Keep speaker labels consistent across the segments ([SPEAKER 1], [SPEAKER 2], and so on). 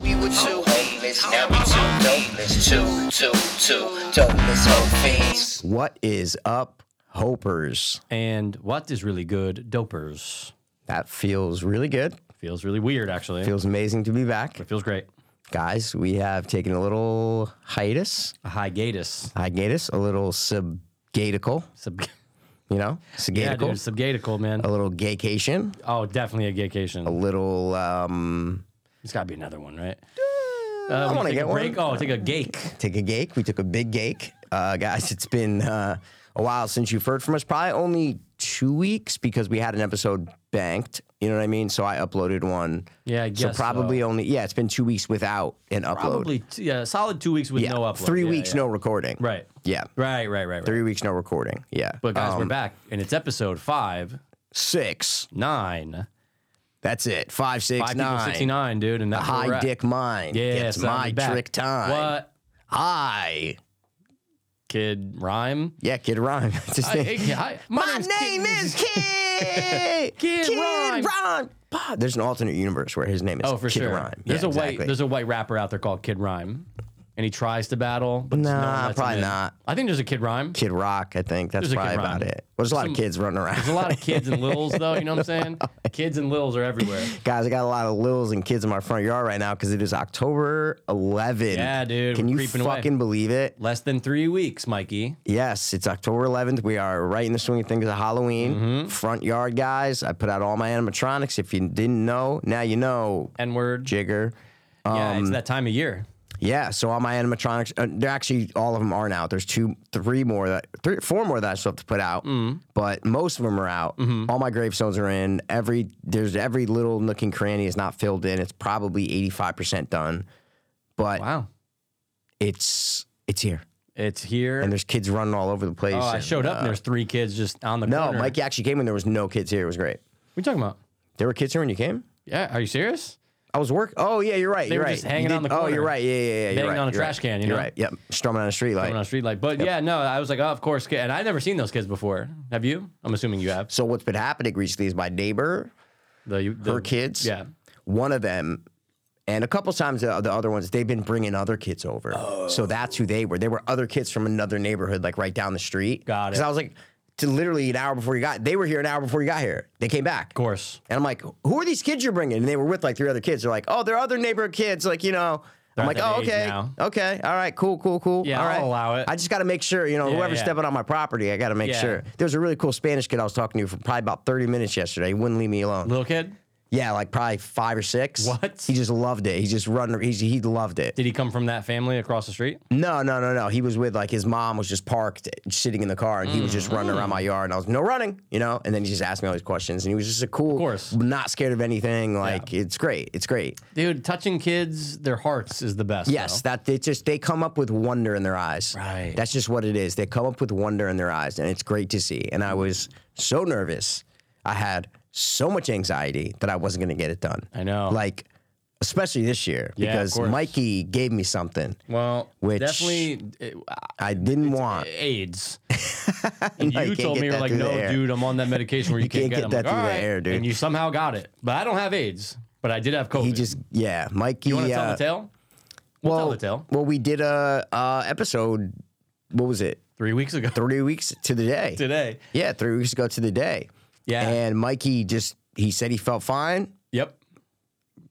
[SPEAKER 1] with you. Homeless, now we two dopeless, two, two, two, dopeless hoe fiends.
[SPEAKER 2] What is up, Hopers?
[SPEAKER 3] And what is really good? Dopers.
[SPEAKER 2] That feels really good.
[SPEAKER 3] Feels really weird, actually.
[SPEAKER 2] Feels amazing to be back.
[SPEAKER 3] it feels great.
[SPEAKER 2] Guys, we have taken a little hiatus,
[SPEAKER 3] A hiatus.
[SPEAKER 2] hiatus, a little subgatical,
[SPEAKER 3] Sub-
[SPEAKER 2] you know,
[SPEAKER 3] yeah, dude,
[SPEAKER 2] subgatical,
[SPEAKER 3] subgatical, man.
[SPEAKER 2] a little gaycation,
[SPEAKER 3] Oh, definitely a
[SPEAKER 2] a Oh.
[SPEAKER 3] gaycation.
[SPEAKER 2] little, um,
[SPEAKER 3] It's got to be another one, right?
[SPEAKER 2] I
[SPEAKER 3] Uh, we
[SPEAKER 2] wanna
[SPEAKER 3] take
[SPEAKER 2] get
[SPEAKER 3] a break.
[SPEAKER 2] one.
[SPEAKER 3] Oh, take a gake.
[SPEAKER 2] take a gake. We took a big gake. Uh, guys, it's been uh, a while since you've heard from us, probably only two weeks because we had an episode banked. You know what I mean? So I uploaded one.
[SPEAKER 3] Yeah, I
[SPEAKER 2] So
[SPEAKER 3] guess
[SPEAKER 2] probably
[SPEAKER 3] so.
[SPEAKER 2] only, yeah, it's been two weeks without an upload.
[SPEAKER 3] probably t- yeah, a solid two weeks with
[SPEAKER 2] Yeah.
[SPEAKER 3] no upload.
[SPEAKER 2] Three
[SPEAKER 3] Yeah,
[SPEAKER 2] weeks
[SPEAKER 3] yeah.
[SPEAKER 2] no recording.
[SPEAKER 3] Right.
[SPEAKER 2] Yeah.
[SPEAKER 3] Right, right, right, right.
[SPEAKER 2] Three weeks no recording. Yeah.
[SPEAKER 3] But guys,
[SPEAKER 2] Um,
[SPEAKER 3] we're back, and it's episode five,
[SPEAKER 2] six.
[SPEAKER 3] nine,
[SPEAKER 2] That's it. Five, six,
[SPEAKER 3] five equals
[SPEAKER 2] nine.
[SPEAKER 3] sixty-nine, dude, and that's where we're
[SPEAKER 2] High
[SPEAKER 3] at.
[SPEAKER 2] dick mine.
[SPEAKER 3] Yeah,
[SPEAKER 2] It's
[SPEAKER 3] so
[SPEAKER 2] my
[SPEAKER 3] we back.
[SPEAKER 2] trick time.
[SPEAKER 3] What
[SPEAKER 2] I.
[SPEAKER 3] kid rhyme?
[SPEAKER 2] Yeah, Kid Rhyme. That's his
[SPEAKER 3] I-
[SPEAKER 2] name.
[SPEAKER 3] I- I-
[SPEAKER 2] my name is Kid.
[SPEAKER 3] Kid Rhyme.
[SPEAKER 2] Rhyme. Bah, There's an alternate universe where his name is
[SPEAKER 3] Oh, for
[SPEAKER 2] Kid
[SPEAKER 3] sure.
[SPEAKER 2] Rhyme.
[SPEAKER 3] There's
[SPEAKER 2] yeah,
[SPEAKER 3] a
[SPEAKER 2] exactly.
[SPEAKER 3] white there's a white rapper out there called Kid Rhyme, and he tries to battle, but no one
[SPEAKER 2] Nah,
[SPEAKER 3] lets him
[SPEAKER 2] probably
[SPEAKER 3] in.
[SPEAKER 2] not.
[SPEAKER 3] I think there's a Kid Rhyme.
[SPEAKER 2] Kid Rock, I think. That's
[SPEAKER 3] There's a Kid
[SPEAKER 2] probably about
[SPEAKER 3] Rhyme.
[SPEAKER 2] it. Well, there's a lot of kids running around.
[SPEAKER 3] There's a lot of kids and lils though. You know what I'm saying? Kids and lils are everywhere.
[SPEAKER 2] Guys, I got a lot of lils and kids in my front yard right now because it is October 11th.
[SPEAKER 3] Yeah, dude,
[SPEAKER 2] Can
[SPEAKER 3] we're
[SPEAKER 2] you
[SPEAKER 3] creeping away.
[SPEAKER 2] fucking believe it?
[SPEAKER 3] Less than three weeks, Mikey.
[SPEAKER 2] Yes, it's October 11th. We are right in the swing of things of Halloween.
[SPEAKER 3] Mm-hmm.
[SPEAKER 2] Front yard, guys. I put out all my animatronics. If you didn't know, now you know,
[SPEAKER 3] N word.
[SPEAKER 2] Jigger.
[SPEAKER 3] yeah,
[SPEAKER 2] um,
[SPEAKER 3] it's that time of year.
[SPEAKER 2] Yeah, so all my animatronics, uh, they're actually, all of them are now. There's two, three more, that, three, four more that I still have to put out,
[SPEAKER 3] Mm-hmm.
[SPEAKER 2] but most of them are out. All my gravestones are in. Every, there's every little nook and cranny is not filled in. It's probably 85% done, but
[SPEAKER 3] Wow,
[SPEAKER 2] it's, it's here.
[SPEAKER 3] it's here.
[SPEAKER 2] And there's kids running all over the place.
[SPEAKER 3] oh, I
[SPEAKER 2] and,
[SPEAKER 3] showed up and
[SPEAKER 2] uh,
[SPEAKER 3] there's three kids just on the
[SPEAKER 2] No,
[SPEAKER 3] corner.
[SPEAKER 2] Mikey actually came when there was no kids here. It was great.
[SPEAKER 3] What are you talking about?
[SPEAKER 2] There were kids here when you came.
[SPEAKER 3] Yeah, are you serious?
[SPEAKER 2] I was work. Oh yeah, you're right.
[SPEAKER 3] They
[SPEAKER 2] you're
[SPEAKER 3] were
[SPEAKER 2] right.
[SPEAKER 3] just
[SPEAKER 2] You
[SPEAKER 3] hanging on
[SPEAKER 2] did-
[SPEAKER 3] the
[SPEAKER 2] Oh,
[SPEAKER 3] corner,
[SPEAKER 2] you're right. Yeah, yeah, yeah. You're
[SPEAKER 3] banging
[SPEAKER 2] right.
[SPEAKER 3] on a
[SPEAKER 2] You're
[SPEAKER 3] trash
[SPEAKER 2] right.
[SPEAKER 3] can, you
[SPEAKER 2] You're
[SPEAKER 3] know?
[SPEAKER 2] right. Yep. Strumming on a street
[SPEAKER 3] On a
[SPEAKER 2] light.
[SPEAKER 3] streetlight. But yeah, no, I was like, oh, of course, kid. And I've never seen those kids before. Have you? I'm assuming you have.
[SPEAKER 2] So what's been happening recently is my neighbor,
[SPEAKER 3] The, the
[SPEAKER 2] her kids.
[SPEAKER 3] Yeah.
[SPEAKER 2] One of them. And a couple times the, the other ones, they've been bringing other kids over.
[SPEAKER 3] Oh.
[SPEAKER 2] So that's who they were. They were other kids from another neighborhood, like right down the street.
[SPEAKER 3] Got it.
[SPEAKER 2] Because I was like, to literally an hour before you got, they were here an hour before you got here. They came back.
[SPEAKER 3] Of course.
[SPEAKER 2] And I'm like, who are these kids you're bringing? And they were with like three other kids. They're like, oh, they're other neighborhood kids. Like, you know, I'm
[SPEAKER 3] at
[SPEAKER 2] like,
[SPEAKER 3] that
[SPEAKER 2] oh,
[SPEAKER 3] age
[SPEAKER 2] okay.
[SPEAKER 3] now.
[SPEAKER 2] Okay. All right. Cool, cool, cool.
[SPEAKER 3] Yeah,
[SPEAKER 2] All
[SPEAKER 3] I'll
[SPEAKER 2] right.
[SPEAKER 3] allow it.
[SPEAKER 2] I just got to make sure, you know,
[SPEAKER 3] Yeah,
[SPEAKER 2] whoever's
[SPEAKER 3] yeah.
[SPEAKER 2] stepping on my property, I got to make
[SPEAKER 3] Yeah.
[SPEAKER 2] sure. There was a really cool Spanish kid I was talking to for probably about 30 minutes yesterday. He wouldn't leave me alone.
[SPEAKER 3] Little kid?
[SPEAKER 2] Yeah, like probably five or six.
[SPEAKER 3] What?
[SPEAKER 2] He just loved it. He just run. He, he loved it.
[SPEAKER 3] Did he come from that family across the street?
[SPEAKER 2] No, no, no, no. He was with like his mom was just parked, sitting in the car, and he was
[SPEAKER 3] Mm-hmm.
[SPEAKER 2] just running around my yard, and I was no running, you know. And then he just asked me all these questions, and he was just a cool,
[SPEAKER 3] course.
[SPEAKER 2] not scared of anything. Like it's great, it's great.
[SPEAKER 3] Dude, touching kids, their hearts is the best.
[SPEAKER 2] Yes, that they just they come up with wonder in their eyes.
[SPEAKER 3] Right.
[SPEAKER 2] That's just what it is. They come up with wonder in their eyes, and it's great to see. And I was so nervous. I had so much anxiety that I wasn't going to get it done.
[SPEAKER 3] I know.
[SPEAKER 2] Like, especially this year
[SPEAKER 3] Yeah, of
[SPEAKER 2] because
[SPEAKER 3] course.
[SPEAKER 2] Mikey gave me something
[SPEAKER 3] Well,
[SPEAKER 2] Which-
[SPEAKER 3] definitely it,
[SPEAKER 2] I didn't want.
[SPEAKER 3] AIDS. And
[SPEAKER 2] No, you
[SPEAKER 3] eh, you
[SPEAKER 2] can't
[SPEAKER 3] told
[SPEAKER 2] get
[SPEAKER 3] me, you're
[SPEAKER 2] that
[SPEAKER 3] like,
[SPEAKER 2] through the
[SPEAKER 3] no,
[SPEAKER 2] air."
[SPEAKER 3] dude, I'm on that medication where you,
[SPEAKER 2] can't
[SPEAKER 3] get,
[SPEAKER 2] get
[SPEAKER 3] it. I'm
[SPEAKER 2] that
[SPEAKER 3] like,
[SPEAKER 2] through the
[SPEAKER 3] "All right."
[SPEAKER 2] air, dude.
[SPEAKER 3] And you somehow got it. But I don't have AIDS, but I did have COVID.
[SPEAKER 2] He just yeah, Mikey.
[SPEAKER 3] you want to tell
[SPEAKER 2] uh,
[SPEAKER 3] the tale?
[SPEAKER 2] well,
[SPEAKER 3] tell the tale.
[SPEAKER 2] Well, we did a uh, episode. What was it?
[SPEAKER 3] Three weeks ago
[SPEAKER 2] Three weeks to the day.
[SPEAKER 3] today.
[SPEAKER 2] Yeah, three weeks ago to the day.
[SPEAKER 3] Yeah.
[SPEAKER 2] And Mikey just he said he felt fine.
[SPEAKER 3] Yep.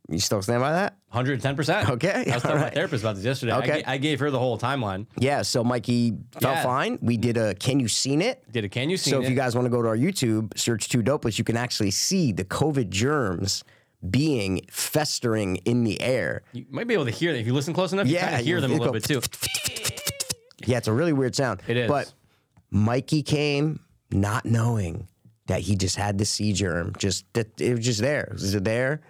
[SPEAKER 2] You still stand by that?
[SPEAKER 3] 110%.
[SPEAKER 2] Okay,
[SPEAKER 3] I was talking
[SPEAKER 2] all
[SPEAKER 3] to my
[SPEAKER 2] right.
[SPEAKER 3] therapist about this yesterday. I,
[SPEAKER 2] Okay.
[SPEAKER 3] ga- I gave her the whole timeline.
[SPEAKER 2] Yeah. So Mikey felt
[SPEAKER 3] Yeah.
[SPEAKER 2] fine. We did a can you seen it?
[SPEAKER 3] Did a can you see
[SPEAKER 2] So if
[SPEAKER 3] it?
[SPEAKER 2] you guys want to go to our YouTube, search two dopeless, you can actually see the COVID germs being festering in the air.
[SPEAKER 3] You might be able to hear them if you listen close enough. you
[SPEAKER 2] Yeah,
[SPEAKER 3] kind of hear
[SPEAKER 2] you-
[SPEAKER 3] them a
[SPEAKER 2] it go-
[SPEAKER 3] little bit too.
[SPEAKER 2] Yeah, it's a really weird sound.
[SPEAKER 3] It is.
[SPEAKER 2] But Mikey came not knowing that he just had the sea germ. Just that it was just there. It was there,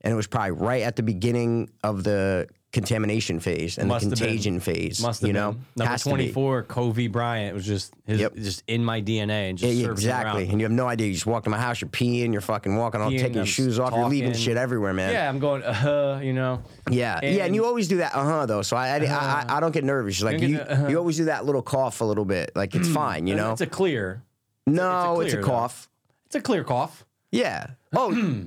[SPEAKER 2] and it was probably right at the beginning of the contamination phase and
[SPEAKER 3] Must
[SPEAKER 2] the
[SPEAKER 3] have been.
[SPEAKER 2] contagion phase.
[SPEAKER 3] Must have
[SPEAKER 2] you
[SPEAKER 3] been.
[SPEAKER 2] know
[SPEAKER 3] number
[SPEAKER 2] Has to be.
[SPEAKER 3] twenty four, Kobe Bryant was just his
[SPEAKER 2] Yep.
[SPEAKER 3] just in my DNA and just
[SPEAKER 2] Yeah,
[SPEAKER 3] servicing
[SPEAKER 2] exactly.
[SPEAKER 3] around.
[SPEAKER 2] And you have no idea. You just walk to my house. You're peeing. You're fucking walking. all
[SPEAKER 3] Peeing,
[SPEAKER 2] taking your
[SPEAKER 3] I'm
[SPEAKER 2] shoes off. You're leaving
[SPEAKER 3] talking.
[SPEAKER 2] shit everywhere, man.
[SPEAKER 3] Yeah, I'm going. Uh, huh, you know.
[SPEAKER 2] Yeah, yeah, and you always do that, uh huh. Though, so I, I, I, I don't get nervous. Like
[SPEAKER 3] Uh-huh. get
[SPEAKER 2] you,
[SPEAKER 3] the, uh-huh. Mm.
[SPEAKER 2] you always do that little cough a little bit. Like it's fine, you know.
[SPEAKER 3] it's a clear.
[SPEAKER 2] no, it's
[SPEAKER 3] it's a
[SPEAKER 2] a
[SPEAKER 3] clear, though.
[SPEAKER 2] cough.
[SPEAKER 3] It's a clear cough.
[SPEAKER 2] Yeah. Oh,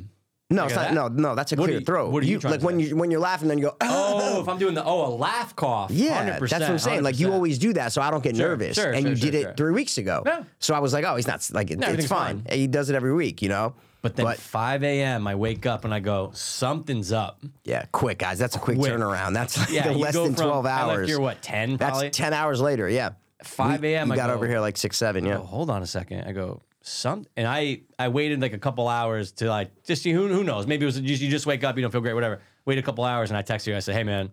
[SPEAKER 2] No, it's
[SPEAKER 3] Like
[SPEAKER 2] not.
[SPEAKER 3] that?
[SPEAKER 2] No, no, that's a
[SPEAKER 3] What are
[SPEAKER 2] clear
[SPEAKER 3] you-
[SPEAKER 2] throat.
[SPEAKER 3] what are you trying
[SPEAKER 2] like
[SPEAKER 3] to
[SPEAKER 2] when
[SPEAKER 3] say?
[SPEAKER 2] you when you're laughing, then you go. "Ah."
[SPEAKER 3] Oh, if I'm doing the oh a laugh cough.
[SPEAKER 2] Yeah,
[SPEAKER 3] 100%,
[SPEAKER 2] that's what I'm saying. Like you
[SPEAKER 3] 100%.
[SPEAKER 2] always do that, so I don't get
[SPEAKER 3] Sure,
[SPEAKER 2] nervous.
[SPEAKER 3] sure,
[SPEAKER 2] and
[SPEAKER 3] sure,
[SPEAKER 2] you
[SPEAKER 3] sure,
[SPEAKER 2] did it
[SPEAKER 3] sure.
[SPEAKER 2] three weeks ago.
[SPEAKER 3] Yeah.
[SPEAKER 2] So I was like, oh, he's not like it, it's
[SPEAKER 3] everything's
[SPEAKER 2] fine.
[SPEAKER 3] fine.
[SPEAKER 2] He does it every week, you know.
[SPEAKER 3] But then 5 a.m. I wake up and I go, something's up.
[SPEAKER 2] yeah, quick guys, that's a quick,
[SPEAKER 3] Quick.
[SPEAKER 2] turnaround. That's like
[SPEAKER 3] Yeah, you
[SPEAKER 2] less
[SPEAKER 3] go
[SPEAKER 2] than
[SPEAKER 3] from-
[SPEAKER 2] twelve
[SPEAKER 3] I left
[SPEAKER 2] hours.
[SPEAKER 3] here, what, 10
[SPEAKER 2] that's
[SPEAKER 3] probably?
[SPEAKER 2] ten hours later. Yeah,
[SPEAKER 3] 5
[SPEAKER 2] We-
[SPEAKER 3] a.m.
[SPEAKER 2] You
[SPEAKER 3] I
[SPEAKER 2] got
[SPEAKER 3] go,
[SPEAKER 2] over here like six seven. Yeah,
[SPEAKER 3] "Oh, hold on a second. I go, some, and I I waited like a couple hours to like just see who who knows. Maybe it was just, you just wake up, you don't feel great, whatever. Wait a couple hours, and I text you. I say, hey man,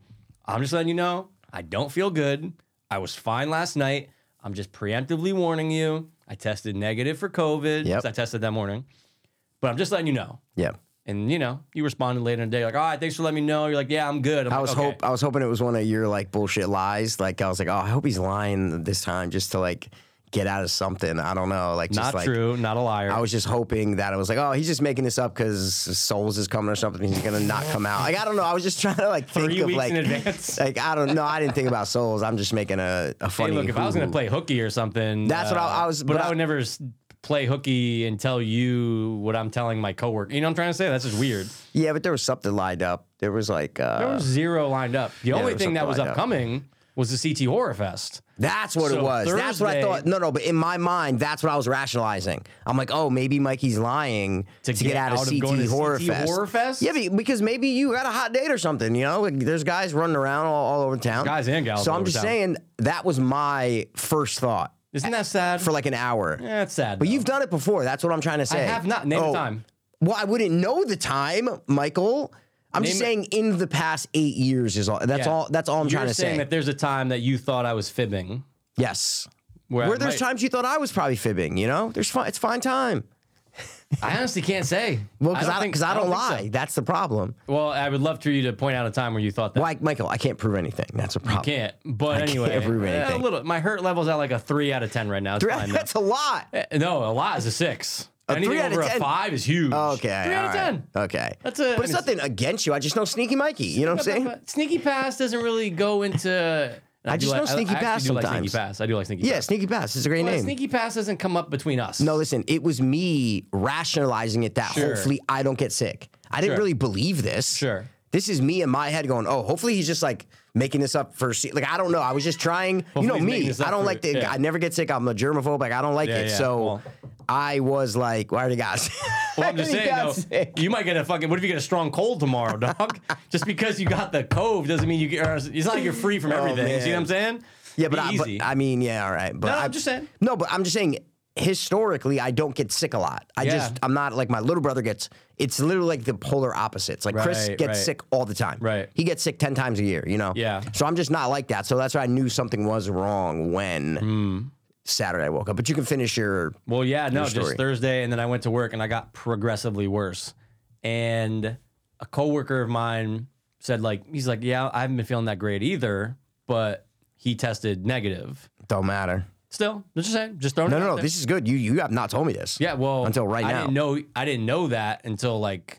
[SPEAKER 3] I'm just letting you know I don't feel good. I was fine last night. I'm just preemptively warning you. I tested negative for COVID.
[SPEAKER 2] Yep.
[SPEAKER 3] 'cause I tested that morning, but I'm just letting you know.
[SPEAKER 2] yeah.
[SPEAKER 3] And you know, you responded later in the day, like, all right, thanks for letting me know. You're like, yeah, I'm good. I'm
[SPEAKER 2] I
[SPEAKER 3] like,
[SPEAKER 2] was
[SPEAKER 3] "Okay."
[SPEAKER 2] hope I was hoping it was one of your like bullshit lies. Like I was like, oh, I hope he's lying this time just to like get out of something. I don't know. Like just
[SPEAKER 3] not
[SPEAKER 2] like,
[SPEAKER 3] true, not a liar.
[SPEAKER 2] I was just hoping that it was like, oh, he's just making this up because Souls is coming or something. He's gonna not come out. Like I don't know. I was just trying to like think
[SPEAKER 3] Three
[SPEAKER 2] of
[SPEAKER 3] weeks
[SPEAKER 2] like,
[SPEAKER 3] in advance.
[SPEAKER 2] like I don't know. I didn't think about Souls. I'm just making a, a
[SPEAKER 3] hey,
[SPEAKER 2] funny.
[SPEAKER 3] look, if I was going to
[SPEAKER 2] hoo-hoo.
[SPEAKER 3] play hooky or something, uh,
[SPEAKER 2] That's what I- I was-
[SPEAKER 3] But,
[SPEAKER 2] but
[SPEAKER 3] I
[SPEAKER 2] I-
[SPEAKER 3] would never s- play hooky and tell you what I'm telling my coworker. You know what I'm trying to say? That's just weird.
[SPEAKER 2] yeah, but there was something lined up. There was like,
[SPEAKER 3] There
[SPEAKER 2] uh,
[SPEAKER 3] was zero lined up. The only
[SPEAKER 2] there was
[SPEAKER 3] thing that
[SPEAKER 2] something
[SPEAKER 3] was
[SPEAKER 2] lined up.
[SPEAKER 3] upcoming was the CT Horror Fest.
[SPEAKER 2] that's what
[SPEAKER 3] So
[SPEAKER 2] it was. that's what I
[SPEAKER 3] Thursday-
[SPEAKER 2] thought. No, no, but in my mind, that's what I was rationalizing. I'm like, oh, maybe Mikey's lying to, get, out, of, CT
[SPEAKER 3] going to
[SPEAKER 2] Horror
[SPEAKER 3] CT
[SPEAKER 2] Fest.
[SPEAKER 3] Horror Fest?
[SPEAKER 2] Yeah, be- because maybe you got a hot date or something. You know, like, there's guys running around all, all over town,
[SPEAKER 3] Guys and gals
[SPEAKER 2] So
[SPEAKER 3] all
[SPEAKER 2] I'm
[SPEAKER 3] over
[SPEAKER 2] just
[SPEAKER 3] town.
[SPEAKER 2] saying that was my first thought.
[SPEAKER 3] Isn't that sad?
[SPEAKER 2] for like an hour.
[SPEAKER 3] yeah, it's sad.
[SPEAKER 2] But you've Oh, done it before. That's what I'm trying to say.
[SPEAKER 3] have not. Name the time.
[SPEAKER 2] Well, I wouldn't know the time, Michael. I'm just
[SPEAKER 3] Name
[SPEAKER 2] saying in the past eight years is all. That's all. That's all I'm
[SPEAKER 3] You're
[SPEAKER 2] trying to
[SPEAKER 3] saying
[SPEAKER 2] say.
[SPEAKER 3] that there's a time that you thought I was fibbing.
[SPEAKER 2] yes.
[SPEAKER 3] Where I
[SPEAKER 2] Where there's
[SPEAKER 3] might-
[SPEAKER 2] times you thought I was probably fibbing. You know, there's fine. It's fine time.
[SPEAKER 3] I honestly can't say.
[SPEAKER 2] Well, because I
[SPEAKER 3] think-
[SPEAKER 2] because I, don't,
[SPEAKER 3] think so.
[SPEAKER 2] lie. That's the problem.
[SPEAKER 3] Well, I would love for you to point out a time where you thought that.
[SPEAKER 2] Like Michael, I can't prove anything. That's a problem.
[SPEAKER 3] Can't. But anyway,
[SPEAKER 2] prove
[SPEAKER 3] eh, a
[SPEAKER 2] anything.
[SPEAKER 3] little. My hurt level's at like a three out of ten right now. It's fine, though.
[SPEAKER 2] that's a lot.
[SPEAKER 3] Eh, No, a lot is a six.
[SPEAKER 2] A
[SPEAKER 3] Anything
[SPEAKER 2] three out of
[SPEAKER 3] over a
[SPEAKER 2] 10?
[SPEAKER 3] five is huge.
[SPEAKER 2] Okay.
[SPEAKER 3] three out of
[SPEAKER 2] all right.
[SPEAKER 3] ten.
[SPEAKER 2] Okay.
[SPEAKER 3] That's a-
[SPEAKER 2] But it's
[SPEAKER 3] I mean,
[SPEAKER 2] nothing against you. I just know sneaky Mikey. You know what I'm saying?
[SPEAKER 3] Sneaky pass doesn't really go into. I,
[SPEAKER 2] just
[SPEAKER 3] do
[SPEAKER 2] know Sneaky
[SPEAKER 3] I, actually
[SPEAKER 2] Pass
[SPEAKER 3] do like
[SPEAKER 2] sometimes.
[SPEAKER 3] sneaky pass. I do like sneaky.
[SPEAKER 2] Yeah,
[SPEAKER 3] pass.
[SPEAKER 2] sneaky pass. It's a great
[SPEAKER 3] But
[SPEAKER 2] name.
[SPEAKER 3] sneaky pass doesn't come up between us.
[SPEAKER 2] No, listen, it was me rationalizing it that
[SPEAKER 3] Sure.
[SPEAKER 2] hopefully I don't get sick. I didn't
[SPEAKER 3] Sure.
[SPEAKER 2] really believe this.
[SPEAKER 3] Sure.
[SPEAKER 2] This is me in my head going, oh, hopefully he's just like making this up for, se- like, I don't know. I was just trying. you know
[SPEAKER 3] he's making
[SPEAKER 2] me.
[SPEAKER 3] this up
[SPEAKER 2] I don't
[SPEAKER 3] for-
[SPEAKER 2] like the,
[SPEAKER 3] yeah.
[SPEAKER 2] I never get sick. I'm a germaphobe. Like, I don't like
[SPEAKER 3] Yeah,
[SPEAKER 2] it.
[SPEAKER 3] yeah,
[SPEAKER 2] So
[SPEAKER 3] well.
[SPEAKER 2] I was like, well, I already got sick.
[SPEAKER 3] Well, I'm
[SPEAKER 2] I
[SPEAKER 3] just
[SPEAKER 2] already
[SPEAKER 3] saying,
[SPEAKER 2] got
[SPEAKER 3] though,
[SPEAKER 2] sick.
[SPEAKER 3] you might get a fucking. What if you get a strong cold tomorrow, dog? just because you got the cove doesn't mean you get. or It's not like you're free from everything. you see what
[SPEAKER 2] Oh, man.
[SPEAKER 3] I'm saying?
[SPEAKER 2] Yeah, but
[SPEAKER 3] Be
[SPEAKER 2] I, but
[SPEAKER 3] easy.
[SPEAKER 2] I mean, yeah, all right. But
[SPEAKER 3] No,
[SPEAKER 2] I,
[SPEAKER 3] I'm just saying.
[SPEAKER 2] No, but I'm just saying. Historically, I don't get sick a lot. I
[SPEAKER 3] Yeah.
[SPEAKER 2] just I'm not like my little brother gets. It's literally like the polar opposites. Like Chris
[SPEAKER 3] Right,
[SPEAKER 2] gets
[SPEAKER 3] right.
[SPEAKER 2] sick all the time.
[SPEAKER 3] Right.
[SPEAKER 2] He gets sick ten times a year. You know.
[SPEAKER 3] Yeah.
[SPEAKER 2] So I'm just not like that. So that's why I knew something was wrong when
[SPEAKER 3] Hmm.
[SPEAKER 2] Saturday I woke up. But you can finish your.
[SPEAKER 3] Well, yeah, no, just
[SPEAKER 2] story.
[SPEAKER 3] Thursday, and then I went to work, and I got progressively worse. And a coworker of mine said, like, he's like, yeah, I haven't been feeling that great either, but he tested negative.
[SPEAKER 2] Don't matter.
[SPEAKER 3] Still, just saying, just throwing.
[SPEAKER 2] No,
[SPEAKER 3] it
[SPEAKER 2] no,
[SPEAKER 3] out
[SPEAKER 2] no.
[SPEAKER 3] there.
[SPEAKER 2] This is good. You you have not told me this.
[SPEAKER 3] yeah, well,
[SPEAKER 2] Until right
[SPEAKER 3] I
[SPEAKER 2] now.
[SPEAKER 3] didn't know. I didn't know that until like,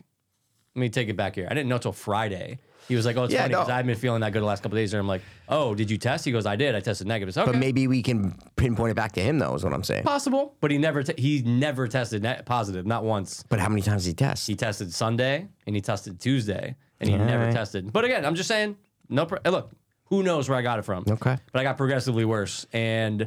[SPEAKER 3] let me take it back here. I didn't know until Friday. He was like, oh, it's
[SPEAKER 2] Yeah,
[SPEAKER 3] funny because
[SPEAKER 2] no.
[SPEAKER 3] I haven't been feeling that good the last couple of days. And I'm like, oh, did you test? He goes, I did. I tested negative. So, okay.
[SPEAKER 2] But maybe we can pinpoint it back to him though. Is what I'm saying.
[SPEAKER 3] possible, but he never te- he never tested ne- positive, not once.
[SPEAKER 2] But how many times did he test?
[SPEAKER 3] He tested Sunday and he tested Tuesday and he never tested. But again, I'm just saying, no. Pro- hey, look, who knows where I got it from?
[SPEAKER 2] Okay.
[SPEAKER 3] But I got progressively worse, and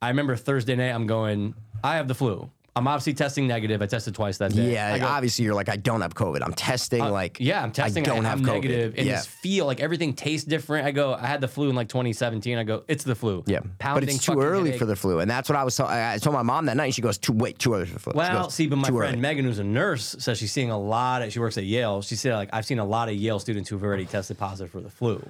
[SPEAKER 3] I remember Thursday night I'm going. I have the flu. I'm obviously testing negative. I tested twice that day.
[SPEAKER 2] Yeah,
[SPEAKER 3] I go, Uh,
[SPEAKER 2] obviously you're like, I don't have COVID. I'm testing like
[SPEAKER 3] yeah. I'm testing.
[SPEAKER 2] I don't have
[SPEAKER 3] am
[SPEAKER 2] COVID.
[SPEAKER 3] negative. And
[SPEAKER 2] yeah.
[SPEAKER 3] just feel like everything tastes different. I go. I had the flu in like 2017. I go. It's the flu.
[SPEAKER 2] yeah.
[SPEAKER 3] Pounding
[SPEAKER 2] but it's too
[SPEAKER 3] fucking
[SPEAKER 2] early
[SPEAKER 3] headache.
[SPEAKER 2] for the flu. And that's what I was telling I I told my mom that night and she goes, Too wait, too early for the flu. She
[SPEAKER 3] Well,
[SPEAKER 2] goes,
[SPEAKER 3] see, but my
[SPEAKER 2] "Too
[SPEAKER 3] friend
[SPEAKER 2] early."
[SPEAKER 3] Megan, who's a nurse, says she's seeing a lot. Of, she works at Yale. She said like I've seen a lot of Yale students who've already tested positive for the flu.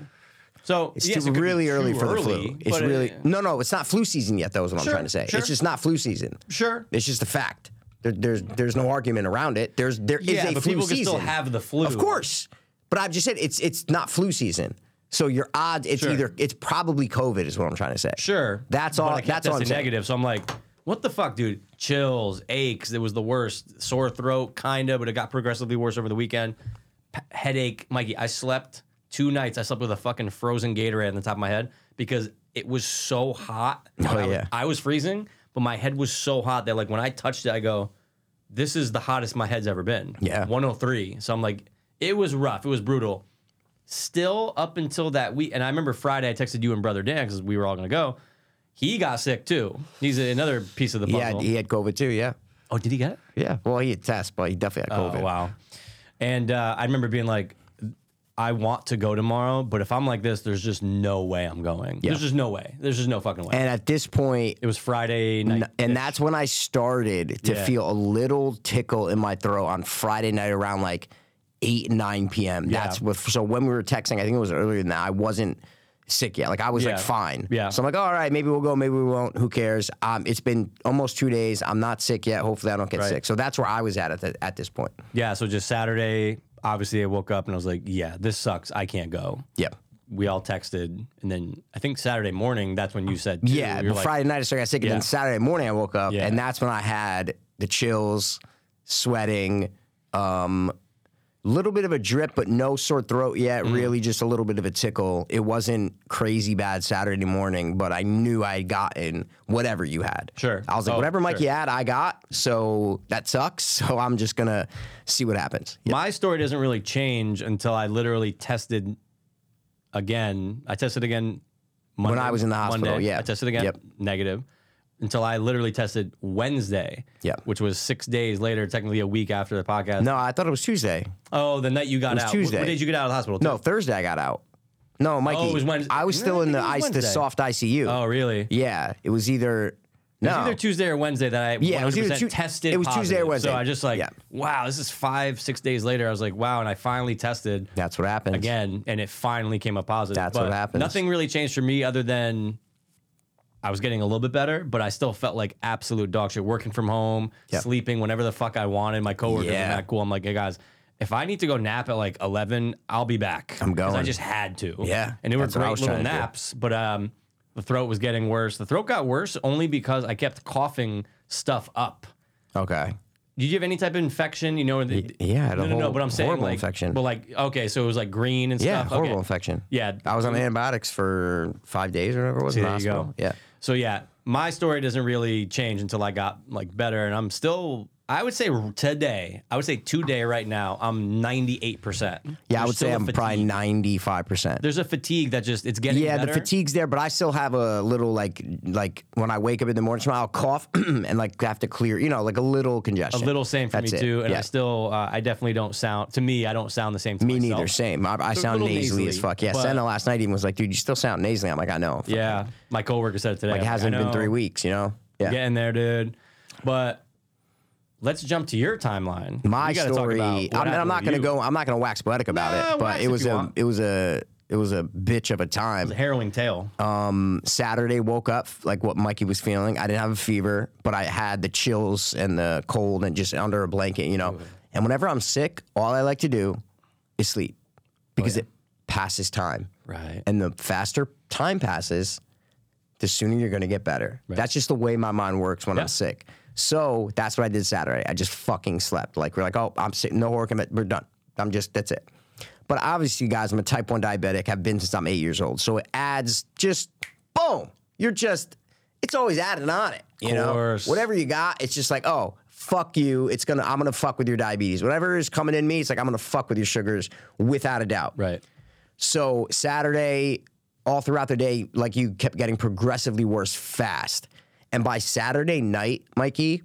[SPEAKER 3] So
[SPEAKER 2] It's
[SPEAKER 3] yes,
[SPEAKER 2] too
[SPEAKER 3] it could be
[SPEAKER 2] really
[SPEAKER 3] too
[SPEAKER 2] early for the flu. It's
[SPEAKER 3] but, uh,
[SPEAKER 2] really no, no. It's not flu season yet, though. Is what
[SPEAKER 3] Sure,
[SPEAKER 2] I'm trying to say.
[SPEAKER 3] sure.
[SPEAKER 2] It's just not flu season.
[SPEAKER 3] Sure.
[SPEAKER 2] It's just a fact. There, there's there's no argument around it. There's there is
[SPEAKER 3] yeah,
[SPEAKER 2] a
[SPEAKER 3] but
[SPEAKER 2] flu
[SPEAKER 3] people
[SPEAKER 2] season.
[SPEAKER 3] can still have the flu.
[SPEAKER 2] Of course. But I've just said it's it's not flu season. So your odds, it's
[SPEAKER 3] Sure.
[SPEAKER 2] either it's probably COVID, is what I'm trying to say.
[SPEAKER 3] Sure.
[SPEAKER 2] That's
[SPEAKER 3] But
[SPEAKER 2] all-
[SPEAKER 3] I kept
[SPEAKER 2] that's all I'm
[SPEAKER 3] testing
[SPEAKER 2] saying.
[SPEAKER 3] negative. So I'm like, what the fuck, dude? Chills, aches. It was the worst. Sore throat, kind of, but it got progressively worse over the weekend. P- headache, Mikey. I slept two nights. I slept with a fucking frozen Gatorade on the top of my head because it was so hot.
[SPEAKER 2] Oh,
[SPEAKER 3] I was,
[SPEAKER 2] yeah.
[SPEAKER 3] I was freezing, but my head was so hot that like when I touched it, I go, this is the hottest my head's ever been.
[SPEAKER 2] Yeah.
[SPEAKER 3] 103. So I'm like, it was rough. It was brutal. Still up until that week, and I remember Friday I texted you and brother Dan because we were all gonna go. He got sick too. He's another piece of the
[SPEAKER 2] He
[SPEAKER 3] puzzle.
[SPEAKER 2] had, he had COVID too. Yeah.
[SPEAKER 3] oh, did he get it?
[SPEAKER 2] Yeah. Well, he had tests, but he definitely had COVID.
[SPEAKER 3] Oh wow! And uh, I remember being like, I want to go tomorrow, but if I'm like this, there's just no way I'm going. There's just no way. There's just no fucking way.
[SPEAKER 2] And at this point,
[SPEAKER 3] it was Friday night.
[SPEAKER 2] and that's when I started to
[SPEAKER 3] Yeah.
[SPEAKER 2] feel a little tickle in my throat on Friday night around like eight nine p.m. That's what. So when we were texting, I think it was earlier than that. I wasn't sick yet. Like I was
[SPEAKER 3] Yeah.
[SPEAKER 2] like fine.
[SPEAKER 3] Yeah.
[SPEAKER 2] So I'm like, all right, maybe we'll go, maybe we won't. Who cares? Um, it's been almost two days. I'm not sick yet. Hopefully, I don't get
[SPEAKER 3] Right.
[SPEAKER 2] sick. So that's where I was at at, the, at this point.
[SPEAKER 3] yeah, so just Saturday. Obviously, I woke up and I was like, yeah, this sucks. I can't go.
[SPEAKER 2] Yep.
[SPEAKER 3] We all texted, and then I think Saturday morning. That's when you said, too,
[SPEAKER 2] Yeah,
[SPEAKER 3] you're
[SPEAKER 2] but
[SPEAKER 3] like,
[SPEAKER 2] Friday night I started getting sick, and
[SPEAKER 3] Yeah.
[SPEAKER 2] then Saturday morning I woke up,
[SPEAKER 3] Yeah.
[SPEAKER 2] and that's when I had the chills, sweating, um, little bit of a drip, but no sore throat yet.
[SPEAKER 3] Mm.
[SPEAKER 2] Really, just a little bit of a tickle. It wasn't crazy bad Saturday morning, but I knew I had gotten whatever you had.
[SPEAKER 3] Sure.
[SPEAKER 2] I was like,
[SPEAKER 3] Oh,
[SPEAKER 2] whatever Mike
[SPEAKER 3] sure.
[SPEAKER 2] you had, I got. So that sucks. So I'm just gonna see what happens. Yeah.
[SPEAKER 3] My story doesn't really change until I literally tested again. I tested again Monday,
[SPEAKER 2] I was in the hospital,
[SPEAKER 3] Monday.
[SPEAKER 2] yeah.
[SPEAKER 3] I tested again,
[SPEAKER 2] Yep.
[SPEAKER 3] negative, until I literally tested Wednesday,
[SPEAKER 2] Yep.
[SPEAKER 3] which was six days later, technically a week after the podcast.
[SPEAKER 2] No, I thought it was Tuesday.
[SPEAKER 3] Oh, the night you got
[SPEAKER 2] was
[SPEAKER 3] out.
[SPEAKER 2] Tuesday.
[SPEAKER 3] What, what did you get out of the hospital?
[SPEAKER 2] No, Thursday I got out. No, Mikey.
[SPEAKER 3] Oh, it was Wednesday.
[SPEAKER 2] I was
[SPEAKER 3] No,
[SPEAKER 2] still
[SPEAKER 3] I
[SPEAKER 2] in
[SPEAKER 3] think
[SPEAKER 2] the
[SPEAKER 3] it was
[SPEAKER 2] ice, the
[SPEAKER 3] Wednesday.
[SPEAKER 2] soft ICU.
[SPEAKER 3] Oh, really?
[SPEAKER 2] Yeah, it was either
[SPEAKER 3] It
[SPEAKER 2] no.
[SPEAKER 3] was either Tuesday or Wednesday that I
[SPEAKER 2] Yeah, it was either
[SPEAKER 3] 100%
[SPEAKER 2] Tu-
[SPEAKER 3] tested.
[SPEAKER 2] it was Tuesday or
[SPEAKER 3] positive.
[SPEAKER 2] Wednesday.
[SPEAKER 3] So I just like,
[SPEAKER 2] Yeah.
[SPEAKER 3] wow, this is five, six days later. I was like, wow, and I finally tested.
[SPEAKER 2] That's what happens.
[SPEAKER 3] again, and it finally came up positive.
[SPEAKER 2] That's
[SPEAKER 3] But
[SPEAKER 2] what happens.
[SPEAKER 3] Nothing really changed for me other than I was getting a little bit better, but I still felt like absolute dog shit. Working from home,
[SPEAKER 2] Yep.
[SPEAKER 3] sleeping whenever the fuck I wanted. My coworkers
[SPEAKER 2] Yeah.
[SPEAKER 3] were not cool. I'm like, hey guys, if I need to go nap at like 11, I'll be back.
[SPEAKER 2] I'm
[SPEAKER 3] 'Cause I
[SPEAKER 2] going.
[SPEAKER 3] just had to.
[SPEAKER 2] Yeah,
[SPEAKER 3] and they were
[SPEAKER 2] that's what I
[SPEAKER 3] great
[SPEAKER 2] was
[SPEAKER 3] little
[SPEAKER 2] trying to do.
[SPEAKER 3] naps, but um, the throat was getting worse. The throat got worse only because I kept coughing stuff up. Oh,
[SPEAKER 2] Okay.
[SPEAKER 3] Did you have any type of infection? You know, the,
[SPEAKER 2] yeah, I had a
[SPEAKER 3] no, no, no.
[SPEAKER 2] whole-
[SPEAKER 3] But I'm saying
[SPEAKER 2] horrible
[SPEAKER 3] like,
[SPEAKER 2] infection.
[SPEAKER 3] But like, okay, so it was like green and
[SPEAKER 2] Yeah,
[SPEAKER 3] stuff. Okay.
[SPEAKER 2] horrible infection.
[SPEAKER 3] Yeah.
[SPEAKER 2] I was on antibiotics for five days or whatever it was. in the
[SPEAKER 3] there you
[SPEAKER 2] hospital.
[SPEAKER 3] go.
[SPEAKER 2] Yeah.
[SPEAKER 3] So yeah, my story doesn't really change until I got like better, and I'm still. I would say today, I would say today right now, I'm 98. percent
[SPEAKER 2] Yeah, I would say I'm probably ninety five percent.
[SPEAKER 3] There's a fatigue that just it's getting.
[SPEAKER 2] Yeah, the
[SPEAKER 3] better.
[SPEAKER 2] fatigue's there, but I still have a little like like when I wake up in the morning, I'll cough and like have to clear, you know, like a little congestion.
[SPEAKER 3] A little same for
[SPEAKER 2] That's
[SPEAKER 3] me
[SPEAKER 2] it.
[SPEAKER 3] too, and
[SPEAKER 2] yeah.
[SPEAKER 3] I still, uh, I definitely don't sound. To me, I don't sound the same. To
[SPEAKER 2] me
[SPEAKER 3] myself.
[SPEAKER 2] neither. Same. I, I
[SPEAKER 3] a
[SPEAKER 2] sound
[SPEAKER 3] little
[SPEAKER 2] nasally, as
[SPEAKER 3] nasally,
[SPEAKER 2] fuck. Yeah.
[SPEAKER 3] but-
[SPEAKER 2] Senna last night even was like, dude, you still sound nasally. I'm like, I know. Fuck.
[SPEAKER 3] Yeah, my coworker said it today.
[SPEAKER 2] Like it
[SPEAKER 3] I'm
[SPEAKER 2] hasn't
[SPEAKER 3] I
[SPEAKER 2] been
[SPEAKER 3] know.
[SPEAKER 2] three weeks, you know. Yeah.
[SPEAKER 3] Getting there, dude. But let's jump to your timeline.
[SPEAKER 2] my
[SPEAKER 3] You gotta talk
[SPEAKER 2] story.
[SPEAKER 3] about
[SPEAKER 2] I'm,
[SPEAKER 3] what happened
[SPEAKER 2] I'm not
[SPEAKER 3] with
[SPEAKER 2] going to
[SPEAKER 3] you.
[SPEAKER 2] go. I'm not going to wax poetic about
[SPEAKER 3] Nah,
[SPEAKER 2] it. But
[SPEAKER 3] wax
[SPEAKER 2] it
[SPEAKER 3] if
[SPEAKER 2] was
[SPEAKER 3] you
[SPEAKER 2] a.
[SPEAKER 3] want.
[SPEAKER 2] It was a. It was a bitch of a time.
[SPEAKER 3] Harrowing tale.
[SPEAKER 2] Uh, Saturday woke up like what Mikey was feeling. I didn't have a fever, but I had the chills and the cold and just under a blanket, you know. And whenever I'm sick, all I like to do is sleep because it passes time.
[SPEAKER 3] Oh, right.
[SPEAKER 2] And the faster time passes, the sooner you're going to get better. That's just the way my mind works when
[SPEAKER 3] Yeah.
[SPEAKER 2] I'm sick. So that's what I did Saturday. I just fucking slept. Like we're like, oh, I'm sick. No work. commit. We're done. I'm just that's it. But obviously, guys, I'm a type one diabetic. Have been since I'm eight years old. So it adds just boom. You're just it's always added on it. You know,
[SPEAKER 3] Course.
[SPEAKER 2] whatever you got, it's just like oh. Fuck you. It's gonna. I'm gonna fuck with your diabetes. Whatever is coming in me, it's like I'm gonna fuck with your sugars, without a doubt.
[SPEAKER 3] Right.
[SPEAKER 2] So Saturday, all throughout the day, like you kept getting progressively worse fast. And by Saturday night, Mikey,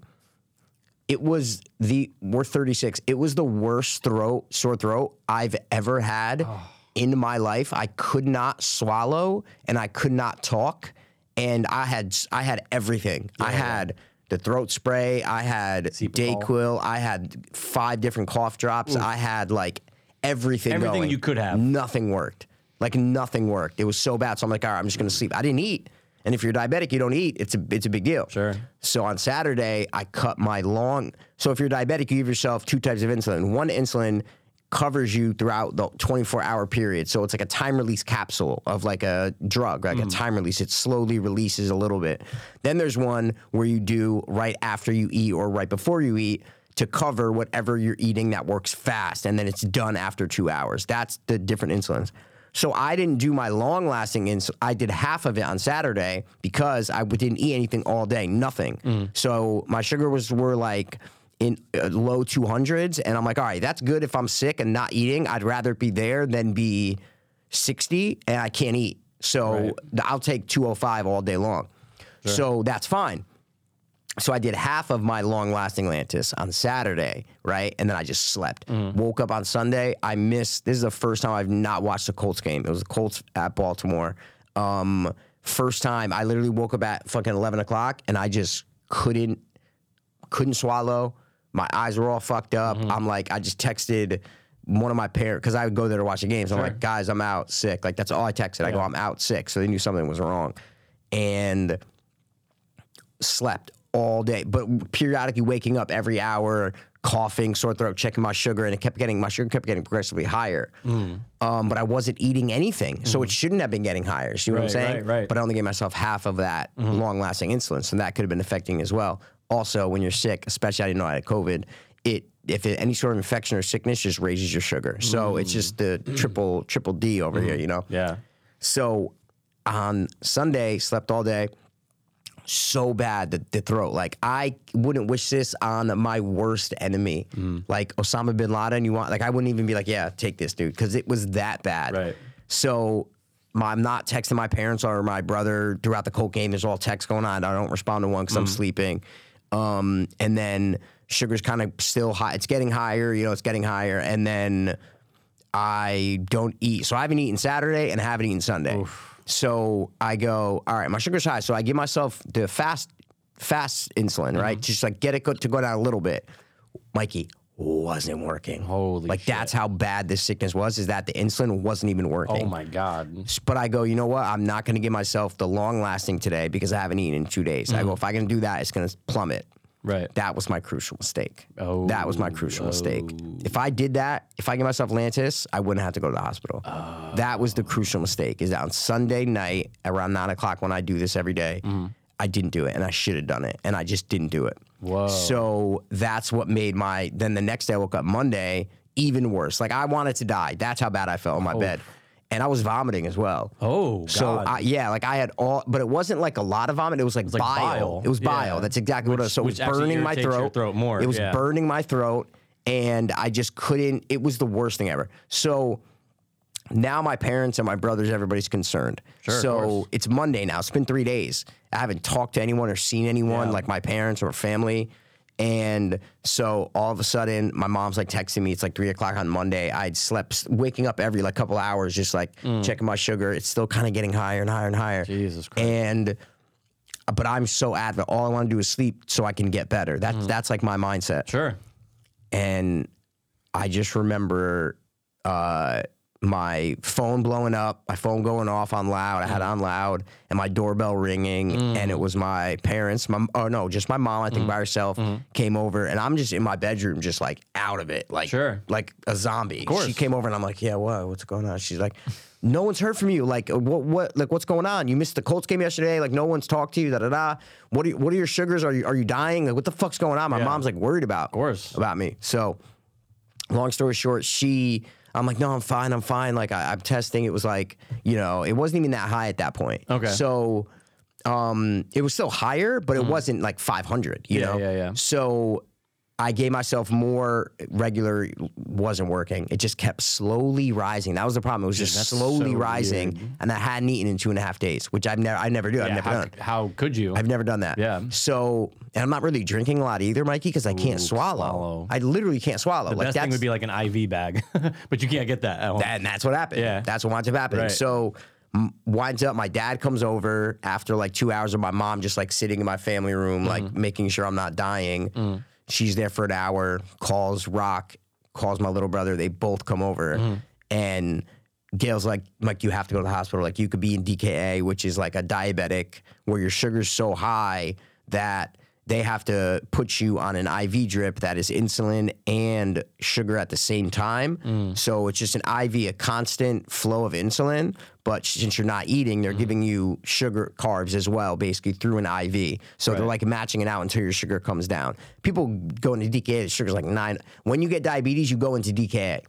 [SPEAKER 2] it was the we're 36. It was the worst throat, sore throat I've ever had
[SPEAKER 3] Oh.
[SPEAKER 2] in my life. I could not swallow and I could not talk. And I had I had everything. I had the throat spray, I had
[SPEAKER 3] Cipolol.
[SPEAKER 2] Dayquil, I had five different cough drops, I had like everything
[SPEAKER 3] Everything
[SPEAKER 2] going.
[SPEAKER 3] you could have.
[SPEAKER 2] Nothing worked. Like nothing worked. It was so bad. So I'm like, all right, I'm just gonna sleep. I didn't eat. And if you're diabetic, you don't eat. It's a it's a big deal.
[SPEAKER 3] Sure.
[SPEAKER 2] So on Saturday, I cut my long. So if you're diabetic, you give yourself two types of insulin. One insulin covers you throughout the 24 hour period. So it's like a time release capsule of like a drug, like a time release. It slowly releases a little bit. Then there's one where you do right after you eat or right before you eat to cover whatever you're eating that works fast. And then it's done after two hours. That's the different insulins. So I didn't do my long lasting insulin. I did half of it on Saturday because I w- didn't eat anything all day, nothing. So my sugar was were like in uh, low 200s. And I'm like, all right, that's good if I'm sick and not eating. I'd rather be there than be 60 and I can't eat. So th- I'll take 205 all day long. So that's fine. So I did half of my long lasting Lantis on Saturday, right? And then I just slept. Woke up on Sunday. I missed. This is the first time I've not watched a Colts game. It was the Colts at Baltimore. Um, first time I literally woke up at fucking eleven o'clock and I just couldn't couldn't swallow. My eyes were all fucked up.
[SPEAKER 3] Mm-hmm.
[SPEAKER 2] I'm like, I just texted one of my parents because I would go there to watch the games. I'm like, guys, I'm out sick. Like that's all I texted. I go, I'm out sick. So they knew something was wrong, and slept all day, but periodically waking up every hour, coughing, sore throat, checking my sugar, and it kept getting my sugar kept getting progressively higher.
[SPEAKER 3] Mm.
[SPEAKER 2] Um, but I wasn't eating anything, so it shouldn't have been getting higher. See what I'm
[SPEAKER 3] Right,
[SPEAKER 2] saying?
[SPEAKER 3] right, right.
[SPEAKER 2] But I only gave myself half of that long-lasting insulin, so that could have been affecting as well. Also, when you're sick, especially I didn't know I had COVID, it if it, any sort of infection or sickness just raises your sugar. So it's just the triple triple D over here, you know.
[SPEAKER 3] Yeah.
[SPEAKER 2] So on Sunday, slept all day. So bad the, the throat. Like I wouldn't wish this on my worst enemy. Like Osama bin Laden. You want like I wouldn't even be like, yeah, take this dude because it was that bad.
[SPEAKER 3] Right.
[SPEAKER 2] So. My, I'm not texting my parents or my brother throughout the Colt game. There's all texts going on. I don't respond to one because I'm sleeping. Um, and then sugar's kind of still high. It's getting higher. You know, it's getting higher. And then I don't eat. So I haven't eaten Saturday and I haven't eaten Sunday. So I go, all right, my sugar's high. So I give myself the fast, fast insulin,
[SPEAKER 3] Mm-hmm.
[SPEAKER 2] right? Just like get it go, to go down a little bit. Mikey wasn't working.
[SPEAKER 3] Holy
[SPEAKER 2] Like
[SPEAKER 3] shit.
[SPEAKER 2] that's how bad this sickness was. Is that the insulin wasn't even working?
[SPEAKER 3] Oh my god.
[SPEAKER 2] But I go, you know what? I'm not going to give myself the long lasting today because I haven't eaten in two days.
[SPEAKER 3] Mm-hmm.
[SPEAKER 2] I go, if I can do that, it's going to plummet.
[SPEAKER 3] Right.
[SPEAKER 2] That was my crucial mistake.
[SPEAKER 3] Oh,
[SPEAKER 2] that was my crucial mistake. If I did that, if I gave myself Lantus, I wouldn't have to go to the hospital.
[SPEAKER 3] Oh.
[SPEAKER 2] That was the crucial mistake. Is that on Sunday night around nine o'clock when I do this every day,
[SPEAKER 3] Mm-hmm.
[SPEAKER 2] I didn't do it, and I should have done it, and I just didn't do it.
[SPEAKER 3] Whoa.
[SPEAKER 2] So that's what made my. Then the next day I woke up Monday even worse. Like I wanted to die. That's how bad I felt in my bed, and I was vomiting as well.
[SPEAKER 3] Oh god.
[SPEAKER 2] So I, yeah, like I had all, but it wasn't like a lot of vomit. It was like,
[SPEAKER 3] like
[SPEAKER 2] bile.
[SPEAKER 3] bile.
[SPEAKER 2] It was bile.
[SPEAKER 3] Yeah.
[SPEAKER 2] That's exactly what it was. So
[SPEAKER 3] which
[SPEAKER 2] it was
[SPEAKER 3] actually
[SPEAKER 2] burning my
[SPEAKER 3] irritates
[SPEAKER 2] throat.
[SPEAKER 3] your throat more,
[SPEAKER 2] It was
[SPEAKER 3] yeah.
[SPEAKER 2] burning my throat, and I just couldn't. It was the worst thing ever. So now my parents and my brothers, everybody's concerned.
[SPEAKER 3] Sure, of
[SPEAKER 2] so
[SPEAKER 3] course.
[SPEAKER 2] it's Monday now. It's been three days. I haven't talked to anyone or seen anyone
[SPEAKER 3] Yeah.
[SPEAKER 2] like my parents or family. And so all of a sudden, my mom's like texting me. It's like three o'clock on Monday. I'd slept, waking up every like couple hours, just like checking my sugar. It's still kind of getting higher and higher and higher.
[SPEAKER 3] Mm. Jesus Christ.
[SPEAKER 2] And uh, but I'm so adamant. All I want to do is sleep so I can get better. That's
[SPEAKER 3] Mm.
[SPEAKER 2] that's like my mindset
[SPEAKER 3] sure.
[SPEAKER 2] and I just remember uh, my phone blowing up, my phone going off on loud. I had it
[SPEAKER 3] Mm.
[SPEAKER 2] on loud, and my doorbell ringing, and it was my parents. My oh no, just my mom. I
[SPEAKER 3] Mm.
[SPEAKER 2] think by herself
[SPEAKER 3] Mm-hmm.
[SPEAKER 2] came over, and I'm just in my bedroom, just like out of it, like
[SPEAKER 3] Sure.
[SPEAKER 2] like a zombie.
[SPEAKER 3] course.
[SPEAKER 2] She came over, and I'm like, yeah, what? What's going on? She's like. No one's heard from you. Like uh, what? What? Like what's going on? You missed the Colts game yesterday. Like no one's talked to you. Da da da. What? Are, what are your sugars? Are you are you dying? Like what the fuck's going on? My mom's like worried about. Of
[SPEAKER 3] course.
[SPEAKER 2] About me. So long story short, she, I'm like, no, I'm fine, I'm fine. Like, I, I'm testing. It was like, you know, it wasn't even that high at that point.
[SPEAKER 3] Okay.
[SPEAKER 2] So, um, it was still higher, but it wasn't like 500, you
[SPEAKER 3] Mm. Yeah,
[SPEAKER 2] know?
[SPEAKER 3] yeah, yeah.
[SPEAKER 2] So, I gave myself more regular, wasn't working. It just kept slowly rising. That was the problem. It was just
[SPEAKER 3] that's
[SPEAKER 2] slowly
[SPEAKER 3] so
[SPEAKER 2] rising, and I hadn't eaten in two and a half days, which I've never, I never do. I've
[SPEAKER 3] Yeah,
[SPEAKER 2] never
[SPEAKER 3] how,
[SPEAKER 2] done.
[SPEAKER 3] how could you?
[SPEAKER 2] I've never done that.
[SPEAKER 3] Yeah.
[SPEAKER 2] So, and I'm not really drinking a lot either, Mikey, because I can't swallow.
[SPEAKER 3] swallow.
[SPEAKER 2] I literally can't swallow.
[SPEAKER 3] the
[SPEAKER 2] like
[SPEAKER 3] best
[SPEAKER 2] that's
[SPEAKER 3] thing would be like an IV bag, but you can't get that at home.
[SPEAKER 2] and that's what happened.
[SPEAKER 3] Yeah.
[SPEAKER 2] That's what winds up happening.
[SPEAKER 3] Right.
[SPEAKER 2] So m- winds up, my dad comes over after like two hours of my mom just like sitting in my family room, like
[SPEAKER 3] Mm-hmm.
[SPEAKER 2] making sure I'm not dying.
[SPEAKER 3] Mm.
[SPEAKER 2] She's there for an hour, calls Rock, calls my little brother. They both come over
[SPEAKER 3] Mm-hmm.
[SPEAKER 2] and Gail's like, Mike, you have to go to the hospital. Like you could be in DKA, which is like a diabetic where your sugar's so high that they have to put you on an IV drip that is insulin and sugar at the same time. So it's just an IV, a constant flow of insulin. But since you're not eating, they're giving you sugar carbs as well, basically through an IV. So they're like matching it out until your sugar comes down. People go into DKA, the sugar's like nine. When you get diabetes, you go into DKA.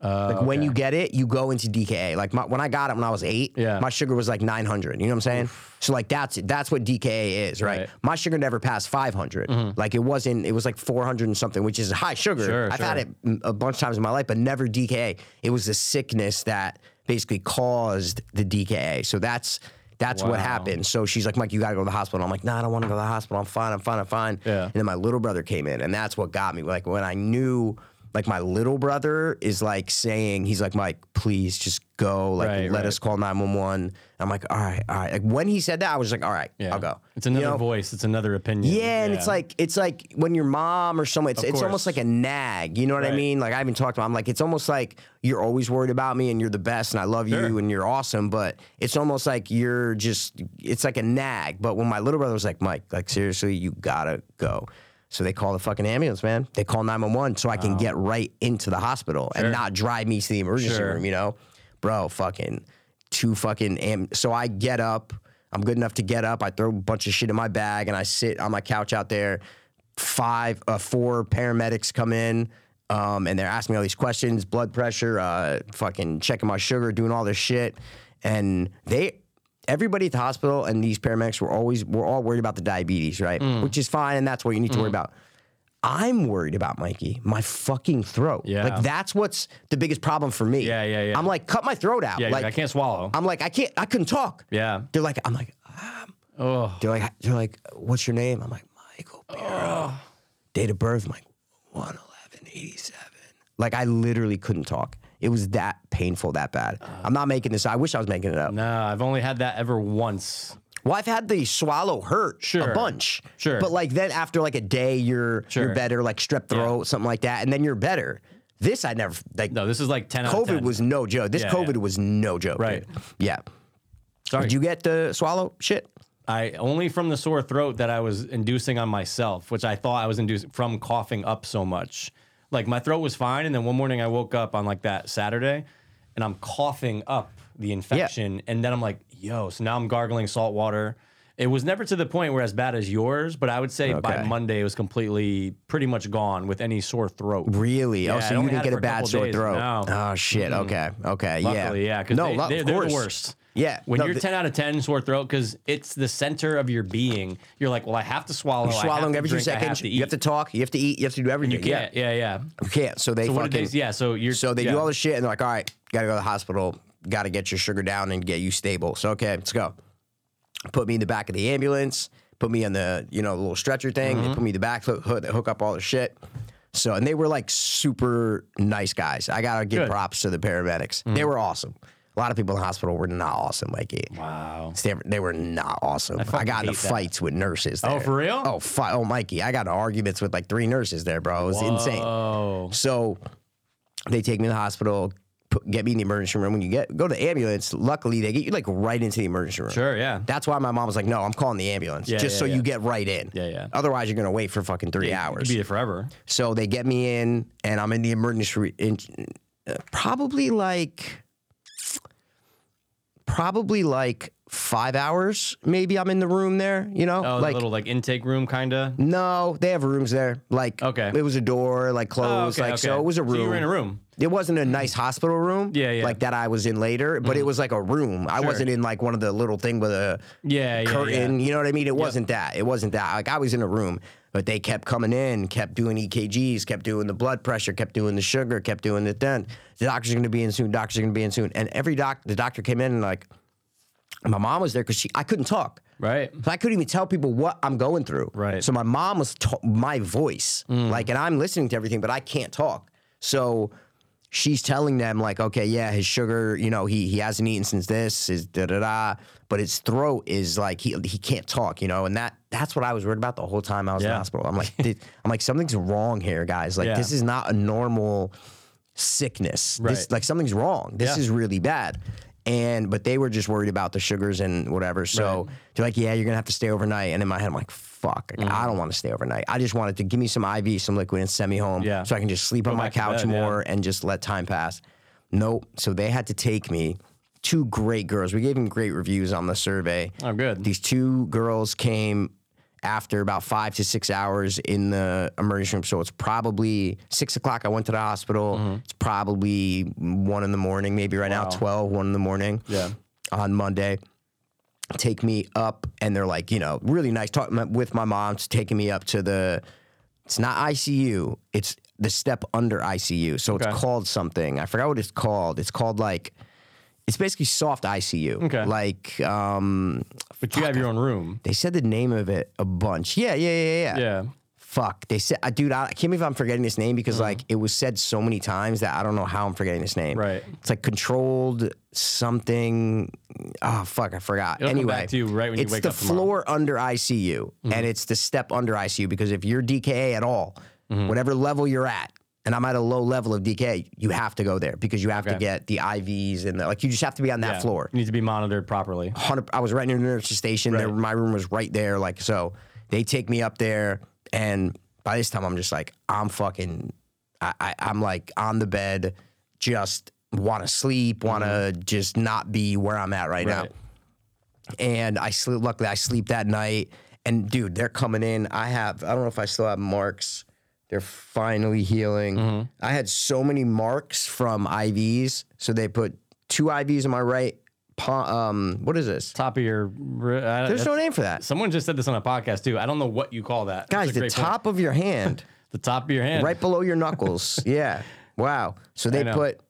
[SPEAKER 3] Uh,
[SPEAKER 2] like when you get it, you go into DKA. Like my, when I got it when I was eight,
[SPEAKER 3] Yeah.
[SPEAKER 2] my sugar was like 900. You know what I'm saying? So like that's it. That's what DKA is, right?
[SPEAKER 3] Right. Mm-hmm.
[SPEAKER 2] My sugar never passed 500. Like it wasn't. It was like 400 and something, which is high sugar.
[SPEAKER 3] Sure,
[SPEAKER 2] I've had it
[SPEAKER 3] sure.
[SPEAKER 2] m- a bunch of times in my life, but never DKA. It was the sickness that basically caused the DKA. So that's that's what
[SPEAKER 3] Wow.
[SPEAKER 2] happened. So she's like, Mike, you gotta go to the hospital. I'm like, nah, I don't want to go to the hospital. I'm fine. I'm fine. I'm fine.
[SPEAKER 3] Yeah.
[SPEAKER 2] And then my little brother came in, and that's what got me. Like when I knew, like my little brother is like saying, he's like, Mike, please just go. Like
[SPEAKER 3] Right,
[SPEAKER 2] let
[SPEAKER 3] right.
[SPEAKER 2] us call 911. I'm like, all right, all right. Like when he said that, I was like, all right,
[SPEAKER 3] Yeah.
[SPEAKER 2] I'll go.
[SPEAKER 3] It's another
[SPEAKER 2] You know?
[SPEAKER 3] voice. It's another opinion.
[SPEAKER 2] Yeah, and it's like it's like when your mom or someone, it's, it's almost
[SPEAKER 3] course.
[SPEAKER 2] like a nag. You know what I
[SPEAKER 3] Right.
[SPEAKER 2] mean? Like I haven't talked to mom. Like it's almost like you're always worried about me, and you're the best, and I love
[SPEAKER 3] Sure.
[SPEAKER 2] you, and you're awesome. But it's almost like you're just. It's like a nag. But when my little brother was like, Mike, like seriously, you gotta go. So they call the fucking ambulance, man. They call 911 so I can get right into the hospital and not drive me to the emergency
[SPEAKER 3] Sure.
[SPEAKER 2] room, you know? Bro, fucking two fucking am- so I get up. I'm good enough to get up. I throw a bunch of shit in my bag and I sit on my couch out there. Five uh, four paramedics come in. Um, and they're asking me all these questions, blood pressure, uh, fucking checking my sugar, doing all this shit. And they everybody at the hospital and these paramedics were always were all worried about the diabetes, right?
[SPEAKER 3] Mm.
[SPEAKER 2] Which is fine, and that's what you need to worry about. I'm worried about Mikey, my fucking throat.
[SPEAKER 3] Yeah.
[SPEAKER 2] Like that's what's the biggest problem for me.
[SPEAKER 3] Yeah, yeah, yeah.
[SPEAKER 2] I'm like, cut my throat out.
[SPEAKER 3] yeah,
[SPEAKER 2] like
[SPEAKER 3] I can't swallow.
[SPEAKER 2] I'm like, I can't, I couldn't talk.
[SPEAKER 3] yeah.
[SPEAKER 2] They're like, I'm like, um,
[SPEAKER 3] Oh,
[SPEAKER 2] they're like, they're like, what's your name? I'm like, Michael Bureau. Date of birth, I'm like, 11187. Like I literally couldn't talk. It was that painful, that bad. I'm not making this. I wish I was making it up.
[SPEAKER 3] Uh. no, I've only had that ever once.
[SPEAKER 2] Well, I've had the swallow hurt
[SPEAKER 3] Sure.
[SPEAKER 2] a bunch.
[SPEAKER 3] Sure.
[SPEAKER 2] But like then after like a day, you're
[SPEAKER 3] Sure.
[SPEAKER 2] you're better, like strep throat, something like that, and then you're better. This I never like
[SPEAKER 3] No, this is like 10 out of
[SPEAKER 2] COVID
[SPEAKER 3] 10.
[SPEAKER 2] was no joke. This
[SPEAKER 3] Yeah,
[SPEAKER 2] COVID
[SPEAKER 3] yeah.
[SPEAKER 2] was no joke.
[SPEAKER 3] Right.
[SPEAKER 2] dude. Yeah.
[SPEAKER 3] Sorry.
[SPEAKER 2] Did you get the swallow shit?
[SPEAKER 3] I only from the sore throat that I was inducing on myself, which I thought I was inducing from coughing up so much. Like my throat was fine, and then one morning I woke up on like that Saturday, and I'm coughing up the infection, and then I'm like, yo, so now I'm gargling salt water. It was never to the point where as bad as yours, but I would say by
[SPEAKER 2] Okay.
[SPEAKER 3] Monday it was completely pretty much gone with any sore throat.
[SPEAKER 2] Really?
[SPEAKER 3] Yeah,
[SPEAKER 2] oh,
[SPEAKER 3] I
[SPEAKER 2] so you
[SPEAKER 3] only
[SPEAKER 2] didn't
[SPEAKER 3] had
[SPEAKER 2] get a
[SPEAKER 3] it for a
[SPEAKER 2] bad
[SPEAKER 3] couple
[SPEAKER 2] sore
[SPEAKER 3] days.
[SPEAKER 2] throat.
[SPEAKER 3] No.
[SPEAKER 2] Oh shit. Okay. Okay.
[SPEAKER 3] Luckily,
[SPEAKER 2] yeah.
[SPEAKER 3] yeah, because they,
[SPEAKER 2] lu-
[SPEAKER 3] they're,
[SPEAKER 2] of
[SPEAKER 3] they're
[SPEAKER 2] course.
[SPEAKER 3] the worst.
[SPEAKER 2] Yeah.
[SPEAKER 3] When
[SPEAKER 2] No,
[SPEAKER 3] you're
[SPEAKER 2] th-
[SPEAKER 3] 10 out of 10 sore throat, because it's the center of your being, you're like, well, I have to swallow. I
[SPEAKER 2] you're
[SPEAKER 3] have
[SPEAKER 2] swallowing
[SPEAKER 3] to
[SPEAKER 2] every
[SPEAKER 3] drink,
[SPEAKER 2] two
[SPEAKER 3] I have
[SPEAKER 2] seconds.
[SPEAKER 3] to
[SPEAKER 2] you have
[SPEAKER 3] eat.
[SPEAKER 2] to talk. You have to eat. You have to do everything.
[SPEAKER 3] You can't. Yeah, yeah.
[SPEAKER 2] You can't. So they
[SPEAKER 3] So what
[SPEAKER 2] fucking.
[SPEAKER 3] did they? Yeah. So you're.
[SPEAKER 2] So they
[SPEAKER 3] yeah.
[SPEAKER 2] do all this shit and they're like, all right, gotta go to the hospital, gotta get your sugar down and get you stable. So okay, let's go. Put me in the back of the ambulance, put me on the, you know, little stretcher thing,
[SPEAKER 3] Mm-hmm.
[SPEAKER 2] they put me in the back, hook, hook, hook up all the shit. So and they were like super nice guys. I gotta give
[SPEAKER 3] Good. Mm-hmm.
[SPEAKER 2] props to the paramedics. They were awesome. A lot of people in the hospital were not awesome, Mikey.
[SPEAKER 3] Wow.
[SPEAKER 2] They were- They were not awesome. I,
[SPEAKER 3] fucking
[SPEAKER 2] got into
[SPEAKER 3] hate that.
[SPEAKER 2] fights with nurses. There.
[SPEAKER 3] for real?
[SPEAKER 2] Oh, fi- oh, Mikey, I got into arguments with like three nurses there, bro. It was insane.
[SPEAKER 3] Oh.
[SPEAKER 2] So they take me to the hospital, put, get me in the emergency room. When you get go to the ambulance, luckily they get you like right into the emergency room.
[SPEAKER 3] Sure. Yeah.
[SPEAKER 2] That's why my mom was like, "No, I'm calling the ambulance,
[SPEAKER 3] Yeah,
[SPEAKER 2] just
[SPEAKER 3] yeah,
[SPEAKER 2] so
[SPEAKER 3] yeah.
[SPEAKER 2] you get right in.
[SPEAKER 3] Yeah, yeah.
[SPEAKER 2] Otherwise, you're gonna wait for fucking three
[SPEAKER 3] Could
[SPEAKER 2] hours."
[SPEAKER 3] be there forever.
[SPEAKER 2] So they get me in, and I'm in the emergency room, in, uh, probably like, probably like five hours. Maybe I'm in the room there. You know,
[SPEAKER 3] Oh,
[SPEAKER 2] like
[SPEAKER 3] the little like intake room kind of.
[SPEAKER 2] no, they have rooms there. Like
[SPEAKER 3] Okay.
[SPEAKER 2] it was a door, like
[SPEAKER 3] Oh,
[SPEAKER 2] closed,
[SPEAKER 3] okay,
[SPEAKER 2] like
[SPEAKER 3] okay.
[SPEAKER 2] so it was a room
[SPEAKER 3] So you were in a room.
[SPEAKER 2] it wasn't a nice hospital room
[SPEAKER 3] Yeah, yeah. Mm-hmm.
[SPEAKER 2] like that I was in later, but it was like a room. I wasn't in like one of the little thing with a
[SPEAKER 3] Yeah. Yeah.
[SPEAKER 2] curtain.
[SPEAKER 3] Yeah.
[SPEAKER 2] You know what I mean? It wasn't that. It wasn't that. Like I was in a room, but they kept coming in, kept doing EKGs, kept doing the blood pressure, kept doing the sugar, kept doing the then. The doctor's gonna be in soon, doctor's gonna be in soon. And every doc the doctor came in and like my mom was there because she I couldn't talk.
[SPEAKER 3] Right.
[SPEAKER 2] So I couldn't even tell people what I'm going through.
[SPEAKER 3] Right. Mm.
[SPEAKER 2] So my mom was ta- my voice, like, and I'm listening to everything, but I can't talk. So she's telling them, like, okay, yeah, his sugar, you know, he he hasn't eaten since this, is da da da, but his throat is like he he can't talk, you know, and that that's what I was worried about the whole time I was in the
[SPEAKER 3] Yeah.
[SPEAKER 2] hospital. I'm like, "Dude," I'm like, something's wrong here, guys. Like,
[SPEAKER 3] Yeah.
[SPEAKER 2] this is not a normal sickness. This
[SPEAKER 3] Right.
[SPEAKER 2] like something's wrong. This
[SPEAKER 3] Yeah.
[SPEAKER 2] is really bad. And but they were just worried about the sugars and whatever. So they're like, yeah, you're gonna have to stay overnight. And in my head, I'm like, fuck, like,
[SPEAKER 3] Mm.
[SPEAKER 2] I don't want to stay overnight. I just wanted to give me some IV, some liquid, and send me home
[SPEAKER 3] Yeah.
[SPEAKER 2] so I can just sleep on my
[SPEAKER 3] back to
[SPEAKER 2] couch
[SPEAKER 3] bed, yeah.
[SPEAKER 2] more and just let time pass. Nope. So they had to take me. Two great girls. We gave them great reviews on the survey
[SPEAKER 3] Oh, good.
[SPEAKER 2] these two girls came after about five to six hours in the emergency room. So it's probably six o'clock. I went to the hospital.
[SPEAKER 3] Mm-hmm.
[SPEAKER 2] It's probably one in the morning, maybe right now, 12, one in the morning
[SPEAKER 3] Yeah.
[SPEAKER 2] on Monday. Take me up, and they're like, you know, really nice. Talk my- with my mom's taking me up to the. It's not ICU. It's the step under ICU. So
[SPEAKER 3] Okay.
[SPEAKER 2] it's called something. I forgot what it's called. It's called like. It's basically soft ICU.
[SPEAKER 3] Okay.
[SPEAKER 2] Like um,
[SPEAKER 3] But you have your own room.
[SPEAKER 2] they said the name of it a bunch. Yeah, yeah, yeah, yeah.
[SPEAKER 3] Yeah.
[SPEAKER 2] Fuck. They said, I, dude, I, I can't believe I'm forgetting this name
[SPEAKER 3] Mm-hmm.
[SPEAKER 2] because like it was said so many times that I don't know how I'm forgetting this name.
[SPEAKER 3] Right.
[SPEAKER 2] It's like controlled something. Oh fuck, I forgot.
[SPEAKER 3] It'll come
[SPEAKER 2] anyway,
[SPEAKER 3] back to you right when you
[SPEAKER 2] it's
[SPEAKER 3] wake
[SPEAKER 2] the
[SPEAKER 3] up tomorrow. Mm-hmm.
[SPEAKER 2] floor under ICU and it's the step under ICU because if you're DKA at all,
[SPEAKER 3] Mm-hmm.
[SPEAKER 2] whatever level you're at. And I'm at a low level of DK. You have to go there because you have to
[SPEAKER 3] Okay.
[SPEAKER 2] get the IVs and the, like. You just have to be on that
[SPEAKER 3] Yeah.
[SPEAKER 2] floor
[SPEAKER 3] You need to be monitored properly.
[SPEAKER 2] hundred. I was right near the nurse's station. There,
[SPEAKER 3] Right.
[SPEAKER 2] my room was right there. Like so, they take me up there, and by this time, I'm just like, I'm fucking, I, I I'm like on the bed, just want to sleep, want to just not be where I'm at right,
[SPEAKER 3] Right.
[SPEAKER 2] now. And I sleep. Luckily, I sleep that night. And dude, they're coming in. I have. I don't know if I still have marks. They're finally healing. I had so many marks from IVs. So they put two IVs in my right. pa- Um, what is this?
[SPEAKER 3] Top of your. ri- I- uh,
[SPEAKER 2] There's no name for that.
[SPEAKER 3] Someone just said this on a podcast too. I don't know what you call that.
[SPEAKER 2] Guys,
[SPEAKER 3] That's a
[SPEAKER 2] the
[SPEAKER 3] great point.
[SPEAKER 2] top of your hand,
[SPEAKER 3] the top of your hand.
[SPEAKER 2] right below your knuckles. Yeah. Wow. So they
[SPEAKER 3] know.
[SPEAKER 2] put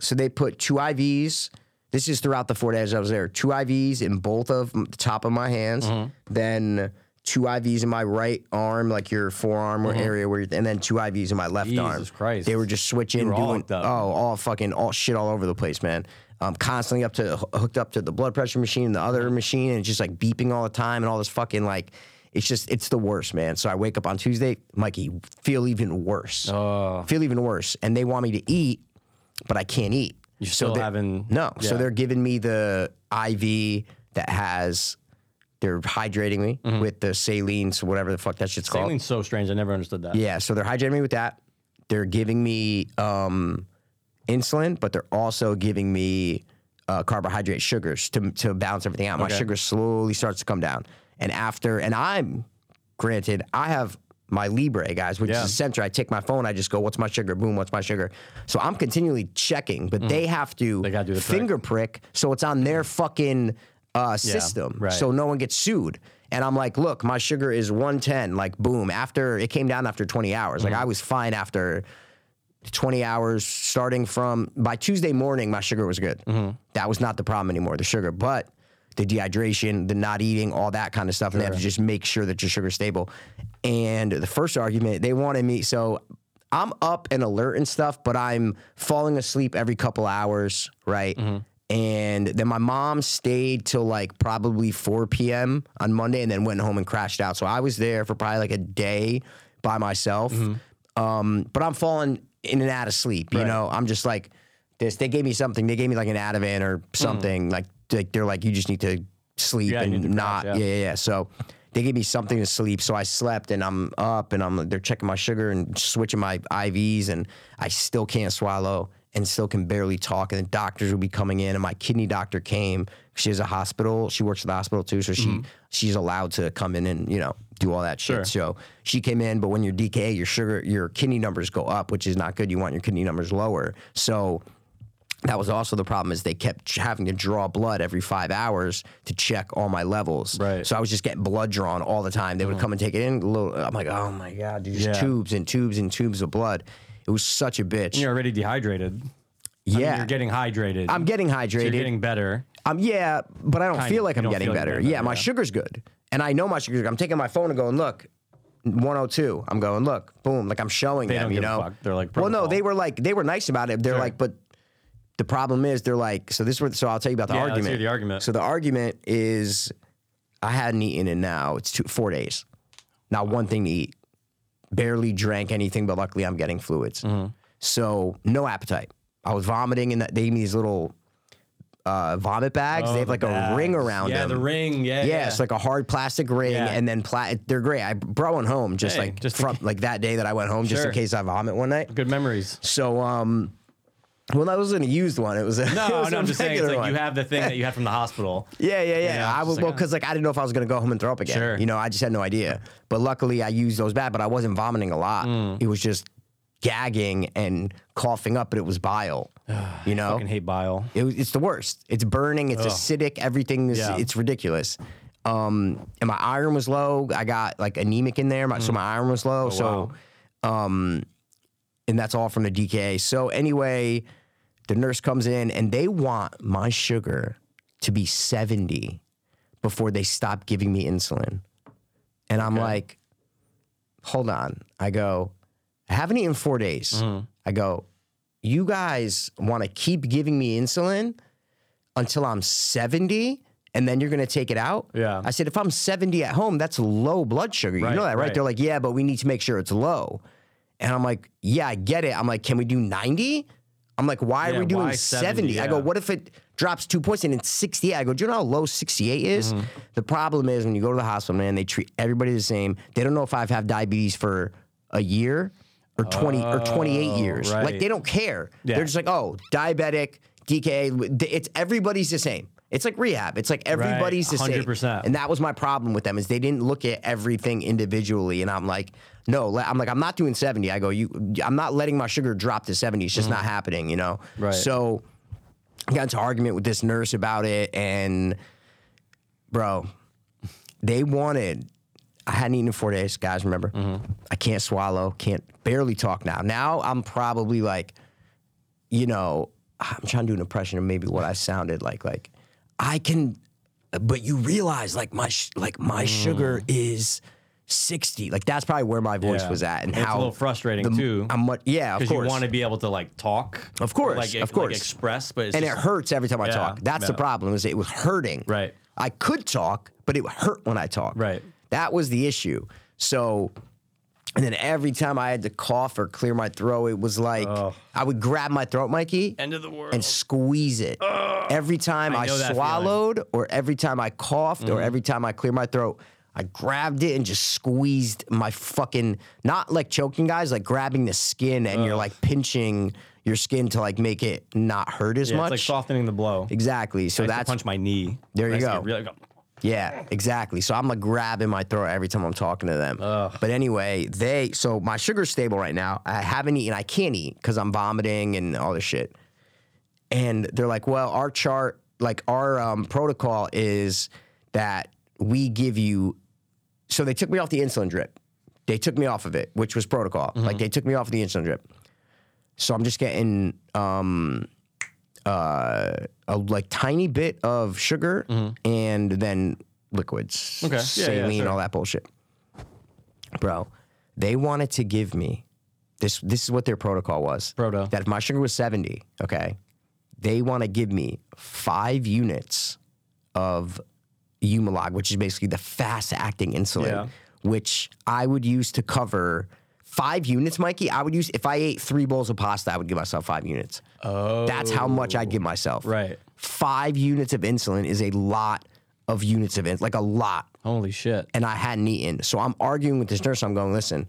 [SPEAKER 2] so they put two IVs. This is throughout the four days I was there. Two IVs in both of m- the top of my hands,
[SPEAKER 3] Mm-hmm.
[SPEAKER 2] then two IVs in my right arm, like your forearm or area where, you and then two IVs in my left arm.
[SPEAKER 3] Mm-hmm. Jesus Christ.
[SPEAKER 2] They were just switching,
[SPEAKER 3] were all
[SPEAKER 2] doing
[SPEAKER 3] hooked
[SPEAKER 2] oh,
[SPEAKER 3] up.
[SPEAKER 2] all fucking all shit all over the place, man. Um, constantly up to h- hooked up to the blood pressure machine, and the other machine, and it's just like beeping all the time, and all this fucking like, it's just it's the worst, man. So I wake up on Tuesday, Mikey, feel even worse
[SPEAKER 3] Oh,
[SPEAKER 2] feel even worse. And they want me to eat, but I can't eat.
[SPEAKER 3] You're still
[SPEAKER 2] they're-
[SPEAKER 3] having-
[SPEAKER 2] no. So
[SPEAKER 3] yeah.
[SPEAKER 2] they're giving me the IV that has. They're hydrating me
[SPEAKER 3] Mm-hmm.
[SPEAKER 2] with the saline, so whatever the fuck that shit's called.
[SPEAKER 3] saline's so strange. I never understood that.
[SPEAKER 2] Yeah, so they're hydrating me with that. They're giving me um, insulin, but they're also giving me uh, carbohydrate sugars to, to balance everything out. My
[SPEAKER 3] Okay.
[SPEAKER 2] sugar slowly starts to come down. And after, and I'm granted, I have my Libre, guys, which
[SPEAKER 3] Yeah.
[SPEAKER 2] is a sensor. I take my phone, I just go, what's my sugar? Boom, what's my sugar? So I'm continually checking, but they have to
[SPEAKER 3] Mm-hmm. They gotta do the prick.
[SPEAKER 2] finger prick. So it's on their fucking uh, system.
[SPEAKER 3] right.
[SPEAKER 2] So no one gets sued. And I'm like, look, my sugar is 110. Like, boom. After it came down after 20 hours. Like, I was fine after 20 hours, starting from by Tuesday morning, my sugar was good. That was not the problem anymore, the sugar. But the dehydration, the not eating, all that kind of stuff. And they have to just make sure that your sugar's stable. And the first argument, they wanted me. So I'm up and alert and stuff, but I'm falling asleep every couple hours, right? And then my mom stayed till like probably 4 p.m. on Monday and then went home and crashed out. So I was there for probably like a day by myself. Um, but I'm falling in and out of sleep. You know, I'm just like this. They gave me something. They gave me like an Ativan or something. Like, like they're like, you just need to sleep
[SPEAKER 3] Mm. Yeah, you
[SPEAKER 2] and
[SPEAKER 3] need to
[SPEAKER 2] not.
[SPEAKER 3] crash, yeah.
[SPEAKER 2] yeah, yeah, yeah. So they gave me something to sleep. So I slept and I'm up and I'm they're checking my sugar and switching my IVs and I still can't swallow and still can barely talk. And the doctors would be coming in and my kidney doctor came. She has a hospital. She works at the hospital too. So she she's allowed to come in and, you know, do all that shit. So she came in, but when you're DKA, your sugar, your kidney numbers go up, which is not good. You want your kidney numbers lower. So that was also the problem is they kept ch- having to draw blood every five hours to check all my levels.
[SPEAKER 3] Right. Mm-hmm.
[SPEAKER 2] So I was just getting blood drawn all the time. They would come and take it in. A little, I'm like, oh my god, dude, just
[SPEAKER 3] Yeah.
[SPEAKER 2] tubes and tubes and tubes of blood. It was such a bitch.
[SPEAKER 3] You're already dehydrated. I mean,
[SPEAKER 2] yeah,
[SPEAKER 3] you're getting hydrated.
[SPEAKER 2] I'm getting
[SPEAKER 3] So
[SPEAKER 2] hydrated.
[SPEAKER 3] you're getting better.
[SPEAKER 2] Um, yeah, but I don't
[SPEAKER 3] Kind
[SPEAKER 2] feel
[SPEAKER 3] of.
[SPEAKER 2] like
[SPEAKER 3] You
[SPEAKER 2] I'm
[SPEAKER 3] don't
[SPEAKER 2] getting
[SPEAKER 3] feel like
[SPEAKER 2] better. yeah,
[SPEAKER 3] you're getting better,
[SPEAKER 2] my
[SPEAKER 3] yeah.
[SPEAKER 2] sugar's good, and I know my sugar's good. I'm taking my phone and going, look, 102. I'm going, look, boom. Like I'm showing them,
[SPEAKER 3] don't
[SPEAKER 2] you
[SPEAKER 3] give a
[SPEAKER 2] know.
[SPEAKER 3] fuck. They're like,
[SPEAKER 2] well, no,
[SPEAKER 3] protocol.
[SPEAKER 2] they were like, they were nice about it. They're like, but the problem is, they're like, so this. was So I'll tell you about the
[SPEAKER 3] Yeah, let's
[SPEAKER 2] argument.
[SPEAKER 3] hear the argument.
[SPEAKER 2] So the argument is, I hadn't eaten in now. It's two, four days. Not one thing to eat. Barely drank anything, but luckily I'm getting fluids.
[SPEAKER 3] Mm-hmm.
[SPEAKER 2] So no appetite. I was vomiting, and they gave me these little uh, vomit bags. they have like a ring around
[SPEAKER 3] yeah,
[SPEAKER 2] them.
[SPEAKER 3] Oh, the ring. Yeah,
[SPEAKER 2] Yeah,
[SPEAKER 3] yeah.
[SPEAKER 2] it's like a hard plastic ring,
[SPEAKER 3] Yeah.
[SPEAKER 2] and then pla- they're great. I brought one home just
[SPEAKER 3] Hey,
[SPEAKER 2] like
[SPEAKER 3] just in
[SPEAKER 2] from like that day that I went home, just in
[SPEAKER 3] Sure.
[SPEAKER 2] case I vomit one night.
[SPEAKER 3] good memories.
[SPEAKER 2] So um, Well, that wasn't a used one. It was a it
[SPEAKER 3] No,
[SPEAKER 2] was
[SPEAKER 3] no,
[SPEAKER 2] a
[SPEAKER 3] I'm just saying it's
[SPEAKER 2] regular
[SPEAKER 3] like
[SPEAKER 2] one.
[SPEAKER 3] you have the thing that you had from the hospital.
[SPEAKER 2] Yeah, yeah, yeah.
[SPEAKER 3] know,
[SPEAKER 2] I
[SPEAKER 3] it's
[SPEAKER 2] was
[SPEAKER 3] just like,
[SPEAKER 2] well,
[SPEAKER 3] oh.
[SPEAKER 2] because like I didn't know if I was gonna go home and throw up again.
[SPEAKER 3] Sure.
[SPEAKER 2] You know, I just had no idea. But luckily, I used those bad, but I wasn't vomiting a lot.
[SPEAKER 3] Mm.
[SPEAKER 2] It was just gagging and coughing up, but it was bile. You know,
[SPEAKER 3] Fucking hate bile.
[SPEAKER 2] it, was- it's the worst. It's burning. It's acidic. Everything is.
[SPEAKER 3] Yeah.
[SPEAKER 2] It's ridiculous. Um, and my iron was low. I got like anemic in there, my, so my iron was low. so, um, and that's all from the DKA. So anyway, the nurse comes in and they want my sugar to be seventy before they stop giving me insulin, and I'm like, hold on. I go, I haven't eaten four days. I go, you guys want to keep giving me insulin until I'm 70 and then you're going to take it out?
[SPEAKER 3] Yeah.
[SPEAKER 2] I said, if I'm 70 at home, that's low blood sugar. you
[SPEAKER 3] Right,
[SPEAKER 2] know that, right?
[SPEAKER 3] right.
[SPEAKER 2] They're like, yeah, but we need to make sure it's low. And I'm like, yeah, I get it. I'm like, can we do 90? I'm like, why
[SPEAKER 3] Yeah,
[SPEAKER 2] are we doing
[SPEAKER 3] why
[SPEAKER 2] 70?
[SPEAKER 3] 70?
[SPEAKER 2] I go,
[SPEAKER 3] Yeah.
[SPEAKER 2] what if it drops two points and it's 68? I go, do you know how low 68 is?
[SPEAKER 3] Mm-hmm.
[SPEAKER 2] The problem is when you go to the hospital, man, they treat everybody the same. They don't know if I've had diabetes for a year or 20 or 28 years. Like
[SPEAKER 3] Oh, right.
[SPEAKER 2] they don't care.
[SPEAKER 3] Yeah.
[SPEAKER 2] They're just like, oh, diabetic, DKA. It's everybody's the same. It's like rehab. It's like everybody's the same.
[SPEAKER 3] 100%.
[SPEAKER 2] And that was my problem with them is they didn't look at everything individually. And I'm like, no, le- I'm like, I'm not doing 70. I go, you, I'm not letting my sugar drop to 70. It's just not happening, you know?
[SPEAKER 3] Right.
[SPEAKER 2] So I got into argument with this nurse about it. And bro, they wanted, I hadn't eaten in four days, guys, remember?
[SPEAKER 3] Mm-hmm.
[SPEAKER 2] I can't swallow, can't barely talk now. Now I'm probably like, you know, I'm trying to do an impression of maybe what I sounded like. Like, I can, but you realize like my sh- like my
[SPEAKER 3] Mm.
[SPEAKER 2] sugar is sixty. Like that's probably where my voice
[SPEAKER 3] Yeah.
[SPEAKER 2] was at, and
[SPEAKER 3] It's
[SPEAKER 2] how
[SPEAKER 3] a little frustrating too.
[SPEAKER 2] I'm what? Yeah, of
[SPEAKER 3] because you
[SPEAKER 2] course.
[SPEAKER 3] want to be able to like talk,
[SPEAKER 2] Of course,
[SPEAKER 3] like, e-
[SPEAKER 2] of
[SPEAKER 3] like,
[SPEAKER 2] course.
[SPEAKER 3] express, but it's
[SPEAKER 2] and it
[SPEAKER 3] just-
[SPEAKER 2] hurts every time I
[SPEAKER 3] Yeah,
[SPEAKER 2] talk. That's the
[SPEAKER 3] yeah.
[SPEAKER 2] problem. Is it was hurting.
[SPEAKER 3] Right.
[SPEAKER 2] I could talk, but it hurt when I talk.
[SPEAKER 3] Right.
[SPEAKER 2] That was the issue. So, and then every time I had to cough or clear my throat, it was like I would grab my throat, Mikey,
[SPEAKER 3] end of the world.
[SPEAKER 2] and squeeze it every time I,
[SPEAKER 3] know that
[SPEAKER 2] swallowed or every time I coughed or
[SPEAKER 3] Mm-hmm.
[SPEAKER 2] every time I cleared my throat. I grabbed it and just squeezed my fucking not like choking guys, like grabbing the skin and you're like pinching your skin to like make it not hurt as
[SPEAKER 3] yeah,
[SPEAKER 2] much.
[SPEAKER 3] it's like softening the blow.
[SPEAKER 2] exactly. So
[SPEAKER 3] I used to
[SPEAKER 2] that's
[SPEAKER 3] punch my knee.
[SPEAKER 2] There you
[SPEAKER 3] I used to
[SPEAKER 2] go.
[SPEAKER 3] get Really, go,
[SPEAKER 2] yeah, exactly. So I'm like grabbing my throat every time I'm talking to them. But anyway, they so my sugar's stable right now. I haven't eaten. I can't eat because I'm vomiting and all this shit. And they're like, well, our chart, like our um, protocol is that we give you. So they took me off the insulin drip. They took me off of it, which was protocol.
[SPEAKER 3] Mm-hmm.
[SPEAKER 2] Like they took me off of the insulin drip. So I'm just getting um, uh, a like tiny bit of sugar and then liquids,
[SPEAKER 3] Mm-hmm. Okay. Yeah, yeah,
[SPEAKER 2] saline,
[SPEAKER 3] sure.
[SPEAKER 2] all that bullshit. Bro, they wanted to give me this. This is what their protocol was.
[SPEAKER 3] Proto.
[SPEAKER 2] That if my sugar was 70, okay, they want to give me five units of Humalog, which is basically the fast acting insulin,
[SPEAKER 3] Yeah.
[SPEAKER 2] which I would use to cover five units, Mikey. I would use, if I ate three bowls of pasta, I would give myself five units.
[SPEAKER 3] oh,
[SPEAKER 2] That's how much I'd give myself.
[SPEAKER 3] right.
[SPEAKER 2] Five units of insulin is a lot of units of insulin, like a lot
[SPEAKER 3] Holy shit.
[SPEAKER 2] and I hadn't eaten. So I'm arguing with this nurse. I'm going, listen,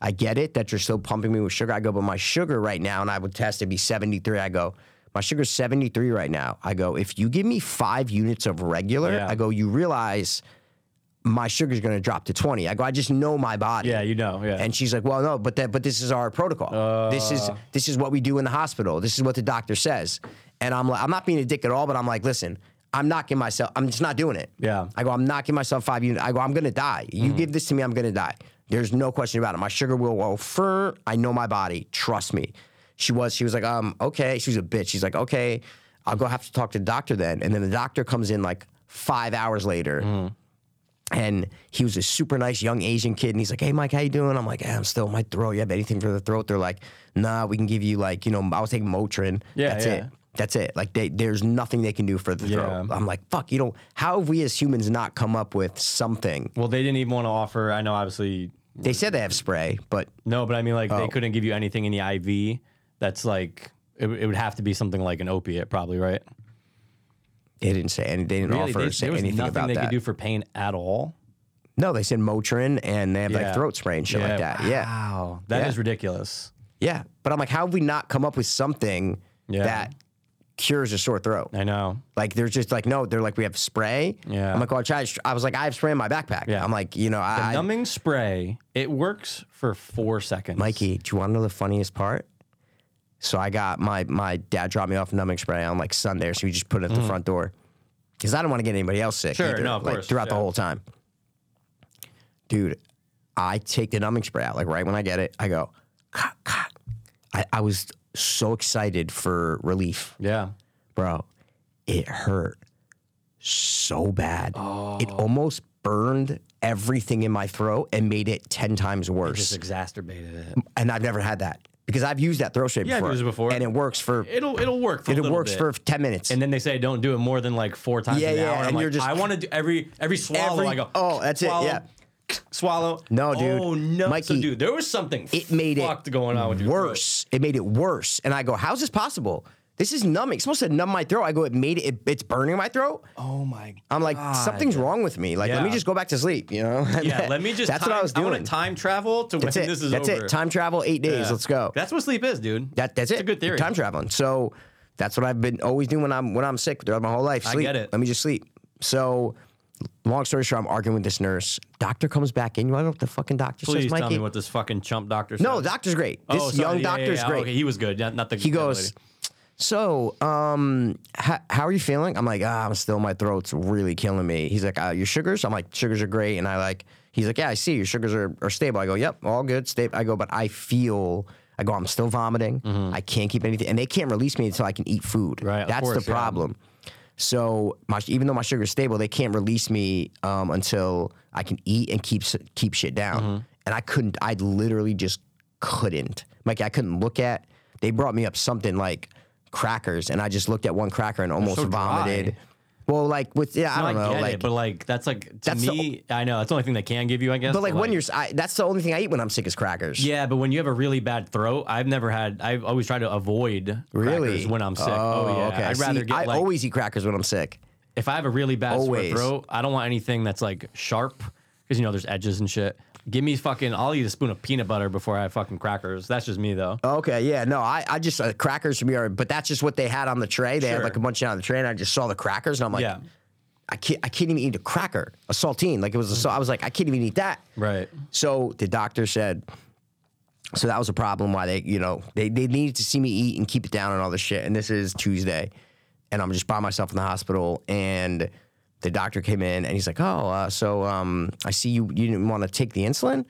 [SPEAKER 2] I get it that you're still pumping me with sugar. I go, but my sugar right now, and I would test it be 73. I go, my sugar's 73 right now. I go, if you give me five units of regular,
[SPEAKER 3] Yeah.
[SPEAKER 2] I go, you realize my sugar's gonna drop to 20. I go, I just know my body.
[SPEAKER 3] Yeah, you know. Yeah. Uh.
[SPEAKER 2] And she's like, "Well, no, but that, but this is our protocol. this is this is what we do in the hospital. This is what the doctor says." And I'm like, I'm not being a dick at all, but I'm like, listen, I'm knocking myself. I'm just not doing it.
[SPEAKER 3] Yeah. Mm-hmm.
[SPEAKER 2] I go, I'm knocking myself five units. I go, I'm gonna die. You give this to me, I'm gonna die. There's no question about it. My sugar will go fur. I know my body. Trust me. She was. She was like, um, okay. She was a bitch. She's like, okay, I'll go have to talk to the doctor then. And then the doctor comes in like five hours later
[SPEAKER 3] Mm-hmm.
[SPEAKER 2] and he was a super nice young Asian kid. And he's like, "Hey, Mike, how you doing?" I'm like, "Eh, "I'm still in my throat. You have anything for the throat?" They're like, "Nah, we can give you like, you know, I was taking Motrin.
[SPEAKER 3] Yeah,
[SPEAKER 2] that's
[SPEAKER 3] yeah.
[SPEAKER 2] it. That's it. Like, they, there's nothing they can do for the throat."
[SPEAKER 3] Yeah.
[SPEAKER 2] I'm like, "Fuck, you don't. How have we as humans not come up with something?"
[SPEAKER 3] well, they didn't even want to offer. I know, obviously,
[SPEAKER 2] They said they have spray, but
[SPEAKER 3] no, but I mean, like,
[SPEAKER 2] Oh.
[SPEAKER 3] they couldn't give you anything in the IV. That's like it, it would have to be something like an opiate, probably, right?
[SPEAKER 2] they didn't say any. They didn't offer
[SPEAKER 3] they,
[SPEAKER 2] or say
[SPEAKER 3] there was
[SPEAKER 2] anything
[SPEAKER 3] nothing
[SPEAKER 2] about
[SPEAKER 3] they
[SPEAKER 2] that.
[SPEAKER 3] could do for pain at all.
[SPEAKER 2] no, they said Motrin, and they have like
[SPEAKER 3] Yeah.
[SPEAKER 2] throat spray and shit like that. Yeah,
[SPEAKER 3] Wow, that is
[SPEAKER 2] Yeah.
[SPEAKER 3] ridiculous.
[SPEAKER 2] yeah. But I'm like, how have we not come up with something?
[SPEAKER 3] Yeah.
[SPEAKER 2] that cures a sore throat.
[SPEAKER 3] I know.
[SPEAKER 2] Like they're just like no, they're like we have spray.
[SPEAKER 3] Yeah.
[SPEAKER 2] I'm like, well, I tried. I was like, I have spray in my backpack.
[SPEAKER 3] Yeah.
[SPEAKER 2] I'm like, you know,
[SPEAKER 3] The
[SPEAKER 2] I,
[SPEAKER 3] numbing spray, it works for four seconds.
[SPEAKER 2] Mikey, do you want to know the funniest part? So I got my my dad dropped me off numbing spray on like Sunday, so we just put it at the front door because I don't want to get anybody else sick.
[SPEAKER 3] Mm-hmm. Sure,
[SPEAKER 2] either,
[SPEAKER 3] no, of
[SPEAKER 2] like,
[SPEAKER 3] course,
[SPEAKER 2] Throughout the
[SPEAKER 3] yeah.
[SPEAKER 2] whole time, dude, I take the numbing spray out like right when I get it. I go, cock, cock. I, I was so excited for relief,
[SPEAKER 3] Yeah.
[SPEAKER 2] bro. It hurt so bad. It
[SPEAKER 3] Oh.
[SPEAKER 2] almost burned everything in my throat and made it ten times worse
[SPEAKER 3] Just exacerbated it.
[SPEAKER 2] and I've never had that because I've used that throw shape
[SPEAKER 3] Yeah, I've
[SPEAKER 2] before.
[SPEAKER 3] used it before.
[SPEAKER 2] and it works for it,
[SPEAKER 3] It'll it'll work for a little
[SPEAKER 2] works
[SPEAKER 3] bit.
[SPEAKER 2] for ten minutes.
[SPEAKER 3] and then they say don't do it more than like four times
[SPEAKER 2] Yeah,
[SPEAKER 3] an
[SPEAKER 2] yeah,
[SPEAKER 3] hour. I'm
[SPEAKER 2] and
[SPEAKER 3] like,
[SPEAKER 2] you're just-
[SPEAKER 3] I want to do every every swallow.
[SPEAKER 2] Every-
[SPEAKER 3] I go.
[SPEAKER 2] oh, that's it,
[SPEAKER 3] swallow,
[SPEAKER 2] yeah.
[SPEAKER 3] Swallow.
[SPEAKER 2] No, dude.
[SPEAKER 3] Oh no, so,
[SPEAKER 2] Mikey,
[SPEAKER 3] dude. There was something.
[SPEAKER 2] it made it
[SPEAKER 3] fucked going on with your throat.
[SPEAKER 2] worse. It made it worse. And I go, how's this possible? This is numbing. It's supposed to numb my throat. I go, it made it. it- it's burning my throat.
[SPEAKER 3] Oh my.
[SPEAKER 2] I'm like,
[SPEAKER 3] God.
[SPEAKER 2] something's wrong with me. Like, let me
[SPEAKER 3] Yeah.
[SPEAKER 2] just go back to sleep. You know? And
[SPEAKER 3] Yeah,
[SPEAKER 2] that-
[SPEAKER 3] let me just.
[SPEAKER 2] That's
[SPEAKER 3] time,
[SPEAKER 2] what I was
[SPEAKER 3] I
[SPEAKER 2] doing.
[SPEAKER 3] want to time travel to
[SPEAKER 2] that's
[SPEAKER 3] when
[SPEAKER 2] it.
[SPEAKER 3] this is
[SPEAKER 2] that's
[SPEAKER 3] over.
[SPEAKER 2] it. Time travel, eight days.
[SPEAKER 3] Yeah.
[SPEAKER 2] Let's go.
[SPEAKER 3] That's what sleep is, dude.
[SPEAKER 2] That that's it.
[SPEAKER 3] It's a good theory.
[SPEAKER 2] Time traveling. So that's what I've been always doing when I'm when I'm sick throughout my whole life. Sleep.
[SPEAKER 3] get it.
[SPEAKER 2] Let me just sleep. So long story short, I'm arguing with this nurse. Doctor comes back in. You want to know what the fucking doctor
[SPEAKER 3] Please
[SPEAKER 2] says,
[SPEAKER 3] tell
[SPEAKER 2] Mikey?
[SPEAKER 3] me what this fucking chump doctor said.
[SPEAKER 2] no, the doctor's great. This
[SPEAKER 3] oh, sorry.
[SPEAKER 2] young
[SPEAKER 3] Yeah, yeah,
[SPEAKER 2] doctor's
[SPEAKER 3] yeah.
[SPEAKER 2] great.
[SPEAKER 3] Okay, he was good. Not, not the.
[SPEAKER 2] He goes, so, um, h- how are you feeling? I'm like, ah, I'm still, my throat's really killing me. He's like, uh, your sugars? I'm like, sugars are great. And I like, he's like, yeah, I see your sugars are, are stable. I go, yep, all good, stable. I go, but I feel, I go, I'm still vomiting. I can't keep anything. And they can't release me until I can eat food.
[SPEAKER 3] Mm-hmm. Right, of
[SPEAKER 2] That's
[SPEAKER 3] course,
[SPEAKER 2] the
[SPEAKER 3] yeah.
[SPEAKER 2] problem. So my, even though my sugar's stable, they can't release me um, until I can eat and keep s- keep shit down.
[SPEAKER 3] Mm-hmm.
[SPEAKER 2] And I couldn't. I literally just couldn't. Like I couldn't look at. They brought me up something like crackers, and I just looked at one cracker and almost
[SPEAKER 3] so dry.
[SPEAKER 2] vomited. Well, like with yeah, I
[SPEAKER 3] I
[SPEAKER 2] don't know,
[SPEAKER 3] get
[SPEAKER 2] like.
[SPEAKER 3] it, but like that's like to
[SPEAKER 2] That's the-
[SPEAKER 3] me. I know that's the only thing they can give you, I guess.
[SPEAKER 2] but like when you're, s- I, that's the only thing I eat when I'm sick is crackers.
[SPEAKER 3] Yeah, but when you have a really bad throat, I've never had. I've always tried to avoid
[SPEAKER 2] really.
[SPEAKER 3] crackers when I'm sick.
[SPEAKER 2] Oh,
[SPEAKER 3] Oh, yeah,
[SPEAKER 2] okay.
[SPEAKER 3] I'd
[SPEAKER 2] See,
[SPEAKER 3] rather get
[SPEAKER 2] I
[SPEAKER 3] like
[SPEAKER 2] always eat crackers when I'm sick.
[SPEAKER 3] if I have a really bad
[SPEAKER 2] Always.
[SPEAKER 3] sore throat, I don't want anything that's like sharp because you know there's edges and shit. Give me fucking. I'll eat a spoon of peanut butter before I have fucking crackers. That's just me though.
[SPEAKER 2] Okay, yeah, no, I, I just uh, crackers to me are, but that's just what they had on the tray. They had
[SPEAKER 3] Sure.
[SPEAKER 2] like a bunch on the tray, and I just saw the crackers, and I'm like,
[SPEAKER 3] Yeah.
[SPEAKER 2] I can't, I can't even eat a cracker, a saltine. Like it was, a, sal- I was like, I can't even eat that.
[SPEAKER 3] Right.
[SPEAKER 2] So the doctor said, so that was a problem. Why they, you know, they they needed to see me eat and keep it down and all this shit. And this is Tuesday, and I'm just by myself in the hospital, and the doctor came in and he's like, oh, uh, so um, I see you you didn't want to take the insulin,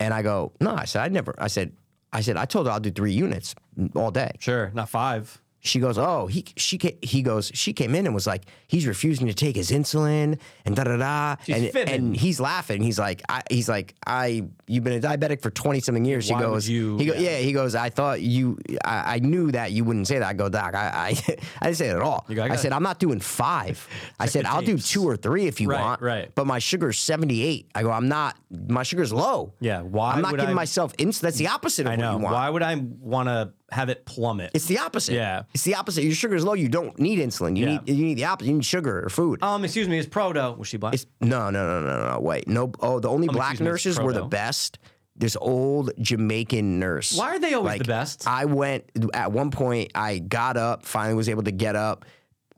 [SPEAKER 2] and I go, no, I said I never, I said. I said, I told her I'll do three units all day.
[SPEAKER 3] Sure. Not five.
[SPEAKER 2] She goes, oh, he she ca- he goes, she came in and was like, he's refusing to take his insulin and da da da, and
[SPEAKER 3] fibbing.
[SPEAKER 2] and he's laughing. He's like, I, he's like, I you've been a diabetic for twenty something years.
[SPEAKER 3] Why
[SPEAKER 2] she
[SPEAKER 3] would
[SPEAKER 2] goes,
[SPEAKER 3] you-
[SPEAKER 2] he go,
[SPEAKER 3] yeah.
[SPEAKER 2] yeah. he goes, I thought you, I, I knew that you wouldn't say that. I go, doc, I I, I didn't say that at all.
[SPEAKER 3] go, I
[SPEAKER 2] I
[SPEAKER 3] got
[SPEAKER 2] said
[SPEAKER 3] it.
[SPEAKER 2] I'm not doing five. I said
[SPEAKER 3] the
[SPEAKER 2] I'll do
[SPEAKER 3] tapes."
[SPEAKER 2] two or three if you
[SPEAKER 3] Right,
[SPEAKER 2] want.
[SPEAKER 3] right.
[SPEAKER 2] But my sugar's seventy eight. I go, I'm not. My sugar's low.
[SPEAKER 3] Yeah, why
[SPEAKER 2] I'm not
[SPEAKER 3] would
[SPEAKER 2] giving
[SPEAKER 3] I-
[SPEAKER 2] myself insulin. That's the opposite of
[SPEAKER 3] I
[SPEAKER 2] what
[SPEAKER 3] know.
[SPEAKER 2] you want.
[SPEAKER 3] Why would I want to have it plummet?
[SPEAKER 2] It's the opposite.
[SPEAKER 3] Yeah.
[SPEAKER 2] It's the opposite. Your sugar's low. You don't need insulin. You
[SPEAKER 3] Yeah.
[SPEAKER 2] need you need the opposite. You need sugar or food.
[SPEAKER 3] um. Excuse me. It's proto. Was she black?
[SPEAKER 2] It's- no, no, no, no, no, no. Wait. No. Oh, the only black
[SPEAKER 3] excuse me, it's
[SPEAKER 2] nurses were the
[SPEAKER 3] Proto.
[SPEAKER 2] best. This old Jamaican nurse.
[SPEAKER 3] Why are they always the best?
[SPEAKER 2] I went at one point. I got up. Finally, was able to get up,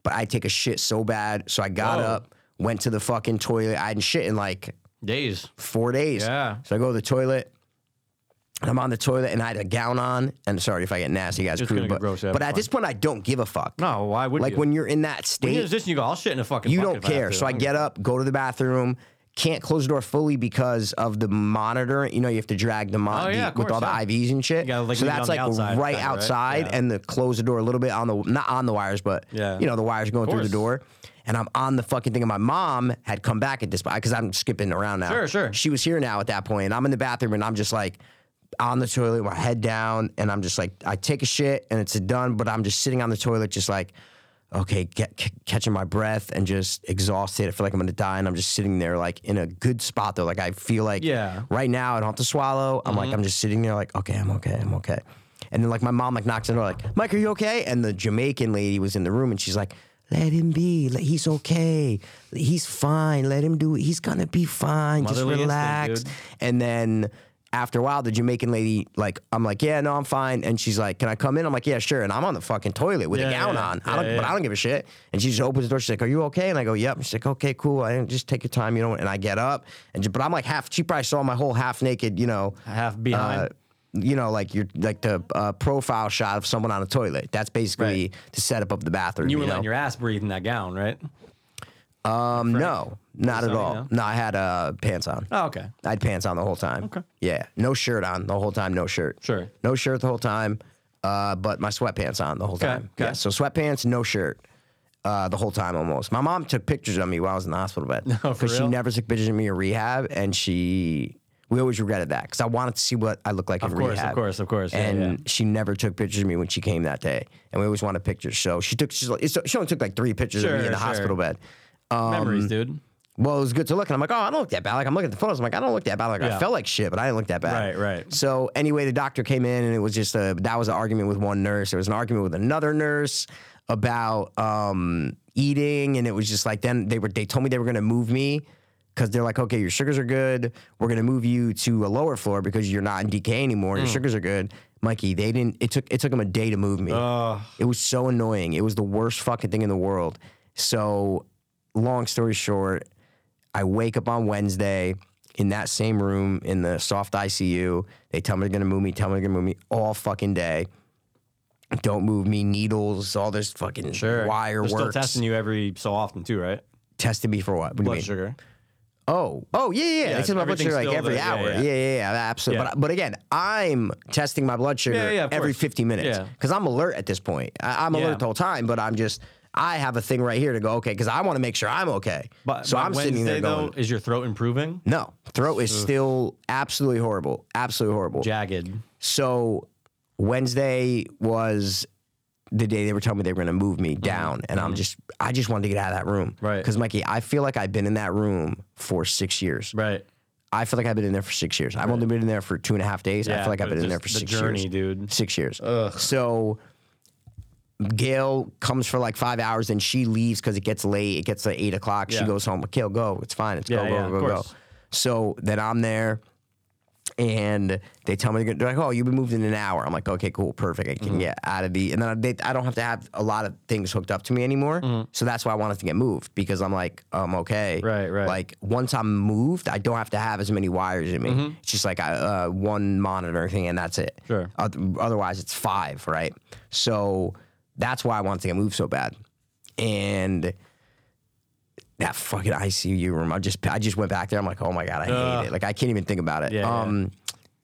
[SPEAKER 2] but I take a shit so bad. So I got
[SPEAKER 3] Whoa.
[SPEAKER 2] up, went to the fucking toilet. I hadn't shit in like
[SPEAKER 3] Days.
[SPEAKER 2] four days.
[SPEAKER 3] Yeah.
[SPEAKER 2] So I go to the toilet. and I'm on the toilet and I had a gown on. And sorry if I get nasty, you guys.
[SPEAKER 3] It's
[SPEAKER 2] Crew,
[SPEAKER 3] gonna get
[SPEAKER 2] but
[SPEAKER 3] gross, yeah,
[SPEAKER 2] but
[SPEAKER 3] it's
[SPEAKER 2] at
[SPEAKER 3] fine.
[SPEAKER 2] this point, I don't give a fuck.
[SPEAKER 3] No. Why would
[SPEAKER 2] like
[SPEAKER 3] you?
[SPEAKER 2] when you're in that
[SPEAKER 3] you're in a
[SPEAKER 2] state,
[SPEAKER 3] position, you go. I'll shit in a fucking.
[SPEAKER 2] you
[SPEAKER 3] bucket
[SPEAKER 2] don't
[SPEAKER 3] if have
[SPEAKER 2] care.
[SPEAKER 3] to.
[SPEAKER 2] So I
[SPEAKER 3] don't
[SPEAKER 2] get up, go to the bathroom, can't close the door fully because of the monitor. You know, you have to drag the
[SPEAKER 3] Oh,
[SPEAKER 2] monitor
[SPEAKER 3] yeah, of
[SPEAKER 2] with all
[SPEAKER 3] course, yeah.
[SPEAKER 2] the IVs and shit.
[SPEAKER 3] You gotta, like,
[SPEAKER 2] so
[SPEAKER 3] leave it
[SPEAKER 2] that's
[SPEAKER 3] on
[SPEAKER 2] like
[SPEAKER 3] the outside,
[SPEAKER 2] right
[SPEAKER 3] kinda, right?
[SPEAKER 2] outside,
[SPEAKER 3] Yeah.
[SPEAKER 2] and the close the door a little bit on the not on the wires, but
[SPEAKER 3] Yeah.
[SPEAKER 2] you know the wires going through the
[SPEAKER 3] course.
[SPEAKER 2] door. And I'm on the fucking thing. And my mom had come back at this point because I'm skipping around now.
[SPEAKER 3] Sure, sure.
[SPEAKER 2] She was here now at that point, and I'm in the bathroom, and I'm just like on the toilet, my head down, and I'm just like, I take a shit, and it's done, but I'm just sitting on the toilet, just like, okay, get, c- catching my breath, and just exhausted. I feel like I'm gonna die, and I'm just sitting there, like in a good spot though. Like I feel like,
[SPEAKER 3] Yeah.
[SPEAKER 2] right now I don't have to swallow. I'm like, I'm just sitting there, like, okay, I'm okay, I'm okay. And then like my mom like knocks on the door, like, Mike, are you okay? And the Jamaican lady was in the room, and she's like. Let him be. Let- he's okay. He's fine. Let him do it. He's gonna be fine.
[SPEAKER 3] Motherly
[SPEAKER 2] just
[SPEAKER 3] instinct,
[SPEAKER 2] relax.
[SPEAKER 3] dude.
[SPEAKER 2] And then after a while, the Jamaican lady, like, I'm like, yeah, no, I'm fine. And she's like, can I come in? I'm like, yeah, sure. And I'm on the fucking toilet with
[SPEAKER 3] Yeah,
[SPEAKER 2] a gown
[SPEAKER 3] yeah,
[SPEAKER 2] on.
[SPEAKER 3] yeah,
[SPEAKER 2] I don't,
[SPEAKER 3] yeah.
[SPEAKER 2] But I don't give a shit. And she just opens the door. She's like, are you okay? And I go, yep. And she's like, okay, cool. I just take your time, you know. And I get up. And ju- but I'm like half. She probably saw my whole half naked, you know,
[SPEAKER 3] Half behind.
[SPEAKER 2] uh, you know, like your like the uh, profile shot of someone on a toilet. That's basically
[SPEAKER 3] Right.
[SPEAKER 2] the setup of the bathroom.
[SPEAKER 3] you were
[SPEAKER 2] know?
[SPEAKER 3] letting your ass breathe in that gown, right?
[SPEAKER 2] Um, no, not at
[SPEAKER 3] something,
[SPEAKER 2] all.
[SPEAKER 3] no?
[SPEAKER 2] No, I had uh, pants on.
[SPEAKER 3] Oh, okay.
[SPEAKER 2] I had pants on the whole time.
[SPEAKER 3] Okay.
[SPEAKER 2] Yeah, no shirt on the whole time. No shirt.
[SPEAKER 3] Sure.
[SPEAKER 2] No shirt the whole time. Uh, but my sweatpants on the whole
[SPEAKER 3] Okay,
[SPEAKER 2] time.
[SPEAKER 3] okay.
[SPEAKER 2] Yeah. So sweatpants, no shirt. Uh, the whole time almost. My mom took pictures of me while I was in the hospital bed
[SPEAKER 3] Oh, for
[SPEAKER 2] she
[SPEAKER 3] real?
[SPEAKER 2] never took pictures of me in rehab, and she we always regretted that because I wanted to see what I looked like in
[SPEAKER 3] Of course, of
[SPEAKER 2] rehab.
[SPEAKER 3] course, of course. Yeah,
[SPEAKER 2] And
[SPEAKER 3] yeah.
[SPEAKER 2] she never took pictures of me when she came that day, and we always wanted pictures. So she took she's like, it's- she only took like three pictures of
[SPEAKER 3] Sure,
[SPEAKER 2] me in the
[SPEAKER 3] sure.
[SPEAKER 2] hospital bed. Um,
[SPEAKER 3] Memories, dude.
[SPEAKER 2] well, it was good to look. And I'm like, oh, I don't look that bad. Like, I'm looking at the photos. I'm like, I don't look that bad. Like,
[SPEAKER 3] Yeah.
[SPEAKER 2] I felt like shit, but I didn't look that bad.
[SPEAKER 3] Right, right.
[SPEAKER 2] So, anyway, the doctor came in and it was just a, that was an argument with one nurse. There was an argument with another nurse about um, eating. And it was just like, then they were, they told me they were going to move me because they're like, okay, your sugars are good. We're going to move you to a lower floor because you're not in DK anymore. Your sugars are good. Mikey, they didn't, it took, it took them a day to move me. It was so annoying. It was the worst fucking thing in the world. So, long story short, I wake up on Wednesday in that same room in the soft ICU. They tell me they're gonna move me, tell me they're gonna move me all fucking day. Don't move me, needles, all this fucking
[SPEAKER 3] Sure.
[SPEAKER 2] wire
[SPEAKER 3] They're
[SPEAKER 2] work.
[SPEAKER 3] still testing you every so often too, right?
[SPEAKER 2] Tested me for what? What do you
[SPEAKER 3] Blood
[SPEAKER 2] mean?
[SPEAKER 3] sugar.
[SPEAKER 2] Oh, oh yeah, yeah. yeah. They test my blood
[SPEAKER 3] everything's
[SPEAKER 2] sugar like
[SPEAKER 3] still
[SPEAKER 2] every
[SPEAKER 3] there. Yeah,
[SPEAKER 2] hour.
[SPEAKER 3] yeah,
[SPEAKER 2] Yeah,
[SPEAKER 3] yeah.
[SPEAKER 2] yeah, yeah, absolutely.
[SPEAKER 3] Yeah.
[SPEAKER 2] But, but again, I'm testing my blood sugar
[SPEAKER 3] Yeah, yeah, of
[SPEAKER 2] every
[SPEAKER 3] course.
[SPEAKER 2] 50 minutes
[SPEAKER 3] Yeah.
[SPEAKER 2] because I'm alert at this point. I, I'm
[SPEAKER 3] Yeah.
[SPEAKER 2] alert the whole time, but I'm just I have a thing right here to go okay because I want to make sure I'm okay.
[SPEAKER 3] But
[SPEAKER 2] so
[SPEAKER 3] by
[SPEAKER 2] I'm
[SPEAKER 3] Wednesday,
[SPEAKER 2] sitting there going,
[SPEAKER 3] though, is your throat improving?
[SPEAKER 2] no, throat is still absolutely horrible, absolutely horrible.
[SPEAKER 3] Jagged.
[SPEAKER 2] So Wednesday was the day they were telling me they were going to move me down, and I'm just I just wanted to get out of that room,
[SPEAKER 3] Mm-hmm. Right.
[SPEAKER 2] Because Mikey, I feel like I've been in that room for six years.
[SPEAKER 3] Right.
[SPEAKER 2] I feel like I've been in there for six years. I've only been in there for two and a half days. I feel like I've
[SPEAKER 3] but
[SPEAKER 2] been in there
[SPEAKER 3] just
[SPEAKER 2] for
[SPEAKER 3] the
[SPEAKER 2] six
[SPEAKER 3] journey,
[SPEAKER 2] years.
[SPEAKER 3] dude.
[SPEAKER 2] Six years. So Gail comes for like five hours and she leaves because it gets late. It gets like eight o'clock.
[SPEAKER 3] Yeah.
[SPEAKER 2] She goes home. Gail, go. It's fine. It's
[SPEAKER 3] Yeah,
[SPEAKER 2] go, go,
[SPEAKER 3] yeah, of
[SPEAKER 2] go, go.
[SPEAKER 3] course.
[SPEAKER 2] So then I'm there and they tell me they're, gonna- they're like, "Oh, you've been moved in an hour." I'm like, "Okay, cool, perfect. I can
[SPEAKER 3] Mm-hmm.
[SPEAKER 2] get out of the." And then I- they, I don't have to have a lot of things hooked up to me anymore. So that's why I wanted to get moved because I'm like, "I'm okay."
[SPEAKER 3] Mm-hmm. Right, right.
[SPEAKER 2] Like once I'm moved, I don't have to have as many wires in me. It's just like I, uh, one monitor thing, and that's it.
[SPEAKER 3] Mm-hmm. Sure.
[SPEAKER 2] Oth- Otherwise, it's five, right? So that's why I wanted to get moved so bad, and. That fucking ICU room. I just I just went back there. I'm like, oh my god, I
[SPEAKER 3] Ugh.
[SPEAKER 2] hate it. Like I can't even think about it.
[SPEAKER 3] Yeah, yeah.
[SPEAKER 2] um,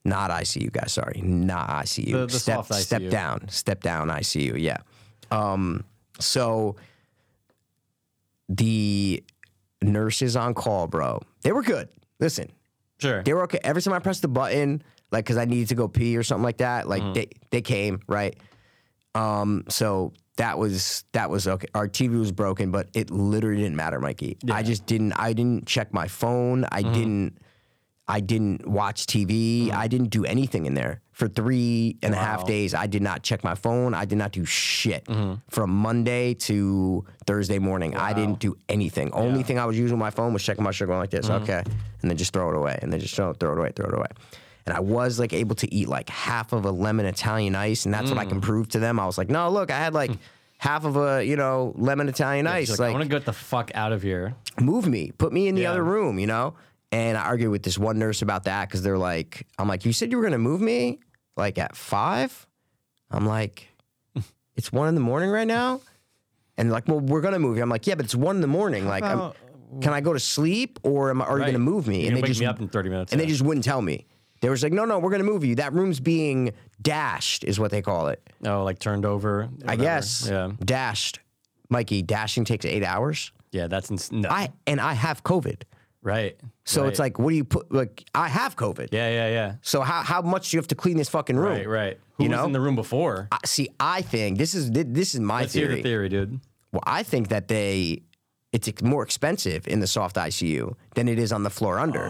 [SPEAKER 2] not ICU guys. Sorry, not ICU.
[SPEAKER 3] The- the
[SPEAKER 2] step
[SPEAKER 3] soft
[SPEAKER 2] step
[SPEAKER 3] ICU.
[SPEAKER 2] down, step down ICU. Yeah. Um. So the nurses on call, bro, they were good. Listen,
[SPEAKER 3] Sure.
[SPEAKER 2] they were okay. Every time I pressed the button, like because I needed to go pee or something like that, like
[SPEAKER 3] Mm-hmm.
[SPEAKER 2] they they came right. Um, so that was that was okay. Our TV was broken, but it literally didn't matter, Mikey. I just didn't. I didn't check my phone. I
[SPEAKER 3] Mm-hmm.
[SPEAKER 2] didn't. I didn't watch TV. I didn't do anything in there for three and a half
[SPEAKER 3] Mm. Wow. Mm-hmm.
[SPEAKER 2] days. I did not check my phone. I did not do shit from Monday to Thursday morning. I didn't do anything. Only thing I was using my phone was checking my sugar going like this,
[SPEAKER 3] Mm-hmm.
[SPEAKER 2] okay, and then just throw it away, and then just throw, throw it away, throw it away. And I was like able to eat like half of a lemon Italian ice, and that's what I
[SPEAKER 3] Mm.
[SPEAKER 2] can prove to them. I was like, no, look, I had
[SPEAKER 3] Hmm.
[SPEAKER 2] like half of a you know lemon Italian ice.
[SPEAKER 3] She's like, I
[SPEAKER 2] like,
[SPEAKER 3] want to get the fuck out of here.
[SPEAKER 2] move me, put me in the
[SPEAKER 3] Yeah.
[SPEAKER 2] other room, you know? And I argued with this one nurse about that because they're like, I'm like, you said you were going to move me like at five? I'm like, it's one in the morning right now. And they're like, well, we're going to move you. I'm like, yeah, but it's one in the morning. Like, I'm-
[SPEAKER 3] about-
[SPEAKER 2] can I go to sleep or am I, are you going to move me?
[SPEAKER 3] You're
[SPEAKER 2] and
[SPEAKER 3] gonna
[SPEAKER 2] they
[SPEAKER 3] wake
[SPEAKER 2] just,
[SPEAKER 3] me up in 30 minutes.
[SPEAKER 2] and
[SPEAKER 3] yeah.
[SPEAKER 2] they just wouldn't tell me. They were just like, no, no, we're going to move you. That room's being dashed, is what they call it.
[SPEAKER 3] oh, like turned over.
[SPEAKER 2] I
[SPEAKER 3] whatever.
[SPEAKER 2] guess.
[SPEAKER 3] Yeah.
[SPEAKER 2] Dashed. Mikey, dashing takes eight hours.
[SPEAKER 3] Yeah. That's ins- no.
[SPEAKER 2] I And I have COVID.
[SPEAKER 3] right.
[SPEAKER 2] So it's
[SPEAKER 3] Right.
[SPEAKER 2] like, what do you put? Like, I have COVID.
[SPEAKER 3] Yeah. Yeah. Yeah.
[SPEAKER 2] So how how much do you have to clean this fucking room?
[SPEAKER 3] Right. Right. Who
[SPEAKER 2] You
[SPEAKER 3] was
[SPEAKER 2] know?
[SPEAKER 3] in the room before?
[SPEAKER 2] I, see, I think this is thi- this is my
[SPEAKER 3] Let's hear
[SPEAKER 2] theory.
[SPEAKER 3] the theory, dude.
[SPEAKER 2] Well, I think that they it's ex- more expensive in the soft ICU than it is on the floor under.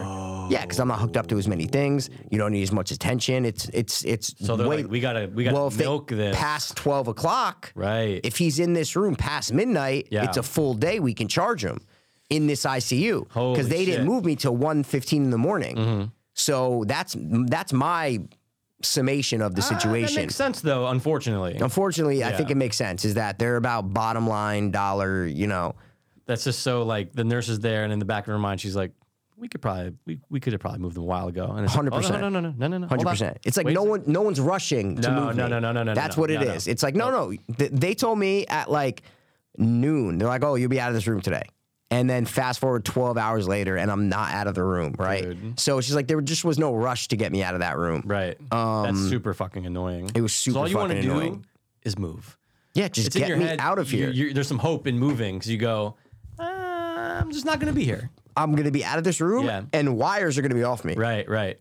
[SPEAKER 2] Yeah, because I'm not hooked up to as many things. You don't need as much attention. It's it's it's
[SPEAKER 3] So they're
[SPEAKER 2] way-
[SPEAKER 3] like, we gotta, we gotta
[SPEAKER 2] well if
[SPEAKER 3] milk
[SPEAKER 2] they
[SPEAKER 3] this.
[SPEAKER 2] past twelve o'clock.
[SPEAKER 3] right.
[SPEAKER 2] If he's in this room past midnight,
[SPEAKER 3] Yeah.
[SPEAKER 2] it's a full day we can charge him in this ICU
[SPEAKER 3] Holy
[SPEAKER 2] because they
[SPEAKER 3] shit. Mm-hmm.
[SPEAKER 2] didn't move me till 1.15 in the morning. So that's that's my summation of the
[SPEAKER 3] Ah, That
[SPEAKER 2] situation.
[SPEAKER 3] makes sense though. Unfortunately,
[SPEAKER 2] Unfortunately, I think
[SPEAKER 3] Yeah.
[SPEAKER 2] it makes sense. Is that they're about bottom line dollar, you know?
[SPEAKER 3] that's just so like the nurse is there, and in the back of her mind, she's like, "We could probably, we, we could have probably moved them a while ago." And it's like,
[SPEAKER 2] 100%.
[SPEAKER 3] "Oh, No, no, no, no, no, no. hold
[SPEAKER 2] Hundred
[SPEAKER 3] on.
[SPEAKER 2] percent. It's like
[SPEAKER 3] Wait
[SPEAKER 2] no
[SPEAKER 3] a sec."
[SPEAKER 2] one, no one's rushing to
[SPEAKER 3] No,
[SPEAKER 2] move
[SPEAKER 3] no,
[SPEAKER 2] me.
[SPEAKER 3] no, no, no, no,
[SPEAKER 2] That's
[SPEAKER 3] no,
[SPEAKER 2] what it is.
[SPEAKER 3] no, no.
[SPEAKER 2] It's like no, no. Th- They told me at like noon. They're like, oh, you'll be out of this room today. And then fast forward twelve hours later, and I'm not out of the room. Right.
[SPEAKER 3] Dude.
[SPEAKER 2] So she's like, there just was no rush to get me out of that room.
[SPEAKER 3] Right. that's super fucking annoying.
[SPEAKER 2] Um, It was super
[SPEAKER 3] So all you wanna
[SPEAKER 2] fucking
[SPEAKER 3] do
[SPEAKER 2] annoying.
[SPEAKER 3] is move.
[SPEAKER 2] Yeah, just
[SPEAKER 3] It's in
[SPEAKER 2] get
[SPEAKER 3] your
[SPEAKER 2] me
[SPEAKER 3] head.
[SPEAKER 2] out of
[SPEAKER 3] you-
[SPEAKER 2] here.
[SPEAKER 3] you- there's some hope in moving because you go, "Uh, I'm just not going to be here.
[SPEAKER 2] I'm gonna be out of this room,
[SPEAKER 3] Yeah.
[SPEAKER 2] and wires are gonna be off me.
[SPEAKER 3] Right, right.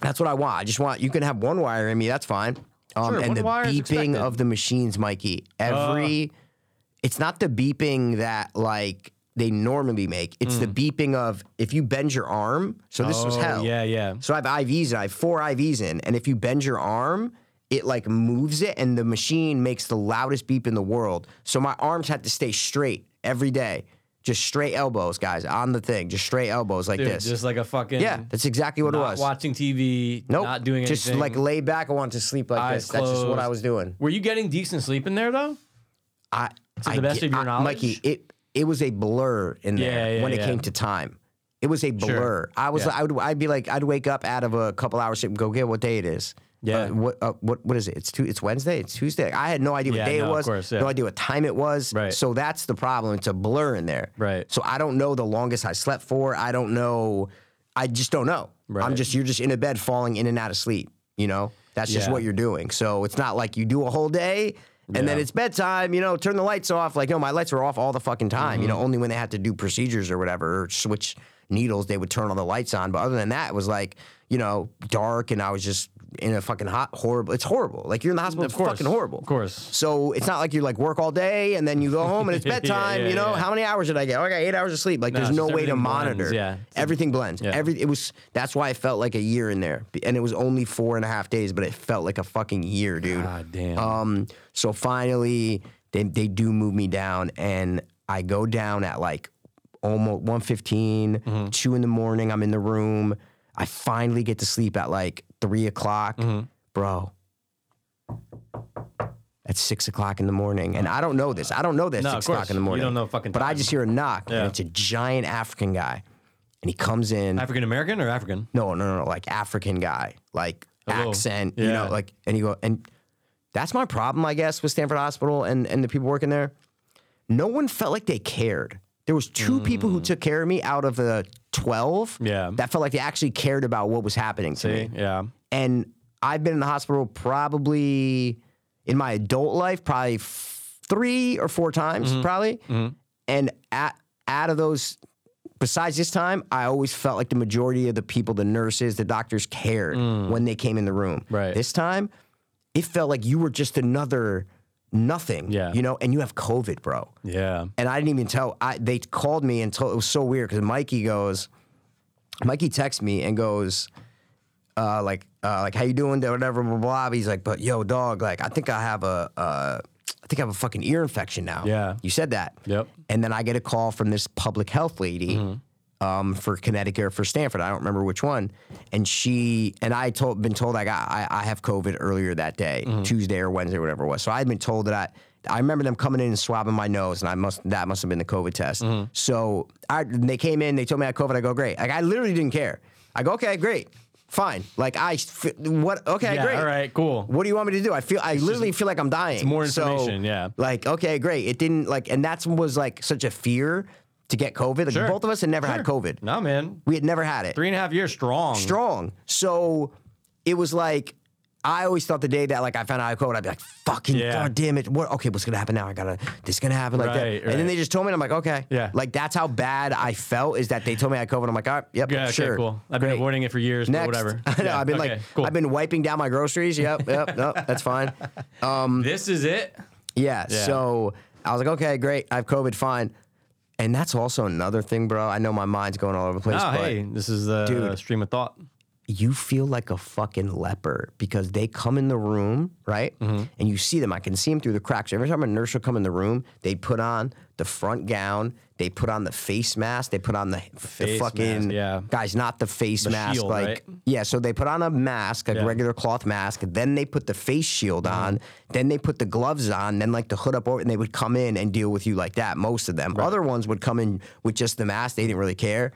[SPEAKER 2] That's what I want. I just want you can have one wire in me. That's fine. Um,
[SPEAKER 3] Sure,
[SPEAKER 2] and
[SPEAKER 3] one
[SPEAKER 2] the
[SPEAKER 3] wire is
[SPEAKER 2] beeping
[SPEAKER 3] expected.
[SPEAKER 2] of the machines, Mikey. Every, it's not the beeping that like they normally make. It's the beeping of if you bend your arm. So this was
[SPEAKER 3] Mm. Oh,
[SPEAKER 2] hell.
[SPEAKER 3] Yeah, yeah.
[SPEAKER 2] So I have IVs and I have four IVs in, and if you bend your arm, it like moves it, and the machine makes the loudest beep in the world. So my arms had to stay straight every day, just straight elbows, guys, on the thing, just straight elbows like
[SPEAKER 3] Dude,
[SPEAKER 2] this.
[SPEAKER 3] just like a fucking.
[SPEAKER 2] yeah, that's exactly what it
[SPEAKER 3] not
[SPEAKER 2] was.
[SPEAKER 3] watching TV,
[SPEAKER 2] Nope.
[SPEAKER 3] not doing anything.
[SPEAKER 2] just like lay back. I wanted to sleep like
[SPEAKER 3] Eyes
[SPEAKER 2] this. That's just what I
[SPEAKER 3] closed.
[SPEAKER 2] was doing.
[SPEAKER 3] Were you getting decent sleep in there though?
[SPEAKER 2] I
[SPEAKER 3] To the
[SPEAKER 2] I
[SPEAKER 3] best
[SPEAKER 2] get-
[SPEAKER 3] of your
[SPEAKER 2] I-
[SPEAKER 3] knowledge?
[SPEAKER 2] Mikey. It it was a blur in there
[SPEAKER 3] Yeah, yeah,
[SPEAKER 2] when it
[SPEAKER 3] yeah.
[SPEAKER 2] came to time. It was a blur. I was
[SPEAKER 3] Yeah.
[SPEAKER 2] I would I'd be like I'd wake up out of a couple hours sleep and go get what day it is.
[SPEAKER 3] Yeah.
[SPEAKER 2] Uh, what uh, what what is it? It's two. It's Wednesday. It's Tuesday. I had no idea what
[SPEAKER 3] Yeah,
[SPEAKER 2] day
[SPEAKER 3] no,
[SPEAKER 2] it
[SPEAKER 3] of
[SPEAKER 2] was.
[SPEAKER 3] course, yeah.
[SPEAKER 2] No idea what time it was.
[SPEAKER 3] Right.
[SPEAKER 2] So that's the problem. It's a blur in there.
[SPEAKER 3] Right.
[SPEAKER 2] So I don't know the longest I slept for. I don't know. I just don't know. I'm
[SPEAKER 3] Right.
[SPEAKER 2] just you're just in a bed falling in and out of sleep. You know that's just
[SPEAKER 3] Yeah.
[SPEAKER 2] what you're doing. So it's not like you do a whole day and then
[SPEAKER 3] Yeah.
[SPEAKER 2] it's bedtime. You know, turn the lights off. Like no, my lights were off all the fucking time. You know,
[SPEAKER 3] Mm-hmm.
[SPEAKER 2] only when they had to do procedures or whatever or switch needles, they would turn all the lights on. But other than that, it was like you know dark, and I was just in a fucking hot horrible. It's horrible. Like you're in the hospital.
[SPEAKER 3] Of
[SPEAKER 2] it's
[SPEAKER 3] course.
[SPEAKER 2] fucking horrible.
[SPEAKER 3] Of course.
[SPEAKER 2] So it's not like you like work all day and then you go home and it's
[SPEAKER 3] Yeah,
[SPEAKER 2] bedtime.
[SPEAKER 3] yeah,
[SPEAKER 2] you know
[SPEAKER 3] yeah.
[SPEAKER 2] how many hours did I get? Oh, I got eight hours of sleep. Like there's
[SPEAKER 3] it's
[SPEAKER 2] no
[SPEAKER 3] just
[SPEAKER 2] way to
[SPEAKER 3] everything blends,
[SPEAKER 2] monitor.
[SPEAKER 3] yeah.
[SPEAKER 2] everything blends.
[SPEAKER 3] Yeah.
[SPEAKER 2] Every it was that's why it felt like a year in there, B- and it was only four and a half days, but it felt like a fucking year, dude.
[SPEAKER 3] God damn.
[SPEAKER 2] Um, so finally they they do move me down, and I go down at like almost 1.15,
[SPEAKER 3] Mm-hmm.
[SPEAKER 2] two in the morning. I'm in the room. I finally get to sleep at like three o'clock,
[SPEAKER 3] Mm-hmm.
[SPEAKER 2] bro at six o'clock in the morning. And I don't know this. I don't know this
[SPEAKER 3] No,
[SPEAKER 2] at
[SPEAKER 3] of
[SPEAKER 2] six
[SPEAKER 3] course.
[SPEAKER 2] o'clock in the
[SPEAKER 3] You
[SPEAKER 2] morning.
[SPEAKER 3] don't know fucking
[SPEAKER 2] But I
[SPEAKER 3] time.
[SPEAKER 2] just hear a knock,
[SPEAKER 3] Yeah.
[SPEAKER 2] and it's a giant African guy, and he comes in.
[SPEAKER 3] African American or African?
[SPEAKER 2] no, no, no, no, like African guy, like
[SPEAKER 3] Hello.
[SPEAKER 2] accent, you know,
[SPEAKER 3] Yeah.
[SPEAKER 2] like, and you go, and that's my problem, I guess, with Stanford Hospital and and the people working there. No one felt like they cared. There was two people who took care of me out of the twelve.
[SPEAKER 3] Mm. Yeah.
[SPEAKER 2] that felt like they actually cared about what was happening to me
[SPEAKER 3] Yeah.
[SPEAKER 2] and I've been in the hospital probably in my adult life, probably f- three or four times,
[SPEAKER 3] Mm-hmm.
[SPEAKER 2] probably. And at, out of those, besides this time, I always felt like the majority of the people, the nurses, the doctors cared when they came in the room.
[SPEAKER 3] Mm. Right.
[SPEAKER 2] This time, it felt like you were just another nothing.
[SPEAKER 3] Yeah.
[SPEAKER 2] You know, and you have COVID, bro
[SPEAKER 3] Yeah.
[SPEAKER 2] and I didn't even tell. I they called me and told. It was so weird because Mikey goes, Mikey texts me and goes, uh, like, uh, like how you doing? Whatever, blah, blah blah. He's like, but yo, dog, like I think I have a, uh, I think I have a fucking ear infection now.
[SPEAKER 3] Yeah.
[SPEAKER 2] you said that.
[SPEAKER 3] Yep.
[SPEAKER 2] And then I get a call from this public health lady.
[SPEAKER 3] Mm-hmm.
[SPEAKER 2] Um, for Connecticut or for Stanford, I don't remember which one. And she and I told been told I got I, I have COVID earlier that day,
[SPEAKER 3] Mm-hmm.
[SPEAKER 2] Tuesday or Wednesday, whatever it was. So I had been told that I I remember them coming in and swabbing my nose, and I must that must have been the COVID test.
[SPEAKER 3] Mm-hmm.
[SPEAKER 2] So I they came in, they told me I had COVID. I go great. Like I literally didn't care. I go okay, great, fine. Like I f- what okay,
[SPEAKER 3] Yeah,
[SPEAKER 2] great.
[SPEAKER 3] all right, cool.
[SPEAKER 2] What do you want me to do? I feel I literally feel like I'm dying.
[SPEAKER 3] more
[SPEAKER 2] So,
[SPEAKER 3] information, yeah.
[SPEAKER 2] like okay great it didn't like and that's was like such a fear to get covid like
[SPEAKER 3] Sure.
[SPEAKER 2] both of us had never had
[SPEAKER 3] Sure.
[SPEAKER 2] covid
[SPEAKER 3] No, man.
[SPEAKER 2] we had never had it
[SPEAKER 3] Three and a half years strong.
[SPEAKER 2] strong so it was like I always thought the day that like I found out I had COVID, I'd be like, "Fucking
[SPEAKER 3] Yeah.
[SPEAKER 2] god damn it! What? Okay, what's gonna happen now? I gotta. This is gonna happen like that."
[SPEAKER 3] Right,
[SPEAKER 2] And then
[SPEAKER 3] right.
[SPEAKER 2] they just told me, and I'm like, "Okay,
[SPEAKER 3] Yeah.
[SPEAKER 2] Like that's how bad I felt is that they told me I had COVID. I'm like, "All right, yep,
[SPEAKER 3] Yeah, okay,
[SPEAKER 2] sure,
[SPEAKER 3] cool. I've
[SPEAKER 2] great.
[SPEAKER 3] been avoiding it for years,
[SPEAKER 2] Next.
[SPEAKER 3] but whatever.
[SPEAKER 2] I know.
[SPEAKER 3] Yeah,
[SPEAKER 2] I've been
[SPEAKER 3] okay,
[SPEAKER 2] like,
[SPEAKER 3] cool.
[SPEAKER 2] I've been wiping down my groceries. Yep, yep, no, that's fine.
[SPEAKER 3] this is it.
[SPEAKER 2] Yeah,
[SPEAKER 3] Yeah.
[SPEAKER 2] So I was like, okay, great. I have COVID, fine. And that's also another thing, bro. I know my mind's going all over the place,
[SPEAKER 3] Oh,
[SPEAKER 2] but
[SPEAKER 3] hey, this is the
[SPEAKER 2] Dude.
[SPEAKER 3] stream of thought.
[SPEAKER 2] you feel like a fucking leper because they come in the room, right?
[SPEAKER 3] Mm-hmm.
[SPEAKER 2] And you see them. I can see them through the cracks. Every time a nurse will come in the room, they put on the front gown, They put on the face mask. They put on the, the
[SPEAKER 3] Face
[SPEAKER 2] fucking
[SPEAKER 3] mask, yeah.
[SPEAKER 2] guys, not the face mask.
[SPEAKER 3] shield,
[SPEAKER 2] like
[SPEAKER 3] right?
[SPEAKER 2] yeah, so they put on a mask, a
[SPEAKER 3] Yeah. Uh-huh.
[SPEAKER 2] regular cloth mask. Then they put the face shield on. Then they put the gloves on. Then like the hood up over, and they would come in and deal with you like that. Most of them. Other ones would come in with just the mask. They didn't really care.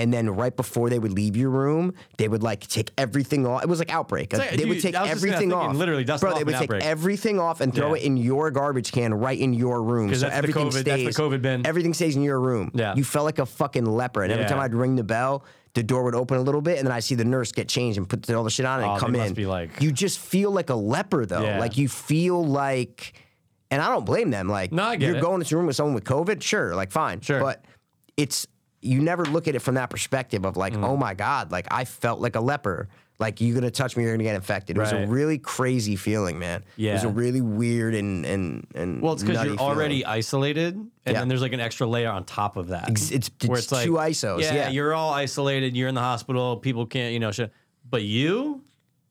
[SPEAKER 2] And then right before they would leave your room, they would like take everything off. It was like outbreak. Like,
[SPEAKER 3] like,
[SPEAKER 2] they would
[SPEAKER 3] dude,
[SPEAKER 2] take
[SPEAKER 3] I was just gonna
[SPEAKER 2] everything
[SPEAKER 3] thinking
[SPEAKER 2] off.
[SPEAKER 3] literally dust
[SPEAKER 2] Bro,
[SPEAKER 3] off
[SPEAKER 2] they
[SPEAKER 3] an
[SPEAKER 2] would take
[SPEAKER 3] outbreak.
[SPEAKER 2] everything off and throw
[SPEAKER 3] Yeah.
[SPEAKER 2] it in your garbage can right in your room. So
[SPEAKER 3] that's the
[SPEAKER 2] everything
[SPEAKER 3] COVID that's the
[SPEAKER 2] stays.
[SPEAKER 3] COVID bin.
[SPEAKER 2] Everything stays in your room.
[SPEAKER 3] Yeah.
[SPEAKER 2] You felt like a fucking leper. And every
[SPEAKER 3] Yeah.
[SPEAKER 2] time I'd ring the bell, the door would open a little bit, and then I see the nurse get changed and put all the shit on and
[SPEAKER 3] Oh, they
[SPEAKER 2] come
[SPEAKER 3] must
[SPEAKER 2] in.
[SPEAKER 3] be like-
[SPEAKER 2] you just feel like a leper though.
[SPEAKER 3] Yeah.
[SPEAKER 2] Like you feel like, and I don't blame them. Like
[SPEAKER 3] No, I get
[SPEAKER 2] you're
[SPEAKER 3] it.
[SPEAKER 2] going into a room with someone with COVID, sure, like fine,
[SPEAKER 3] Sure.
[SPEAKER 2] but it's you never look at it from that perspective of
[SPEAKER 3] Mm-hmm.
[SPEAKER 2] like, oh my god, like I felt like a leper. Like you're gonna touch me, you're gonna get infected. It was a
[SPEAKER 3] Right.
[SPEAKER 2] really crazy feeling, man. it was
[SPEAKER 3] Yeah.
[SPEAKER 2] a really weird and and and
[SPEAKER 3] Well, it's because
[SPEAKER 2] nutty
[SPEAKER 3] you're
[SPEAKER 2] feeling.
[SPEAKER 3] already isolated, and
[SPEAKER 2] Yeah.
[SPEAKER 3] then there's like an extra layer on top of that.
[SPEAKER 2] Ex- it's- it's two ISOs,
[SPEAKER 3] Yeah,
[SPEAKER 2] yeah.
[SPEAKER 3] you're all isolated. You're in the hospital. People can't, you know, shit. But you,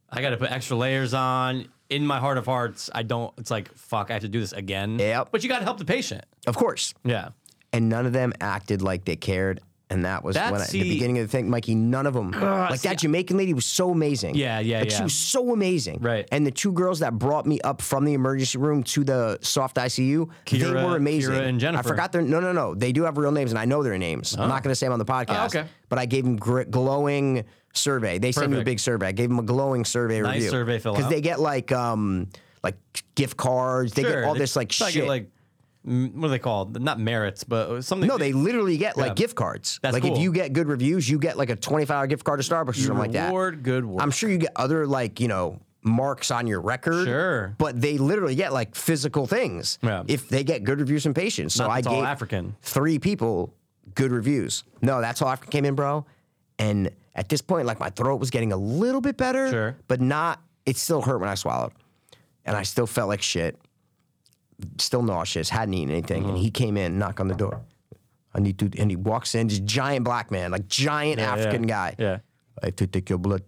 [SPEAKER 3] I got to put extra layers on. In my heart of hearts, I don't. It's like fuck. I have to do this again.
[SPEAKER 2] Yep.
[SPEAKER 3] But you got to help the patient.
[SPEAKER 2] of course.
[SPEAKER 3] Yeah.
[SPEAKER 2] and none of them acted like they cared. And that was
[SPEAKER 3] That's
[SPEAKER 2] when I, the
[SPEAKER 3] the-
[SPEAKER 2] beginning of the thing, Mikey. None of them, like
[SPEAKER 3] see,
[SPEAKER 2] that Jamaican lady, was so amazing.
[SPEAKER 3] Yeah, yeah,
[SPEAKER 2] like
[SPEAKER 3] yeah.
[SPEAKER 2] She was so amazing.
[SPEAKER 3] Right.
[SPEAKER 2] And the two girls that brought me up from the emergency room to the soft ICU, they
[SPEAKER 3] Kira-
[SPEAKER 2] were amazing.
[SPEAKER 3] Kira and Jennifer.
[SPEAKER 2] I
[SPEAKER 3] Uh-huh.
[SPEAKER 2] forgot their no, no, no. They do have real names, and I know their names. I'm not going to say them on the podcast.
[SPEAKER 3] Oh, okay.
[SPEAKER 2] But I gave them gr- glowing survey. They sent me a
[SPEAKER 3] Perfect.
[SPEAKER 2] big survey. I gave them a glowing survey
[SPEAKER 3] Nice
[SPEAKER 2] review.
[SPEAKER 3] survey fill
[SPEAKER 2] because
[SPEAKER 3] out.
[SPEAKER 2] they get like um like gift cards. They
[SPEAKER 3] Sure,
[SPEAKER 2] get all
[SPEAKER 3] they
[SPEAKER 2] this like
[SPEAKER 3] probably
[SPEAKER 2] shit.
[SPEAKER 3] get, like m- what are they called? Not merits, but something.
[SPEAKER 2] No, they literally get like gift cards.
[SPEAKER 3] That's
[SPEAKER 2] like if
[SPEAKER 3] cool.
[SPEAKER 2] you get good reviews, you get like a twenty-five hour gift card to Starbucks or something like that.
[SPEAKER 3] reward good work.
[SPEAKER 2] I'm sure you get other like you know marks on your record.
[SPEAKER 3] Sure.
[SPEAKER 2] but they literally get like physical things
[SPEAKER 3] Yeah.
[SPEAKER 2] if they get good reviews from patients. So
[SPEAKER 3] Not
[SPEAKER 2] I
[SPEAKER 3] that's all
[SPEAKER 2] gave
[SPEAKER 3] African.
[SPEAKER 2] three people good reviews. No, that's all African came in, bro. And at this point, like my throat was getting a little bit better,
[SPEAKER 3] Sure.
[SPEAKER 2] but not. It still hurt when I swallowed, and I still felt like shit. Still nauseous, hadn't eaten anything,
[SPEAKER 3] Mm-hmm.
[SPEAKER 2] and he came in, knock on the door. I need to, and he walks in, just giant black man, like giant
[SPEAKER 3] Yeah, yeah.
[SPEAKER 2] African guy.
[SPEAKER 3] Yeah.
[SPEAKER 2] I have to take your blood.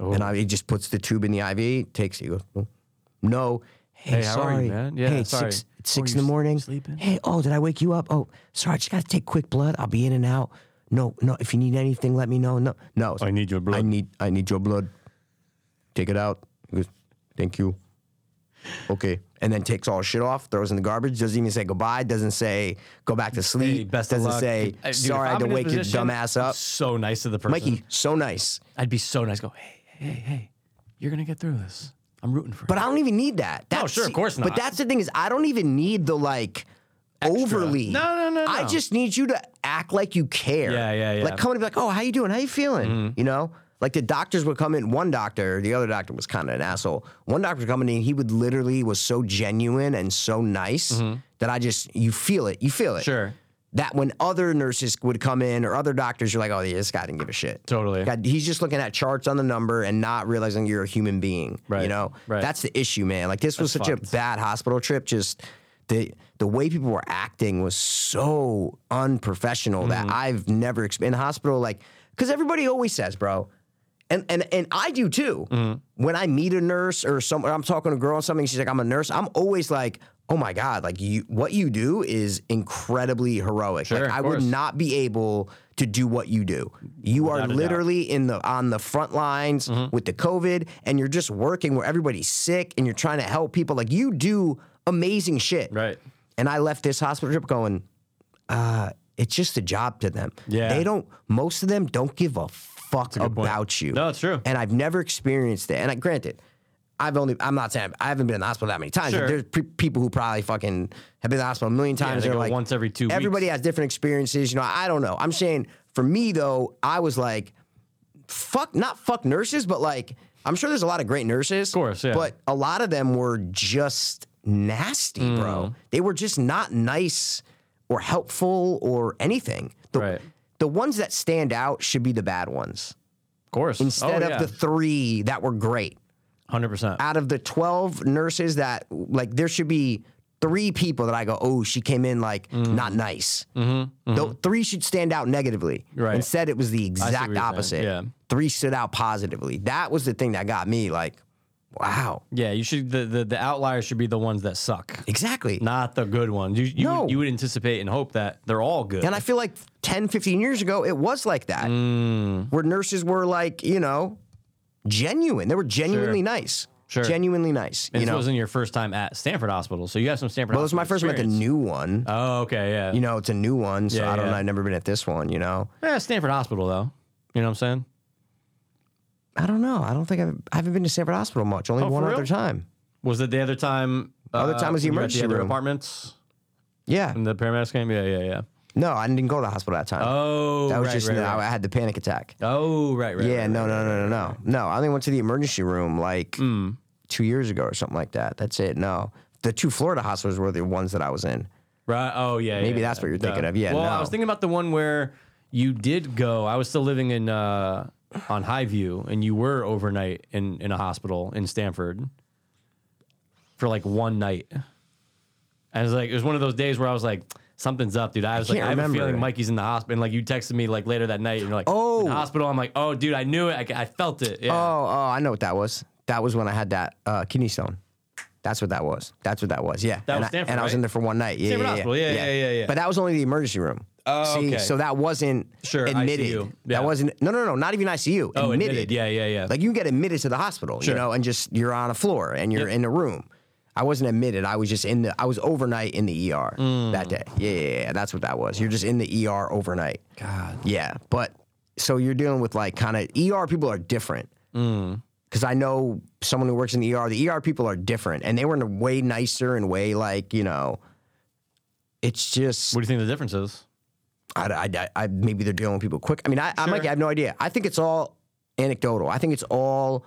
[SPEAKER 3] Oh.
[SPEAKER 2] And I, he just puts the tube in the IV, takes it. He goes, "Oh, no. Hey,
[SPEAKER 3] Hey, how
[SPEAKER 2] sorry.
[SPEAKER 3] are you, man? Yeah,
[SPEAKER 2] hey, it's
[SPEAKER 3] sorry.
[SPEAKER 2] six, it's
[SPEAKER 3] Oh,
[SPEAKER 2] six in
[SPEAKER 3] you
[SPEAKER 2] the
[SPEAKER 3] s-
[SPEAKER 2] morning.
[SPEAKER 3] sleeping?
[SPEAKER 2] Hey, oh, did I wake you up? Oh, sorry, I just got to take quick blood. I'll be in and out. No, no, if you need anything, let me know. No, no.
[SPEAKER 3] I need your blood.
[SPEAKER 2] I need, I need your blood. Take it out. He goes, thank you. Okay. And then takes all his shit off, throws in the garbage, doesn't even say goodbye, doesn't say go back to sleep,
[SPEAKER 3] Hey, best of
[SPEAKER 2] doesn't
[SPEAKER 3] luck.
[SPEAKER 2] say
[SPEAKER 3] Uh, dude, if
[SPEAKER 2] sorry I had
[SPEAKER 3] I'm
[SPEAKER 2] to
[SPEAKER 3] in his
[SPEAKER 2] wake your
[SPEAKER 3] position,
[SPEAKER 2] dumb ass up.
[SPEAKER 3] So nice to the person.
[SPEAKER 2] Mikey, so nice.
[SPEAKER 3] I'd be so nice. Go, hey, hey, hey, you're gonna get through this. I'm rooting for.
[SPEAKER 2] But
[SPEAKER 3] you.
[SPEAKER 2] I don't even need that. That's,
[SPEAKER 3] sure, of course
[SPEAKER 2] But
[SPEAKER 3] not.
[SPEAKER 2] that's the thing is, I don't even need the like overly.
[SPEAKER 3] No, no, no,
[SPEAKER 2] I
[SPEAKER 3] no.
[SPEAKER 2] just need you to act like you care.
[SPEAKER 3] Yeah, yeah, yeah. Mm-hmm.
[SPEAKER 2] Like come in and be like, oh, how you doing? How you feeling? You know. Like the doctors would come in, one doctor, the other doctor was kind of an asshole. One doctor would come in, and he would literally was so genuine and so nice that I just you feel it, you feel it.
[SPEAKER 3] Mm-hmm. Sure.
[SPEAKER 2] That when other nurses would come in or other doctors, you're like, oh, yeah, this guy didn't give a shit.
[SPEAKER 3] Totally.
[SPEAKER 2] God, he's just looking at charts on the number and not realizing you're a human being. You
[SPEAKER 3] Right,
[SPEAKER 2] know,
[SPEAKER 3] right.
[SPEAKER 2] that's the issue, man. Like this was
[SPEAKER 3] That's
[SPEAKER 2] such a
[SPEAKER 3] fucked.
[SPEAKER 2] bad hospital trip. Just the the way people were acting was so unprofessional
[SPEAKER 3] Mm-hmm.
[SPEAKER 2] that I've never exp- in hospital. Like, because everybody always says, bro. And, and, and I do too.
[SPEAKER 3] Mm-hmm.
[SPEAKER 2] When I meet a nurse or some, or I'm talking to a girl and something, she's like, "I'm a nurse." I'm always like, "Oh my god!" Like you, what you do is incredibly heroic.
[SPEAKER 3] Sure,
[SPEAKER 2] like
[SPEAKER 3] of
[SPEAKER 2] I would
[SPEAKER 3] course.
[SPEAKER 2] not be able to do what you do. You are
[SPEAKER 3] Without a doubt. Mm-hmm.
[SPEAKER 2] literally in the on the front lines with the COVID, and you're just working where everybody's sick, and you're trying to help people. Like you do amazing shit,
[SPEAKER 3] Right.
[SPEAKER 2] And I left this hospital trip going, uh, it's just a job to them.
[SPEAKER 3] Yeah.
[SPEAKER 2] they don't. Most of them don't give a fuck about you.
[SPEAKER 3] No, it's true.
[SPEAKER 2] And I've never experienced it. And I, granted, I've only, I'm not saying I haven't been in the hospital that many times. but
[SPEAKER 3] Sure.
[SPEAKER 2] There's pre- people who probably fucking have been in the hospital a million times.
[SPEAKER 3] they
[SPEAKER 2] They're
[SPEAKER 3] go
[SPEAKER 2] like,
[SPEAKER 3] once every two
[SPEAKER 2] Everybody has different experiences. You know, I don't know. I'm saying for me though, I was like, fuck, not fuck nurses, but like, I'm sure there's a lot of great nurses. Of
[SPEAKER 3] course, yeah.
[SPEAKER 2] But a lot of them were just nasty,
[SPEAKER 3] Mm.
[SPEAKER 2] bro. They were just not nice or helpful or anything. The,
[SPEAKER 3] Right.
[SPEAKER 2] the ones that stand out should be the bad ones
[SPEAKER 3] of course. Oh,
[SPEAKER 2] instead of the three that were great.
[SPEAKER 3] hundred percent.
[SPEAKER 2] Out of the 12 nurses that, like, there should be three people that I go, oh, she came in, like, not nice. Mm-hmm, three should stand out negatively.
[SPEAKER 3] Right.
[SPEAKER 2] Instead, it was the
[SPEAKER 3] what
[SPEAKER 2] exact
[SPEAKER 3] you're saying,
[SPEAKER 2] opposite.
[SPEAKER 3] yeah.
[SPEAKER 2] Three stood out positively. That was the thing that got me, like, Wow.
[SPEAKER 3] Yeah, you should. The, the the outliers should be the ones that suck,
[SPEAKER 2] Exactly.
[SPEAKER 3] not the good ones. You you,
[SPEAKER 2] No.
[SPEAKER 3] would, you would anticipate and hope that they're all good.
[SPEAKER 2] And I feel like 10, 15 years ago, it was like that,
[SPEAKER 3] Mm.
[SPEAKER 2] where nurses were like, you know, genuine. They were genuinely nice.
[SPEAKER 3] Sure.
[SPEAKER 2] Genuinely nice.
[SPEAKER 3] and
[SPEAKER 2] you
[SPEAKER 3] this
[SPEAKER 2] know,
[SPEAKER 3] wasn't your first time at Stanford Hospital, so you have some Stanford.
[SPEAKER 2] well, it was my first one at the new one.
[SPEAKER 3] Oh, okay, yeah.
[SPEAKER 2] you know, it's a new one. So
[SPEAKER 3] Yeah,
[SPEAKER 2] I don't
[SPEAKER 3] yeah.
[SPEAKER 2] know. I've never been at this one, you know?
[SPEAKER 3] Eh, Stanford Hospital, though. You know what I'm saying?
[SPEAKER 2] I don't know. I don't think I've, I haven't been to Stanford Hospital much, only
[SPEAKER 3] Oh,
[SPEAKER 2] one
[SPEAKER 3] for real?
[SPEAKER 2] other time.
[SPEAKER 3] Was it the other time?
[SPEAKER 2] Other time was the
[SPEAKER 3] when you were at
[SPEAKER 2] emergency
[SPEAKER 3] other
[SPEAKER 2] room.
[SPEAKER 3] apartments
[SPEAKER 2] Yeah.
[SPEAKER 3] and the paramedics came. Yeah, yeah, yeah.
[SPEAKER 2] No, I didn't go to the hospital that time.
[SPEAKER 3] Mm. Oh,
[SPEAKER 2] that was
[SPEAKER 3] right,
[SPEAKER 2] just,
[SPEAKER 3] right,
[SPEAKER 2] no,
[SPEAKER 3] right.
[SPEAKER 2] I had the panic attack.
[SPEAKER 3] Oh, right, right.
[SPEAKER 2] yeah,
[SPEAKER 3] right,
[SPEAKER 2] no,
[SPEAKER 3] right. Mm.
[SPEAKER 2] no, no, no, no. No, I only went to the emergency room like two years ago or something like that. That's it. No. The two Florida hospitals were the ones that I was in.
[SPEAKER 3] Right. Oh, yeah.
[SPEAKER 2] Maybe
[SPEAKER 3] yeah,
[SPEAKER 2] that's
[SPEAKER 3] yeah.
[SPEAKER 2] what you're thinking
[SPEAKER 3] No.
[SPEAKER 2] of. Yeah,
[SPEAKER 3] Well, I
[SPEAKER 2] no.
[SPEAKER 3] was thinking about the one where you did go. I was still living in uh, on Highview, and you were overnight in in a hospital in Stanford for like one night. And it was like it was one of those days where I was like. Something's up, dude. I was like,
[SPEAKER 2] can't
[SPEAKER 3] I have
[SPEAKER 2] remember.
[SPEAKER 3] a feeling Mikey's in the hospital. And like, you texted me like later that night, and you're like,
[SPEAKER 2] Oh.
[SPEAKER 3] in the hospital. I'm like, oh, dude, I knew it. I, I felt it. Yeah.
[SPEAKER 2] Oh, oh, I know what that was. That was when I had that uh, kidney stone. That's what that was. That's what that was. Yeah.
[SPEAKER 3] That
[SPEAKER 2] and
[SPEAKER 3] was
[SPEAKER 2] I,
[SPEAKER 3] Stanford,
[SPEAKER 2] and I was in
[SPEAKER 3] right?
[SPEAKER 2] there for one night. Yeah,
[SPEAKER 3] Stanford
[SPEAKER 2] yeah,
[SPEAKER 3] Hospital. Yeah, yeah, yeah, yeah.
[SPEAKER 2] But that was only the emergency room.
[SPEAKER 3] Oh,
[SPEAKER 2] See,
[SPEAKER 3] okay.
[SPEAKER 2] so that wasn't
[SPEAKER 3] Sure,
[SPEAKER 2] admitted.
[SPEAKER 3] ICU. Yeah.
[SPEAKER 2] That wasn't. No, no, no. Not even ICU.
[SPEAKER 3] Oh, admitted. Yeah, yeah, yeah.
[SPEAKER 2] Like you can get admitted to the hospital,
[SPEAKER 3] Sure.
[SPEAKER 2] you know, and just you're on a floor and you're in a room. I wasn't admitted. I was just in the. I was overnight in the ER
[SPEAKER 3] Mm.
[SPEAKER 2] that day. Yeah, yeah, yeah. That's what that was. You're just in the ER overnight. God. Yeah, but so you're dealing with like kind of ER people are different.
[SPEAKER 3] Mm.
[SPEAKER 2] Because I know someone who works in the ER. The ER people are different, and they were way nicer and way like you know. It's just
[SPEAKER 3] what do you think the difference is?
[SPEAKER 2] I, I, I, maybe they're dealing with people quick. I mean, I, I
[SPEAKER 3] Sure.
[SPEAKER 2] might have no idea. I think it's all anecdotal. I think it's all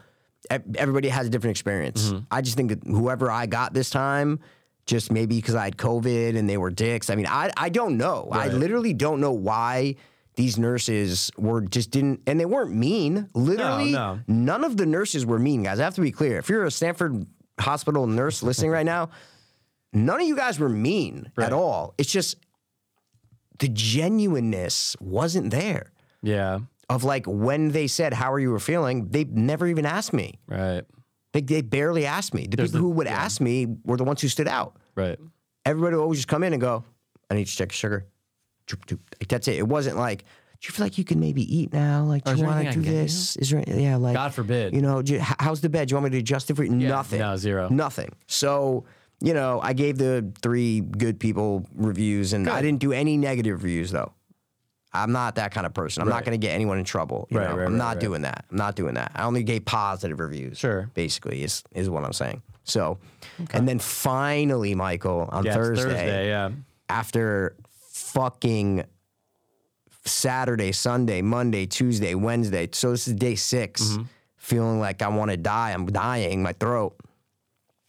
[SPEAKER 2] e- everybody has a different experience.
[SPEAKER 3] Mm-hmm.
[SPEAKER 2] I just think that whoever I got this time, just maybe because I had COVID and they were dicks. I mean, I, I don't know. I literally don't know why these nurses were just didn't, and they weren't mean. Literally,
[SPEAKER 3] no.
[SPEAKER 2] none of the nurses were mean, guys. I have to be clear. If you're a Stanford hospital nurse listening right now, none of you guys were mean at all. It's just the genuineness wasn't there
[SPEAKER 3] Yeah.
[SPEAKER 2] of like when they said how are you were feeling they never even asked me
[SPEAKER 3] Right.
[SPEAKER 2] they, they barely asked me the people who would ask me were the ones who stood out
[SPEAKER 3] Right.
[SPEAKER 2] everybody would always just come in and go i need to check your sugar Choop, choop. Like, that's it it wasn't like do you feel like you can maybe eat now like do
[SPEAKER 3] is
[SPEAKER 2] you
[SPEAKER 3] there
[SPEAKER 2] want to do
[SPEAKER 3] anything I can get
[SPEAKER 2] this is there yeah like
[SPEAKER 3] God forbid.
[SPEAKER 2] you know do you, h- how's the bed do you want me to adjust it for you nothing
[SPEAKER 3] No, zero.
[SPEAKER 2] Nothing. So, you know, I gave the three good people reviews and I didn't do any negative reviews though. I'm not that kind of person. I'm not going to get anyone in trouble. You
[SPEAKER 3] Right,
[SPEAKER 2] know?
[SPEAKER 3] right,
[SPEAKER 2] I'm
[SPEAKER 3] right,
[SPEAKER 2] not
[SPEAKER 3] right.
[SPEAKER 2] doing that. I'm not doing that. I only gave positive reviews.
[SPEAKER 3] Sure.
[SPEAKER 2] Basically, is is what I'm saying. So, and then finally, Michael, on
[SPEAKER 3] Yeah, it's
[SPEAKER 2] Thursday,
[SPEAKER 3] Thursday. Yeah.
[SPEAKER 2] after fucking Saturday, Sunday, Monday, Tuesday, Wednesday. So this is day 6
[SPEAKER 3] Mm-hmm.
[SPEAKER 2] Feeling like I want to die. I'm dying. My throat.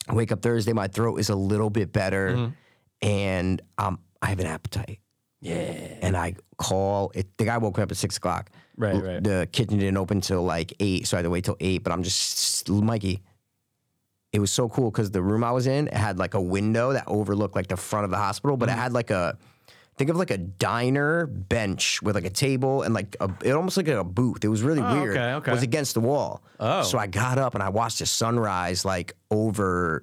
[SPEAKER 2] I wake up Thursday. My throat is a little bit better,
[SPEAKER 3] Mm-hmm.
[SPEAKER 2] and um, I have an appetite. Yeah. And I call. It, the guy woke me up at six o'clock.
[SPEAKER 3] Right, right.
[SPEAKER 2] The kitchen didn't open till like eight, so I had to wait till eight. But I'm just Mikey. It was so cool because the room I was in it had like a window that overlooked like the front of the hospital,
[SPEAKER 3] Mm.
[SPEAKER 2] but it had like a think of like a diner bench with like a table and like a, it almost looked like a booth. It was really
[SPEAKER 3] Oh,
[SPEAKER 2] weird.
[SPEAKER 3] okay, okay.
[SPEAKER 2] It was against the wall.
[SPEAKER 3] Oh.
[SPEAKER 2] So I got up and I watched the sunrise like over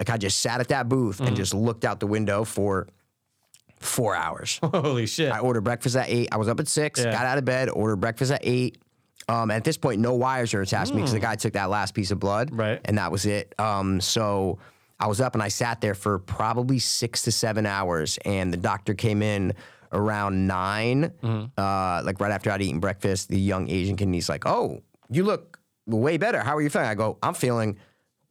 [SPEAKER 2] like I just sat at that booth
[SPEAKER 3] Mm.
[SPEAKER 2] and just looked out the window for four hours.
[SPEAKER 3] Holy shit.
[SPEAKER 2] I ordered breakfast at eight. I was up at six,
[SPEAKER 3] Yeah.
[SPEAKER 2] got out of bed, ordered breakfast at eight. Um, at this point, no wires are attached to me because the guy took that last piece of blood.
[SPEAKER 3] Hmm. Right.
[SPEAKER 2] And that was it. Um, so I was up and I sat there for probably six to seven hours. And the doctor came in around 9
[SPEAKER 3] Mm-hmm.
[SPEAKER 2] uh, like right after I'd eaten breakfast. The young Asian kid, and he's like, Oh, you look way better. How are you feeling? I go, I'm feeling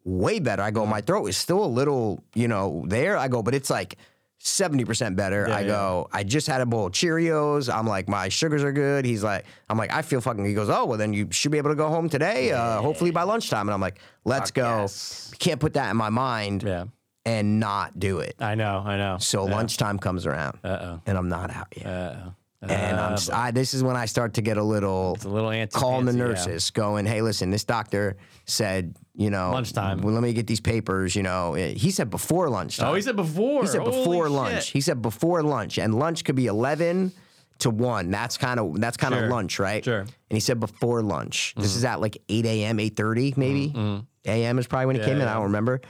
[SPEAKER 2] way better. I go, My throat is still a little, you know, there. I go, But it's like 70% better. I
[SPEAKER 3] yeah.
[SPEAKER 2] go, oh, I just had a bowl of Cheerios. I'm like, my sugars are good. He's like, I'm like, I feel fucking. He goes, oh well, then you should be able to go home today. Uh, hopefully by lunchtime. And I'm like, let's go. Can't put that in my mind
[SPEAKER 3] Yeah.
[SPEAKER 2] and not do it.
[SPEAKER 3] I know. I know.
[SPEAKER 2] So lunchtime comes around,
[SPEAKER 3] Uh-oh.
[SPEAKER 2] and I'm not out yet.
[SPEAKER 3] Uh,
[SPEAKER 2] and I'm, s- I, this is when I start to get a little,
[SPEAKER 3] a little antsy
[SPEAKER 2] calling the
[SPEAKER 3] pantsy, yeah.
[SPEAKER 2] nurses, going, hey, listen, this doctor said, you know,
[SPEAKER 3] Lunchtime.
[SPEAKER 2] Well, let me get these papers. You know, Eh, he said before lunchtime.
[SPEAKER 3] oh, he said before.
[SPEAKER 2] He said
[SPEAKER 3] Holy
[SPEAKER 2] before
[SPEAKER 3] shit.
[SPEAKER 2] lunch. He said before lunch, and lunch could be eleven to one. That's kind of that's kind of
[SPEAKER 3] Sure. Mm-hmm.
[SPEAKER 2] lunch, right?
[SPEAKER 3] Sure. Mm-hmm.
[SPEAKER 2] And he said before lunch. This is at like eight a.m., eight thirty, maybe. a.m. is probably when it came in. I don't remember.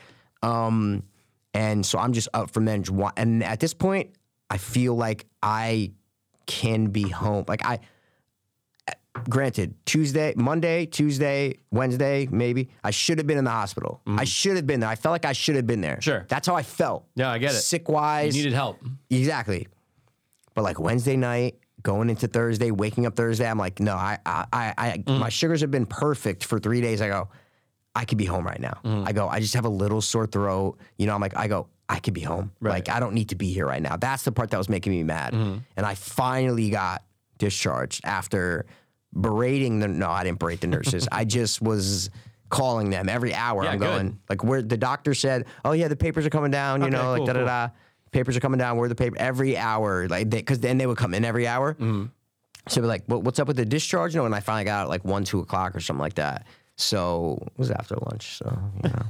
[SPEAKER 2] Um, and so I'm just up from then. just wa- And at this point, I feel like I can be home. Like I, granted, Tuesday, Monday, Tuesday, Wednesday, maybe I should have been in the hospital. I should have been there. I felt like I should have been there.
[SPEAKER 3] Mm-hmm. Sure.
[SPEAKER 2] that's how I felt.
[SPEAKER 3] Yeah, I get it.
[SPEAKER 2] Sick
[SPEAKER 3] You
[SPEAKER 2] wise,
[SPEAKER 3] needed help.
[SPEAKER 2] Exactly. But like Wednesday night, going into Thursday, waking up Thursday, I'm like, no, I, I, I, I
[SPEAKER 3] Mm-hmm.
[SPEAKER 2] my sugars have been perfect for three days. I go, I could be home right now.
[SPEAKER 3] Mm-hmm.
[SPEAKER 2] I go, I just have a little sore throat. You know, I'm like, I go, I could be home. Like, I don't need to be here right now. That's the part that was making me mad.
[SPEAKER 3] Mm-hmm.
[SPEAKER 2] And I finally got discharged after berating the, no, I didn't berate the nurses. I just was calling them every hour. I'm
[SPEAKER 3] good.
[SPEAKER 2] going, like where the doctor said, "Oh yeah, the papers are coming down," you
[SPEAKER 3] Okay,
[SPEAKER 2] know, like
[SPEAKER 3] cool,
[SPEAKER 2] da da da. Papers are coming down. Where are the paper every hour, like because then they would come in every hour.
[SPEAKER 3] Mm-hmm.
[SPEAKER 2] So be like, well, "What's up with the discharge?" You know, and I finally got out at like one, two o'clock or something like that. So it was after lunch. So you know,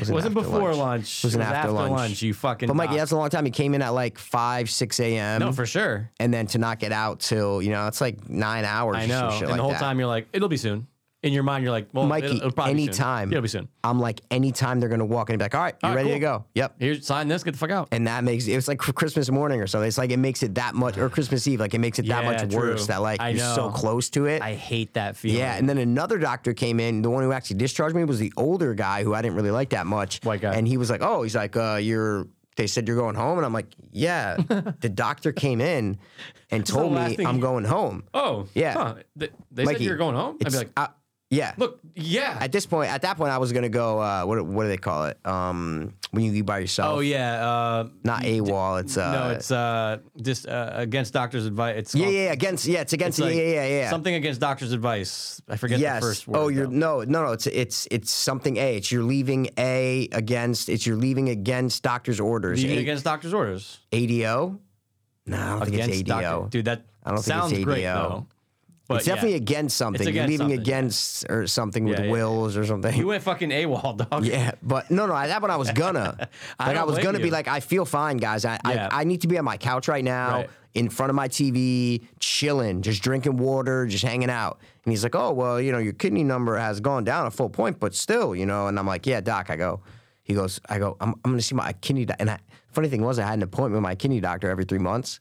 [SPEAKER 3] It wasn't
[SPEAKER 2] after
[SPEAKER 3] before lunch.
[SPEAKER 2] It was
[SPEAKER 3] It
[SPEAKER 2] an
[SPEAKER 3] was
[SPEAKER 2] after,
[SPEAKER 3] after
[SPEAKER 2] lunch.
[SPEAKER 3] lunch, you fucking
[SPEAKER 2] But Mikey,
[SPEAKER 3] knock.
[SPEAKER 2] that's a long time. He came in at like five, six a.m.
[SPEAKER 3] No, for sure.
[SPEAKER 2] and then to not get out till you know it's like nine hours.
[SPEAKER 3] I
[SPEAKER 2] or
[SPEAKER 3] know.
[SPEAKER 2] some
[SPEAKER 3] And
[SPEAKER 2] shit
[SPEAKER 3] the
[SPEAKER 2] like
[SPEAKER 3] whole
[SPEAKER 2] that.
[SPEAKER 3] time you're like, it'll be soon. In your mind, you're like, well,
[SPEAKER 2] Mikey,
[SPEAKER 3] it'll, it'll probably be soon.
[SPEAKER 2] anytime.
[SPEAKER 3] Yeah, It'll be soon.
[SPEAKER 2] I'm like, anytime they're gonna walk in and be like, "All right, you
[SPEAKER 3] right,
[SPEAKER 2] ready to
[SPEAKER 3] cool.
[SPEAKER 2] go?" Yep.
[SPEAKER 3] Here, sign this. Get the fuck out.
[SPEAKER 2] and that makes it's like Christmas morning or something. It's like it makes it that much, or Christmas Eve, like it makes it that
[SPEAKER 3] Yeah,
[SPEAKER 2] much
[SPEAKER 3] true.
[SPEAKER 2] worse that like
[SPEAKER 3] I
[SPEAKER 2] you're so
[SPEAKER 3] know.
[SPEAKER 2] close to it.
[SPEAKER 3] I hate that feeling.
[SPEAKER 2] yeah, and then another doctor came in. The one who actually discharged me was the older guy who I didn't really like that much.
[SPEAKER 3] White guy.
[SPEAKER 2] and he was like, "Oh, he's like, uh, you're." They said you're going home, and I'm like, "Yeah." the doctor came in and told
[SPEAKER 3] last
[SPEAKER 2] me
[SPEAKER 3] thing
[SPEAKER 2] I'm
[SPEAKER 3] you-
[SPEAKER 2] going home.
[SPEAKER 3] Oh,
[SPEAKER 2] Yeah.
[SPEAKER 3] Huh. They, they said
[SPEAKER 2] Mikey,
[SPEAKER 3] you were going home. I'd be
[SPEAKER 2] it's-
[SPEAKER 3] like,
[SPEAKER 2] I- "Yeah."
[SPEAKER 3] look, yeah.
[SPEAKER 2] At this point, at that point, I was gonna go. Uh, what what do they call it? Um, when you eat by yourself.
[SPEAKER 3] oh yeah. Uh,
[SPEAKER 2] Not AWOL. It's uh,
[SPEAKER 3] no, it's uh, just uh, against doctor's advice. It's
[SPEAKER 2] yeah,
[SPEAKER 3] called-
[SPEAKER 2] yeah, against yeah, it's against
[SPEAKER 3] it's like
[SPEAKER 2] yeah, yeah, yeah, yeah.
[SPEAKER 3] Something against doctor's advice. I forget
[SPEAKER 2] yes.
[SPEAKER 3] the first word.
[SPEAKER 2] oh, you're
[SPEAKER 3] though.
[SPEAKER 2] no, no, no. It's it's it's something A. It's you're leaving A against. It's you're leaving against doctor's orders.
[SPEAKER 3] Even
[SPEAKER 2] A-
[SPEAKER 3] against doctor's orders.
[SPEAKER 2] ADO. No, I don't think
[SPEAKER 3] Against
[SPEAKER 2] it's ADO.
[SPEAKER 3] doctor, dude. That
[SPEAKER 2] I don't think it's
[SPEAKER 3] sounds great
[SPEAKER 2] ADO.
[SPEAKER 3] though. But
[SPEAKER 2] it's definitely
[SPEAKER 3] yeah.
[SPEAKER 2] against something. you're
[SPEAKER 3] against
[SPEAKER 2] leaving
[SPEAKER 3] something, yeah.
[SPEAKER 2] against or something with
[SPEAKER 3] Yeah, yeah.
[SPEAKER 2] wills or something.
[SPEAKER 3] you went fucking AWOL, dog.
[SPEAKER 2] Yeah, but no, no, that one I was gonna.
[SPEAKER 3] I
[SPEAKER 2] like I,
[SPEAKER 3] don't
[SPEAKER 2] was
[SPEAKER 3] blame
[SPEAKER 2] gonna be
[SPEAKER 3] you.
[SPEAKER 2] like, I feel fine, guys. I
[SPEAKER 3] Yeah.
[SPEAKER 2] I, I need to be on my couch right now,
[SPEAKER 3] Right.
[SPEAKER 2] in front of my TV, chilling, just drinking water, just hanging out. And he's like, Oh, well, you know, your kidney number has gone down a full point, but still, you know. And I'm like, Yeah, doc. I go. He goes. I go. I'm, I'm gonna see my kidney. doc and I, funny thing was, I had an appointment with my kidney doctor every three months.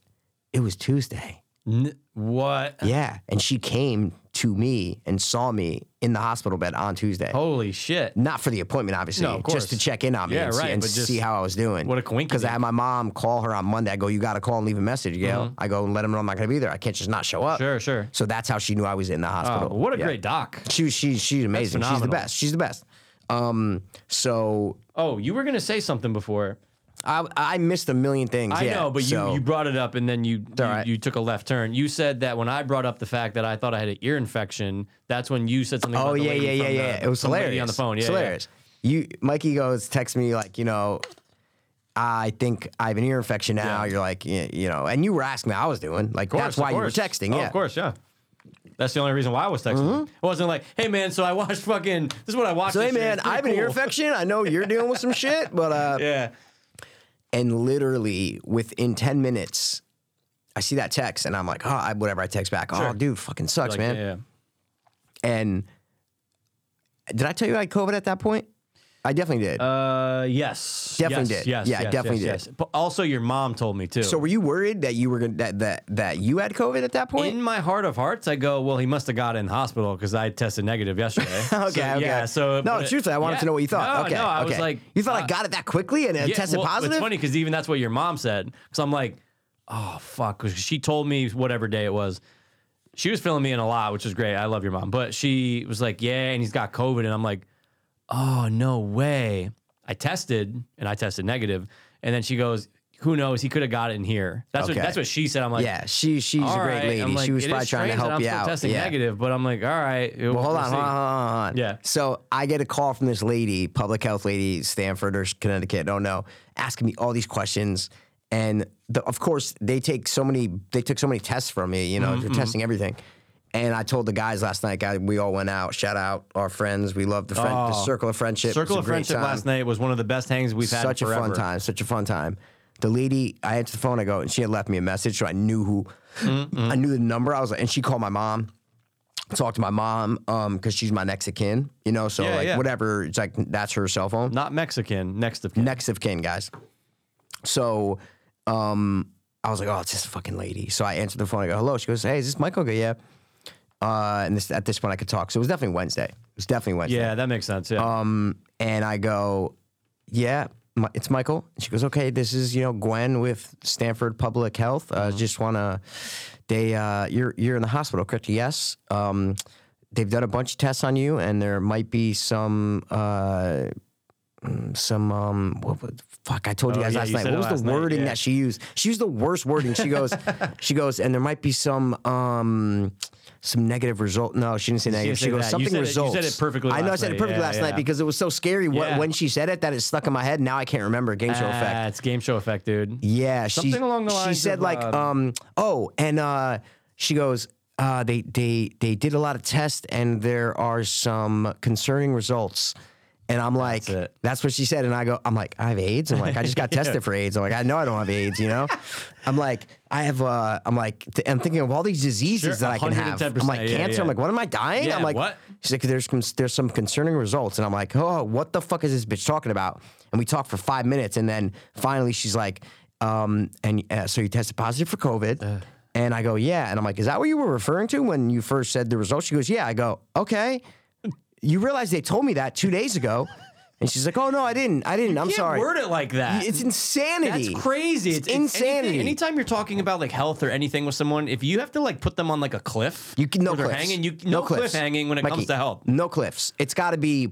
[SPEAKER 2] It was Tuesday.
[SPEAKER 3] N- what?
[SPEAKER 2] Yeah, and she came to me and saw me in the hospital bed on Tuesday
[SPEAKER 3] Holy shit.
[SPEAKER 2] not for the appointment, obviously,
[SPEAKER 3] No, of
[SPEAKER 2] just
[SPEAKER 3] course.
[SPEAKER 2] to check in on me
[SPEAKER 3] Yeah,
[SPEAKER 2] and, see,
[SPEAKER 3] right,
[SPEAKER 2] and
[SPEAKER 3] but just-
[SPEAKER 2] see how I was doing.
[SPEAKER 3] What a
[SPEAKER 2] Because I
[SPEAKER 3] coincidence.
[SPEAKER 2] had my mom call her on Monday. I go, you got to call and leave a message, Gail. I go and let them know I'm not going to be there. I can't just not show up.
[SPEAKER 3] Mm-hmm. Sure, sure.
[SPEAKER 2] So that's how she knew I was in the
[SPEAKER 3] Oh,
[SPEAKER 2] hospital.
[SPEAKER 3] what a
[SPEAKER 2] Yeah.
[SPEAKER 3] great doc.
[SPEAKER 2] She, she, she's amazing. She's the
[SPEAKER 3] phenomenal.
[SPEAKER 2] best. She's the best. Um, so
[SPEAKER 3] Oh, you were gonna say something before.
[SPEAKER 2] I, I missed a million things.
[SPEAKER 3] I
[SPEAKER 2] yeah,
[SPEAKER 3] know, but
[SPEAKER 2] so-
[SPEAKER 3] you, you brought it up and then you you,
[SPEAKER 2] right.
[SPEAKER 3] you took a left turn. You said that when I brought up the fact that I thought I had an ear infection, that's when you said something.
[SPEAKER 2] Oh
[SPEAKER 3] about the
[SPEAKER 2] yeah,
[SPEAKER 3] lady
[SPEAKER 2] yeah, yeah,
[SPEAKER 3] from
[SPEAKER 2] yeah.
[SPEAKER 3] the-
[SPEAKER 2] It was
[SPEAKER 3] some lady
[SPEAKER 2] hilarious
[SPEAKER 3] on the phone. Yeah,
[SPEAKER 2] it's
[SPEAKER 3] yeah.
[SPEAKER 2] hilarious. You, Mikey goes text me like, you know, I think I have an ear infection now. You're like, y- you know, and you were asking me how I was doing. Like
[SPEAKER 3] Of course,
[SPEAKER 2] that's why
[SPEAKER 3] of
[SPEAKER 2] you were
[SPEAKER 3] course.
[SPEAKER 2] texting. yeah,
[SPEAKER 3] Oh,
[SPEAKER 2] Mm-hmm.
[SPEAKER 3] of course, yeah. That's the only reason why I was texting. It wasn't like, hey man, so I watched fucking. This is what I watched.
[SPEAKER 2] So hey
[SPEAKER 3] this year.
[SPEAKER 2] man,
[SPEAKER 3] It's
[SPEAKER 2] I
[SPEAKER 3] pretty
[SPEAKER 2] have an ear
[SPEAKER 3] cool."
[SPEAKER 2] infection. I know you're dealing with some shit, but uh,
[SPEAKER 3] Yeah.
[SPEAKER 2] and literally within ten minutes, I see that text and I'm like, oh, I, whatever. I text back, oh, dude, fucking sucks,
[SPEAKER 3] Like,
[SPEAKER 2] man.
[SPEAKER 3] yeah.
[SPEAKER 2] And did I tell you I had COVID at that point? I definitely did.
[SPEAKER 3] Uh, yes.
[SPEAKER 2] Definitely
[SPEAKER 3] yes,
[SPEAKER 2] did.
[SPEAKER 3] Yes.
[SPEAKER 2] Yeah,
[SPEAKER 3] yes,
[SPEAKER 2] definitely
[SPEAKER 3] yes,
[SPEAKER 2] did.
[SPEAKER 3] yes. But also, your mom told me too.
[SPEAKER 2] so were you worried that you were gonna that that, that you had COVID at that point?
[SPEAKER 3] in my heart of hearts, I go, well, he must have got in the hospital because I tested negative yesterday.
[SPEAKER 2] Okay,
[SPEAKER 3] So,
[SPEAKER 2] okay.
[SPEAKER 3] Yeah. So
[SPEAKER 2] no,
[SPEAKER 3] but-
[SPEAKER 2] seriously, I wanted
[SPEAKER 3] yeah.
[SPEAKER 2] to know what you thought.
[SPEAKER 3] No,
[SPEAKER 2] okay,
[SPEAKER 3] no, I
[SPEAKER 2] okay.
[SPEAKER 3] was like,
[SPEAKER 2] you thought I
[SPEAKER 3] uh,
[SPEAKER 2] got it that quickly and it
[SPEAKER 3] yeah,
[SPEAKER 2] tested
[SPEAKER 3] well,
[SPEAKER 2] positive.
[SPEAKER 3] It's funny because even that's what your mom said. Because I'm like, oh fuck, 'cause she told me whatever day it was. She was filling me in a lot, which was great. I love your mom, but she was like, yeah, and he's got COVID, and I'm like, oh no way. I tested and I tested negative, and then she goes, who knows? He could have got it in here. That's
[SPEAKER 2] Okay.
[SPEAKER 3] what that's what she said. I'm like,
[SPEAKER 2] Yeah, she she's
[SPEAKER 3] all
[SPEAKER 2] a great
[SPEAKER 3] right. I'm
[SPEAKER 2] lady.
[SPEAKER 3] like,
[SPEAKER 2] she was
[SPEAKER 3] "It
[SPEAKER 2] probably
[SPEAKER 3] is
[SPEAKER 2] trying to
[SPEAKER 3] strange that
[SPEAKER 2] help
[SPEAKER 3] I'm
[SPEAKER 2] you
[SPEAKER 3] still
[SPEAKER 2] out.
[SPEAKER 3] Testing
[SPEAKER 2] yeah.
[SPEAKER 3] negative, but I'm like, all right.
[SPEAKER 2] Well, hold on, hold on, hold on, hold on.
[SPEAKER 3] Yeah.
[SPEAKER 2] So I get a call from this lady, public health lady, Stanford or Connecticut, don't know, asking me all these questions. And the, of course, they take so many, they took so many tests from me, you know,
[SPEAKER 3] Mm-hmm,
[SPEAKER 2] they're testing everything. And I told the guys last night, guys, we all went out. Shout out our friends. We love the, friend, the
[SPEAKER 3] Oh.
[SPEAKER 2] circle of friendship. It was
[SPEAKER 3] Circle
[SPEAKER 2] a
[SPEAKER 3] of
[SPEAKER 2] great
[SPEAKER 3] Friendship
[SPEAKER 2] time.
[SPEAKER 3] last night was one of the best hangs we've had.
[SPEAKER 2] such a
[SPEAKER 3] forever.
[SPEAKER 2] fun time, such a fun time. The lady, I answered the phone. I
[SPEAKER 3] Mm-hmm.
[SPEAKER 2] go, and she had left me a message, so I knew who, I knew the number. I was like, and she called my mom. talk to my mom um because she's my next of kin you know so
[SPEAKER 3] Yeah,
[SPEAKER 2] like
[SPEAKER 3] yeah.
[SPEAKER 2] whatever it's like that's her cell phone
[SPEAKER 3] Not Mexican. Next of kin.
[SPEAKER 2] next of kin guys so um i was like oh it's this fucking lady so i answered the phone i go hello she goes hey is this michael I go yeah uh and this at this point i could talk so it was definitely wednesday it was definitely wednesday
[SPEAKER 3] yeah, that makes sense. Yeah.
[SPEAKER 2] um, and I go, yeah, Mi- it's Michael. And she goes, okay, this is you know Gwen with Stanford Public Health.
[SPEAKER 3] Uh-huh.
[SPEAKER 2] Uh, Just wanna, they, uh, you're you're in the hospital, correct? Yes. Um, they've done a bunch of tests on you, and there might be some. Uh, mm, some um what, was fuck I told you
[SPEAKER 3] Oh,
[SPEAKER 2] guys
[SPEAKER 3] yeah,
[SPEAKER 2] last
[SPEAKER 3] you
[SPEAKER 2] night
[SPEAKER 3] said
[SPEAKER 2] what
[SPEAKER 3] it
[SPEAKER 2] was
[SPEAKER 3] last
[SPEAKER 2] the
[SPEAKER 3] night,
[SPEAKER 2] wording
[SPEAKER 3] yeah.
[SPEAKER 2] that she used she used the worst wording she goes she goes and there might be some um some negative result no she didn't say negative
[SPEAKER 3] didn't
[SPEAKER 2] she,
[SPEAKER 3] say
[SPEAKER 2] goes
[SPEAKER 3] that. You
[SPEAKER 2] something
[SPEAKER 3] said it- you said
[SPEAKER 2] results
[SPEAKER 3] it perfectly
[SPEAKER 2] I know I
[SPEAKER 3] last
[SPEAKER 2] said it
[SPEAKER 3] night.
[SPEAKER 2] perfectly
[SPEAKER 3] Yeah,
[SPEAKER 2] last night
[SPEAKER 3] yeah.
[SPEAKER 2] because because it was so scary what,
[SPEAKER 3] Yeah.
[SPEAKER 2] when she said it that it stuck in my head. Now I can't remember game show
[SPEAKER 3] Ah,
[SPEAKER 2] effect.
[SPEAKER 3] It's game show effect, dude.
[SPEAKER 2] Yeah, she,
[SPEAKER 3] Something along the
[SPEAKER 2] She
[SPEAKER 3] lines
[SPEAKER 2] said
[SPEAKER 3] of,
[SPEAKER 2] like, um, oh, and uh, she goes, uh, they they they did a lot of tests and there are some concerning results. And I'm like,
[SPEAKER 3] That's it.
[SPEAKER 2] that's, what she said. And I go, I'm like, I have AIDS. I'm like, I just got tested for AIDS. I'm like, I know I don't have AIDS. You know, I'm like, I have. Uh, I'm like, th- I'm thinking of all these diseases
[SPEAKER 3] Sure,
[SPEAKER 2] that I can have. I'm
[SPEAKER 3] 110%,
[SPEAKER 2] like,
[SPEAKER 3] yeah,
[SPEAKER 2] cancer.
[SPEAKER 3] yeah.
[SPEAKER 2] I'm like, what am I dying?
[SPEAKER 3] Yeah,
[SPEAKER 2] I'm like,
[SPEAKER 3] what?
[SPEAKER 2] She's like, there's con- there's some concerning results, and I'm like, oh, what the fuck is this bitch talking about? And we talked for five minutes, and then finally she's like, um, and uh, so you tested positive for COVID,
[SPEAKER 3] Uh.
[SPEAKER 2] and I go, yeah, and I'm like, is that what you were referring to when you first said the results? She goes, yeah. I go, okay. You realize they told me that two days ago, and she's like, oh no, I didn't, I didn't. I'm
[SPEAKER 3] Can't
[SPEAKER 2] sorry.
[SPEAKER 3] word it like that.
[SPEAKER 2] It's insanity.
[SPEAKER 3] That's crazy.
[SPEAKER 2] It's, insanity.
[SPEAKER 3] anything- anytime you're talking about like health or anything with someone, if you have to like put them on like a cliff,
[SPEAKER 2] you can no
[SPEAKER 3] where they're
[SPEAKER 2] cliffs.
[SPEAKER 3] hanging. You no, cliff
[SPEAKER 2] cliffs.
[SPEAKER 3] hanging when it
[SPEAKER 2] Mikey,
[SPEAKER 3] comes to health.
[SPEAKER 2] No cliffs. It's got to be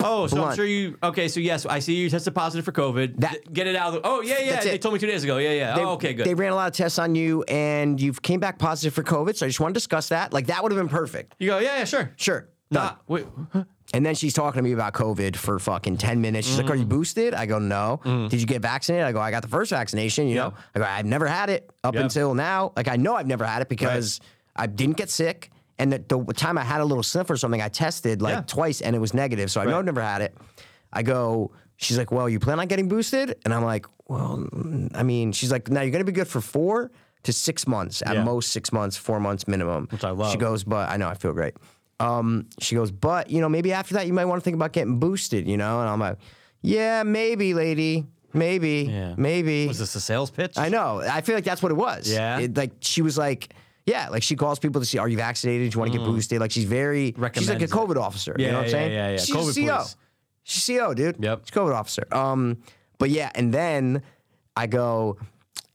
[SPEAKER 3] Oh, so
[SPEAKER 2] blunt.
[SPEAKER 3] I'm sure you. Okay, so yes, I see you tested positive for COVID.
[SPEAKER 2] That-
[SPEAKER 3] Th- Get it out. of the, Oh yeah, yeah.
[SPEAKER 2] That's
[SPEAKER 3] They
[SPEAKER 2] it.
[SPEAKER 3] told me two days ago. Yeah, yeah. oh, okay, good.
[SPEAKER 2] They ran a lot of tests on you, and you came back positive for COVID. So I just want to discuss that. Like that would have been perfect.
[SPEAKER 3] you go. Yeah, yeah, sure.
[SPEAKER 2] Sure. Done.
[SPEAKER 3] Nah, wait.
[SPEAKER 2] And then she's talking to me about COVID for fucking 10 minutes. She's like, Are
[SPEAKER 3] Mm.
[SPEAKER 2] you boosted? I go, No. Did you get vaccinated? I go, I got the first vaccination, you know? I go, I've never had it up
[SPEAKER 3] Yep.
[SPEAKER 2] until now. Like, I know I've never had it because I didn't get sick. And the, the time I had a little sniff or something, I tested like
[SPEAKER 3] Yeah.
[SPEAKER 2] twice and it was negative. So I know I've never had it. I go, She's like, Well, you plan on getting boosted? And I'm like, Well, mm, I mean, she's like, Now you're going to be good for four to six months, at
[SPEAKER 3] Yeah.
[SPEAKER 2] most six months, four months minimum.
[SPEAKER 3] Which I love.
[SPEAKER 2] She goes, but I know I feel great. Um, she goes, but you know, maybe after that you might want to think about getting boosted, you know? And I'm like, yeah, maybe, lady, maybe,
[SPEAKER 3] Yeah.
[SPEAKER 2] maybe.
[SPEAKER 3] Was this a sales pitch?
[SPEAKER 2] I know. I feel like that's what it was.
[SPEAKER 3] Yeah?
[SPEAKER 2] It, like she was like, yeah, like she calls people to see, are you vaccinated? Do you want to get boosted? Like she's very, she's like a
[SPEAKER 3] Mm. Recommends it.
[SPEAKER 2] COVID officer. you
[SPEAKER 3] Yeah,
[SPEAKER 2] know what I'm
[SPEAKER 3] yeah,
[SPEAKER 2] saying?
[SPEAKER 3] yeah, yeah.
[SPEAKER 2] She's
[SPEAKER 3] COVID
[SPEAKER 2] a CO.
[SPEAKER 3] police.
[SPEAKER 2] She's a CO, dude.
[SPEAKER 3] Yep.
[SPEAKER 2] She's a COVID officer. Um, but yeah, and then I go,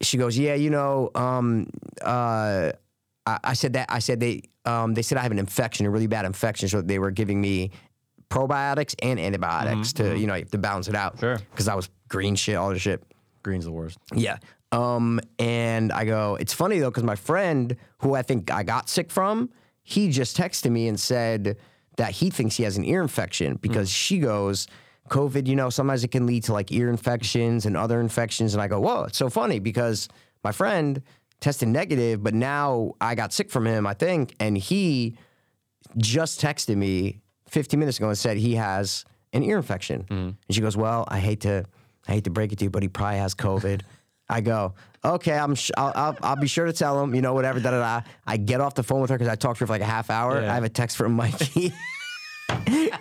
[SPEAKER 2] she goes, yeah, you know, um, uh, I, I said that I said they um, they said I have an infection, a really bad infection, so they were giving me probiotics and antibiotics to you know to balance it out.
[SPEAKER 3] Mm-hmm, Sure.
[SPEAKER 2] Because I was green shit, all this shit.
[SPEAKER 3] Green's the worst.
[SPEAKER 2] Yeah. Um, and I go, it's funny though, because my friend who I think I got sick from, he just texted me and said that he thinks he has an ear infection because she goes, COVID, you know, sometimes it can lead to like ear infections and other infections. And I go, whoa, it's so funny because my friend tested negative, but now I got sick from him, I think. And he just texted me 15 minutes ago and said he has an ear infection.
[SPEAKER 3] Mm.
[SPEAKER 2] And she goes, "Well, I hate to, I hate to break it to you, but he probably has COVID." I go, "Okay, I'm, sh- I'll, I'll, I'll be sure to tell him, you know, whatever." Da da da. I get off the phone with her because I talked to her for like a half hour.
[SPEAKER 3] Yeah.
[SPEAKER 2] I have a text from Mikey.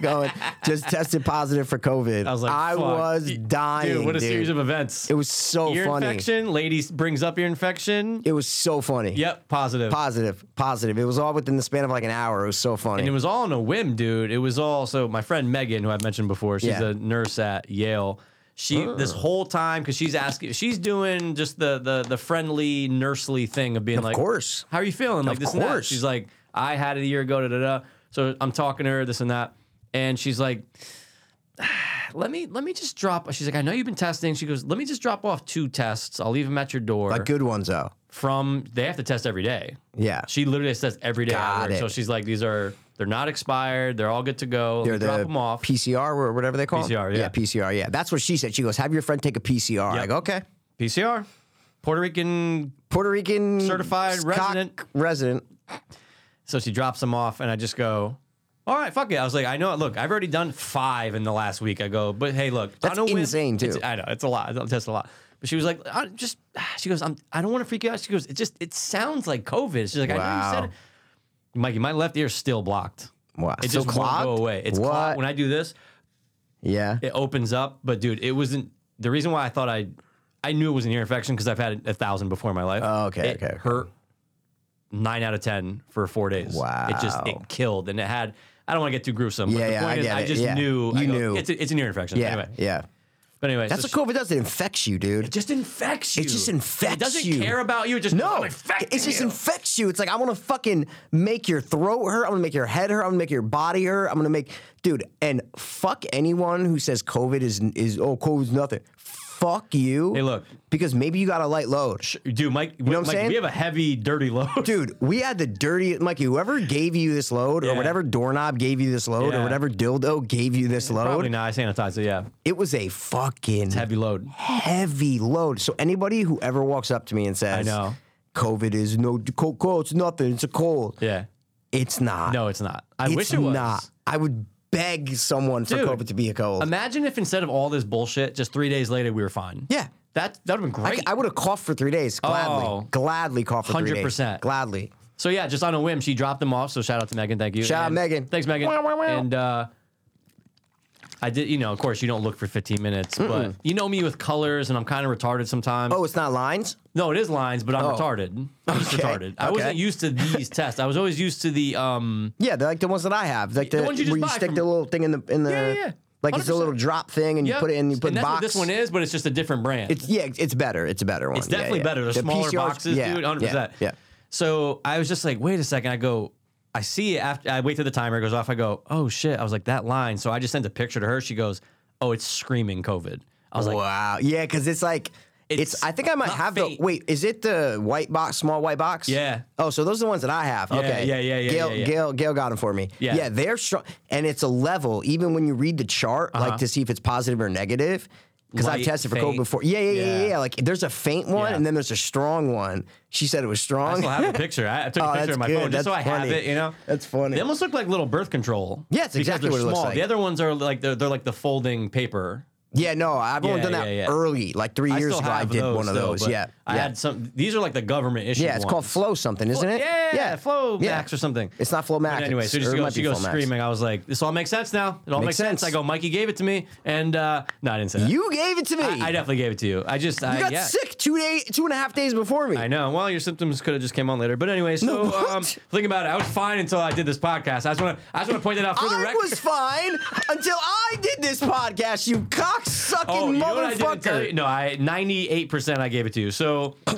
[SPEAKER 2] going just tested positive for COVID.
[SPEAKER 3] I was like,
[SPEAKER 2] I
[SPEAKER 3] fuck.
[SPEAKER 2] was
[SPEAKER 3] Y-
[SPEAKER 2] dying.
[SPEAKER 3] Dude, what a
[SPEAKER 2] dude.
[SPEAKER 3] series of events.
[SPEAKER 2] It was so
[SPEAKER 3] ear
[SPEAKER 2] funny.
[SPEAKER 3] infection. Ladies brings up ear infection.
[SPEAKER 2] It was so funny.
[SPEAKER 3] Yep, positive.
[SPEAKER 2] Positive, positive. It was all within the span of like an hour. It was so funny.
[SPEAKER 3] And it was all on a whim, dude. It was all so my friend Megan, who I've mentioned before, she's
[SPEAKER 2] Yeah.
[SPEAKER 3] a nurse at Yale. She this whole time because she's asking, she's doing just the the the friendly nursely thing of being like,
[SPEAKER 2] course.
[SPEAKER 3] how are you feeling? Like
[SPEAKER 2] Of
[SPEAKER 3] this and that.
[SPEAKER 2] course.
[SPEAKER 3] She's like, I had it a year ago, da da da. So I'm talking to her, this and that, and she's like, let me let me just drop. She's like, I know you've been testing. She goes, let me just drop off two tests. I'll leave them at your door.
[SPEAKER 2] like good ones though.
[SPEAKER 3] from they have to test every day.
[SPEAKER 2] Yeah.
[SPEAKER 3] She literally says every day.
[SPEAKER 2] Got
[SPEAKER 3] at work.
[SPEAKER 2] it.
[SPEAKER 3] So she's like, these are they're not expired. They're all good to go.
[SPEAKER 2] They're
[SPEAKER 3] Let me drop
[SPEAKER 2] the
[SPEAKER 3] them off.
[SPEAKER 2] PCR or whatever they call 'em?
[SPEAKER 3] PCR, yeah.
[SPEAKER 2] PCR, yeah. That's what she said. She goes, "Have your friend take a PCR." I
[SPEAKER 3] Yep.
[SPEAKER 2] go, "Okay."
[SPEAKER 3] PCR, Puerto Rican.
[SPEAKER 2] Puerto Rican
[SPEAKER 3] Certified
[SPEAKER 2] cock
[SPEAKER 3] resident.
[SPEAKER 2] resident.
[SPEAKER 3] So she drops them off, and I just go. All right, fuck it. I was like, I know. Look, I've already done five in the last week. I go, but hey, look,
[SPEAKER 2] That's
[SPEAKER 3] I know
[SPEAKER 2] insane, too.
[SPEAKER 3] I know it's a lot. I test a lot. But she was like, I just. She goes, I'm. I don't want to freak you out. She goes, it just. It sounds like COVID. She's like, I know you
[SPEAKER 2] Wow.
[SPEAKER 3] said it. Mikey, my left ear's still blocked.
[SPEAKER 2] Wow.
[SPEAKER 3] It
[SPEAKER 2] Still
[SPEAKER 3] just
[SPEAKER 2] clogged?
[SPEAKER 3] won't go away. It's
[SPEAKER 2] What?
[SPEAKER 3] clogged. When I do this,
[SPEAKER 2] Yeah.
[SPEAKER 3] it opens up. But dude, it wasn't the reason why I thought I I knew it was an ear infection because I've had a thousand before in my life.
[SPEAKER 2] Oh, okay,
[SPEAKER 3] It
[SPEAKER 2] okay, okay.
[SPEAKER 3] Hurt nine out of ten for four days. It
[SPEAKER 2] Wow.
[SPEAKER 3] just it killed and it had I don't want to get too gruesome.
[SPEAKER 2] Yeah,
[SPEAKER 3] but the
[SPEAKER 2] yeah,
[SPEAKER 3] point
[SPEAKER 2] I
[SPEAKER 3] is
[SPEAKER 2] get
[SPEAKER 3] I
[SPEAKER 2] it.
[SPEAKER 3] just
[SPEAKER 2] Yeah.
[SPEAKER 3] knew I
[SPEAKER 2] You
[SPEAKER 3] go,
[SPEAKER 2] knew.
[SPEAKER 3] it's a, it's an ear infection.
[SPEAKER 2] yeah.
[SPEAKER 3] Anyway.
[SPEAKER 2] Yeah.
[SPEAKER 3] But anyway,
[SPEAKER 2] That's
[SPEAKER 3] so
[SPEAKER 2] what's cool if it does. It infects you, dude.
[SPEAKER 3] It just infects you.
[SPEAKER 2] It just infects
[SPEAKER 3] It doesn't
[SPEAKER 2] you.
[SPEAKER 3] care about you. It just
[SPEAKER 2] No,
[SPEAKER 3] I'm infecting
[SPEAKER 2] it just
[SPEAKER 3] you.
[SPEAKER 2] infects you. It's like I want to fucking make your throat hurt. I'm gonna make your head hurt. I'm gonna make your body hurt. I'm gonna make, dude. And fuck anyone who says COVID is is oh COVID's nothing. Fuck you.
[SPEAKER 3] Hey, look.
[SPEAKER 2] because maybe you got a light load.
[SPEAKER 3] Dude, Mike, you
[SPEAKER 2] know what I'm saying?
[SPEAKER 3] we have a heavy, dirty load.
[SPEAKER 2] Dude, we had the dirty Mikey. Whoever gave you this load,
[SPEAKER 3] Yeah.
[SPEAKER 2] or whatever doorknob gave you this load,
[SPEAKER 3] Yeah.
[SPEAKER 2] or whatever dildo gave you this load,
[SPEAKER 3] Probably not. I sanitize it. Yeah,
[SPEAKER 2] it was a fucking
[SPEAKER 3] heavy load.
[SPEAKER 2] heavy load. So anybody who ever walks up to me and says,
[SPEAKER 3] I know.
[SPEAKER 2] COVID is no cold, cold. It's nothing. It's a cold.
[SPEAKER 3] Yeah.
[SPEAKER 2] It's not.
[SPEAKER 3] No, it's not. I
[SPEAKER 2] it's
[SPEAKER 3] wish it was.
[SPEAKER 2] not. I would beg someone for
[SPEAKER 3] Dude,
[SPEAKER 2] COVID to be a cold.
[SPEAKER 3] Imagine if instead of all this bullshit, just three days later we were fine.
[SPEAKER 2] yeah.
[SPEAKER 3] That that would have been
[SPEAKER 2] I,
[SPEAKER 3] great.
[SPEAKER 2] I would have coughed for three days. Gladly.
[SPEAKER 3] Oh.
[SPEAKER 2] Gladly coughed for 3 days.
[SPEAKER 3] 100%.
[SPEAKER 2] Gladly.
[SPEAKER 3] so yeah, just on a whim, she dropped them off. So shout out to Megan. Thank you.
[SPEAKER 2] Shout out
[SPEAKER 3] And-
[SPEAKER 2] Megan.
[SPEAKER 3] Thanks, Megan. And uh I did, you know, of course, you don't look for 15 minutes, but you know me with colors, and I'm kind of retarded sometimes.
[SPEAKER 2] Oh, it's not lines?
[SPEAKER 3] No, it is lines, but I'm
[SPEAKER 2] Oh.
[SPEAKER 3] retarded. I'm just
[SPEAKER 2] Okay.
[SPEAKER 3] retarded. I
[SPEAKER 2] Okay.
[SPEAKER 3] wasn't used to these tests. I was always used to the um
[SPEAKER 2] Yeah, they're like the ones that I have. Like the,
[SPEAKER 3] The ones you just
[SPEAKER 2] where you
[SPEAKER 3] buy
[SPEAKER 2] stick
[SPEAKER 3] from-
[SPEAKER 2] the little thing in the in the
[SPEAKER 3] Yeah, yeah, yeah.
[SPEAKER 2] like it's a
[SPEAKER 3] 100%.
[SPEAKER 2] little drop thing and you
[SPEAKER 3] yeah,
[SPEAKER 2] put it in you put
[SPEAKER 3] and
[SPEAKER 2] in
[SPEAKER 3] that's
[SPEAKER 2] box.
[SPEAKER 3] what this one is, but it's just a different brand.
[SPEAKER 2] It's yeah, it's better. It's a better one.
[SPEAKER 3] It's definitely better. They're
[SPEAKER 2] The
[SPEAKER 3] smaller
[SPEAKER 2] PCRs
[SPEAKER 3] boxes,
[SPEAKER 2] yeah,
[SPEAKER 3] dude. 100.
[SPEAKER 2] yeah,
[SPEAKER 3] percent
[SPEAKER 2] Yeah.
[SPEAKER 3] So I was just like, wait a second. I go, I see it after. I wait till the timer goes off. I go, oh shit. I was like that line. So I just sent a picture to her. She goes, oh, it's screaming COVID. I was like,
[SPEAKER 2] wow. Yeah, because it's like it's,
[SPEAKER 3] It's
[SPEAKER 2] I think I might
[SPEAKER 3] not
[SPEAKER 2] have
[SPEAKER 3] faint.
[SPEAKER 2] the. Wait, is it the white box, small white box?
[SPEAKER 3] Yeah.
[SPEAKER 2] Oh, so those are the ones that I have. okay.
[SPEAKER 3] yeah, yeah, yeah,
[SPEAKER 2] Gail,
[SPEAKER 3] yeah, yeah.
[SPEAKER 2] Gail, Gail got them for me.
[SPEAKER 3] Yeah.
[SPEAKER 2] Yeah, they're strong, and it's a level. Even when you read the chart, like to see if it's positive or negative. Because I've
[SPEAKER 3] Uh-huh. Light,
[SPEAKER 2] tested for COVID
[SPEAKER 3] faint.
[SPEAKER 2] before. Yeah, yeah, yeah, yeah,
[SPEAKER 3] Yeah.
[SPEAKER 2] yeah. Like there's a faint one,
[SPEAKER 3] Yeah.
[SPEAKER 2] and then there's a strong one. She said it was
[SPEAKER 3] I
[SPEAKER 2] strong.
[SPEAKER 3] still have a picture. I, I took
[SPEAKER 2] Oh,
[SPEAKER 3] a picture
[SPEAKER 2] that's
[SPEAKER 3] of my
[SPEAKER 2] good.
[SPEAKER 3] phone just so I
[SPEAKER 2] That's
[SPEAKER 3] have
[SPEAKER 2] funny.
[SPEAKER 3] it. You know,
[SPEAKER 2] That's funny.
[SPEAKER 3] They almost look like little birth control.
[SPEAKER 2] Yeah, it's
[SPEAKER 3] because
[SPEAKER 2] exactly
[SPEAKER 3] they're
[SPEAKER 2] what it looks
[SPEAKER 3] small.
[SPEAKER 2] like.
[SPEAKER 3] The other ones are like they're, they're like the folding paper.
[SPEAKER 2] yeah, no, I've only
[SPEAKER 3] Yeah,
[SPEAKER 2] done that
[SPEAKER 3] yeah, yeah.
[SPEAKER 2] early, like three
[SPEAKER 3] I
[SPEAKER 2] years
[SPEAKER 3] still
[SPEAKER 2] ago. I
[SPEAKER 3] have
[SPEAKER 2] did
[SPEAKER 3] those
[SPEAKER 2] one of
[SPEAKER 3] still,
[SPEAKER 2] those.
[SPEAKER 3] but
[SPEAKER 2] yeah,
[SPEAKER 3] I
[SPEAKER 2] yeah.
[SPEAKER 3] had some. These are like the government issue.
[SPEAKER 2] Yeah, it's called
[SPEAKER 3] ones.
[SPEAKER 2] flow something, isn't it?
[SPEAKER 3] Yeah,
[SPEAKER 2] yeah.
[SPEAKER 3] Flow
[SPEAKER 2] Yeah.
[SPEAKER 3] Max or something.
[SPEAKER 2] It's not flow max.
[SPEAKER 3] But anyway, so
[SPEAKER 2] it's- or
[SPEAKER 3] she
[SPEAKER 2] it might
[SPEAKER 3] goes, she
[SPEAKER 2] be
[SPEAKER 3] goes
[SPEAKER 2] Flow Max.
[SPEAKER 3] screaming. I was like, this all makes sense now. It all
[SPEAKER 2] Makes
[SPEAKER 3] makes sense.
[SPEAKER 2] sense.
[SPEAKER 3] I go, Mikey gave it to me, and uh, no, I didn't say that.
[SPEAKER 2] You gave it to me.
[SPEAKER 3] I, I definitely gave it to you. I just,
[SPEAKER 2] you
[SPEAKER 3] I,
[SPEAKER 2] got
[SPEAKER 3] yeah,
[SPEAKER 2] sick two day, two and a half days before me.
[SPEAKER 3] I know. Well, your symptoms could have just came on later, but anyway. So
[SPEAKER 2] No, what?
[SPEAKER 3] um, think about it. I was fine until I did this podcast. I just want to, I just want to point that out for the
[SPEAKER 2] I
[SPEAKER 3] record.
[SPEAKER 2] was fine until I did this podcast. You cocksucking
[SPEAKER 3] Oh, you know what I didn't tell
[SPEAKER 2] motherfucker.
[SPEAKER 3] you? No, I ninety-eight percent. I gave it to you. So,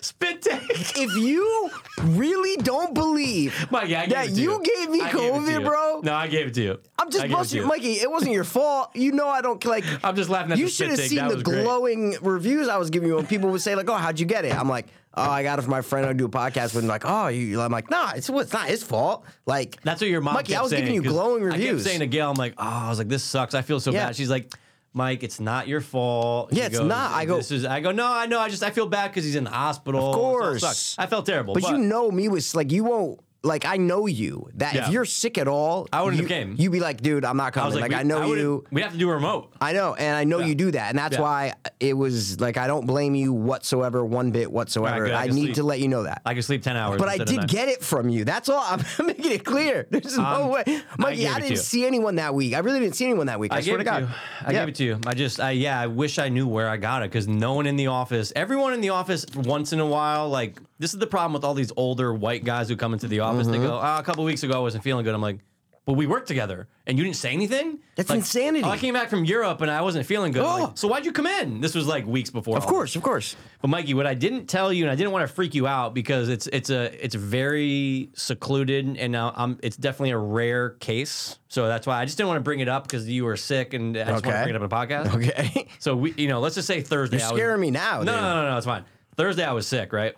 [SPEAKER 3] spit take.
[SPEAKER 2] if you really don't believe,
[SPEAKER 3] Mikey, I gave
[SPEAKER 2] Yeah,
[SPEAKER 3] it to you.
[SPEAKER 2] you gave me
[SPEAKER 3] I gave it to
[SPEAKER 2] COVID,
[SPEAKER 3] you.
[SPEAKER 2] bro.
[SPEAKER 3] No, I gave it to you.
[SPEAKER 2] I'm
[SPEAKER 3] I
[SPEAKER 2] just
[SPEAKER 3] gave it to
[SPEAKER 2] busting,
[SPEAKER 3] you.
[SPEAKER 2] Mikey. It wasn't your fault. You know I don't like.
[SPEAKER 3] I'm just laughing at
[SPEAKER 2] you
[SPEAKER 3] the
[SPEAKER 2] should
[SPEAKER 3] spit
[SPEAKER 2] have
[SPEAKER 3] take.
[SPEAKER 2] seen
[SPEAKER 3] That
[SPEAKER 2] the
[SPEAKER 3] was great.
[SPEAKER 2] glowing reviews I was giving you when people would say like, "Oh, how'd you get it?" I'm like, "Oh, I got it from my friend. I do a podcast with." And like, "Oh, you?" I'm like, "Nah, it's it's not his fault." Like
[SPEAKER 3] That's what your mom.
[SPEAKER 2] Mikey,
[SPEAKER 3] kept
[SPEAKER 2] I was
[SPEAKER 3] saying,
[SPEAKER 2] giving you
[SPEAKER 3] 'cause
[SPEAKER 2] glowing
[SPEAKER 3] I kept
[SPEAKER 2] reviews.
[SPEAKER 3] saying to Gail, I'm like, oh, I was like, this sucks. I feel so
[SPEAKER 2] Yeah.
[SPEAKER 3] bad. She's like, Mike, it's not your fault.
[SPEAKER 2] Yeah,
[SPEAKER 3] She
[SPEAKER 2] it's
[SPEAKER 3] goes,
[SPEAKER 2] not. I go-
[SPEAKER 3] This is. I go. No, I know. I just. I feel bad because he's in the hospital. It all
[SPEAKER 2] course.
[SPEAKER 3] Oh, sucks." I felt terrible.
[SPEAKER 2] But, you know me was like you won't like I know you that
[SPEAKER 3] Yeah.
[SPEAKER 2] if you're sick at all,
[SPEAKER 3] I wouldn't
[SPEAKER 2] you,
[SPEAKER 3] have came.
[SPEAKER 2] You'd be like, dude, I'm not
[SPEAKER 3] I
[SPEAKER 2] coming.
[SPEAKER 3] was like,
[SPEAKER 2] like
[SPEAKER 3] we,
[SPEAKER 2] I know
[SPEAKER 3] would've-
[SPEAKER 2] you.
[SPEAKER 3] We'd have to do a remote.
[SPEAKER 2] I know, and I know
[SPEAKER 3] Yeah.
[SPEAKER 2] you do that, and that's
[SPEAKER 3] Yeah.
[SPEAKER 2] why it was like I don't blame you whatsoever, one bit whatsoever.
[SPEAKER 3] Alright, good, I
[SPEAKER 2] I,
[SPEAKER 3] can
[SPEAKER 2] need
[SPEAKER 3] sleep.
[SPEAKER 2] to let you know that.
[SPEAKER 3] I could sleep ten hours.
[SPEAKER 2] but I
[SPEAKER 3] instead of
[SPEAKER 2] did
[SPEAKER 3] nine.
[SPEAKER 2] get it from you. That's all. I'm making it clear. There's no
[SPEAKER 3] Um,
[SPEAKER 2] way, Mikey.
[SPEAKER 3] gave
[SPEAKER 2] I,
[SPEAKER 3] it to
[SPEAKER 2] didn't
[SPEAKER 3] you.
[SPEAKER 2] see anyone that week. I really didn't see anyone that week. I,
[SPEAKER 3] I,
[SPEAKER 2] swear
[SPEAKER 3] gave
[SPEAKER 2] to
[SPEAKER 3] it to
[SPEAKER 2] God.
[SPEAKER 3] you. I
[SPEAKER 2] Yeah.
[SPEAKER 3] gave it to you. I just, I yeah, I wish I knew where I got it because no one in the office, everyone in the office, once in a while, like this is the problem with all these older white guys who come into the office.
[SPEAKER 2] Mm-hmm.
[SPEAKER 3] They go, oh, a couple weeks ago I wasn't feeling good. I'm like, but we worked together and you didn't say anything.
[SPEAKER 2] That's
[SPEAKER 3] Like,
[SPEAKER 2] insanity.
[SPEAKER 3] "Oh, I came back from Europe and I wasn't feeling good. I'm like,
[SPEAKER 2] Oh.
[SPEAKER 3] so why'd you come in? This was like weeks before.
[SPEAKER 2] Of course, of course.
[SPEAKER 3] But Mikey, what I didn't tell you, and I didn't want to freak you out because it's it's a it's very secluded, and now I'm it's definitely a rare case. So that's why I just didn't want to bring it up because you were sick, and I just want
[SPEAKER 2] Okay.
[SPEAKER 3] to bring it up in a podcast.
[SPEAKER 2] Okay.
[SPEAKER 3] So we, you know, let's just say Thursday.
[SPEAKER 2] You're
[SPEAKER 3] I was-
[SPEAKER 2] scaring me now,
[SPEAKER 3] No, no,
[SPEAKER 2] dude.
[SPEAKER 3] no, no, no, it's fine. Thursday I was sick, right?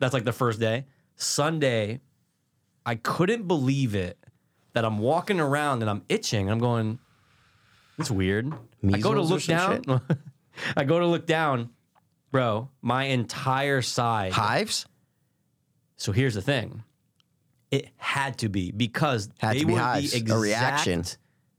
[SPEAKER 3] That's like the first day. Sunday, I couldn't believe it that I'm walking around and I'm itching. And I'm going, it's weird. I go to
[SPEAKER 2] Measles or
[SPEAKER 3] look
[SPEAKER 2] some
[SPEAKER 3] down. I go to look down, bro. My entire side.
[SPEAKER 2] Hives.
[SPEAKER 3] So here's the thing. It had to be because
[SPEAKER 2] Had
[SPEAKER 3] they
[SPEAKER 2] to be
[SPEAKER 3] were
[SPEAKER 2] hives,
[SPEAKER 3] the
[SPEAKER 2] a
[SPEAKER 3] exact
[SPEAKER 2] reaction.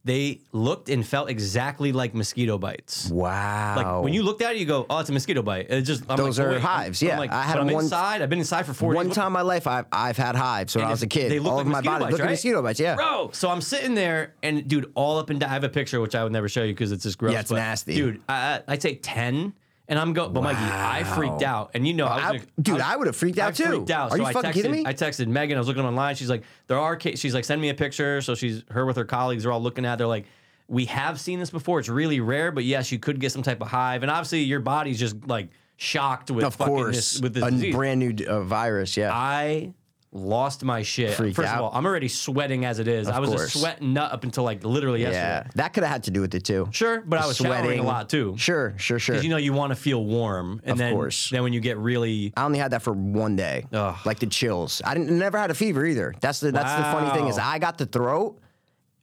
[SPEAKER 3] they looked and felt exactly like mosquito bites.
[SPEAKER 2] Wow.
[SPEAKER 3] Like when you looked at it, you go, "Oh, it's a mosquito bite." It just I'm
[SPEAKER 2] Those
[SPEAKER 3] like,
[SPEAKER 2] are
[SPEAKER 3] oh, wait, I'm-
[SPEAKER 2] hives, yeah.
[SPEAKER 3] I'm like,
[SPEAKER 2] I had
[SPEAKER 3] but I'm
[SPEAKER 2] one-
[SPEAKER 3] inside. I've been inside for four
[SPEAKER 2] one
[SPEAKER 3] days.
[SPEAKER 2] time in my life, I've I've had hives when I
[SPEAKER 3] And
[SPEAKER 2] was
[SPEAKER 3] if-
[SPEAKER 2] a kid.
[SPEAKER 3] They look
[SPEAKER 2] all
[SPEAKER 3] like
[SPEAKER 2] over my
[SPEAKER 3] mosquito
[SPEAKER 2] body.
[SPEAKER 3] bites,
[SPEAKER 2] look
[SPEAKER 3] right?
[SPEAKER 2] at mosquito bites. Yeah.
[SPEAKER 3] Bro, so I'm sitting there, and dude, all up and down. I have a picture which I would never show you because it's just gross.
[SPEAKER 2] Yeah, it's
[SPEAKER 3] but,
[SPEAKER 2] nasty.
[SPEAKER 3] dude. I, I- I'd say ten, and I'm going. But Mikey, I freaked
[SPEAKER 2] Wow.
[SPEAKER 3] out, and you know, I was
[SPEAKER 2] I-
[SPEAKER 3] gonna-
[SPEAKER 2] dude,
[SPEAKER 3] was-
[SPEAKER 2] I would've freaked out
[SPEAKER 3] I
[SPEAKER 2] too.
[SPEAKER 3] Freaked out.
[SPEAKER 2] Are
[SPEAKER 3] so
[SPEAKER 2] you
[SPEAKER 3] I
[SPEAKER 2] fucking
[SPEAKER 3] texted,
[SPEAKER 2] kidding me?
[SPEAKER 3] I texted Megan. I was looking online. She's like, there are. Ca-, she's like, send me a picture. So she's her with her colleagues are all looking at. it. They're like. We have seen this before. It's really rare, but yes, you could get some type of hive, and obviously your body's just like shocked with
[SPEAKER 2] Of
[SPEAKER 3] fucking
[SPEAKER 2] course,
[SPEAKER 3] this, with this
[SPEAKER 2] a
[SPEAKER 3] disease.
[SPEAKER 2] brand new uh, virus. Yeah.
[SPEAKER 3] I lost my shit.
[SPEAKER 2] Freaked
[SPEAKER 3] First
[SPEAKER 2] out.
[SPEAKER 3] of all, I'm already sweating as it is. I was
[SPEAKER 2] course.
[SPEAKER 3] a sweat nut up until like literally
[SPEAKER 2] yeah.
[SPEAKER 3] yesterday.
[SPEAKER 2] That could have had to do with it too.
[SPEAKER 3] Sure, but I was showering a lot too.
[SPEAKER 2] Sure, sure, sure.
[SPEAKER 3] Because you know you want to feel warm, and
[SPEAKER 2] Of
[SPEAKER 3] then
[SPEAKER 2] course.
[SPEAKER 3] then when you get really
[SPEAKER 2] I only had that for one day.
[SPEAKER 3] Ugh.
[SPEAKER 2] Like the chills. I didn't never had a fever either. That's the that's the funny thing is
[SPEAKER 3] Wow.
[SPEAKER 2] I got the throat.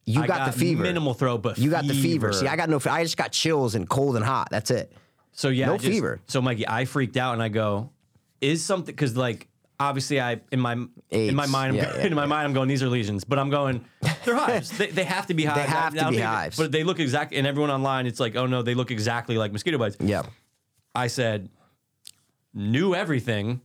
[SPEAKER 2] You
[SPEAKER 3] I
[SPEAKER 2] got, the fever.
[SPEAKER 3] minimal throat, but
[SPEAKER 2] You got the fever. See, I got no. fe- I just got chills and cold and hot. That's it.
[SPEAKER 3] so yeah,
[SPEAKER 2] no
[SPEAKER 3] I just-
[SPEAKER 2] fever.
[SPEAKER 3] So Mikey, I freaked out and I go, is something because like obviously I in my in my
[SPEAKER 2] AIDS.
[SPEAKER 3] mind I'm,
[SPEAKER 2] Yeah, yeah,
[SPEAKER 3] in my mind I'm going these are lesions, but I'm going they're hives. they, they have to be hives. I-
[SPEAKER 2] have to
[SPEAKER 3] I don't
[SPEAKER 2] be
[SPEAKER 3] think-
[SPEAKER 2] hives.
[SPEAKER 3] But they look exact, and everyone online it's like oh no, they look exactly like mosquito bites.
[SPEAKER 2] Yeah.
[SPEAKER 3] I said, knew everything.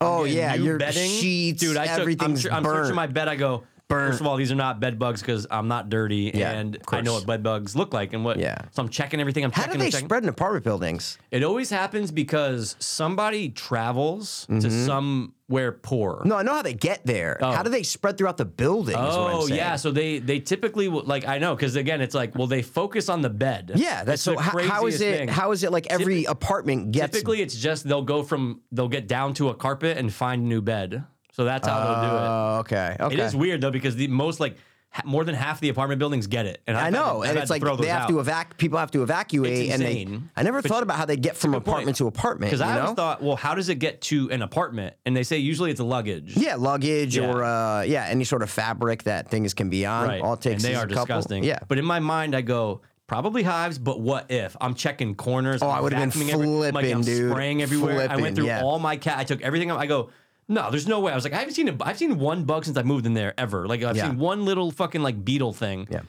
[SPEAKER 2] Oh
[SPEAKER 3] And
[SPEAKER 2] yeah,
[SPEAKER 3] new
[SPEAKER 2] your
[SPEAKER 3] bedding,
[SPEAKER 2] sheets,
[SPEAKER 3] dude. I took,
[SPEAKER 2] everything's
[SPEAKER 3] I'm, I'm
[SPEAKER 2] burnt.
[SPEAKER 3] searching my bed. I go. First of all, these are not bed bugs because I'm not dirty
[SPEAKER 2] Yeah,
[SPEAKER 3] and
[SPEAKER 2] of
[SPEAKER 3] I know
[SPEAKER 2] course.
[SPEAKER 3] what bed bugs look like and what.
[SPEAKER 2] Yeah.
[SPEAKER 3] So I'm checking everything. I'm
[SPEAKER 2] How
[SPEAKER 3] checking.
[SPEAKER 2] do
[SPEAKER 3] I'm
[SPEAKER 2] they
[SPEAKER 3] checking.
[SPEAKER 2] spread in apartment buildings?
[SPEAKER 3] It always happens because somebody travels to somewhere poor.
[SPEAKER 2] Mm-hmm. No, I know how they get there. How do they spread throughout the building? is what I'm
[SPEAKER 3] Oh
[SPEAKER 2] saying.
[SPEAKER 3] yeah, so they they typically will- like I know because again it's like well they focus on the bed.
[SPEAKER 2] yeah. That's
[SPEAKER 3] It's
[SPEAKER 2] so.
[SPEAKER 3] the
[SPEAKER 2] how- how is
[SPEAKER 3] craziest
[SPEAKER 2] it?
[SPEAKER 3] thing.
[SPEAKER 2] How is it like every apartment gets?
[SPEAKER 3] Typically, it's just they'll go from they'll get down to a carpet and find a new bed. So that's how they'll
[SPEAKER 2] Oh, okay. Okay.
[SPEAKER 3] do it. It is weird though because the most like ha- more than half the apartment buildings get it, and I've
[SPEAKER 2] I
[SPEAKER 3] had to-
[SPEAKER 2] know,
[SPEAKER 3] I've
[SPEAKER 2] and
[SPEAKER 3] had
[SPEAKER 2] it's
[SPEAKER 3] to
[SPEAKER 2] like
[SPEAKER 3] throw
[SPEAKER 2] they
[SPEAKER 3] those
[SPEAKER 2] have
[SPEAKER 3] out.
[SPEAKER 2] to evac. People have to evacuate,
[SPEAKER 3] It's
[SPEAKER 2] and they.
[SPEAKER 3] insane.
[SPEAKER 2] I never thought about how they get from
[SPEAKER 3] good point.
[SPEAKER 2] apartment to apartment.
[SPEAKER 3] Because
[SPEAKER 2] you
[SPEAKER 3] I always
[SPEAKER 2] know?
[SPEAKER 3] thought, well, how does it get to an apartment? And they say usually it's a luggage.
[SPEAKER 2] Yeah, luggage
[SPEAKER 3] Yeah.
[SPEAKER 2] or uh, yeah, any sort of fabric that things can be on.
[SPEAKER 3] Right.
[SPEAKER 2] All it takes
[SPEAKER 3] and they
[SPEAKER 2] is
[SPEAKER 3] are
[SPEAKER 2] a couple.
[SPEAKER 3] disgusting.
[SPEAKER 2] Yeah,
[SPEAKER 3] But in my mind, I go probably hives. But what if I'm checking corners? Oh,
[SPEAKER 2] I would've been
[SPEAKER 3] like,
[SPEAKER 2] flipping,
[SPEAKER 3] I'm
[SPEAKER 2] dude.
[SPEAKER 3] Spraying everywhere. I
[SPEAKER 2] Flipping,
[SPEAKER 3] went through
[SPEAKER 2] yeah.
[SPEAKER 3] all my cat. I took everything. out. I go. No, there's no way. I was like, I haven't seen a, I've seen one bug since I moved in there ever. Like I've
[SPEAKER 2] Yeah.
[SPEAKER 3] seen one little fucking like beetle thing.
[SPEAKER 2] Yeah.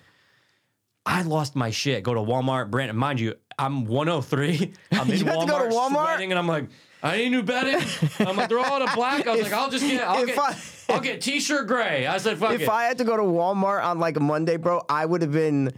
[SPEAKER 3] I lost my shit. Go to Walmart, Brandon. Mind you, I'm 103. I'm in
[SPEAKER 2] You had
[SPEAKER 3] Walmart,
[SPEAKER 2] to go to Walmart?
[SPEAKER 3] sweating, and I'm like, I need new bedding. I'm like, they're all in a black. I was like, I'll just get, I'll
[SPEAKER 2] if
[SPEAKER 3] get,
[SPEAKER 2] I-
[SPEAKER 3] I, will get t-shirt gray. I said, fuck
[SPEAKER 2] if
[SPEAKER 3] it.
[SPEAKER 2] I had to go to Walmart on like a Monday, bro, I would have been.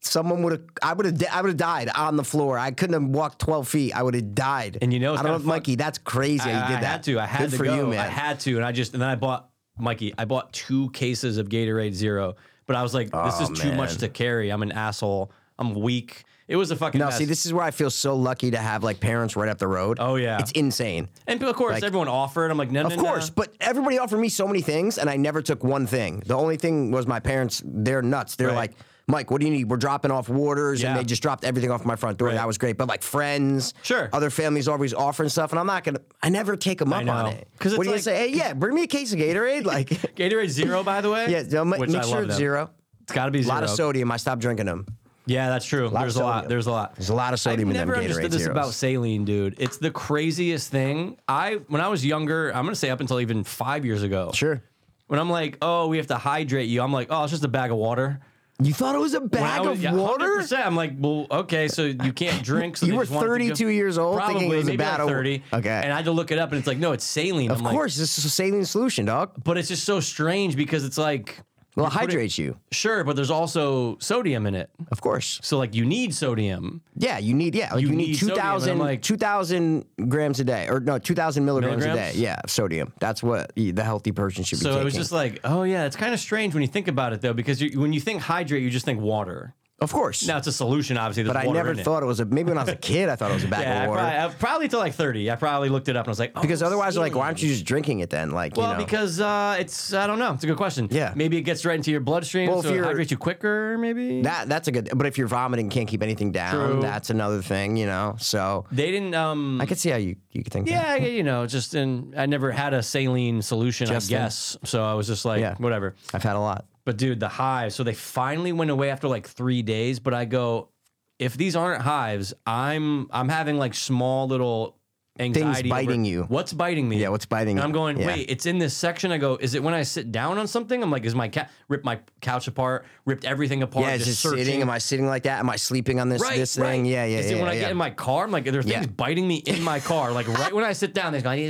[SPEAKER 2] Someone would have. I would have. Di- I would have died on the floor. I couldn't have walked twelve feet. I would have died.
[SPEAKER 3] And you know,
[SPEAKER 2] I
[SPEAKER 3] it's
[SPEAKER 2] don't know,
[SPEAKER 3] kinda
[SPEAKER 2] if Mikey. That's crazy. how you
[SPEAKER 3] I,
[SPEAKER 2] did
[SPEAKER 3] I
[SPEAKER 2] that.
[SPEAKER 3] had to. I had
[SPEAKER 2] Good
[SPEAKER 3] to
[SPEAKER 2] for
[SPEAKER 3] go.
[SPEAKER 2] you, man.
[SPEAKER 3] I had to, and I just and then I bought Mikey. I bought two cases of Gatorade Zero, but I was like, this is too much to carry. I'm an asshole. I'm weak. It was a fucking.
[SPEAKER 2] no,
[SPEAKER 3] mess.
[SPEAKER 2] see, this is where I feel so lucky to have like parents right up the road.
[SPEAKER 3] Oh, yeah.
[SPEAKER 2] it's insane.
[SPEAKER 3] and of course
[SPEAKER 2] like-
[SPEAKER 3] everyone offered. I'm like, no, no,
[SPEAKER 2] Of
[SPEAKER 3] no.
[SPEAKER 2] course, but everybody offered me so many things, and I never took one thing. The only thing was my parents. They're nuts. They're
[SPEAKER 3] Right.
[SPEAKER 2] like, Mike, what do you need? We're dropping off waters, and
[SPEAKER 3] Yeah.
[SPEAKER 2] they just dropped everything off my front door.
[SPEAKER 3] Right.
[SPEAKER 2] That was great. But like friends,
[SPEAKER 3] Sure.
[SPEAKER 2] other families always offering stuff, and I'm not gonna. I never take them up on
[SPEAKER 3] know.
[SPEAKER 2] it.
[SPEAKER 3] 'Cause it's
[SPEAKER 2] what do you
[SPEAKER 3] like-
[SPEAKER 2] say? Hey, yeah, bring me a case of Gatorade. Like,
[SPEAKER 3] Gatorade Zero, by the way.
[SPEAKER 2] yeah, they'll ma-
[SPEAKER 3] which
[SPEAKER 2] make
[SPEAKER 3] I
[SPEAKER 2] sure
[SPEAKER 3] love
[SPEAKER 2] it's
[SPEAKER 3] them.
[SPEAKER 2] zero.
[SPEAKER 3] It's got to be
[SPEAKER 2] A
[SPEAKER 3] zero.
[SPEAKER 2] lot of sodium. I stopped drinking them.
[SPEAKER 3] Yeah, that's true.
[SPEAKER 2] of
[SPEAKER 3] There's a lot.
[SPEAKER 2] sodium.
[SPEAKER 3] There's a lot.
[SPEAKER 2] There's a lot of sodium
[SPEAKER 3] I've
[SPEAKER 2] in them
[SPEAKER 3] never
[SPEAKER 2] Gatorade
[SPEAKER 3] understood this
[SPEAKER 2] Zeros.
[SPEAKER 3] about saline, dude. It's the craziest thing. I when I was younger, I'm gonna say up until even five years ago.
[SPEAKER 2] Sure.
[SPEAKER 3] When I'm like, oh, we have to hydrate you, I'm like, oh, it's just a bag of water.
[SPEAKER 2] You thought it was a
[SPEAKER 3] When I
[SPEAKER 2] bag
[SPEAKER 3] was-
[SPEAKER 2] of
[SPEAKER 3] yeah,
[SPEAKER 2] water?
[SPEAKER 3] 100%, I'm like, well, okay, so you can't drink. So
[SPEAKER 2] You
[SPEAKER 3] they
[SPEAKER 2] were
[SPEAKER 3] just wanted to
[SPEAKER 2] 32
[SPEAKER 3] go-
[SPEAKER 2] years old
[SPEAKER 3] probably,
[SPEAKER 2] thinking it was a
[SPEAKER 3] maybe like
[SPEAKER 2] bad o-
[SPEAKER 3] 30.
[SPEAKER 2] Okay.
[SPEAKER 3] and I had to look it up, and it's like, no, it's saline.
[SPEAKER 2] Of
[SPEAKER 3] I'm like,
[SPEAKER 2] course, this is a saline solution, dog.
[SPEAKER 3] but it's just so strange because it's like,
[SPEAKER 2] Well, it hydrates you.
[SPEAKER 3] sure, but there's also sodium in it.
[SPEAKER 2] Of course.
[SPEAKER 3] So like, you need sodium.
[SPEAKER 2] Yeah, you need yeah, like you,
[SPEAKER 3] You
[SPEAKER 2] need,
[SPEAKER 3] need sodium, and I'm
[SPEAKER 2] 2000
[SPEAKER 3] like-
[SPEAKER 2] 2000 grams a day or no, 2000 milligrams,
[SPEAKER 3] Milligrams?
[SPEAKER 2] a day. Yeah, of sodium. That's what you- the healthy person should be
[SPEAKER 3] So
[SPEAKER 2] taking.
[SPEAKER 3] it was just like, oh yeah, it's kind of strange when you think about it though, because you, when you think hydrate, you just think water.
[SPEAKER 2] Of course.
[SPEAKER 3] Now it's a solution, obviously.
[SPEAKER 2] but I never thought it was a maybe when I was a kid I thought it was a bag
[SPEAKER 3] Yeah, I
[SPEAKER 2] of water.
[SPEAKER 3] probably, I, probably till like thirty. I probably looked it up and I was like, oh,
[SPEAKER 2] because otherwise they're like why
[SPEAKER 3] saline.
[SPEAKER 2] aren't you just drinking it then? Like, you
[SPEAKER 3] Well,
[SPEAKER 2] know.
[SPEAKER 3] because uh, it's I don't know. It's a good question.
[SPEAKER 2] Yeah.
[SPEAKER 3] maybe it gets right into your bloodstream,
[SPEAKER 2] Well, if
[SPEAKER 3] so it
[SPEAKER 2] you're-
[SPEAKER 3] hydrates you quicker. Maybe
[SPEAKER 2] that that's a good but if you're vomiting and can't keep anything down,
[SPEAKER 3] True.
[SPEAKER 2] that's another thing, you know. So
[SPEAKER 3] they didn't. Um,
[SPEAKER 2] I could see how you you could think that.
[SPEAKER 3] yeah, you know, just in I never had a saline solution,
[SPEAKER 2] Justin.
[SPEAKER 3] I guess. So I was just like,
[SPEAKER 2] Yeah.
[SPEAKER 3] whatever.
[SPEAKER 2] I've had a lot.
[SPEAKER 3] But dude, the hives. So they finally went away after like three days. But I go, if these aren't hives, I'm I'm having like small little anxiety. over
[SPEAKER 2] biting you.
[SPEAKER 3] What's biting me?
[SPEAKER 2] Yeah, what's biting
[SPEAKER 3] And
[SPEAKER 2] you?
[SPEAKER 3] I'm going,
[SPEAKER 2] Yeah.
[SPEAKER 3] wait, it's in this section. I go, is it when I sit down on something? I'm like, is my cat ripped my couch apart, ripped everything apart?
[SPEAKER 2] Yeah, is it
[SPEAKER 3] just searching.
[SPEAKER 2] sitting? Am I sitting like that? Am I sleeping on this
[SPEAKER 3] right,
[SPEAKER 2] this
[SPEAKER 3] right.
[SPEAKER 2] thing? Yeah, yeah,
[SPEAKER 3] Is
[SPEAKER 2] yeah.
[SPEAKER 3] it when I
[SPEAKER 2] yeah.
[SPEAKER 3] get in my car? I'm like, there are
[SPEAKER 2] Yeah.
[SPEAKER 3] things biting me in my car. Like right when I sit down, they're going,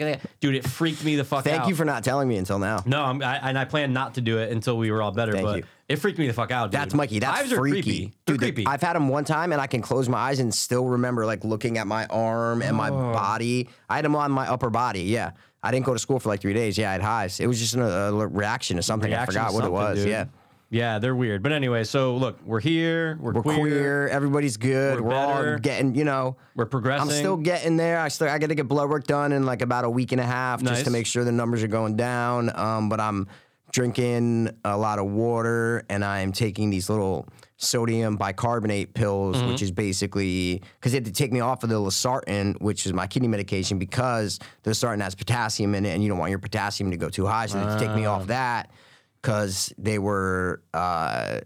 [SPEAKER 3] dude, it freaked me the fuck out.
[SPEAKER 2] Thank you for not telling me until now.
[SPEAKER 3] No, I'm, I, and I plan not to do it until we were all better.
[SPEAKER 2] Thank
[SPEAKER 3] but
[SPEAKER 2] you.
[SPEAKER 3] it freaked me the fuck out. Dude.
[SPEAKER 2] That's Mikey. That's
[SPEAKER 3] Hives
[SPEAKER 2] freaky.
[SPEAKER 3] Are creepy. They're
[SPEAKER 2] Dude, the-
[SPEAKER 3] creepy.
[SPEAKER 2] I've had them one time and I can close my eyes and still remember like looking at my arm and my
[SPEAKER 3] Oh.
[SPEAKER 2] body. I had them on my upper body. Yeah. I didn't go to school for like three days. Yeah, I had highs. It was just an, a a reaction to something.
[SPEAKER 3] Reaction to
[SPEAKER 2] I forgot what it
[SPEAKER 3] something,
[SPEAKER 2] was.
[SPEAKER 3] dude.
[SPEAKER 2] Yeah.
[SPEAKER 3] yeah, they're weird. But anyway, so look, we're here. We're,
[SPEAKER 2] We're queer. Everybody's good.
[SPEAKER 3] We're
[SPEAKER 2] We're, all
[SPEAKER 3] better.
[SPEAKER 2] getting, you know,
[SPEAKER 3] We're progressing.
[SPEAKER 2] I'm still getting there. I still I got to get blood work done in like about a week and a half
[SPEAKER 3] Nice.
[SPEAKER 2] just to make sure the numbers are going down. Um, but I'm drinking a lot of water and I'm taking these little sodium bicarbonate pills,
[SPEAKER 3] Mm-hmm.
[SPEAKER 2] which is basically because they had to take me off of the losartan, which is my kidney medication, because the losartan has potassium in it, and you don't want your potassium to go too high, so they had to take me
[SPEAKER 3] Ah.
[SPEAKER 2] off that because they were. Uh,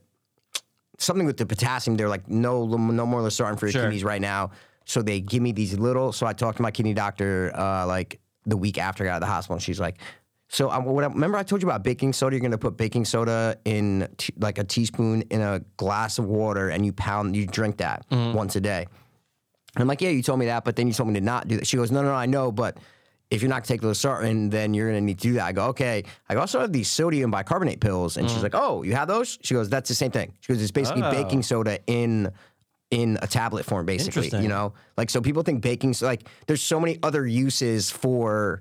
[SPEAKER 2] something with the potassium. They're like, no, no more losartan for your
[SPEAKER 3] Sure.
[SPEAKER 2] kidneys right now. So they give me these little. So I talked to my kidney doctor uh, like the week after I got out of the hospital, and she's like, so I, what I, remember I told you about baking soda. You're gonna put baking soda in t- like a teaspoon in a glass of water, and you pound, you drink that once a day. And I'm like, yeah, you told me that, but then you told me to not do that. She goes, no, no, no, I know, but if you're not taking the losartan, then you're gonna need to do that. I go, okay. I also have these sodium bicarbonate pills, and
[SPEAKER 3] Mm.
[SPEAKER 2] she's like, oh, you have those? She goes, that's the same thing. She goes, it's
[SPEAKER 3] Oh.
[SPEAKER 2] basically baking soda in in a tablet form, basically.
[SPEAKER 3] Interesting.
[SPEAKER 2] You know, like so people think baking, so like there's so many other uses for.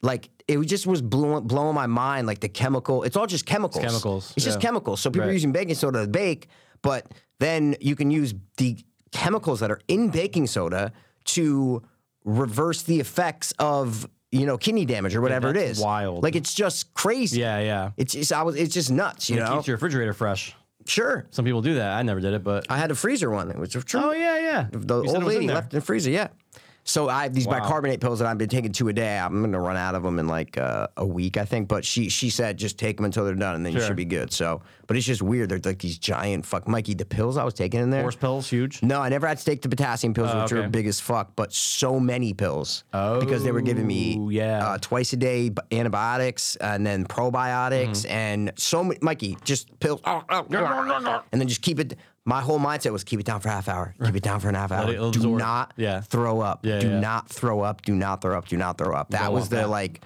[SPEAKER 2] Like it was- just was blowing, blowing my mind. Like the chemical, it's all just chemicals.
[SPEAKER 3] chemicals,
[SPEAKER 2] It's just
[SPEAKER 3] yeah.
[SPEAKER 2] chemicals. So people are
[SPEAKER 3] Right.
[SPEAKER 2] using baking soda to bake, but then you can use the chemicals that are in baking soda to reverse the effects of you know kidney damage or whatever it
[SPEAKER 3] that's
[SPEAKER 2] is.
[SPEAKER 3] wild.
[SPEAKER 2] Like it's just crazy.
[SPEAKER 3] yeah, yeah.
[SPEAKER 2] It's just I was it's just nuts. You
[SPEAKER 3] It
[SPEAKER 2] know.
[SPEAKER 3] keeps your refrigerator fresh.
[SPEAKER 2] Sure.
[SPEAKER 3] Some people do that. I never did it, but
[SPEAKER 2] I had a freezer one. It was true.
[SPEAKER 3] oh yeah, yeah.
[SPEAKER 2] The
[SPEAKER 3] You said it
[SPEAKER 2] old
[SPEAKER 3] was in
[SPEAKER 2] lady
[SPEAKER 3] there.
[SPEAKER 2] left in the freezer. Yeah. So I have these bicarbonate pills that I've been taking two a day. I'm going to run out of them in like uh, a week, I think. But she she said just take them until they're done, and then you
[SPEAKER 3] Sure.
[SPEAKER 2] should be good. So, but it's just weird. They're like these giant fuck, Mikey. The pills I was taking in there.
[SPEAKER 3] Horse pills, huge. Oh,
[SPEAKER 2] No, I never had to take the potassium pills, which
[SPEAKER 3] okay.
[SPEAKER 2] were big as fuck, but so many pills because they were giving me
[SPEAKER 3] Oh, yeah.
[SPEAKER 2] uh, twice a day b- antibiotics and then probiotics
[SPEAKER 3] Mm-hmm.
[SPEAKER 2] and so many. Mikey, just pills, oh, oh, oh, and then just keep it. My whole mindset was keep it down for a half hour, keep it down for an half hour.
[SPEAKER 3] it
[SPEAKER 2] Do
[SPEAKER 3] absorb.
[SPEAKER 2] not
[SPEAKER 3] Yeah.
[SPEAKER 2] throw up.
[SPEAKER 3] Yeah,
[SPEAKER 2] do
[SPEAKER 3] yeah.
[SPEAKER 2] not throw up. Do not throw up. Do not throw up. That
[SPEAKER 3] don't
[SPEAKER 2] was
[SPEAKER 3] want
[SPEAKER 2] the
[SPEAKER 3] that.
[SPEAKER 2] like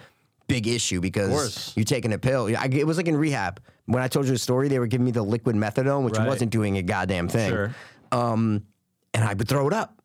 [SPEAKER 2] big issue
[SPEAKER 3] course.
[SPEAKER 2] because you're taking a pill. I, it was like in rehab. When I told you the story, they were giving me the liquid methadone, which
[SPEAKER 3] Right.
[SPEAKER 2] wasn't doing a goddamn thing
[SPEAKER 3] Sure.
[SPEAKER 2] and I would throw it up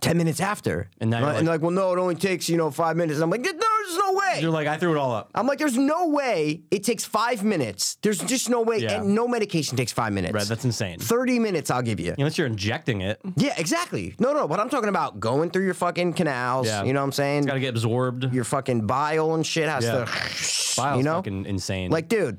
[SPEAKER 2] 10 minutes after.
[SPEAKER 3] And now you're
[SPEAKER 2] and like, well, no, it only takes, you know, five minutes. And I'm like, no, there's no way.
[SPEAKER 3] You're like, I threw it all up.
[SPEAKER 2] I'm like, there's no way it takes five minutes. There's just no way.
[SPEAKER 3] Yeah.
[SPEAKER 2] And no medication takes five minutes.
[SPEAKER 3] Right, that's insane.
[SPEAKER 2] 30 minutes, I'll give you.
[SPEAKER 3] Unless you're injecting it, it's
[SPEAKER 2] Yeah, exactly. No, no, but I'm talking about going through your fucking canals.
[SPEAKER 3] Yeah.
[SPEAKER 2] You know what I'm saying?
[SPEAKER 3] got to get absorbed.
[SPEAKER 2] your fucking bile and shit has
[SPEAKER 3] Yeah.
[SPEAKER 2] to,
[SPEAKER 3] Bile's
[SPEAKER 2] you know?
[SPEAKER 3] fucking insane.
[SPEAKER 2] Like, dude,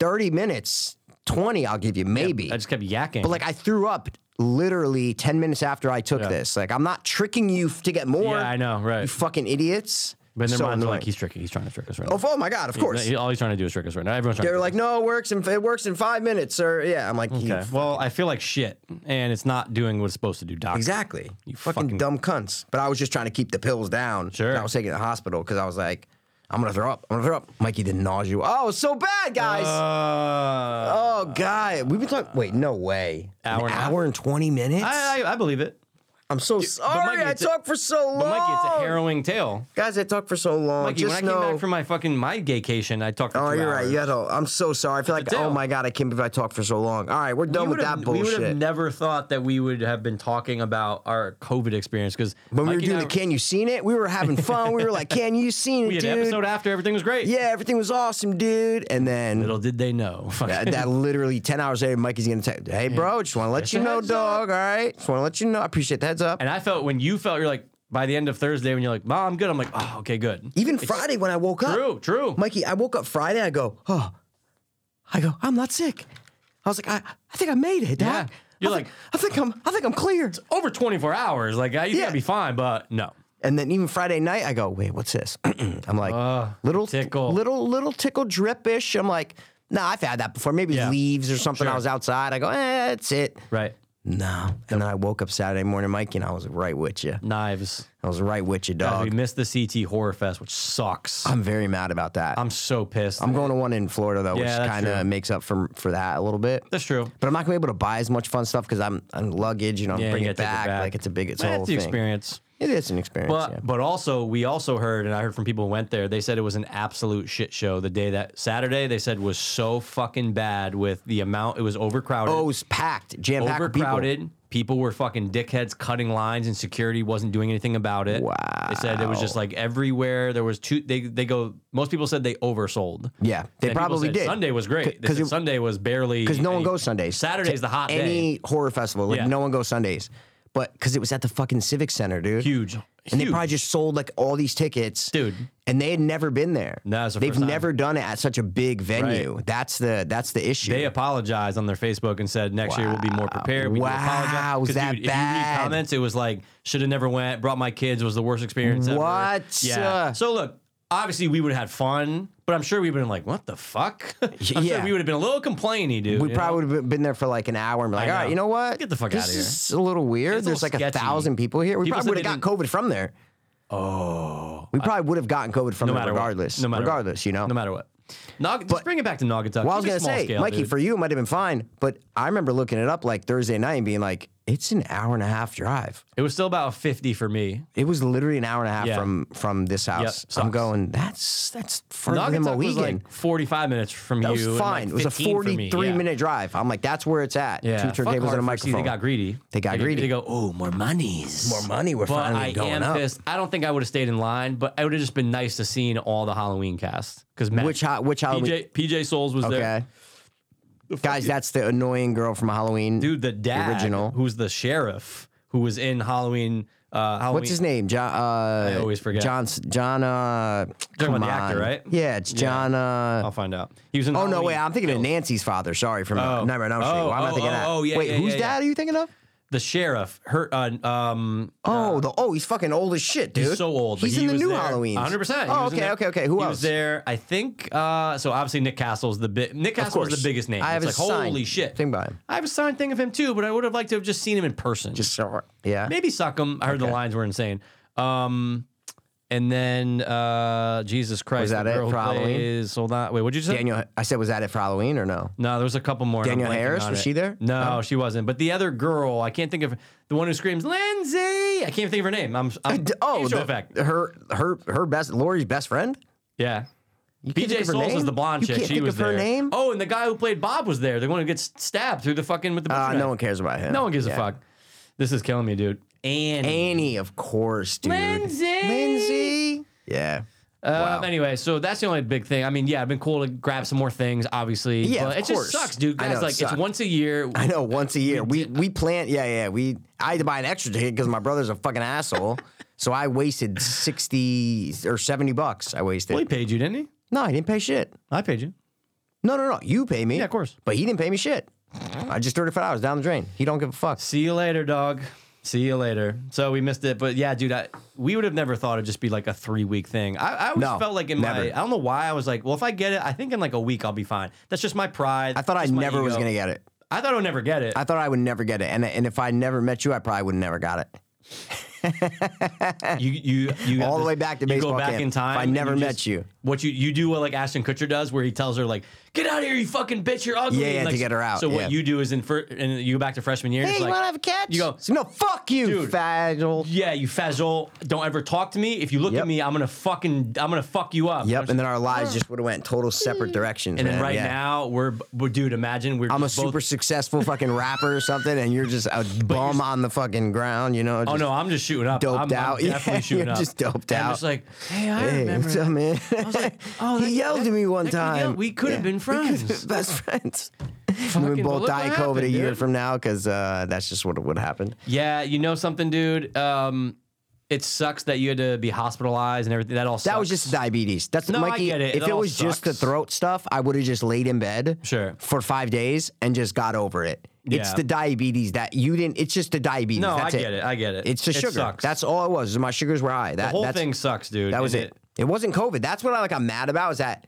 [SPEAKER 2] 30 minutes, 20, I'll give you, maybe.
[SPEAKER 3] I just kept yakking.
[SPEAKER 2] But like I threw up literally 10 minutes after I took
[SPEAKER 3] Yeah.
[SPEAKER 2] this. Like I'm not tricking you f- to get more.
[SPEAKER 3] Yeah, I know, right.
[SPEAKER 2] You fucking idiots.
[SPEAKER 3] but in their
[SPEAKER 2] so
[SPEAKER 3] minds, are
[SPEAKER 2] annoying.
[SPEAKER 3] like, he's tricking. He's trying to trick us right
[SPEAKER 2] oh, f- oh my god, of course.
[SPEAKER 3] now. All he's trying to do is trick us right now. Everyone's trying.
[SPEAKER 2] They're
[SPEAKER 3] to
[SPEAKER 2] like, no, it works in it works in five minutes, sir. Yeah, I'm like, you
[SPEAKER 3] Okay.
[SPEAKER 2] f-
[SPEAKER 3] Well, I feel like shit, and it's not doing what it's supposed to do, doc.
[SPEAKER 2] exactly. You fucking,
[SPEAKER 3] fucking-
[SPEAKER 2] dumb cunts. But I was just trying to keep the pills down.
[SPEAKER 3] Sure.
[SPEAKER 2] And I was taking it to the hospital because I was like, I'm gonna throw up. I'm gonna throw up. Mikey didn't nausea. Oh, it's so bad, guys.
[SPEAKER 3] Uh,
[SPEAKER 2] oh god, we've been talking. Wait, no way.
[SPEAKER 3] Hour
[SPEAKER 2] An
[SPEAKER 3] and a half.
[SPEAKER 2] hour and twenty minutes. I,
[SPEAKER 3] I, I I believe it.
[SPEAKER 2] am so sorry.
[SPEAKER 3] Mikey,
[SPEAKER 2] I
[SPEAKER 3] it's a-
[SPEAKER 2] talked for so long.
[SPEAKER 3] But Mikey, it's a harrowing tale.
[SPEAKER 2] Guys, I talked for so long.
[SPEAKER 3] Mikey,
[SPEAKER 2] Just
[SPEAKER 3] when I
[SPEAKER 2] know.
[SPEAKER 3] came back from my fucking my vacation, I talked for
[SPEAKER 2] oh,
[SPEAKER 3] two
[SPEAKER 2] you're
[SPEAKER 3] hours.
[SPEAKER 2] right. You had all. I'm so sorry. I feel like,
[SPEAKER 3] tale.
[SPEAKER 2] oh my god, I can't believe I talked for so long. All right, we're done
[SPEAKER 3] We
[SPEAKER 2] with
[SPEAKER 3] would
[SPEAKER 2] that
[SPEAKER 3] have- we would have
[SPEAKER 2] bullshit.
[SPEAKER 3] never thought that we would have been talking about our COVID experience because
[SPEAKER 2] When we were doing the can you seen it, we were having fun. we were like, can you seen it,
[SPEAKER 3] we had an
[SPEAKER 2] dude?
[SPEAKER 3] episode after everything was great.
[SPEAKER 2] yeah, everything was awesome, dude. And then
[SPEAKER 3] Little did they know.
[SPEAKER 2] that, that literally ten hours later, Mikey's gonna text, hey bro, just want to let you
[SPEAKER 3] a
[SPEAKER 2] know,
[SPEAKER 3] heads up.
[SPEAKER 2] dog. All right, just want to let you know. I appreciate the heads up.
[SPEAKER 3] and I felt when you felt you're like by the end of Thursday when you're like, Mom, I'm good. I'm like, oh, okay, good.
[SPEAKER 2] Even Friday when I woke up,
[SPEAKER 3] True, true.
[SPEAKER 2] Mikey, I woke up Friday. I go, oh, I go, I'm not sick. I was like, I, I think I made it, Dad.
[SPEAKER 3] Yeah. You're
[SPEAKER 2] I
[SPEAKER 3] like-
[SPEAKER 2] think, I think I'm, I think I'm clear.
[SPEAKER 3] Over 24 hours, like I, you
[SPEAKER 2] Yeah.
[SPEAKER 3] gotta be fine, but no.
[SPEAKER 2] And then even Friday night, I go, wait, what's this? I'm like, little
[SPEAKER 3] Ah, tickle.
[SPEAKER 2] little little tickle dripish. I'm like, nah, I've had that before. Maybe
[SPEAKER 3] Yeah.
[SPEAKER 2] leaves or something.
[SPEAKER 3] Sure.
[SPEAKER 2] I was outside. I go, eh, that's it.
[SPEAKER 3] Right.
[SPEAKER 2] No. And then I woke up Saturday morning, Mikey, and I was right with you.
[SPEAKER 3] Knives.
[SPEAKER 2] I was right with you,
[SPEAKER 3] Guys, we
[SPEAKER 2] dog.
[SPEAKER 3] missed the CT Horror Fest, which sucks.
[SPEAKER 2] I'm very mad about that.
[SPEAKER 3] I'm so pissed.
[SPEAKER 2] I'm going to one in Florida though,
[SPEAKER 3] Yeah,
[SPEAKER 2] which
[SPEAKER 3] that's
[SPEAKER 2] kind
[SPEAKER 3] true.
[SPEAKER 2] of makes up for for that a little bit.
[SPEAKER 3] That's true.
[SPEAKER 2] But I'm not gonna be able to buy as much fun stuff because I'm I'm luggage, you know, I'm
[SPEAKER 3] Yeah, you
[SPEAKER 2] bringing
[SPEAKER 3] gotta
[SPEAKER 2] it
[SPEAKER 3] take it
[SPEAKER 2] back.
[SPEAKER 3] back.
[SPEAKER 2] Like it's a big, it's a
[SPEAKER 3] That's
[SPEAKER 2] whole
[SPEAKER 3] the
[SPEAKER 2] thing.
[SPEAKER 3] experience.
[SPEAKER 2] It is an experience.
[SPEAKER 3] But
[SPEAKER 2] yeah.
[SPEAKER 3] but also we also heard and I heard from people who went there. They said it was an absolute shit show. The day that Saturday they said was so fucking bad with the amount it was overcrowded.
[SPEAKER 2] Oh, it's packed, jam packed,
[SPEAKER 3] overcrowded. People. were fucking dickheads cutting lines, and security wasn't doing anything about it.
[SPEAKER 2] Wow.
[SPEAKER 3] They said it was just like everywhere. There was two. They they go. Most people said they oversold.
[SPEAKER 2] Yeah, they
[SPEAKER 3] And people
[SPEAKER 2] probably
[SPEAKER 3] said
[SPEAKER 2] did.
[SPEAKER 3] Sunday was great. They
[SPEAKER 2] 'Cause
[SPEAKER 3] said
[SPEAKER 2] it-
[SPEAKER 3] Sunday was barely
[SPEAKER 2] because no one
[SPEAKER 3] any-
[SPEAKER 2] goes Sundays.
[SPEAKER 3] Saturday's the hot day.
[SPEAKER 2] Any horror festival, like
[SPEAKER 3] Yeah.
[SPEAKER 2] no one goes Sundays. But because it was at the fucking Civic Center, dude.
[SPEAKER 3] Huge.
[SPEAKER 2] And
[SPEAKER 3] Huge.
[SPEAKER 2] they probably just sold like all these tickets,
[SPEAKER 3] Dude.
[SPEAKER 2] And they had never been there.
[SPEAKER 3] No, it's the
[SPEAKER 2] they've
[SPEAKER 3] first time.
[SPEAKER 2] never done it at such a big venue. That's the that's the issue.
[SPEAKER 3] They apologized on their Facebook and said next year we'll be more prepared. We do
[SPEAKER 2] Wow,
[SPEAKER 3] apologize. 'Cause,
[SPEAKER 2] was that
[SPEAKER 3] dude, if you
[SPEAKER 2] bad?
[SPEAKER 3] read comments, it was like should have never went. Brought my kids was the worst experience ever.
[SPEAKER 2] What?
[SPEAKER 3] Yeah. So look, obviously we would have had fun, but I'm sure we would have been like, what the fuck? I'm sure
[SPEAKER 2] Yeah.
[SPEAKER 3] we would have been a little complainy, dude.
[SPEAKER 2] we
[SPEAKER 3] you know?
[SPEAKER 2] probably would have been there for like an hour and be like,
[SPEAKER 3] I
[SPEAKER 2] all right,
[SPEAKER 3] know.
[SPEAKER 2] you know what?
[SPEAKER 3] Get the fuck
[SPEAKER 2] this
[SPEAKER 3] outta here."
[SPEAKER 2] is a little weird.
[SPEAKER 3] It's a
[SPEAKER 2] There's
[SPEAKER 3] little
[SPEAKER 2] like a
[SPEAKER 3] sketchy.
[SPEAKER 2] thousand people here. We
[SPEAKER 3] People said
[SPEAKER 2] probably would
[SPEAKER 3] they
[SPEAKER 2] have got COVID from there. Oh. We probably would have gotten COVID from
[SPEAKER 3] No
[SPEAKER 2] there
[SPEAKER 3] matter what.
[SPEAKER 2] regardless.
[SPEAKER 3] No matter what.
[SPEAKER 2] regardless, you know?
[SPEAKER 3] no matter what. Nog- just bring it back to Naugatuck.
[SPEAKER 2] Well, I was
[SPEAKER 3] Keep
[SPEAKER 2] gonna
[SPEAKER 3] it small
[SPEAKER 2] say,
[SPEAKER 3] scale,
[SPEAKER 2] Mikey,
[SPEAKER 3] dude.
[SPEAKER 2] for you, it might have been fine, but I remember looking it up like Thursday night and being like, "It's an hour and a half drive."
[SPEAKER 3] it was still about a 50 for me.
[SPEAKER 2] It was literally an hour and a half
[SPEAKER 3] Yeah.
[SPEAKER 2] from from this house.
[SPEAKER 3] sucks.
[SPEAKER 2] I'm going. That's that's further than
[SPEAKER 3] Naugatuck was
[SPEAKER 2] Mohegan.
[SPEAKER 3] like 45 minutes from
[SPEAKER 2] that
[SPEAKER 3] you.
[SPEAKER 2] was
[SPEAKER 3] and, like,
[SPEAKER 2] fine. it was a
[SPEAKER 3] 15 for me,
[SPEAKER 2] 43
[SPEAKER 3] yeah.
[SPEAKER 2] minute drive. I'm like, that's where it's at.
[SPEAKER 3] Yeah.
[SPEAKER 2] Two turn
[SPEAKER 3] Fuck
[SPEAKER 2] tables and a
[SPEAKER 3] RFC,
[SPEAKER 2] microphone.
[SPEAKER 3] They got greedy.
[SPEAKER 2] They got
[SPEAKER 3] They
[SPEAKER 2] greedy.
[SPEAKER 3] They go, oh, more monies.
[SPEAKER 2] More money, we're
[SPEAKER 3] But
[SPEAKER 2] finally
[SPEAKER 3] I
[SPEAKER 2] going
[SPEAKER 3] am
[SPEAKER 2] up.
[SPEAKER 3] pissed. I don't think I would have stayed in line, but I would have just been nice to seeing all the Halloween cast because
[SPEAKER 2] Which ho- which Halloween?
[SPEAKER 3] PJ, PJ Souls was there.
[SPEAKER 2] Okay. Guys, that's the annoying girl from Halloween.
[SPEAKER 3] dude, the dad,
[SPEAKER 2] original.
[SPEAKER 3] who's the sheriff, who was in Halloween. Uh, Halloween.
[SPEAKER 2] What's his name? John. Uh, I
[SPEAKER 3] always forget.
[SPEAKER 2] John. John. Uh,
[SPEAKER 3] Talking
[SPEAKER 2] come
[SPEAKER 3] about the actor,
[SPEAKER 2] on.
[SPEAKER 3] right?
[SPEAKER 2] Yeah, it's John. Uh,
[SPEAKER 3] I'll find out. He was in.
[SPEAKER 2] Oh no,
[SPEAKER 3] Halloween
[SPEAKER 2] wait! I'm thinking of
[SPEAKER 3] Kills.
[SPEAKER 2] Nancy's father. Sorry, from
[SPEAKER 3] Oh.
[SPEAKER 2] uh, Nightmare on Elm Street.
[SPEAKER 3] Oh,
[SPEAKER 2] Why am
[SPEAKER 3] oh,
[SPEAKER 2] I thinking
[SPEAKER 3] oh,
[SPEAKER 2] that?
[SPEAKER 3] oh, yeah,
[SPEAKER 2] Wait,
[SPEAKER 3] yeah,
[SPEAKER 2] whose
[SPEAKER 3] yeah,
[SPEAKER 2] dad
[SPEAKER 3] yeah.
[SPEAKER 2] are you thinking of?
[SPEAKER 3] the sheriff. Her. Uh, um.
[SPEAKER 2] Oh, the oh, he's fucking old as shit, dude.
[SPEAKER 3] He's so old. but
[SPEAKER 2] He's
[SPEAKER 3] he
[SPEAKER 2] in the
[SPEAKER 3] was
[SPEAKER 2] new
[SPEAKER 3] there.
[SPEAKER 2] Halloween.
[SPEAKER 3] 100%. He
[SPEAKER 2] Oh,
[SPEAKER 3] was in
[SPEAKER 2] okay,
[SPEAKER 3] there.
[SPEAKER 2] okay, okay. Who
[SPEAKER 3] he
[SPEAKER 2] else?
[SPEAKER 3] was there, I think. Uh, so obviously, Nick Castle's the big. Nick Castle was
[SPEAKER 2] course.
[SPEAKER 3] the biggest name.
[SPEAKER 2] I have
[SPEAKER 3] it's
[SPEAKER 2] a
[SPEAKER 3] like,
[SPEAKER 2] signed
[SPEAKER 3] holy shit.
[SPEAKER 2] thing by him.
[SPEAKER 3] I have a signed thing of him too, but I would have liked to have just seen him in person.
[SPEAKER 2] Just so yeah.
[SPEAKER 3] Maybe suck him. I heard the lines were insane. Um, and then uh, Jesus Christ.
[SPEAKER 2] that
[SPEAKER 3] the
[SPEAKER 2] it
[SPEAKER 3] girl
[SPEAKER 2] for
[SPEAKER 3] who
[SPEAKER 2] Halloween?
[SPEAKER 3] plays- Hold on. Wait, what'd you say?
[SPEAKER 2] Daniel, I said, was that it for Halloween or no?
[SPEAKER 3] No, there was a couple more. and I'm
[SPEAKER 2] Danielle
[SPEAKER 3] blanking
[SPEAKER 2] Harris,
[SPEAKER 3] on
[SPEAKER 2] was
[SPEAKER 3] it.
[SPEAKER 2] she there?
[SPEAKER 3] No, she wasn't. But the other girl, I can't think of the one who screams Lindsay. I can't think of her name. I'm, I'm
[SPEAKER 2] D- Oh,
[SPEAKER 3] the,
[SPEAKER 2] the-
[SPEAKER 3] effect.
[SPEAKER 2] her her her best Lori's best friend.
[SPEAKER 3] Yeah.
[SPEAKER 2] You can't
[SPEAKER 3] PJ
[SPEAKER 2] think of her
[SPEAKER 3] Souls was
[SPEAKER 2] name?
[SPEAKER 3] the blonde
[SPEAKER 2] You
[SPEAKER 3] chick.
[SPEAKER 2] can't
[SPEAKER 3] She
[SPEAKER 2] think
[SPEAKER 3] was
[SPEAKER 2] of her
[SPEAKER 3] there.
[SPEAKER 2] name?
[SPEAKER 3] Oh, and the guy who played Bob was there. The one who gets stabbed through the fucking with the.
[SPEAKER 2] Uh,
[SPEAKER 3] butcher
[SPEAKER 2] no
[SPEAKER 3] knife.
[SPEAKER 2] one cares about him.
[SPEAKER 3] No one gives a
[SPEAKER 2] Yeah.
[SPEAKER 3] fuck. This is killing me, dude. And
[SPEAKER 2] Annie, of course, dude.
[SPEAKER 3] Lindsay!
[SPEAKER 2] Lindsay. Yeah.
[SPEAKER 3] Um, Anyway, so that's the only big thing. I mean, yeah, it'd been cool to grab some more things, obviously.
[SPEAKER 2] Yeah,
[SPEAKER 3] but
[SPEAKER 2] of
[SPEAKER 3] it
[SPEAKER 2] course.
[SPEAKER 3] just sucks, dude.
[SPEAKER 2] I
[SPEAKER 3] Guys,
[SPEAKER 2] know, it
[SPEAKER 3] like it's
[SPEAKER 2] sucked.
[SPEAKER 3] once a year.
[SPEAKER 2] I know. Once a year, we we plan. Yeah, yeah. We I had to buy an extra ticket because my brother's a fucking asshole. so I wasted sixty or seventy bucks. I wasted.
[SPEAKER 3] Well, he paid you, didn't he?
[SPEAKER 2] No, I didn't pay shit.
[SPEAKER 3] I paid you.
[SPEAKER 2] No, no, no. You pay me.
[SPEAKER 3] Yeah, of course.
[SPEAKER 2] But he didn't pay me shit. I just thirty five hours down the drain. He don't give a fuck.
[SPEAKER 3] See you later, dog. See you later. So we missed it, but yeah, dude, I, we would have never thought it'd just be like a three week thing. I, I always
[SPEAKER 2] No,
[SPEAKER 3] felt like in my,
[SPEAKER 2] never.
[SPEAKER 3] I don't know why I was like, well, if I get it, I think in like a week I'll be fine. That's just my pride.
[SPEAKER 2] I thought I never was gonna get it.
[SPEAKER 3] I thought I would never get it.
[SPEAKER 2] I thought I would never get it. And and if I never met you, I probably would have never got it.
[SPEAKER 3] you you you
[SPEAKER 2] All the way back to
[SPEAKER 3] You go
[SPEAKER 2] baseball
[SPEAKER 3] back
[SPEAKER 2] camp.
[SPEAKER 3] in time.
[SPEAKER 2] If I
[SPEAKER 3] and
[SPEAKER 2] never met
[SPEAKER 3] just-
[SPEAKER 2] you.
[SPEAKER 3] What you you do what like Ashton Kutcher does, where he tells her like, "Get out of here, you fucking bitch, you're ugly."
[SPEAKER 2] Yeah,
[SPEAKER 3] and,
[SPEAKER 2] yeah,
[SPEAKER 3] like,
[SPEAKER 2] to get her out,
[SPEAKER 3] So what
[SPEAKER 2] yeah.
[SPEAKER 3] you do is in fir- and you go back to freshman year. and
[SPEAKER 2] Hey,
[SPEAKER 3] it's
[SPEAKER 2] you
[SPEAKER 3] like,
[SPEAKER 2] wanna have a catch?
[SPEAKER 3] You go.
[SPEAKER 2] no, fuck you,
[SPEAKER 3] Dude.
[SPEAKER 2] faggot.
[SPEAKER 3] Yeah, you fazzle. Don't ever talk to me. If you look
[SPEAKER 2] Yep.
[SPEAKER 3] at me, I'm gonna fucking I'm gonna fuck you up.
[SPEAKER 2] Yep. And then our lives just would have went total separate directions.
[SPEAKER 3] And then
[SPEAKER 2] man.
[SPEAKER 3] right
[SPEAKER 2] Yeah.
[SPEAKER 3] now we're, we're dude. Imagine we're
[SPEAKER 2] I'm a
[SPEAKER 3] just both-
[SPEAKER 2] super successful fucking rapper or something, and you're just a bum on the fucking ground, you know?
[SPEAKER 3] Oh
[SPEAKER 2] just
[SPEAKER 3] no, I'm just shooting up.
[SPEAKER 2] doped
[SPEAKER 3] I'm, I'm
[SPEAKER 2] out. Yeah,
[SPEAKER 3] definitely shooting
[SPEAKER 2] you're
[SPEAKER 3] up.
[SPEAKER 2] just doped
[SPEAKER 3] And I'm
[SPEAKER 2] out.
[SPEAKER 3] just like, hey, I
[SPEAKER 2] Hey,
[SPEAKER 3] remember.
[SPEAKER 2] what's up, man?
[SPEAKER 3] like, oh,
[SPEAKER 2] he
[SPEAKER 3] that-
[SPEAKER 2] yelled
[SPEAKER 3] that-
[SPEAKER 2] at me one
[SPEAKER 3] that kid
[SPEAKER 2] time.
[SPEAKER 3] yelled. We could have been
[SPEAKER 2] could've
[SPEAKER 3] friends.
[SPEAKER 2] been best friends. And
[SPEAKER 3] Fucking-
[SPEAKER 2] we
[SPEAKER 3] but
[SPEAKER 2] both
[SPEAKER 3] look
[SPEAKER 2] die of
[SPEAKER 3] what
[SPEAKER 2] COVID
[SPEAKER 3] happened,
[SPEAKER 2] a year
[SPEAKER 3] dude.
[SPEAKER 2] from now because uh, that's just what would happen.
[SPEAKER 3] Yeah, you know something, dude. Um, it sucks that you had to be hospitalized and everything. That all sucks.
[SPEAKER 2] That was just diabetes. That's
[SPEAKER 3] No, I
[SPEAKER 2] Mikey.
[SPEAKER 3] get it.
[SPEAKER 2] If
[SPEAKER 3] It
[SPEAKER 2] it,
[SPEAKER 3] all
[SPEAKER 2] was just the
[SPEAKER 3] sucks.
[SPEAKER 2] throat stuff, I would have just laid in bed
[SPEAKER 3] Sure.
[SPEAKER 2] for five days and just got over it. It's
[SPEAKER 3] Yeah.
[SPEAKER 2] the diabetes that you didn't. It's just the diabetes.
[SPEAKER 3] no. I
[SPEAKER 2] that's
[SPEAKER 3] get it. I get it.
[SPEAKER 2] It's the
[SPEAKER 3] It
[SPEAKER 2] sugar.
[SPEAKER 3] Sucks.
[SPEAKER 2] That's all it was. My sugars were high. That
[SPEAKER 3] the whole
[SPEAKER 2] that's,
[SPEAKER 3] thing sucks, dude.
[SPEAKER 2] That was
[SPEAKER 3] And
[SPEAKER 2] it. It wasn't COVID. That's what I like. I'm mad about is that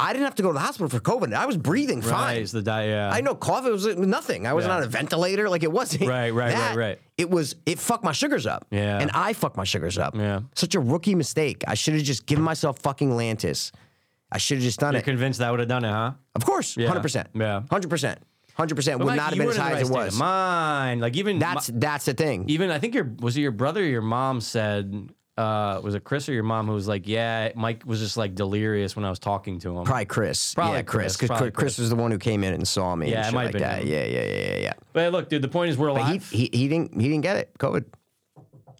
[SPEAKER 2] I didn't have to go to the hospital for COVID. I was breathing fine.
[SPEAKER 3] Right, the diet. Yeah.
[SPEAKER 2] I know cough. It was uh, nothing. I wasn't
[SPEAKER 3] Yeah.
[SPEAKER 2] on a ventilator. Like it wasn't.
[SPEAKER 3] Right, right, right,
[SPEAKER 2] that.
[SPEAKER 3] right.
[SPEAKER 2] It was. It fucked my sugars up.
[SPEAKER 3] Yeah.
[SPEAKER 2] And I fucked my sugars up.
[SPEAKER 3] Yeah.
[SPEAKER 2] Such a rookie mistake. I should have just given myself fucking Lantus. I should have just done
[SPEAKER 3] You're
[SPEAKER 2] it.
[SPEAKER 3] convinced that would have done it, huh?
[SPEAKER 2] Of course. Hundred percent.
[SPEAKER 3] Yeah.
[SPEAKER 2] Hundred percent. Hundred percent. Would
[SPEAKER 3] Mike,
[SPEAKER 2] not have
[SPEAKER 3] you
[SPEAKER 2] been
[SPEAKER 3] were
[SPEAKER 2] as
[SPEAKER 3] in the
[SPEAKER 2] high
[SPEAKER 3] right
[SPEAKER 2] as it
[SPEAKER 3] state of
[SPEAKER 2] was.
[SPEAKER 3] Mine, like even
[SPEAKER 2] That's
[SPEAKER 3] my-
[SPEAKER 2] that's the thing.
[SPEAKER 3] even I think your was it your brother or your mom said uh, was it Chris or your mom who was like, yeah, Mike was just like delirious when I was talking to him.
[SPEAKER 2] Probably Chris.
[SPEAKER 3] Probably
[SPEAKER 2] yeah, Chris.
[SPEAKER 3] Chris, probably
[SPEAKER 2] Chris, was the one who came in and saw me.
[SPEAKER 3] Yeah,
[SPEAKER 2] and
[SPEAKER 3] it
[SPEAKER 2] shit
[SPEAKER 3] might
[SPEAKER 2] like
[SPEAKER 3] have been
[SPEAKER 2] that.
[SPEAKER 3] him.
[SPEAKER 2] Yeah, yeah, yeah, yeah, yeah.
[SPEAKER 3] But look, dude, the point is we're
[SPEAKER 2] He,
[SPEAKER 3] alive.
[SPEAKER 2] he he didn't he didn't get it. COVID.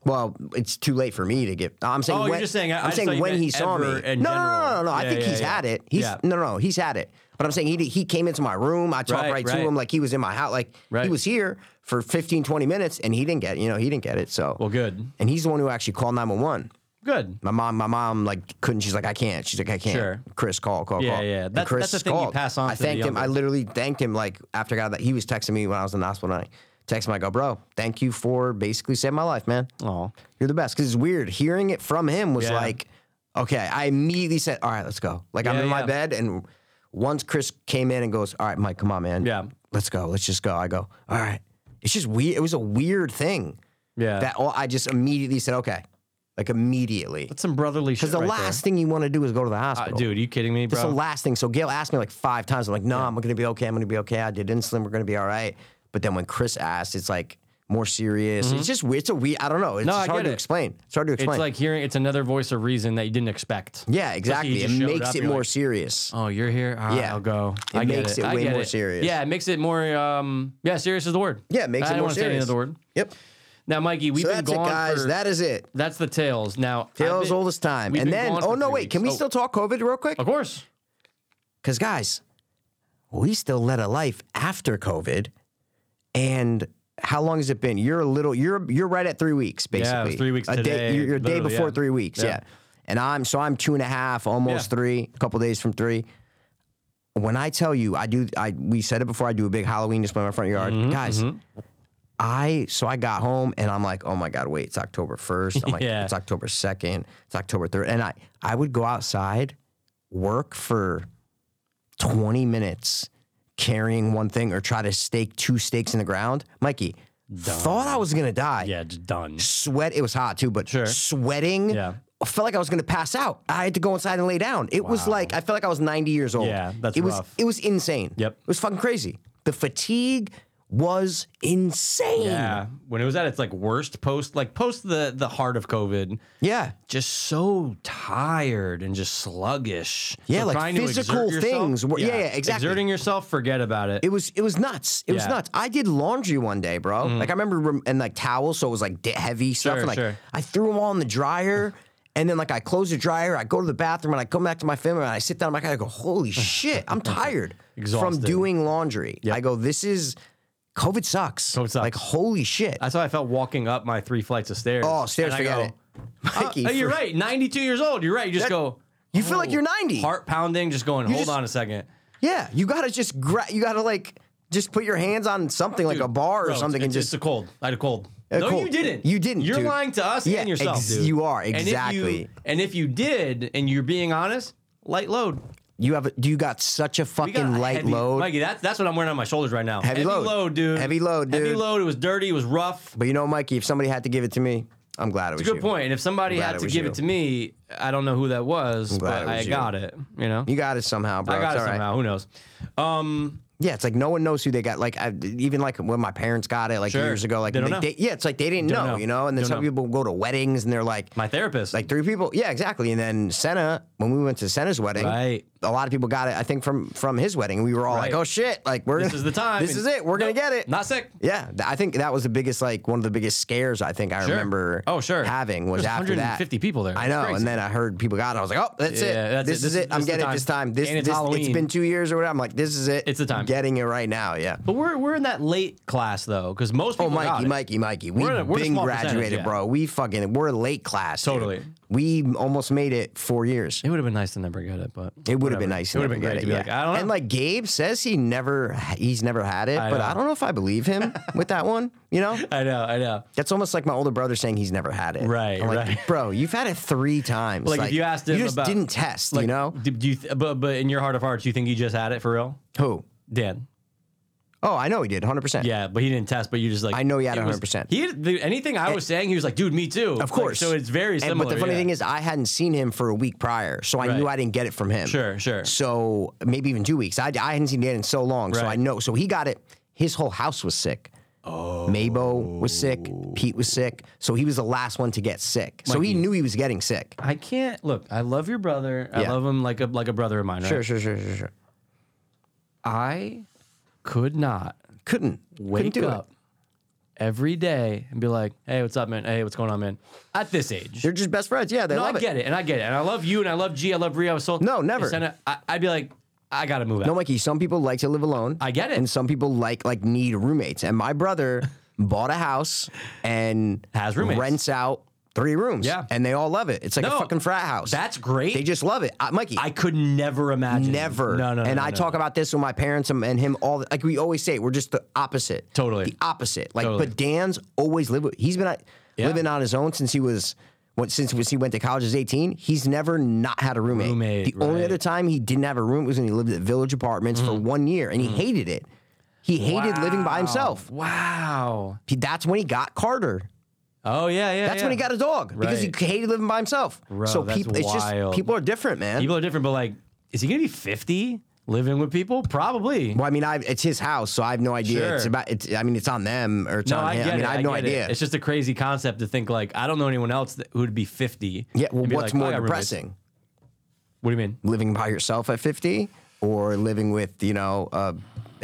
[SPEAKER 2] Well, it's too late for me to get. I'm saying.
[SPEAKER 3] Oh,
[SPEAKER 2] when,
[SPEAKER 3] you're just saying- I- I
[SPEAKER 2] am
[SPEAKER 3] just thought
[SPEAKER 2] saying
[SPEAKER 3] you
[SPEAKER 2] when
[SPEAKER 3] meant
[SPEAKER 2] he saw me.
[SPEAKER 3] ever
[SPEAKER 2] No, no,
[SPEAKER 3] in
[SPEAKER 2] no, no, no,
[SPEAKER 3] general.
[SPEAKER 2] no. I
[SPEAKER 3] Yeah,
[SPEAKER 2] think
[SPEAKER 3] yeah,
[SPEAKER 2] he's
[SPEAKER 3] yeah.
[SPEAKER 2] had it. He's
[SPEAKER 3] Yeah.
[SPEAKER 2] no, no, he's had it. But I'm saying he did- he came into my room. I talked
[SPEAKER 3] Right,
[SPEAKER 2] right, to
[SPEAKER 3] right.
[SPEAKER 2] him like he was in my house. Like
[SPEAKER 3] Right.
[SPEAKER 2] he was here for 15, 20 minutes, and he didn't get. You know, he didn't get it. So.
[SPEAKER 3] well, good,
[SPEAKER 2] and he's the one who actually called 911.
[SPEAKER 3] good.
[SPEAKER 2] My mom, my mom, like couldn't. She's like, I can't. She's like, I can't.
[SPEAKER 3] Sure.
[SPEAKER 2] Chris, call, call,
[SPEAKER 3] Yeah,
[SPEAKER 2] call.
[SPEAKER 3] yeah.
[SPEAKER 2] And
[SPEAKER 3] That's-
[SPEAKER 2] Chris
[SPEAKER 3] that's the thing you pass on
[SPEAKER 2] I
[SPEAKER 3] to the
[SPEAKER 2] thank him. I
[SPEAKER 3] younger.
[SPEAKER 2] literally thanked him. Like after I got that, he was texting me when I was in the hospital. And I text him. I go, bro, thank you for basically saving my life, man.
[SPEAKER 3] Oh,
[SPEAKER 2] You're the best. Because it's weird hearing it from him was
[SPEAKER 3] Yeah.
[SPEAKER 2] like, okay. I immediately said, all right, let's go. Like I'm
[SPEAKER 3] Yeah,
[SPEAKER 2] in my
[SPEAKER 3] yeah.
[SPEAKER 2] bed, and once Chris came in and goes, all right, Mike, come on, man.
[SPEAKER 3] Yeah.
[SPEAKER 2] let's go. Let's just go. I go, all right. It's just weird. It was a weird thing.
[SPEAKER 3] yeah.
[SPEAKER 2] That all, I just immediately said, okay. Like immediately.
[SPEAKER 3] That's some brotherly shit.
[SPEAKER 2] Because the
[SPEAKER 3] right there. Uh,
[SPEAKER 2] last thing you want to do is go to the hospital.
[SPEAKER 3] dude, are you kidding me, bro?
[SPEAKER 2] That's the last thing. So Gail asked me like five times. I'm like, no, I'm going to be okay. I'm going to be okay. I did insulin. We're going to be all right. But then when Chris asked, it's like more serious. It's just weird. It's a weird. I don't know. It's
[SPEAKER 3] Mm-hmm. No,
[SPEAKER 2] just
[SPEAKER 3] I
[SPEAKER 2] hard
[SPEAKER 3] get
[SPEAKER 2] to
[SPEAKER 3] it.
[SPEAKER 2] explain. It's hard to
[SPEAKER 3] it's
[SPEAKER 2] explain.
[SPEAKER 3] like hearing it's another voice of reason that you didn't expect.
[SPEAKER 2] yeah,
[SPEAKER 3] you
[SPEAKER 2] exactly. It
[SPEAKER 3] just showed
[SPEAKER 2] makes
[SPEAKER 3] up,
[SPEAKER 2] it
[SPEAKER 3] you're
[SPEAKER 2] more
[SPEAKER 3] like-
[SPEAKER 2] serious.
[SPEAKER 3] Oh, you're here. All right,
[SPEAKER 2] Yeah.
[SPEAKER 3] I'll go.
[SPEAKER 2] It
[SPEAKER 3] I get
[SPEAKER 2] makes it
[SPEAKER 3] I
[SPEAKER 2] way
[SPEAKER 3] get
[SPEAKER 2] more
[SPEAKER 3] it.
[SPEAKER 2] serious.
[SPEAKER 3] Yeah, it makes it more. Um, yeah, serious is the word.
[SPEAKER 2] yeah, it makes it
[SPEAKER 3] I don't
[SPEAKER 2] more
[SPEAKER 3] wanna say any
[SPEAKER 2] serious.
[SPEAKER 3] other word.
[SPEAKER 2] Yep.
[SPEAKER 3] Now, Mikey, we've
[SPEAKER 2] So
[SPEAKER 3] been
[SPEAKER 2] that's it,
[SPEAKER 3] gone
[SPEAKER 2] guys.
[SPEAKER 3] for-
[SPEAKER 2] that is it.
[SPEAKER 3] that's the tails. Now, I've
[SPEAKER 2] Tails
[SPEAKER 3] been-
[SPEAKER 2] all this time.
[SPEAKER 3] we've
[SPEAKER 2] And
[SPEAKER 3] been
[SPEAKER 2] then,
[SPEAKER 3] gone
[SPEAKER 2] oh
[SPEAKER 3] for
[SPEAKER 2] no,
[SPEAKER 3] three
[SPEAKER 2] wait. Can we
[SPEAKER 3] weeks.
[SPEAKER 2] still
[SPEAKER 3] Oh,
[SPEAKER 2] talk COVID real quick?
[SPEAKER 3] Of course.
[SPEAKER 2] Because, guys, we still led a life after COVID. And how long has it been? You're a little, you're you're right at three weeks,
[SPEAKER 3] it was
[SPEAKER 2] basically.
[SPEAKER 3] three weeks
[SPEAKER 2] a
[SPEAKER 3] today,
[SPEAKER 2] Day, you're, you're a day
[SPEAKER 3] literally,
[SPEAKER 2] before
[SPEAKER 3] yeah.
[SPEAKER 2] three weeks,
[SPEAKER 3] Yeah.
[SPEAKER 2] yeah. And I'm, so I'm two and a half, almost
[SPEAKER 3] Yeah.
[SPEAKER 2] three, a couple days from three. When I tell you, I do, I we said it before, I do a big Halloween display in my front yard.
[SPEAKER 3] Mm-hmm,
[SPEAKER 2] guys, I so I got home and I'm like, oh my god, wait, it's October first. I'm like,
[SPEAKER 3] Yeah.
[SPEAKER 2] it's October second, it's October third, and I I would go outside, work for twenty minutes, carrying one thing or try to stake two stakes in the ground. Mikey thought I was gonna die.
[SPEAKER 3] Yeah, just done.
[SPEAKER 2] Sweat. It was hot too, but
[SPEAKER 3] Sure.
[SPEAKER 2] sweating.
[SPEAKER 3] Yeah.
[SPEAKER 2] I felt like I was gonna pass out. I had to go inside and lay down. It was like I felt like I was 90 years old.
[SPEAKER 3] Yeah, that's
[SPEAKER 2] it was
[SPEAKER 3] rough.
[SPEAKER 2] it was insane.
[SPEAKER 3] Yep.
[SPEAKER 2] It was fucking crazy. The fatigue was insane.
[SPEAKER 3] Yeah, when it was at its like worst post, like post the the heart of COVID,
[SPEAKER 2] Yeah.
[SPEAKER 3] just so tired and just sluggish.
[SPEAKER 2] Yeah,
[SPEAKER 3] So
[SPEAKER 2] like
[SPEAKER 3] trying to
[SPEAKER 2] physical
[SPEAKER 3] exert yourself-
[SPEAKER 2] things were- yeah, yeah, exactly.
[SPEAKER 3] Exerting yourself, forget about it.
[SPEAKER 2] It was it was nuts. It was
[SPEAKER 3] Yeah. Mm.
[SPEAKER 2] nuts. I did laundry one day, bro. Like I remember rem- and like towels, so it was like di- heavy stuff.
[SPEAKER 3] Sure,
[SPEAKER 2] and like
[SPEAKER 3] sure.
[SPEAKER 2] I threw them all in the dryer, and then like I close the dryer, I go to the bathroom, and I come back to my family, and I sit down. I'm like, I go, holy shit, I'm tired from
[SPEAKER 3] Exhausted.
[SPEAKER 2] doing laundry. I go, this is COVID sucks.
[SPEAKER 3] COVID sucks.
[SPEAKER 2] Like holy shit.
[SPEAKER 3] That's how I felt walking up my three flights of stairs.
[SPEAKER 2] oh, stairs,
[SPEAKER 3] And I
[SPEAKER 2] forget
[SPEAKER 3] go,
[SPEAKER 2] it.
[SPEAKER 3] "Oh,
[SPEAKER 2] Mikey,
[SPEAKER 3] oh, you're
[SPEAKER 2] for-
[SPEAKER 3] right. 92 years old. You're right. You just
[SPEAKER 2] That-
[SPEAKER 3] go.
[SPEAKER 2] You feel like
[SPEAKER 3] "Oh,"
[SPEAKER 2] you're 90.
[SPEAKER 3] Heart pounding. Just going. Hold
[SPEAKER 2] just-
[SPEAKER 3] on a second.
[SPEAKER 2] Yeah, you gotta just gra- you gotta like just put your hands on something like a bar or
[SPEAKER 3] Bro,
[SPEAKER 2] something
[SPEAKER 3] it's,
[SPEAKER 2] and
[SPEAKER 3] it's-
[SPEAKER 2] just
[SPEAKER 3] it's a cold. I had a cold.
[SPEAKER 2] A
[SPEAKER 3] no,
[SPEAKER 2] cold.
[SPEAKER 3] you didn't.
[SPEAKER 2] You didn't,
[SPEAKER 3] You're
[SPEAKER 2] dude.
[SPEAKER 3] lying to us
[SPEAKER 2] Yeah,
[SPEAKER 3] and yourself,
[SPEAKER 2] ex-
[SPEAKER 3] dude.
[SPEAKER 2] you are,
[SPEAKER 3] And if
[SPEAKER 2] exactly.
[SPEAKER 3] And if you, did, and you're being honest, light load.
[SPEAKER 2] You have a, you got such a
[SPEAKER 3] We
[SPEAKER 2] fucking
[SPEAKER 3] got a
[SPEAKER 2] light
[SPEAKER 3] heavy-
[SPEAKER 2] load.
[SPEAKER 3] Mikey. That's that's what I'm wearing on my shoulders right now.
[SPEAKER 2] Heavy load.
[SPEAKER 3] dude.
[SPEAKER 2] Heavy load,
[SPEAKER 3] Heavy
[SPEAKER 2] dude.
[SPEAKER 3] load. It was dirty. It was rough.
[SPEAKER 2] but you know, Mikey, if somebody had to give it to me, I'm glad it was
[SPEAKER 3] Good
[SPEAKER 2] you.
[SPEAKER 3] point. And if somebody
[SPEAKER 2] Glad
[SPEAKER 3] had
[SPEAKER 2] it
[SPEAKER 3] to
[SPEAKER 2] was
[SPEAKER 3] give
[SPEAKER 2] you.
[SPEAKER 3] it to me, I don't know who that was,
[SPEAKER 2] glad
[SPEAKER 3] but
[SPEAKER 2] it was
[SPEAKER 3] I
[SPEAKER 2] you.
[SPEAKER 3] got it. You know,
[SPEAKER 2] You got it somehow, bro.
[SPEAKER 3] I
[SPEAKER 2] it's
[SPEAKER 3] got it
[SPEAKER 2] all right.
[SPEAKER 3] somehow. Who knows? Um,
[SPEAKER 2] Yeah, it's like no one knows who they got. Like I, even like when my parents got it, like
[SPEAKER 3] Sure.
[SPEAKER 2] years ago, like
[SPEAKER 3] They don't know.
[SPEAKER 2] yeah, it's like they didn't
[SPEAKER 3] Don't
[SPEAKER 2] know,
[SPEAKER 3] know.
[SPEAKER 2] you know. And then
[SPEAKER 3] Don't
[SPEAKER 2] some
[SPEAKER 3] know.
[SPEAKER 2] people go to weddings and they're like,
[SPEAKER 3] my therapist.
[SPEAKER 2] like three people, yeah, exactly. And then Senna, when we went to Senna's wedding,
[SPEAKER 3] Right.
[SPEAKER 2] a lot of people got it. I think from from his wedding, and we were all like,
[SPEAKER 3] Right.
[SPEAKER 2] oh shit, like we're
[SPEAKER 3] this
[SPEAKER 2] gonna-
[SPEAKER 3] is the time.
[SPEAKER 2] This
[SPEAKER 3] And-
[SPEAKER 2] is it. We're gonna
[SPEAKER 3] Nope,
[SPEAKER 2] get it.
[SPEAKER 3] Not sick.
[SPEAKER 2] Yeah, th- I think that was the biggest, like one of the biggest scares. I think I remember.
[SPEAKER 3] Oh, sure.
[SPEAKER 2] having was
[SPEAKER 3] There's
[SPEAKER 2] after that.
[SPEAKER 3] 150 people there.
[SPEAKER 2] I
[SPEAKER 3] It's
[SPEAKER 2] know,
[SPEAKER 3] crazy.
[SPEAKER 2] and then I heard people got it. I was like, oh, that's it.
[SPEAKER 3] Yeah, that's
[SPEAKER 2] this
[SPEAKER 3] it.
[SPEAKER 2] is
[SPEAKER 3] This-
[SPEAKER 2] it. I'm
[SPEAKER 3] this is the
[SPEAKER 2] getting it
[SPEAKER 3] time.
[SPEAKER 2] this time. This,
[SPEAKER 3] And it's
[SPEAKER 2] this it's
[SPEAKER 3] Halloween.
[SPEAKER 2] been two years or whatever. I'm like, this is it.
[SPEAKER 3] It's the time.
[SPEAKER 2] Getting it right now. Yeah.
[SPEAKER 3] But we're we're in that late class though, because most people
[SPEAKER 2] Oh,
[SPEAKER 3] got
[SPEAKER 2] Mikey,
[SPEAKER 3] it.
[SPEAKER 2] Mikey, Mikey. We've
[SPEAKER 3] We're in a- we're in a
[SPEAKER 2] been
[SPEAKER 3] small percentage,
[SPEAKER 2] graduated,
[SPEAKER 3] yeah.
[SPEAKER 2] bro. We fucking we're late class. dude.
[SPEAKER 3] Totally.
[SPEAKER 2] We almost made it four years.
[SPEAKER 3] It would have been nice to never get it, but
[SPEAKER 2] It would would have been
[SPEAKER 3] whatever.
[SPEAKER 2] nice.
[SPEAKER 3] It would have
[SPEAKER 2] to
[SPEAKER 3] been
[SPEAKER 2] get
[SPEAKER 3] great to be like, I don't know.
[SPEAKER 2] And like Gabe says, he never he's never had it,
[SPEAKER 3] I
[SPEAKER 2] but
[SPEAKER 3] know.
[SPEAKER 2] I don't know if I believe him with that one. You know,
[SPEAKER 3] I know, I know.
[SPEAKER 2] that's almost like my older brother saying he's never had it.
[SPEAKER 3] Right,
[SPEAKER 2] I'm like,
[SPEAKER 3] right.
[SPEAKER 2] Bro, you've had it three times.
[SPEAKER 3] Like, if you asked him
[SPEAKER 2] you just
[SPEAKER 3] about-
[SPEAKER 2] didn't test.
[SPEAKER 3] Like,
[SPEAKER 2] you know
[SPEAKER 3] do, do you? Th- but but in your heart of hearts, you think he just had it for real,
[SPEAKER 2] who?
[SPEAKER 3] Dan?
[SPEAKER 2] Oh, I know he did, hundred percent.
[SPEAKER 3] Yeah, but he didn't test. But you just like
[SPEAKER 2] I know he had
[SPEAKER 3] it was-
[SPEAKER 2] 100%.
[SPEAKER 3] He dude, anything I was saying, he was like, "Dude, me too."
[SPEAKER 2] Of course.
[SPEAKER 3] so it's very similar.
[SPEAKER 2] And, but the funny
[SPEAKER 3] yeah.
[SPEAKER 2] thing is, I hadn't seen him for a week prior, so I
[SPEAKER 3] Right.
[SPEAKER 2] knew I didn't get it from him.
[SPEAKER 3] Sure, sure.
[SPEAKER 2] So maybe even two weeks. I, I hadn't seen Dan in so long, so
[SPEAKER 3] Right.
[SPEAKER 2] I know. So he got it. His whole house was sick. Oh. Mabo was sick. Pete was sick. So he was the last one to get sick. So he knew he was getting sick.
[SPEAKER 3] I can't look. I love your brother. I
[SPEAKER 2] Yeah.
[SPEAKER 3] love him like a like a brother of mine. Right?
[SPEAKER 2] Sure, sure, sure, sure, sure.
[SPEAKER 3] I could not
[SPEAKER 2] Couldn't
[SPEAKER 3] wake
[SPEAKER 2] couldn't do
[SPEAKER 3] up every day and be like, "Hey, what's up, man? Hey, what's going on, man?" At this age,
[SPEAKER 2] It. They're just best friends. Yeah, they
[SPEAKER 3] no, I
[SPEAKER 2] love
[SPEAKER 3] get it, and I get it, and I love you, and I love G, I love Rio. So
[SPEAKER 2] No, never.
[SPEAKER 3] And I, I- I'd be like, I gotta move out.
[SPEAKER 2] No, Mikey. Some people like to live alone.
[SPEAKER 3] I get it.
[SPEAKER 2] And some people like like need roommates. And my brother bought a house and
[SPEAKER 3] Has roommates.
[SPEAKER 2] Rents out three rooms.
[SPEAKER 3] Yeah.
[SPEAKER 2] And they all love it. It's like
[SPEAKER 3] No,
[SPEAKER 2] a fucking frat house.
[SPEAKER 3] that's great.
[SPEAKER 2] They just love it, I, Mikey.
[SPEAKER 3] I could never imagine.
[SPEAKER 2] never.
[SPEAKER 3] No, no. no
[SPEAKER 2] And
[SPEAKER 3] no,
[SPEAKER 2] I
[SPEAKER 3] no.
[SPEAKER 2] talk about this with my parents and and him all. the- Like we always say, we're just the opposite.
[SPEAKER 3] Totally.
[SPEAKER 2] The opposite. Like,
[SPEAKER 3] Totally.
[SPEAKER 2] but Dan's always lived. With, he's been uh,
[SPEAKER 3] Yeah.
[SPEAKER 2] living on his own since he was. when- Since he went to college as 18, he's never not had a roommate.
[SPEAKER 3] Roommate,
[SPEAKER 2] the only
[SPEAKER 3] right. Mm-hmm.
[SPEAKER 2] other time he didn't have a room was when he lived at Village Apartments for one year, and he hated it. He hated living by himself.
[SPEAKER 3] Wow.
[SPEAKER 2] He, that's when he got Carter.
[SPEAKER 3] Oh yeah, yeah.
[SPEAKER 2] That's when he
[SPEAKER 3] yeah.
[SPEAKER 2] got a dog because he
[SPEAKER 3] Right.
[SPEAKER 2] hated living by himself.
[SPEAKER 3] Bro,
[SPEAKER 2] so
[SPEAKER 3] that's
[SPEAKER 2] people, it's
[SPEAKER 3] wild.
[SPEAKER 2] just people are different, man.
[SPEAKER 3] People are different, but like, is he gonna be fifty living with people? Probably.
[SPEAKER 2] Well, I mean, I it's his house, so I have no idea.
[SPEAKER 3] Sure.
[SPEAKER 2] It's about. It's, I mean, it's on them or it's
[SPEAKER 3] No,
[SPEAKER 2] on
[SPEAKER 3] I
[SPEAKER 2] him.
[SPEAKER 3] get
[SPEAKER 2] I mean,
[SPEAKER 3] it.
[SPEAKER 2] I have no
[SPEAKER 3] get it.
[SPEAKER 2] idea.
[SPEAKER 3] It's just a crazy concept to think like I don't know anyone else that, who'd be fifty.
[SPEAKER 2] yeah. Well,
[SPEAKER 3] and be
[SPEAKER 2] what's
[SPEAKER 3] like, "Oh,
[SPEAKER 2] more
[SPEAKER 3] I got roommates."
[SPEAKER 2] depressing,
[SPEAKER 3] What do you mean?
[SPEAKER 2] living by yourself at fifty or living with you know? Uh,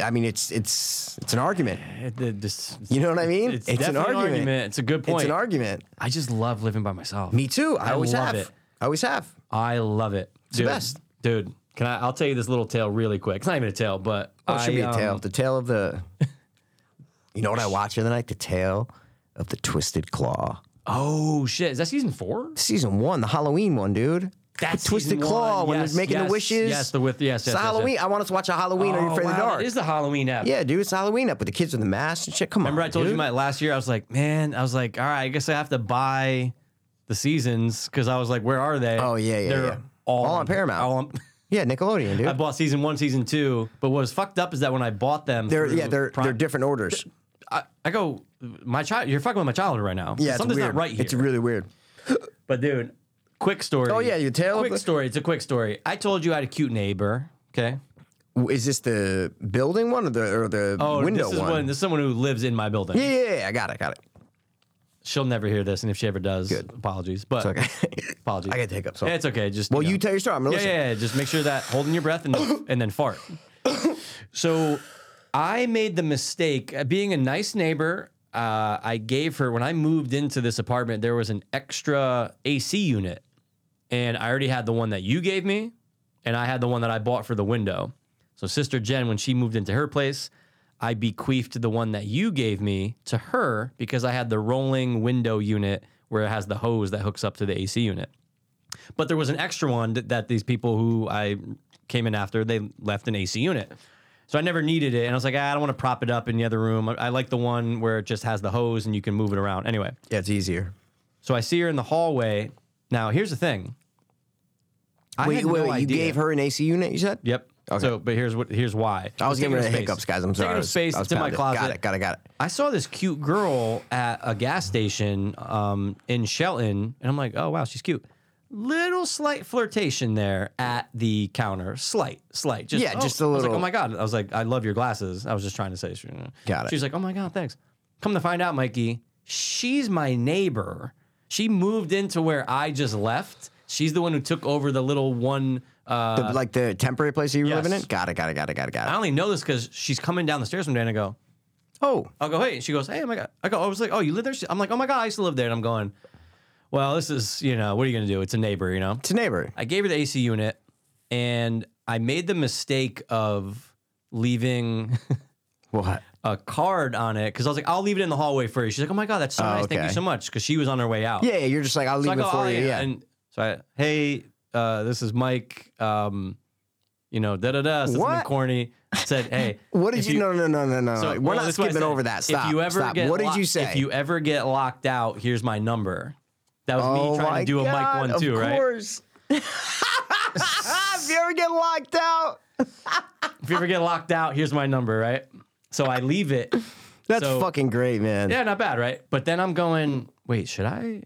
[SPEAKER 2] I mean, it's it's it's an argument.
[SPEAKER 3] It- it just-
[SPEAKER 2] You know what I mean?
[SPEAKER 3] It's,
[SPEAKER 2] It's an
[SPEAKER 3] definitely
[SPEAKER 2] argument.
[SPEAKER 3] It's a good point.
[SPEAKER 2] It's an argument.
[SPEAKER 3] I just love living by myself.
[SPEAKER 2] Me too. I,
[SPEAKER 3] I
[SPEAKER 2] always
[SPEAKER 3] love
[SPEAKER 2] have.
[SPEAKER 3] it.
[SPEAKER 2] I always have.
[SPEAKER 3] I love it. It's
[SPEAKER 2] the
[SPEAKER 3] dude,
[SPEAKER 2] best.
[SPEAKER 3] dude. Can I? I'll tell you this little tale really quick. It's not even a tale, but
[SPEAKER 2] Oh, it should
[SPEAKER 3] I,
[SPEAKER 2] be a tale.
[SPEAKER 3] um,
[SPEAKER 2] the tale of the. You know what I watched the other night? The tale of the twisted claw.
[SPEAKER 3] oh shit! Is that season four?
[SPEAKER 2] Season one, the Halloween one, dude.
[SPEAKER 3] That's
[SPEAKER 2] the twisted
[SPEAKER 3] season
[SPEAKER 2] claw
[SPEAKER 3] one.
[SPEAKER 2] when
[SPEAKER 3] Yes,
[SPEAKER 2] they're making
[SPEAKER 3] yes,
[SPEAKER 2] the wishes.
[SPEAKER 3] yes, the with- yes,
[SPEAKER 2] It's
[SPEAKER 3] yes, yes,
[SPEAKER 2] Halloween. I want us to watch a Halloween. Are you
[SPEAKER 3] Oh,
[SPEAKER 2] afraid
[SPEAKER 3] wow,
[SPEAKER 2] of the dark?
[SPEAKER 3] That is the Halloween app.
[SPEAKER 2] Yeah, dude, it's Halloween up with the kids with the masks and shit. Come
[SPEAKER 3] Remember,
[SPEAKER 2] on.
[SPEAKER 3] I told
[SPEAKER 2] dude.
[SPEAKER 3] you my last year. I was like, man, I was like, all right, I guess I have to buy the seasons because I was like, where are they?
[SPEAKER 2] Oh, yeah, yeah,
[SPEAKER 3] They're
[SPEAKER 2] yeah.
[SPEAKER 3] all,
[SPEAKER 2] All on Paramount.
[SPEAKER 3] all on-
[SPEAKER 2] Yeah, Nickelodeon,
[SPEAKER 3] I
[SPEAKER 2] dude.
[SPEAKER 3] bought season one, season two, but what was fucked up is that when I bought them,
[SPEAKER 2] They're
[SPEAKER 3] through
[SPEAKER 2] yeah, they're
[SPEAKER 3] Prime-
[SPEAKER 2] they're different orders.
[SPEAKER 3] I, I go, my child, you're fucking with my childhood right now.
[SPEAKER 2] Yeah,
[SPEAKER 3] something's
[SPEAKER 2] it's weird.
[SPEAKER 3] not right here.
[SPEAKER 2] It's really weird.
[SPEAKER 3] But dude, quick story.
[SPEAKER 2] Oh, yeah, your tale of
[SPEAKER 3] Quick
[SPEAKER 2] the-
[SPEAKER 3] story. It's a quick story. I told you I had a cute neighbor. Okay.
[SPEAKER 2] W- Is this the building one or the or the
[SPEAKER 3] Oh,
[SPEAKER 2] window
[SPEAKER 3] this is
[SPEAKER 2] one?
[SPEAKER 3] one. This is someone who lives in my building.
[SPEAKER 2] yeah, yeah, yeah, I got it, got it.
[SPEAKER 3] She'll never hear this, and if she ever does,
[SPEAKER 2] Good.
[SPEAKER 3] apologies. But
[SPEAKER 2] It's okay.
[SPEAKER 3] apologies.
[SPEAKER 2] I got to take up
[SPEAKER 3] Yeah,
[SPEAKER 2] something.
[SPEAKER 3] it's okay. Just
[SPEAKER 2] well,
[SPEAKER 3] know.
[SPEAKER 2] you tell your story. I'm gonna
[SPEAKER 3] Yeah,
[SPEAKER 2] listen.
[SPEAKER 3] yeah, yeah. Just make sure that holding your breath and and then fart. So I made the mistake uh, being a nice neighbor. Uh, I gave her when I moved into this apartment. There was an extra AC unit, and I already had the one that you gave me, and I had the one that I bought for the window. So sister Jen, when she moved into her place, I bequeathed the one that you gave me to her because I had the rolling window unit where it has the hose that hooks up to the AC unit. But there was an extra one that, that these people who I came in after they left an AC unit. So I never needed it, and I was like, ah, I don't want to prop it up in the other room. I, I like the one where it just has the hose and you can move it around. Anyway,
[SPEAKER 2] Yeah, it's easier.
[SPEAKER 3] so I see her in the hallway. Now here's the thing. I
[SPEAKER 2] wait,
[SPEAKER 3] had
[SPEAKER 2] wait,
[SPEAKER 3] no
[SPEAKER 2] wait, you
[SPEAKER 3] idea.
[SPEAKER 2] gave her an AC unit? You said?
[SPEAKER 3] Yep. So, but here's what here's why.
[SPEAKER 2] I was getting
[SPEAKER 3] Taking
[SPEAKER 2] rid
[SPEAKER 3] up
[SPEAKER 2] of
[SPEAKER 3] space.
[SPEAKER 2] hiccups, guys. I'm
[SPEAKER 3] Taking
[SPEAKER 2] sorry.
[SPEAKER 3] up
[SPEAKER 2] I was-
[SPEAKER 3] space
[SPEAKER 2] I was
[SPEAKER 3] to my
[SPEAKER 2] pounded.
[SPEAKER 3] closet.
[SPEAKER 2] Got it, got it, got it.
[SPEAKER 3] I saw this cute girl at a gas station um, in Shelton, and I'm like, oh wow, she's cute. Little slight flirtation there at the counter, slight, slight, just
[SPEAKER 2] Yeah,
[SPEAKER 3] oh.
[SPEAKER 2] just a
[SPEAKER 3] I was like,
[SPEAKER 2] little-
[SPEAKER 3] oh my god, I was like, I love your glasses. I was just trying to say, you know.
[SPEAKER 2] Got it.
[SPEAKER 3] She's like, oh my god, thanks. Come to find out, Mikey, she's my neighbor. She moved into where I just left. She's the one who took over the little one. Uh,
[SPEAKER 2] The- like the temporary place you were living in?
[SPEAKER 3] yes.
[SPEAKER 2] Got it, got it, got it, got it, got
[SPEAKER 3] I
[SPEAKER 2] it.
[SPEAKER 3] only know this because she's coming down the stairs one day, and I go,
[SPEAKER 2] Oh,
[SPEAKER 3] I'll go, hey. And she goes, hey, oh my God. I go, I was like, oh, you live there? She- I'm like, oh my God, I used to live there. And I'm going, well, this is, you know, what are you going to do? It's a neighbor, you know?
[SPEAKER 2] it's a neighbor.
[SPEAKER 3] I gave her the AC unit and I made the mistake of leaving
[SPEAKER 2] What?
[SPEAKER 3] a card on it because I was like, I'll leave it in the hallway for you. She's like, oh my God, that's so nice. Thank
[SPEAKER 2] okay.
[SPEAKER 3] you so much. Because she was on her way out.
[SPEAKER 2] Yeah, yeah, you're just like, I'll leave
[SPEAKER 3] So I "Oh,
[SPEAKER 2] it
[SPEAKER 3] go,
[SPEAKER 2] for
[SPEAKER 3] "Oh,
[SPEAKER 2] you. Yeah.
[SPEAKER 3] And so I, hey, uh, this is Mike. Um, you know, da da da, said something
[SPEAKER 2] What?
[SPEAKER 3] corny. Said, hey,
[SPEAKER 2] What did
[SPEAKER 3] if
[SPEAKER 2] you, No, no, no, no, no.
[SPEAKER 3] So,
[SPEAKER 2] We're
[SPEAKER 3] well,
[SPEAKER 2] not
[SPEAKER 3] that's what I
[SPEAKER 2] skipping
[SPEAKER 3] said.
[SPEAKER 2] over that. Stop.
[SPEAKER 3] If you ever
[SPEAKER 2] stop.
[SPEAKER 3] get
[SPEAKER 2] What did you
[SPEAKER 3] lock-
[SPEAKER 2] say?
[SPEAKER 3] If you ever get locked out, here's my number. That was
[SPEAKER 2] oh
[SPEAKER 3] me trying
[SPEAKER 2] my
[SPEAKER 3] to do
[SPEAKER 2] God,
[SPEAKER 3] a mic one
[SPEAKER 2] of
[SPEAKER 3] too, right?
[SPEAKER 2] course. if you ever get locked out,
[SPEAKER 3] If you ever get locked out, here's my number, right? So I leave it.
[SPEAKER 2] that's
[SPEAKER 3] So-
[SPEAKER 2] fucking great, man.
[SPEAKER 3] Yeah, not bad, right? But then I'm going, wait, should I?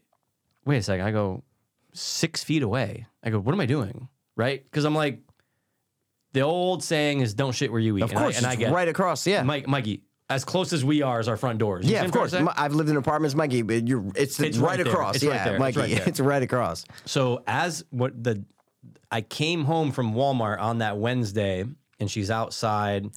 [SPEAKER 3] Wait a second. I go six feet away. I go, what am I doing? Right? Because I'm like, the old saying is don't shit where you eat.
[SPEAKER 2] Of course,
[SPEAKER 3] And I, and I
[SPEAKER 2] it's
[SPEAKER 3] get it.
[SPEAKER 2] right across. Yeah,
[SPEAKER 3] Mike, Mikey, as close as we are is our front doors. You
[SPEAKER 2] yeah,
[SPEAKER 3] see
[SPEAKER 2] of
[SPEAKER 3] what I'm
[SPEAKER 2] course.
[SPEAKER 3] trying to
[SPEAKER 2] Mi- I've lived in apartments, Mikey, but you're it's,
[SPEAKER 3] It's
[SPEAKER 2] right,
[SPEAKER 3] right there.
[SPEAKER 2] across.
[SPEAKER 3] It's right
[SPEAKER 2] yeah,
[SPEAKER 3] there. It's
[SPEAKER 2] Mikey,
[SPEAKER 3] right there.
[SPEAKER 2] it's right across.
[SPEAKER 3] say? So as what the, I came home from Walmart on that Wednesday, and she's outside.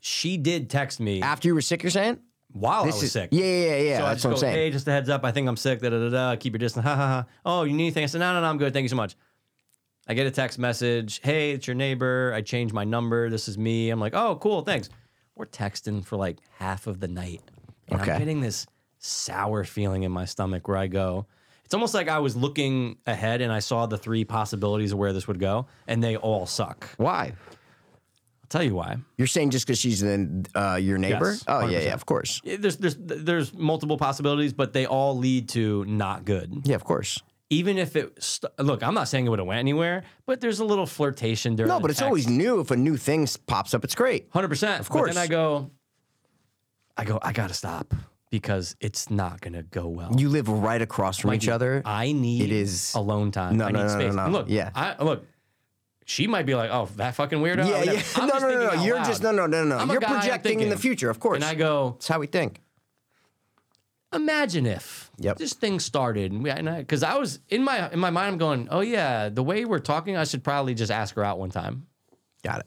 [SPEAKER 3] She did text me
[SPEAKER 2] After you were sick, you're saying?
[SPEAKER 3] while I
[SPEAKER 2] This
[SPEAKER 3] was
[SPEAKER 2] is-
[SPEAKER 3] sick.
[SPEAKER 2] Yeah, yeah, yeah.
[SPEAKER 3] So I
[SPEAKER 2] that's
[SPEAKER 3] just
[SPEAKER 2] what I'm
[SPEAKER 3] go,
[SPEAKER 2] saying.
[SPEAKER 3] Hey, just a heads up. I think I'm sick. Da da da da. Keep your distance. Ha ha ha. Oh, you need anything? I said, no, no, no. I'm good. Thank you so much. I get a text message. Hey, it's your neighbor. I changed my number. This is me. I'm like, oh, cool. Thanks. We're texting for like half of the night. And
[SPEAKER 2] Okay.
[SPEAKER 3] I'm getting this sour feeling in my stomach where I go, it's almost like I was looking ahead and I saw the three possibilities of where this would go, and they all suck.
[SPEAKER 2] Why?
[SPEAKER 3] I'll tell you why.
[SPEAKER 2] You're saying just because she's in, uh, your neighbor?
[SPEAKER 3] Yes,
[SPEAKER 2] oh yeah,
[SPEAKER 3] 100%.
[SPEAKER 2] yeah, of course.
[SPEAKER 3] Yeah, There's there's there's multiple possibilities, but they all lead to not good.
[SPEAKER 2] Yeah, of course.
[SPEAKER 3] even if it st- look, I'm not saying it would have went anywhere, but there's a little flirtation during.
[SPEAKER 2] No,
[SPEAKER 3] the
[SPEAKER 2] but it's
[SPEAKER 3] text.
[SPEAKER 2] always new. If a new thing s- pops up, it's great.
[SPEAKER 3] hundred percent. Of
[SPEAKER 2] course.
[SPEAKER 3] But then I go, I go, I gotta stop because it's not gonna go well.
[SPEAKER 2] You live right across from each other.
[SPEAKER 3] I need
[SPEAKER 2] It is-
[SPEAKER 3] alone time.
[SPEAKER 2] No,
[SPEAKER 3] I
[SPEAKER 2] no,
[SPEAKER 3] need
[SPEAKER 2] no, no,
[SPEAKER 3] space.
[SPEAKER 2] no.
[SPEAKER 3] And look,
[SPEAKER 2] Yeah.
[SPEAKER 3] I, look, she might be like, oh, that fucking weirdo.
[SPEAKER 2] yeah,
[SPEAKER 3] whatever.
[SPEAKER 2] yeah.
[SPEAKER 3] I'm
[SPEAKER 2] no,
[SPEAKER 3] just
[SPEAKER 2] no, no,
[SPEAKER 3] thinking
[SPEAKER 2] no.
[SPEAKER 3] out
[SPEAKER 2] You're
[SPEAKER 3] loud.
[SPEAKER 2] just no, no, no, no.
[SPEAKER 3] I'm a
[SPEAKER 2] You're
[SPEAKER 3] guy, I'm
[SPEAKER 2] projecting in the
[SPEAKER 3] thinking.
[SPEAKER 2] future, of course.
[SPEAKER 3] And I go,
[SPEAKER 2] That's how we think.
[SPEAKER 3] imagine if
[SPEAKER 2] Yep.
[SPEAKER 3] this thing started and we- and I because I, was in my in my mind, I'm going, oh yeah, the way we're talking, I should probably just ask her out one time.
[SPEAKER 2] Got it.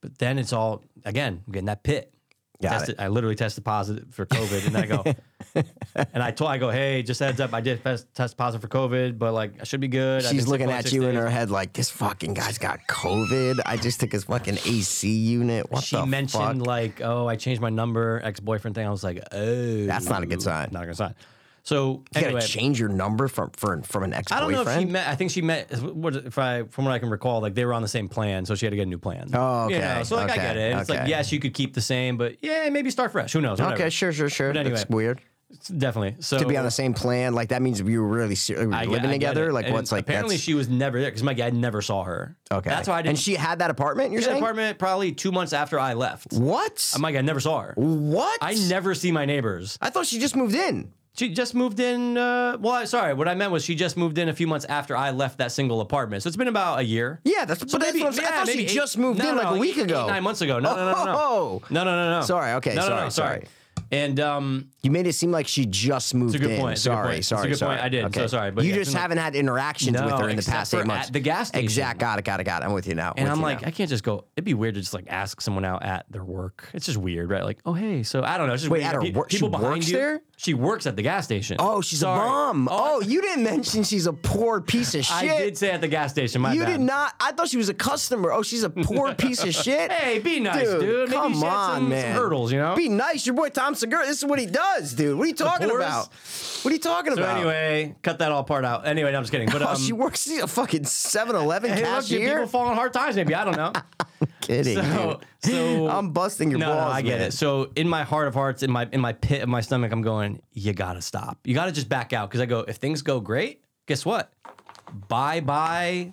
[SPEAKER 3] But then it's all again, I'm getting that pit.
[SPEAKER 2] Got
[SPEAKER 3] tested, I literally tested positive for COVID, and I go, and I told, I go, hey, just heads up, I did fes- test positive for COVID, but like I should be good. I've been
[SPEAKER 2] She's
[SPEAKER 3] sick
[SPEAKER 2] looking
[SPEAKER 3] for, like,
[SPEAKER 2] at
[SPEAKER 3] six
[SPEAKER 2] you in
[SPEAKER 3] days."
[SPEAKER 2] her head like, this fucking guy's got COVID. I just took his fucking AC unit. What
[SPEAKER 3] She
[SPEAKER 2] the
[SPEAKER 3] mentioned
[SPEAKER 2] fuck?
[SPEAKER 3] like, oh, I changed my number, ex boyfriend thing. I was like, oh,
[SPEAKER 2] That's not a good sign.
[SPEAKER 3] Not a good sign. So
[SPEAKER 2] You
[SPEAKER 3] anyway,
[SPEAKER 2] gotta change your number from for, from an ex
[SPEAKER 3] I don't know if she
[SPEAKER 2] boyfriend.
[SPEAKER 3] met. I think she met. What if I, from what I can recall, like they were on the same plan, so she had to get a new plan.
[SPEAKER 2] Oh,
[SPEAKER 3] You
[SPEAKER 2] okay,
[SPEAKER 3] know, So like I
[SPEAKER 2] okay,
[SPEAKER 3] get it. It's like
[SPEAKER 2] okay.
[SPEAKER 3] yes, you could keep the same, but yeah, maybe start fresh. Who knows?
[SPEAKER 2] Okay,
[SPEAKER 3] Whatever.
[SPEAKER 2] sure, sure, sure.
[SPEAKER 3] But
[SPEAKER 2] That's
[SPEAKER 3] anyway.
[SPEAKER 2] weird.
[SPEAKER 3] definitely. So
[SPEAKER 2] To be on the same plan, like that means you were really ser-
[SPEAKER 3] I get-
[SPEAKER 2] living
[SPEAKER 3] I get
[SPEAKER 2] together.
[SPEAKER 3] it.
[SPEAKER 2] Like
[SPEAKER 3] And
[SPEAKER 2] what's like
[SPEAKER 3] apparently
[SPEAKER 2] that's,
[SPEAKER 3] she was never there because my dad never saw her.
[SPEAKER 2] okay.
[SPEAKER 3] that's why I didn't.
[SPEAKER 2] And she had that apartment. You're
[SPEAKER 3] she had an
[SPEAKER 2] saying
[SPEAKER 3] apartment probably two months after I left.
[SPEAKER 2] what?
[SPEAKER 3] I'm like I never saw her.
[SPEAKER 2] what?
[SPEAKER 3] I never see my neighbors.
[SPEAKER 2] I thought she just moved in.
[SPEAKER 3] She just moved in. Uh, well, I, sorry, what I meant was she just moved in a few months after I left that single apartment. So it's been about a year.
[SPEAKER 2] Yeah, that's but that's what I'm saying. I
[SPEAKER 3] yeah,
[SPEAKER 2] thought she
[SPEAKER 3] maybe eight-
[SPEAKER 2] just moved
[SPEAKER 3] no,
[SPEAKER 2] in like
[SPEAKER 3] no,
[SPEAKER 2] a week
[SPEAKER 3] eight-
[SPEAKER 2] ago.
[SPEAKER 3] eight, nine months ago. No, no, no, no, no,
[SPEAKER 2] Oh.
[SPEAKER 3] no, no, no, no.
[SPEAKER 2] Sorry, okay,
[SPEAKER 3] no, no, no,
[SPEAKER 2] sorry, sorry.
[SPEAKER 3] And um,
[SPEAKER 2] You made it seem like she just moved
[SPEAKER 3] good
[SPEAKER 2] in.
[SPEAKER 3] point, it's a good
[SPEAKER 2] Sorry,
[SPEAKER 3] point, it's a
[SPEAKER 2] sorry,
[SPEAKER 3] good
[SPEAKER 2] sorry.
[SPEAKER 3] point, I did,
[SPEAKER 2] Okay.
[SPEAKER 3] so sorry, but
[SPEAKER 2] you
[SPEAKER 3] yeah,
[SPEAKER 2] just
[SPEAKER 3] it's in the-
[SPEAKER 2] haven't had interactions
[SPEAKER 3] No,
[SPEAKER 2] with her in the
[SPEAKER 3] except
[SPEAKER 2] past
[SPEAKER 3] for
[SPEAKER 2] eight months.
[SPEAKER 3] at the gas station.
[SPEAKER 2] Exact. Got it. Got it. Got it. I'm with you now.
[SPEAKER 3] and
[SPEAKER 2] with
[SPEAKER 3] I'm
[SPEAKER 2] you
[SPEAKER 3] like,
[SPEAKER 2] now.
[SPEAKER 3] I can't just go. It'd be weird to just like ask someone out at their work. It's just weird, right? Like, oh hey, so I don't know. It's just
[SPEAKER 2] Wait,
[SPEAKER 3] weird.
[SPEAKER 2] at her
[SPEAKER 3] Pe-
[SPEAKER 2] work- she
[SPEAKER 3] people behind
[SPEAKER 2] works
[SPEAKER 3] you-
[SPEAKER 2] there?
[SPEAKER 3] She works at the gas station.
[SPEAKER 2] oh, she's
[SPEAKER 3] Sorry.
[SPEAKER 2] a bum. Oh, you didn't mention she's a poor piece of shit.
[SPEAKER 3] I did say at the gas station. My
[SPEAKER 2] you
[SPEAKER 3] bad.
[SPEAKER 2] did not. I thought she was a customer. Oh, she's a poor piece of shit.
[SPEAKER 3] Hey, be nice, dude. Maybe
[SPEAKER 2] come
[SPEAKER 3] she had
[SPEAKER 2] on,
[SPEAKER 3] some- some
[SPEAKER 2] man.
[SPEAKER 3] hurdles, you know?
[SPEAKER 2] Be nice. Your boy Tom Segura. This is what he does, dude. What are you talking
[SPEAKER 3] poorest-
[SPEAKER 2] about? What are you talking
[SPEAKER 3] So
[SPEAKER 2] about?
[SPEAKER 3] anyway, cut that all part out. Anyway, no, I'm just kidding. But um,
[SPEAKER 2] Oh, she works. She's a fucking 7-Eleven
[SPEAKER 3] hey, look, you
[SPEAKER 2] cashier.
[SPEAKER 3] people falling hard times. Maybe I don't know.
[SPEAKER 2] Kidding.
[SPEAKER 3] so,
[SPEAKER 2] dude.
[SPEAKER 3] so
[SPEAKER 2] I'm busting your
[SPEAKER 3] no,
[SPEAKER 2] balls.
[SPEAKER 3] No, I get
[SPEAKER 2] man.
[SPEAKER 3] it. So in my heart of hearts, in my in my pit of my stomach, I'm going, you gotta stop. You gotta just back out. Cause I go, if things go great, guess what? Bye bye.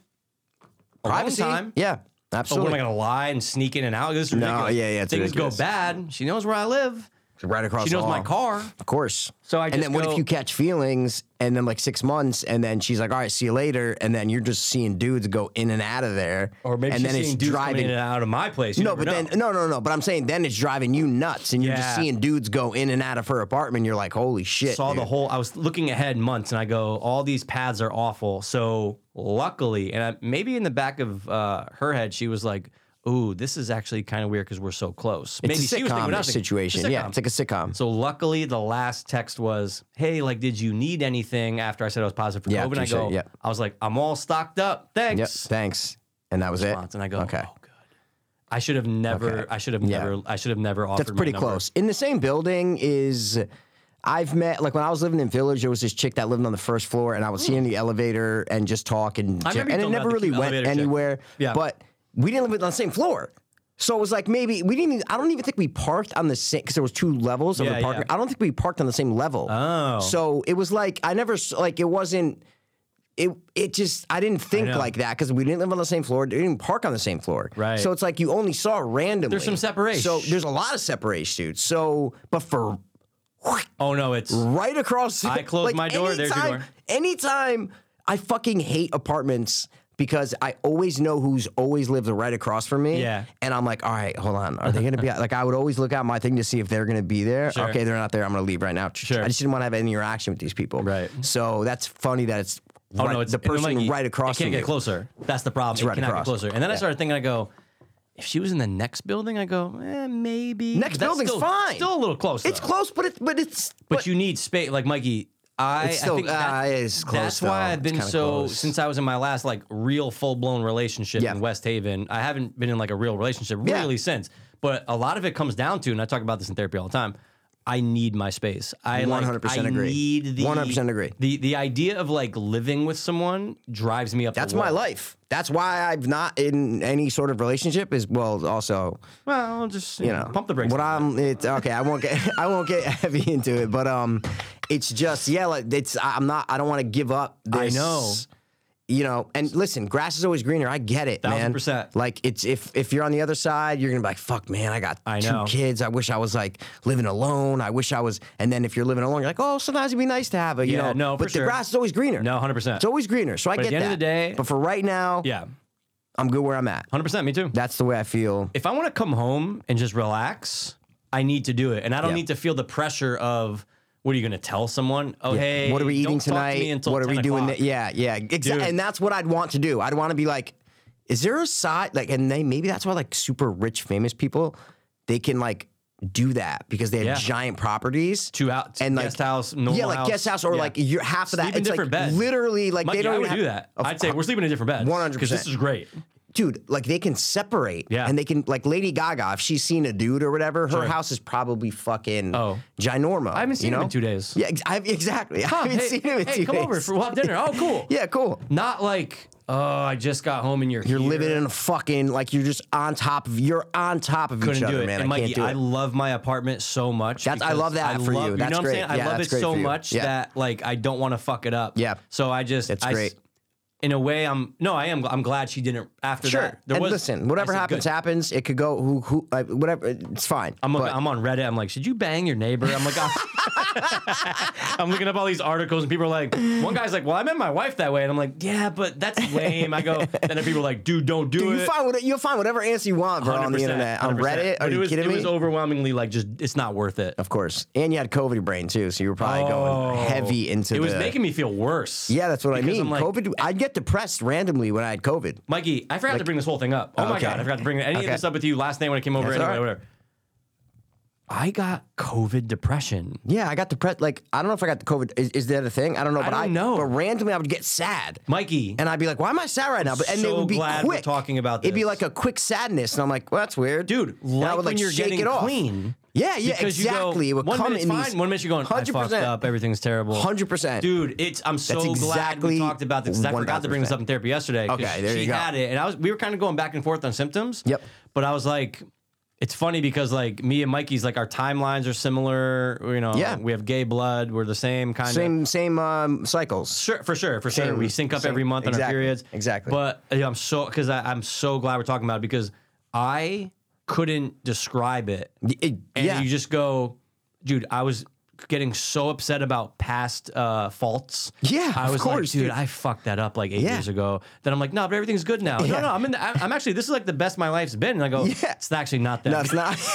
[SPEAKER 2] Privacy.
[SPEAKER 3] time.
[SPEAKER 2] Yeah,
[SPEAKER 3] So what am
[SPEAKER 2] absolutely.
[SPEAKER 3] I gonna lie and sneak in and out? This is
[SPEAKER 2] No,
[SPEAKER 3] ridiculous.
[SPEAKER 2] yeah, yeah, it's
[SPEAKER 3] Things
[SPEAKER 2] ridiculous.
[SPEAKER 3] go bad. She knows where I live.
[SPEAKER 2] right across.
[SPEAKER 3] She
[SPEAKER 2] the
[SPEAKER 3] knows my
[SPEAKER 2] hall.
[SPEAKER 3] car.
[SPEAKER 2] Of course.
[SPEAKER 3] So I
[SPEAKER 2] and
[SPEAKER 3] just
[SPEAKER 2] then what
[SPEAKER 3] go-
[SPEAKER 2] if you catch feelings and then like six months and then she's like, all right, see you later, and then you're just seeing dudes go in and out of there,
[SPEAKER 3] Or maybe
[SPEAKER 2] and
[SPEAKER 3] she's
[SPEAKER 2] then
[SPEAKER 3] seeing
[SPEAKER 2] it's
[SPEAKER 3] dudes coming
[SPEAKER 2] driving.
[SPEAKER 3] in and out of my place. You
[SPEAKER 2] no,
[SPEAKER 3] never
[SPEAKER 2] but then
[SPEAKER 3] know.
[SPEAKER 2] no, no, no. But I'm saying then it's driving you nuts, and you're just
[SPEAKER 3] Yeah.
[SPEAKER 2] seeing dudes go in and out of her apartment. You're like, holy shit!
[SPEAKER 3] saw
[SPEAKER 2] dude.
[SPEAKER 3] the whole. I was looking ahead months, and I go, all these paths are awful. So luckily, and I, maybe in the back of uh, her head, she was like, "Ooh, this is actually kind of weird because we're so close." maybe
[SPEAKER 2] it's a
[SPEAKER 3] she was thinking what I
[SPEAKER 2] sitcom
[SPEAKER 3] was thinking.
[SPEAKER 2] situation.
[SPEAKER 3] It's a
[SPEAKER 2] Yeah,
[SPEAKER 3] sitcom.
[SPEAKER 2] it's like a sitcom.
[SPEAKER 3] so luckily, the last text was, "Hey, like, did you need anything?" After I said I was positive for
[SPEAKER 2] Yeah,
[SPEAKER 3] COVID, and I
[SPEAKER 2] appreciate
[SPEAKER 3] go,
[SPEAKER 2] it, yeah.
[SPEAKER 3] "I was like, I'm all stocked up.
[SPEAKER 2] Yep.
[SPEAKER 3] Thanks."
[SPEAKER 2] Thanks. And that was it.
[SPEAKER 3] Response, And I go,
[SPEAKER 2] okay.
[SPEAKER 3] "Oh, good." I should have never.
[SPEAKER 2] Okay.
[SPEAKER 3] I should have
[SPEAKER 2] Yeah.
[SPEAKER 3] never. I should have never offered.
[SPEAKER 2] That's pretty
[SPEAKER 3] my number.
[SPEAKER 2] close. In the same building is I've met like when I was living in Village, there was this chick that lived on the first floor, and I would see her in the elevator and just talk and
[SPEAKER 3] Hmm. remember you
[SPEAKER 2] and it
[SPEAKER 3] told me
[SPEAKER 2] never
[SPEAKER 3] about the
[SPEAKER 2] really
[SPEAKER 3] cute
[SPEAKER 2] went
[SPEAKER 3] elevator chick.
[SPEAKER 2] anywhere.
[SPEAKER 3] Yeah.
[SPEAKER 2] but. we didn't live on the same floor. So it was like maybe we didn't. Even, I don't even think we parked on the same because there was two levels of
[SPEAKER 3] Yeah,
[SPEAKER 2] the parking.
[SPEAKER 3] yeah.
[SPEAKER 2] I don't think we parked on the same level.
[SPEAKER 3] Oh.
[SPEAKER 2] so it was like I never s- like it wasn't. It it just I didn't think
[SPEAKER 3] know.
[SPEAKER 2] like that because we didn't live on the same floor. We didn't even park on the same floor.
[SPEAKER 3] Right.
[SPEAKER 2] So it's like you only saw randomly.
[SPEAKER 3] There's some separation.
[SPEAKER 2] So there's a lot of separation, dude. So but for
[SPEAKER 3] Oh no, it's
[SPEAKER 2] right across.
[SPEAKER 3] I close my door, there's your door.
[SPEAKER 2] Anytime I fucking hate apartments because I always know who's always lived right across from me.
[SPEAKER 3] Yeah.
[SPEAKER 2] And I'm like, all right, hold on. Are they gonna be like? I would always look out my thing to see if they're gonna be there.
[SPEAKER 3] Sure.
[SPEAKER 2] Okay, they're not there. I'm gonna leave right now.
[SPEAKER 3] Sure.
[SPEAKER 2] I just didn't want to have any interaction with these people.
[SPEAKER 3] Right.
[SPEAKER 2] So that's funny that it's.
[SPEAKER 3] oh
[SPEAKER 2] right-
[SPEAKER 3] no, it's
[SPEAKER 2] the
[SPEAKER 3] and then,
[SPEAKER 2] person
[SPEAKER 3] like, you-
[SPEAKER 2] right across
[SPEAKER 3] It can't
[SPEAKER 2] from
[SPEAKER 3] get
[SPEAKER 2] you.
[SPEAKER 3] closer. That's the problem. it
[SPEAKER 2] right
[SPEAKER 3] cannot
[SPEAKER 2] across.
[SPEAKER 3] get closer. And then I started thinking, I go, if she was in the next building, I go, eh, maybe
[SPEAKER 2] Next
[SPEAKER 3] That's
[SPEAKER 2] building's
[SPEAKER 3] still,
[SPEAKER 2] fine.
[SPEAKER 3] Still a little close.
[SPEAKER 2] It's
[SPEAKER 3] though.
[SPEAKER 2] close, but it, but it's
[SPEAKER 3] but, you need space. Like Mikey, I,
[SPEAKER 2] It's still-
[SPEAKER 3] I think
[SPEAKER 2] ah,
[SPEAKER 3] that,
[SPEAKER 2] it is close,
[SPEAKER 3] that's
[SPEAKER 2] though.
[SPEAKER 3] why I've
[SPEAKER 2] It's
[SPEAKER 3] been
[SPEAKER 2] kinda
[SPEAKER 3] so
[SPEAKER 2] close.
[SPEAKER 3] since I was in my last like real full blown relationship
[SPEAKER 2] Yeah.
[SPEAKER 3] in West Haven. I haven't been in like a real relationship
[SPEAKER 2] Yeah.
[SPEAKER 3] really since. But a lot of it comes down to, and I talk about this in therapy all the time. I need my space. I like,
[SPEAKER 2] 100%
[SPEAKER 3] I
[SPEAKER 2] agree.
[SPEAKER 3] Need the
[SPEAKER 2] 100% agree.
[SPEAKER 3] The the idea of like living with someone drives me up. the
[SPEAKER 2] That's my
[SPEAKER 3] wall.
[SPEAKER 2] life. That's why i have not in any sort of relationship. Is well, also
[SPEAKER 3] Well, I'll just you
[SPEAKER 2] you know,
[SPEAKER 3] know pump the brakes.
[SPEAKER 2] What
[SPEAKER 3] on
[SPEAKER 2] I'm, it's okay. I won't get, I won't get heavy into it, but um, it's just yeah, like it's. I- I'm not. I don't want to give up. This,
[SPEAKER 3] I know.
[SPEAKER 2] You know, and listen, grass is always greener. I get it,
[SPEAKER 3] Thousand
[SPEAKER 2] man.
[SPEAKER 3] percent.
[SPEAKER 2] Like it's if if you're on the other side, you're gonna be like, fuck, man, I got
[SPEAKER 3] I
[SPEAKER 2] two
[SPEAKER 3] know.
[SPEAKER 2] kids. I wish I was like living alone. I wish I was. And then if you're living alone, you're like, oh, sometimes it'd be nice to have a, you
[SPEAKER 3] Yeah,
[SPEAKER 2] know.
[SPEAKER 3] no, for
[SPEAKER 2] but
[SPEAKER 3] sure.
[SPEAKER 2] the grass is always greener.
[SPEAKER 3] No, 100%.
[SPEAKER 2] It's always greener. So I
[SPEAKER 3] Uh, But at
[SPEAKER 2] get
[SPEAKER 3] the end
[SPEAKER 2] that.
[SPEAKER 3] of the day-
[SPEAKER 2] but for right now,
[SPEAKER 3] it. yeah,
[SPEAKER 2] I'm good where I'm at.
[SPEAKER 3] hundred percent. Me too.
[SPEAKER 2] That's the way I feel.
[SPEAKER 3] if I want to come home and just relax, I need to do it, and I don't
[SPEAKER 2] Yeah.
[SPEAKER 3] need to feel the pressure of what are you going to tell someone? Oh, hey,
[SPEAKER 2] what are we
[SPEAKER 3] don't
[SPEAKER 2] eating
[SPEAKER 3] talk to me
[SPEAKER 2] tonight?
[SPEAKER 3] until
[SPEAKER 2] what are
[SPEAKER 3] 10
[SPEAKER 2] we doing?
[SPEAKER 3] o'clock.
[SPEAKER 2] th- yeah, yeah,
[SPEAKER 3] Dude.
[SPEAKER 2] exactly. And that's what I'd want to do. I'd want to be like, is there a side like? And they maybe that's why like super rich famous people, they can like do that because they have
[SPEAKER 3] Yeah.
[SPEAKER 2] giant properties.
[SPEAKER 3] Two out
[SPEAKER 2] And
[SPEAKER 3] and
[SPEAKER 2] like
[SPEAKER 3] guest house, normal
[SPEAKER 2] yeah, like
[SPEAKER 3] house.
[SPEAKER 2] guest house or
[SPEAKER 3] Yeah.
[SPEAKER 2] like you're half of that.
[SPEAKER 3] Sleep in
[SPEAKER 2] it's
[SPEAKER 3] different
[SPEAKER 2] like
[SPEAKER 3] beds.
[SPEAKER 2] literally like
[SPEAKER 3] Mikey,
[SPEAKER 2] they don't
[SPEAKER 3] I
[SPEAKER 2] even
[SPEAKER 3] would
[SPEAKER 2] have,
[SPEAKER 3] do that.
[SPEAKER 2] Of
[SPEAKER 3] I'd say we're sleeping in different beds. because
[SPEAKER 2] 100%.
[SPEAKER 3] this is great.
[SPEAKER 2] dude, like they can separate.
[SPEAKER 3] Yeah.
[SPEAKER 2] And they can like Lady Gaga, if she's seen a dude or whatever, her
[SPEAKER 3] Sure.
[SPEAKER 2] house is probably fucking
[SPEAKER 3] Oh.
[SPEAKER 2] ginorma. I
[SPEAKER 3] haven't seen
[SPEAKER 2] you
[SPEAKER 3] him
[SPEAKER 2] know?
[SPEAKER 3] in two days.
[SPEAKER 2] Yeah, ex- I've, exactly. I haven't
[SPEAKER 3] hey,
[SPEAKER 2] seen him in
[SPEAKER 3] hey,
[SPEAKER 2] two
[SPEAKER 3] come
[SPEAKER 2] days.
[SPEAKER 3] over for we'll have dinner. Oh, cool.
[SPEAKER 2] yeah, cool.
[SPEAKER 3] Not like oh, I just got home and you're
[SPEAKER 2] You're living in a fucking like you're just on top of you're on top of each
[SPEAKER 3] couldn't
[SPEAKER 2] other,
[SPEAKER 3] do it.
[SPEAKER 2] man.
[SPEAKER 3] and
[SPEAKER 2] I
[SPEAKER 3] Mikey,
[SPEAKER 2] can't do
[SPEAKER 3] I
[SPEAKER 2] it.
[SPEAKER 3] love my apartment so much.
[SPEAKER 2] That's- I
[SPEAKER 3] because
[SPEAKER 2] love that for you. That's
[SPEAKER 3] know what I'm
[SPEAKER 2] great.
[SPEAKER 3] saying? I
[SPEAKER 2] Yeah,
[SPEAKER 3] love
[SPEAKER 2] that's
[SPEAKER 3] it
[SPEAKER 2] great
[SPEAKER 3] so
[SPEAKER 2] for you.
[SPEAKER 3] much
[SPEAKER 2] Yeah.
[SPEAKER 3] that like I don't want to fuck it up.
[SPEAKER 2] Yeah.
[SPEAKER 3] So I just
[SPEAKER 2] It's
[SPEAKER 3] I s-
[SPEAKER 2] great.
[SPEAKER 3] In a way, I'm no, I am. gl- I'm glad she didn't after
[SPEAKER 2] Sure.
[SPEAKER 3] that. There
[SPEAKER 2] and
[SPEAKER 3] was,
[SPEAKER 2] listen,
[SPEAKER 3] I
[SPEAKER 2] whatever
[SPEAKER 3] said,
[SPEAKER 2] happens,
[SPEAKER 3] good.
[SPEAKER 2] happens. It could go who who like, whatever. It's fine.
[SPEAKER 3] I'm,
[SPEAKER 2] but,
[SPEAKER 3] looking, I'm on Reddit. I'm like, should you bang your neighbor? I'm like, I'm, I'm looking up all these articles, and people are like, one guy's like, well, I met my wife that way, and I'm like, yeah, but that's lame. I go, then people are like, dude, don't do
[SPEAKER 2] Dude,
[SPEAKER 3] it.
[SPEAKER 2] you find what, you'll find whatever answer you want, bro, on the
[SPEAKER 3] 100%,
[SPEAKER 2] internet, on
[SPEAKER 3] 100%.
[SPEAKER 2] Reddit. Are
[SPEAKER 3] But it
[SPEAKER 2] you
[SPEAKER 3] was,
[SPEAKER 2] kidding
[SPEAKER 3] It
[SPEAKER 2] me?
[SPEAKER 3] was overwhelmingly like just it's not worth it.
[SPEAKER 2] Of course. And you had COVID brain too, so you were probably
[SPEAKER 3] Oh.
[SPEAKER 2] going heavy into
[SPEAKER 3] It was
[SPEAKER 2] the-
[SPEAKER 3] making me feel worse.
[SPEAKER 2] Yeah, that's what I
[SPEAKER 3] Because
[SPEAKER 2] mean.
[SPEAKER 3] I'm like,
[SPEAKER 2] COVID. I'd get depressed randomly when I had COVID.
[SPEAKER 3] Mikey, I forgot to bring this whole thing up. Oh my
[SPEAKER 2] Okay.
[SPEAKER 3] god, I forgot to bring any
[SPEAKER 2] Okay.
[SPEAKER 3] of this up with you last night when I came over.
[SPEAKER 2] That's
[SPEAKER 3] Anyway,
[SPEAKER 2] all right.
[SPEAKER 3] whatever. I got COVID depression.
[SPEAKER 2] Yeah, I got depressed. Like I don't know if I got the COVID. Is, is that a thing? I don't know. But
[SPEAKER 3] don't
[SPEAKER 2] I
[SPEAKER 3] know.
[SPEAKER 2] But randomly, I would get sad.
[SPEAKER 3] Mikey,
[SPEAKER 2] And I'd be like, why am I sad right now? But and it
[SPEAKER 3] so
[SPEAKER 2] would be
[SPEAKER 3] glad we're
[SPEAKER 2] quick.
[SPEAKER 3] talking about
[SPEAKER 2] It'd be
[SPEAKER 3] this.
[SPEAKER 2] like a quick sadness, and I'm like, well, that's weird,
[SPEAKER 3] dude,
[SPEAKER 2] And
[SPEAKER 3] like,
[SPEAKER 2] I would like
[SPEAKER 3] when you're
[SPEAKER 2] shake
[SPEAKER 3] getting
[SPEAKER 2] it off.
[SPEAKER 3] clean.
[SPEAKER 2] Yeah, yeah,
[SPEAKER 3] because
[SPEAKER 2] exactly.
[SPEAKER 3] You
[SPEAKER 2] it
[SPEAKER 3] go,
[SPEAKER 2] would
[SPEAKER 3] one
[SPEAKER 2] come
[SPEAKER 3] minute's
[SPEAKER 2] in
[SPEAKER 3] fine.
[SPEAKER 2] these.
[SPEAKER 3] one minute you're going, 100%. I
[SPEAKER 2] 100%.
[SPEAKER 3] fucked up. Everything's terrible.
[SPEAKER 2] 100%.
[SPEAKER 3] Dude, it's I'm so
[SPEAKER 2] That's
[SPEAKER 3] glad we
[SPEAKER 2] exactly
[SPEAKER 3] talked about this. 'cause I forgot to bring this
[SPEAKER 2] 1000%.
[SPEAKER 3] up in therapy yesterday. 'cause
[SPEAKER 2] Okay, there
[SPEAKER 3] she
[SPEAKER 2] you go.
[SPEAKER 3] had it, and I was we were kind of going back and forth on symptoms.
[SPEAKER 2] Yep.
[SPEAKER 3] But I was like, it's funny because like me and Mikey's like our timelines are similar. You know,
[SPEAKER 2] Yeah.
[SPEAKER 3] we have gay blood. We're the same kind of
[SPEAKER 2] Same same um, cycles.
[SPEAKER 3] Sure, for sure, for sure.
[SPEAKER 2] Same-
[SPEAKER 3] We sync up
[SPEAKER 2] same-
[SPEAKER 3] every month on our
[SPEAKER 2] exactly,
[SPEAKER 3] periods.
[SPEAKER 2] exactly.
[SPEAKER 3] But you know, I'm so because I'm so glad we're talking about it because I couldn't describe it,
[SPEAKER 2] It-
[SPEAKER 3] and
[SPEAKER 2] yeah,
[SPEAKER 3] you just go, dude. I was getting so upset about past uh, faults.
[SPEAKER 2] Yeah,
[SPEAKER 3] I
[SPEAKER 2] of
[SPEAKER 3] was
[SPEAKER 2] course,
[SPEAKER 3] like,
[SPEAKER 2] dude.
[SPEAKER 3] dude, I fucked that up like eight
[SPEAKER 2] Yeah.
[SPEAKER 3] years ago. Then I'm like, no, but everything's good now. No,
[SPEAKER 2] Yeah.
[SPEAKER 3] no, I'm in. The, I'm I'm actually this is like the best my life's been. And I go,
[SPEAKER 2] Yeah.
[SPEAKER 3] it's actually not that.
[SPEAKER 2] no, it's not.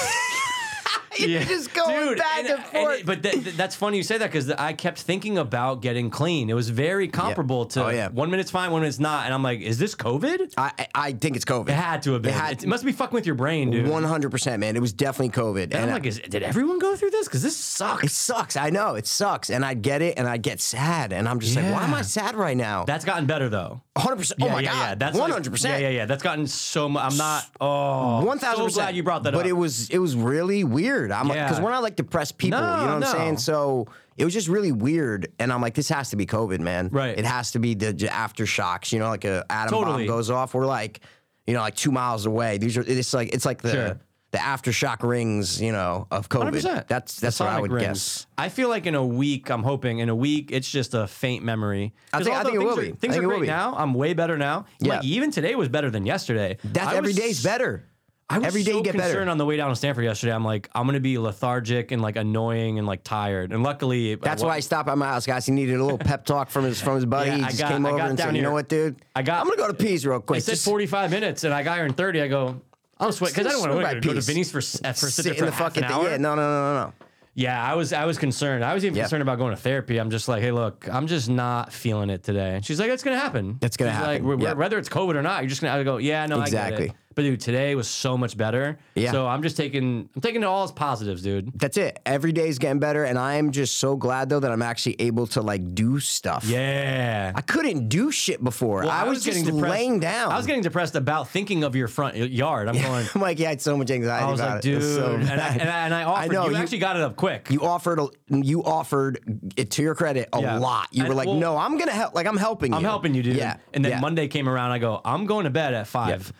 [SPEAKER 2] You're
[SPEAKER 3] Yeah.
[SPEAKER 2] just going
[SPEAKER 3] Dude,
[SPEAKER 2] back and, forth.
[SPEAKER 3] it- but th- th- that's funny you say that because I kept thinking about getting clean. It was very comparable to
[SPEAKER 2] Oh, yeah.
[SPEAKER 3] one minute's fine, one minute's not. And I'm like, is this COVID?
[SPEAKER 2] I I- I think it's
[SPEAKER 3] It
[SPEAKER 2] COVID.
[SPEAKER 3] had to have been. It,
[SPEAKER 2] had-
[SPEAKER 3] it must be fucking with your brain, dude.
[SPEAKER 2] One hundred percent, man. It was definitely COVID.
[SPEAKER 3] and I'm
[SPEAKER 2] I-
[SPEAKER 3] like, is, did everyone go through this? Because this
[SPEAKER 2] It
[SPEAKER 3] sucks.
[SPEAKER 2] sucks. I know it sucks, and I get it, and I get sad, and I'm just like, why
[SPEAKER 3] Yeah.
[SPEAKER 2] am I sad right now?
[SPEAKER 3] That's gotten better though.
[SPEAKER 2] 100. percent Oh
[SPEAKER 3] Yeah,
[SPEAKER 2] my
[SPEAKER 3] yeah,
[SPEAKER 2] god,
[SPEAKER 3] yeah. That's like-
[SPEAKER 2] one hundred percent.
[SPEAKER 3] Yeah, yeah, yeah. That's gotten so much. I'm not. Oh,
[SPEAKER 2] One thousand
[SPEAKER 3] So
[SPEAKER 2] percent.
[SPEAKER 3] glad you brought that
[SPEAKER 2] but
[SPEAKER 3] up.
[SPEAKER 2] it was it was really weird. I'm like,
[SPEAKER 3] Yeah.
[SPEAKER 2] because we're not like depressed people.
[SPEAKER 3] No,
[SPEAKER 2] you know what
[SPEAKER 3] no.
[SPEAKER 2] I'm saying? So it was just really weird, and I'm like, this has to be COVID, man.
[SPEAKER 3] Right.
[SPEAKER 2] It has to be the j- aftershocks. You know, like a atom
[SPEAKER 3] Totally.
[SPEAKER 2] bomb goes off. We're like. you know, like two miles away. These are it's like it's like the
[SPEAKER 3] Sure.
[SPEAKER 2] the aftershock rings, you know, of COVID.
[SPEAKER 3] 100%.
[SPEAKER 2] That's that's
[SPEAKER 3] The
[SPEAKER 2] what I
[SPEAKER 3] sonic
[SPEAKER 2] would
[SPEAKER 3] rings.
[SPEAKER 2] guess.
[SPEAKER 3] I feel like in a week, I'm hoping in a week, it's just a faint memory.
[SPEAKER 2] I
[SPEAKER 3] 'Cause
[SPEAKER 2] think- I
[SPEAKER 3] although
[SPEAKER 2] think it
[SPEAKER 3] things
[SPEAKER 2] will
[SPEAKER 3] are,
[SPEAKER 2] be. I
[SPEAKER 3] Things
[SPEAKER 2] think
[SPEAKER 3] are
[SPEAKER 2] it will
[SPEAKER 3] great
[SPEAKER 2] be.
[SPEAKER 3] now. I'm way better now.
[SPEAKER 2] Yeah.
[SPEAKER 3] Like even today was better than yesterday.
[SPEAKER 2] That's
[SPEAKER 3] I
[SPEAKER 2] every
[SPEAKER 3] was
[SPEAKER 2] day's better.
[SPEAKER 3] I was
[SPEAKER 2] every day
[SPEAKER 3] so
[SPEAKER 2] you get
[SPEAKER 3] concerned
[SPEAKER 2] better.
[SPEAKER 3] on the way down to Stanford yesterday. I'm like, I'm gonna be lethargic and like annoying and like tired. And luckily,
[SPEAKER 2] That's why I stopped at my house, guys. He needed a little pep talk from his from his buddy.
[SPEAKER 3] Yeah,
[SPEAKER 2] he
[SPEAKER 3] I
[SPEAKER 2] just
[SPEAKER 3] got-
[SPEAKER 2] came
[SPEAKER 3] I
[SPEAKER 2] over
[SPEAKER 3] got
[SPEAKER 2] and
[SPEAKER 3] down
[SPEAKER 2] said, "You know
[SPEAKER 3] here.
[SPEAKER 2] what, dude?
[SPEAKER 3] I got-
[SPEAKER 2] I'm gonna go to peas real quick."
[SPEAKER 3] It said
[SPEAKER 2] Just
[SPEAKER 3] 45 minutes, and I got here in 30. I go, I'm sweating because I don't
[SPEAKER 2] Just
[SPEAKER 3] want
[SPEAKER 2] by
[SPEAKER 3] to go to
[SPEAKER 2] piece.
[SPEAKER 3] Vinny's for s- uh, for
[SPEAKER 2] sit
[SPEAKER 3] sit, there
[SPEAKER 2] in the
[SPEAKER 3] for half
[SPEAKER 2] fucking
[SPEAKER 3] an
[SPEAKER 2] thing.
[SPEAKER 3] hour.
[SPEAKER 2] Yeah, no, no, no, no, no.
[SPEAKER 3] Yeah, I was I was concerned. I was even
[SPEAKER 2] Yeah.
[SPEAKER 3] concerned about going to therapy. I'm just like, hey, look, I'm just not feeling it today. And she's like, it's gonna happen.
[SPEAKER 2] It's gonna
[SPEAKER 3] She's Like,
[SPEAKER 2] happen.
[SPEAKER 3] "We're- we're-
[SPEAKER 2] Yeah.
[SPEAKER 3] Whether it's COVID or not, you're just gonna I go. Yeah, no, I get
[SPEAKER 2] Exactly.
[SPEAKER 3] it. But dude, today was so much better.
[SPEAKER 2] Yeah.
[SPEAKER 3] So I'm just taking I'm taking it all as positives, dude.
[SPEAKER 2] That's it. Every day's getting better, and I am just so glad though that I'm actually able to like do stuff.
[SPEAKER 3] Yeah.
[SPEAKER 2] I couldn't do shit before. I, was just laying down.
[SPEAKER 3] I was getting depressed about thinking of your front yard. I'm going.
[SPEAKER 2] I'm like, yeah, I had so much anxiety
[SPEAKER 3] I was
[SPEAKER 2] about
[SPEAKER 3] like,
[SPEAKER 2] it.
[SPEAKER 3] dude,
[SPEAKER 2] It was so
[SPEAKER 3] and, I,
[SPEAKER 2] bad.
[SPEAKER 3] and, I, and I offered.
[SPEAKER 2] know,
[SPEAKER 3] you,
[SPEAKER 2] you-
[SPEAKER 3] actually got it up quick.
[SPEAKER 2] you offered a, you offered it to your credit a
[SPEAKER 3] Yeah.
[SPEAKER 2] lot. You were
[SPEAKER 3] And,
[SPEAKER 2] like,
[SPEAKER 3] well,
[SPEAKER 2] no, I'm gonna help. Like I'm helping you.
[SPEAKER 3] I'm helping you, dude.
[SPEAKER 2] Yeah.
[SPEAKER 3] And then
[SPEAKER 2] yeah.
[SPEAKER 3] Monday came around. I go, I'm going to bed at five.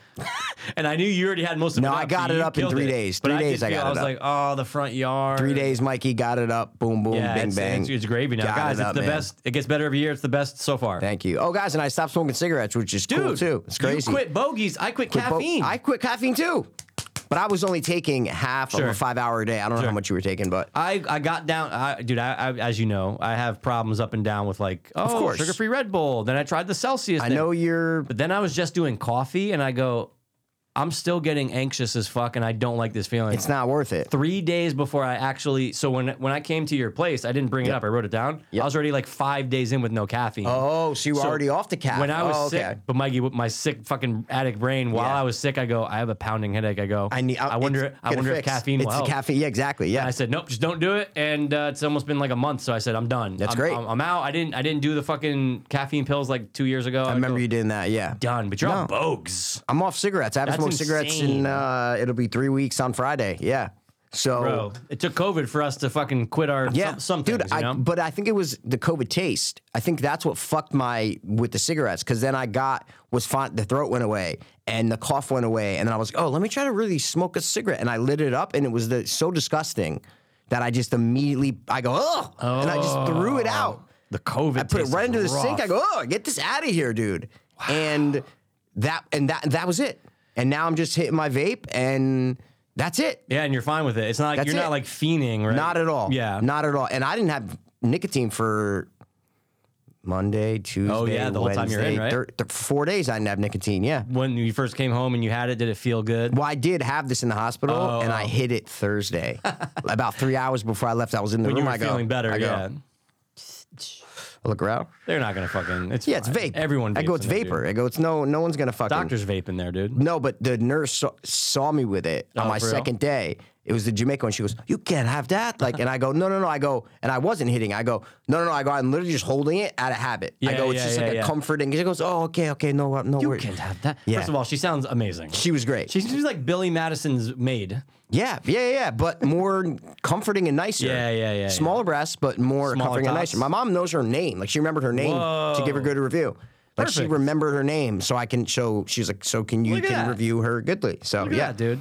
[SPEAKER 3] and I knew you already had most of it.
[SPEAKER 2] No, I
[SPEAKER 3] up,
[SPEAKER 2] got
[SPEAKER 3] so
[SPEAKER 2] it
[SPEAKER 3] you
[SPEAKER 2] up in
[SPEAKER 3] killed
[SPEAKER 2] three
[SPEAKER 3] it.
[SPEAKER 2] days.
[SPEAKER 3] But
[SPEAKER 2] Three
[SPEAKER 3] I did
[SPEAKER 2] days I
[SPEAKER 3] feel-
[SPEAKER 2] got
[SPEAKER 3] I
[SPEAKER 2] it
[SPEAKER 3] was
[SPEAKER 2] up.
[SPEAKER 3] like, oh, the front yard.
[SPEAKER 2] Three days, Mikey got it up. Boom, boom,
[SPEAKER 3] Yeah,
[SPEAKER 2] bing,
[SPEAKER 3] it's,
[SPEAKER 2] bang.
[SPEAKER 3] It's, it's gravy now,
[SPEAKER 2] Got
[SPEAKER 3] guys.
[SPEAKER 2] it
[SPEAKER 3] it's
[SPEAKER 2] up,
[SPEAKER 3] the
[SPEAKER 2] man.
[SPEAKER 3] best. It gets better every year. It's the best so far.
[SPEAKER 2] Thank you. Oh, guys, and I stopped smoking cigarettes, which is
[SPEAKER 3] Dude,
[SPEAKER 2] cool too. It's crazy.
[SPEAKER 3] You quit bogeys. I quit,
[SPEAKER 2] Quit bo-
[SPEAKER 3] caffeine.
[SPEAKER 2] I quit caffeine too, but I was only taking half
[SPEAKER 3] Sure.
[SPEAKER 2] of a five-hour a day. I don't know
[SPEAKER 3] Sure.
[SPEAKER 2] how much you were taking, but
[SPEAKER 3] I, I got down, I, dude. I, I as you know, I have problems up and down with like, oh,
[SPEAKER 2] course.
[SPEAKER 3] sugar free Red Bull. Then I tried the Celsius.
[SPEAKER 2] I
[SPEAKER 3] thing.
[SPEAKER 2] know you're.
[SPEAKER 3] But then I was just doing coffee, and I go, I'm still getting anxious as fuck, and I don't like this feeling.
[SPEAKER 2] It's not worth it.
[SPEAKER 3] three days before I actually. So when when I came to your place, I didn't bring it up. I wrote it down. I was already like five days in with no caffeine.
[SPEAKER 2] Oh, so you were
[SPEAKER 3] So,
[SPEAKER 2] already off the cap.
[SPEAKER 3] When I was
[SPEAKER 2] oh,
[SPEAKER 3] sick, but Mikey, with my sick fucking addict brain, while
[SPEAKER 2] Yeah.
[SPEAKER 3] I was sick, I go, I have a pounding headache. I go,
[SPEAKER 2] I need. I,
[SPEAKER 3] wonder,
[SPEAKER 2] it's
[SPEAKER 3] I wonder
[SPEAKER 2] gonna
[SPEAKER 3] if
[SPEAKER 2] fix.
[SPEAKER 3] caffeine
[SPEAKER 2] It's
[SPEAKER 3] will
[SPEAKER 2] the
[SPEAKER 3] help.
[SPEAKER 2] caffeine. Yeah, exactly.
[SPEAKER 3] And I
[SPEAKER 2] Yeah.
[SPEAKER 3] said, nope, just don't do it. And uh, it's almost been like a month, so I said, I'm done.
[SPEAKER 2] That's
[SPEAKER 3] I'm,
[SPEAKER 2] great.
[SPEAKER 3] I'm, I'm out. I didn't, I didn't do the fucking caffeine pills like two years ago.
[SPEAKER 2] I remember you doing that. Yeah.
[SPEAKER 3] done, but you're on bogues.
[SPEAKER 2] I'm off cigarettes. I haven't
[SPEAKER 3] That's
[SPEAKER 2] smoked cigarettes
[SPEAKER 3] insane.
[SPEAKER 2] in. Uh, it'll be three weeks on Friday. Yeah. So.
[SPEAKER 3] Bro, it took COVID for us to fucking quit our
[SPEAKER 2] Yeah,
[SPEAKER 3] some, some
[SPEAKER 2] dude.
[SPEAKER 3] things, you know?
[SPEAKER 2] I, but I think it was the COVID taste. I think that's what fucked my with the cigarettes because then I got was fine. The throat went away and the cough went away, and then I was like, oh, let me try to really smoke a cigarette, and I lit it up, and it was the, so disgusting that I just immediately I go oh, and I just threw it out.
[SPEAKER 3] the COVID.
[SPEAKER 2] I put it right into the sink. I go oh, get this out of here, dude. And that and that that was it. And now I'm just hitting my vape, and that's it.
[SPEAKER 3] Yeah, and you're fine with it. It's not like
[SPEAKER 2] That's
[SPEAKER 3] you're not
[SPEAKER 2] it.
[SPEAKER 3] like fiending, right?
[SPEAKER 2] Not at all.
[SPEAKER 3] Yeah.
[SPEAKER 2] Not at all. And I didn't have nicotine for Monday, Tuesday,
[SPEAKER 3] Oh, yeah, the whole time
[SPEAKER 2] Wednesday,
[SPEAKER 3] you were in, right?
[SPEAKER 2] thir- th- four days I didn't have nicotine. Yeah.
[SPEAKER 3] when you first came home and you had it, did it feel good?
[SPEAKER 2] Well, I did have this in the hospital,
[SPEAKER 3] Oh,
[SPEAKER 2] and I hit it Thursday. About three hours before I left, I was in the
[SPEAKER 3] When you
[SPEAKER 2] room.
[SPEAKER 3] were
[SPEAKER 2] I go,
[SPEAKER 3] feeling better,
[SPEAKER 2] I go,
[SPEAKER 3] yeah.
[SPEAKER 2] I look around.
[SPEAKER 3] They're not gonna fucking. It's
[SPEAKER 2] Yeah, it's vape.
[SPEAKER 3] fine. Everyone.
[SPEAKER 2] I go,
[SPEAKER 3] vapes
[SPEAKER 2] it's
[SPEAKER 3] in there,
[SPEAKER 2] vapor. I go, it's no, no one's gonna fucking.
[SPEAKER 3] Dude. Doctors vape in there, dude.
[SPEAKER 2] No, but the nurse saw, saw me with it on
[SPEAKER 3] Oh,
[SPEAKER 2] my
[SPEAKER 3] for real?
[SPEAKER 2] second day. It was the Jamaica one. She goes, "You can't have that." Like, and I go, "No, no, no." I go, and I wasn't hitting. I go, "No, no, no." I go, "I'm literally just holding it out of habit." I
[SPEAKER 3] Yeah,
[SPEAKER 2] go, "It's
[SPEAKER 3] yeah,
[SPEAKER 2] just
[SPEAKER 3] yeah,
[SPEAKER 2] like
[SPEAKER 3] yeah.
[SPEAKER 2] a comforting." She goes, "Oh, okay, okay, no, uh, no."
[SPEAKER 3] You
[SPEAKER 2] worries."
[SPEAKER 3] can't have that.
[SPEAKER 2] Yeah.
[SPEAKER 3] First of all, she sounds amazing.
[SPEAKER 2] She was great.
[SPEAKER 3] She seems like Billy Madison's maid.
[SPEAKER 2] yeah, yeah, yeah, yeah, but more comforting and nicer.
[SPEAKER 3] Yeah, yeah, yeah,
[SPEAKER 2] Smaller breasts, but more
[SPEAKER 3] Smaller
[SPEAKER 2] comforting and
[SPEAKER 3] tots.
[SPEAKER 2] nicer. My mom knows her name. Like she remembered her name to give her
[SPEAKER 3] Whoa.
[SPEAKER 2] good review. Like she
[SPEAKER 3] Perfect.
[SPEAKER 2] remembered her name, so I can show. She's like, so can you
[SPEAKER 3] Look at
[SPEAKER 2] can
[SPEAKER 3] that.
[SPEAKER 2] review her goodly. So
[SPEAKER 3] Look at
[SPEAKER 2] yeah,
[SPEAKER 3] that, dude.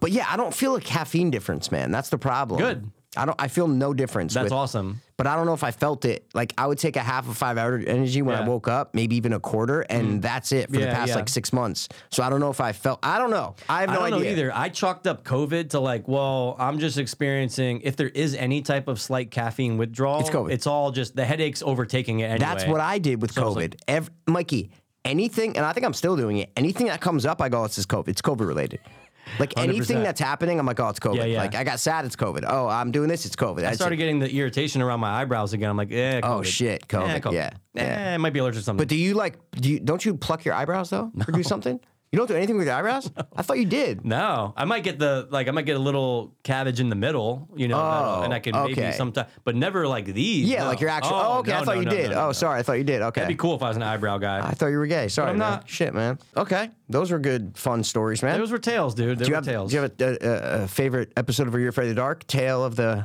[SPEAKER 2] But yeah, I don't feel a caffeine difference, man. That's the problem.
[SPEAKER 3] Good.
[SPEAKER 2] I don't. I feel no difference.
[SPEAKER 3] That's
[SPEAKER 2] with-
[SPEAKER 3] awesome.
[SPEAKER 2] But I don't know if I felt it. Like I would take a half a five hour energy when
[SPEAKER 3] Yeah. Mm.
[SPEAKER 2] I woke up, maybe even a quarter, and that's it for
[SPEAKER 3] Yeah,
[SPEAKER 2] the past
[SPEAKER 3] yeah.
[SPEAKER 2] like six months. So I don't know if I felt. I don't know. I have no
[SPEAKER 3] I don't
[SPEAKER 2] idea
[SPEAKER 3] know either. I chalked up COVID to like, well, I'm just experiencing if there is any type of slight caffeine withdrawal,
[SPEAKER 2] It's COVID.
[SPEAKER 3] It's all just the headaches overtaking it anyway.
[SPEAKER 2] That's what I did with COVID. Ev- Mikey, anything, and I think I'm still doing it. Anything that comes up, I go, "This is COVID. It's COVID related." Like anything
[SPEAKER 3] 100%.
[SPEAKER 2] that's happening, I'm like, "Oh, it's COVID."
[SPEAKER 3] Yeah, yeah.
[SPEAKER 2] Like I got sad, it's COVID. Oh, I'm doing this, it's COVID.
[SPEAKER 3] I started getting the irritation around my eyebrows again. I'm like, eh,
[SPEAKER 2] Oh
[SPEAKER 3] COVID.
[SPEAKER 2] shit, COVID.
[SPEAKER 3] Eh, COVID.
[SPEAKER 2] Yeah,
[SPEAKER 3] Eh,
[SPEAKER 2] yeah.
[SPEAKER 3] it might be allergic to something.
[SPEAKER 2] But do you like do you don't you pluck your eyebrows though? Or do something? You don't do anything with your eyebrows? I thought you did.
[SPEAKER 3] no, I might get the like, I might get a little cabbage in the middle, you know, that'll- and I can maybe
[SPEAKER 2] Oh, okay.
[SPEAKER 3] sometimes, but never like these.
[SPEAKER 2] Yeah,
[SPEAKER 3] no.
[SPEAKER 2] like your actual Oh, okay,
[SPEAKER 3] no,
[SPEAKER 2] I thought
[SPEAKER 3] no,
[SPEAKER 2] you
[SPEAKER 3] no,
[SPEAKER 2] did.
[SPEAKER 3] no, no,
[SPEAKER 2] oh,
[SPEAKER 3] no.
[SPEAKER 2] sorry, I thought you did. Okay.
[SPEAKER 3] That'd be cool if I was an eyebrow guy.
[SPEAKER 2] I thought you were gay. Sorry.
[SPEAKER 3] I'm
[SPEAKER 2] man.
[SPEAKER 3] not.
[SPEAKER 2] Shit, man. Okay. Those were good fun stories, man.
[SPEAKER 3] Those were tails, dude. They
[SPEAKER 2] do you
[SPEAKER 3] were
[SPEAKER 2] have,
[SPEAKER 3] tails.
[SPEAKER 2] do you have a, a, a favorite episode of Are You Afraid of the Dark? Tale of the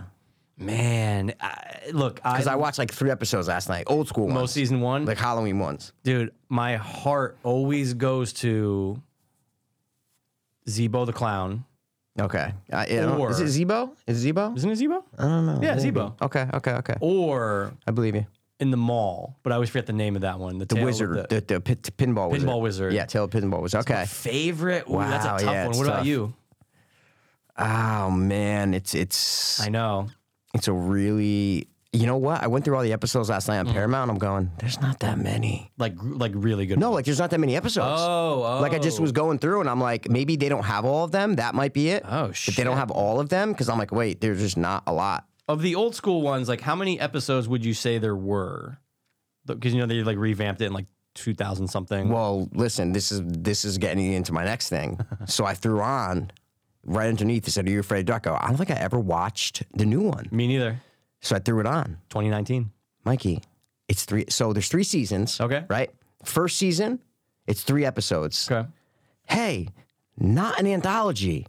[SPEAKER 3] Man, I, look, I,
[SPEAKER 2] Because I watched like three episodes last night, old school ones.
[SPEAKER 3] most season one.
[SPEAKER 2] Like Halloween ones.
[SPEAKER 3] dude, my heart always goes to Zebo the clown.
[SPEAKER 2] Okay. Uh, yeah, I don't- is
[SPEAKER 3] Or-
[SPEAKER 2] it Zebo? Is it Zebo?
[SPEAKER 3] Isn't it Zebo?
[SPEAKER 2] I don't know.
[SPEAKER 3] Yeah,
[SPEAKER 2] Maybe.
[SPEAKER 3] Zebo.
[SPEAKER 2] Okay, okay, okay.
[SPEAKER 3] Or
[SPEAKER 2] I believe you.
[SPEAKER 3] in the mall, but I always forget the name of that one. The,
[SPEAKER 2] The
[SPEAKER 3] tail with
[SPEAKER 2] wizard,
[SPEAKER 3] The,
[SPEAKER 2] the, the, pit, pinball wizard.
[SPEAKER 3] Pinball wizard.
[SPEAKER 2] Yeah, tail of pinball wizard. Okay.
[SPEAKER 3] favorite. Ooh, that's a
[SPEAKER 2] Wow,
[SPEAKER 3] tough
[SPEAKER 2] yeah,
[SPEAKER 3] one.
[SPEAKER 2] it's
[SPEAKER 3] What about
[SPEAKER 2] tough.
[SPEAKER 3] you?
[SPEAKER 2] Oh man, it's it's
[SPEAKER 3] I know.
[SPEAKER 2] it's a really you know what? I went through all the episodes last night on
[SPEAKER 3] Mm-hmm.
[SPEAKER 2] Paramount. I'm going, there's not that many.
[SPEAKER 3] Like gr- like really good.
[SPEAKER 2] No,
[SPEAKER 3] ones.
[SPEAKER 2] like there's not that many episodes.
[SPEAKER 3] oh, oh.
[SPEAKER 2] Like I just was going through and I'm like, maybe they don't have all of them. That might be it.
[SPEAKER 3] Oh,
[SPEAKER 2] If they
[SPEAKER 3] shit.
[SPEAKER 2] don't have all of them, because I'm like, wait, there's just not a lot.
[SPEAKER 3] of the old school ones, like how many episodes would you say there were? Because you know they like revamped it in like two thousand something.
[SPEAKER 2] Well, listen, this is this is getting into my next thing. so I threw on right underneath. It said, "Are you afraid of Ducko?" I don't think I ever watched the new one.
[SPEAKER 3] Me neither.
[SPEAKER 2] So I threw it on.
[SPEAKER 3] Twenty nineteen.
[SPEAKER 2] Mikey, it's three. So there's three seasons.
[SPEAKER 3] Okay.
[SPEAKER 2] Right. First season, it's three episodes.
[SPEAKER 3] Okay.
[SPEAKER 2] Hey, not an anthology.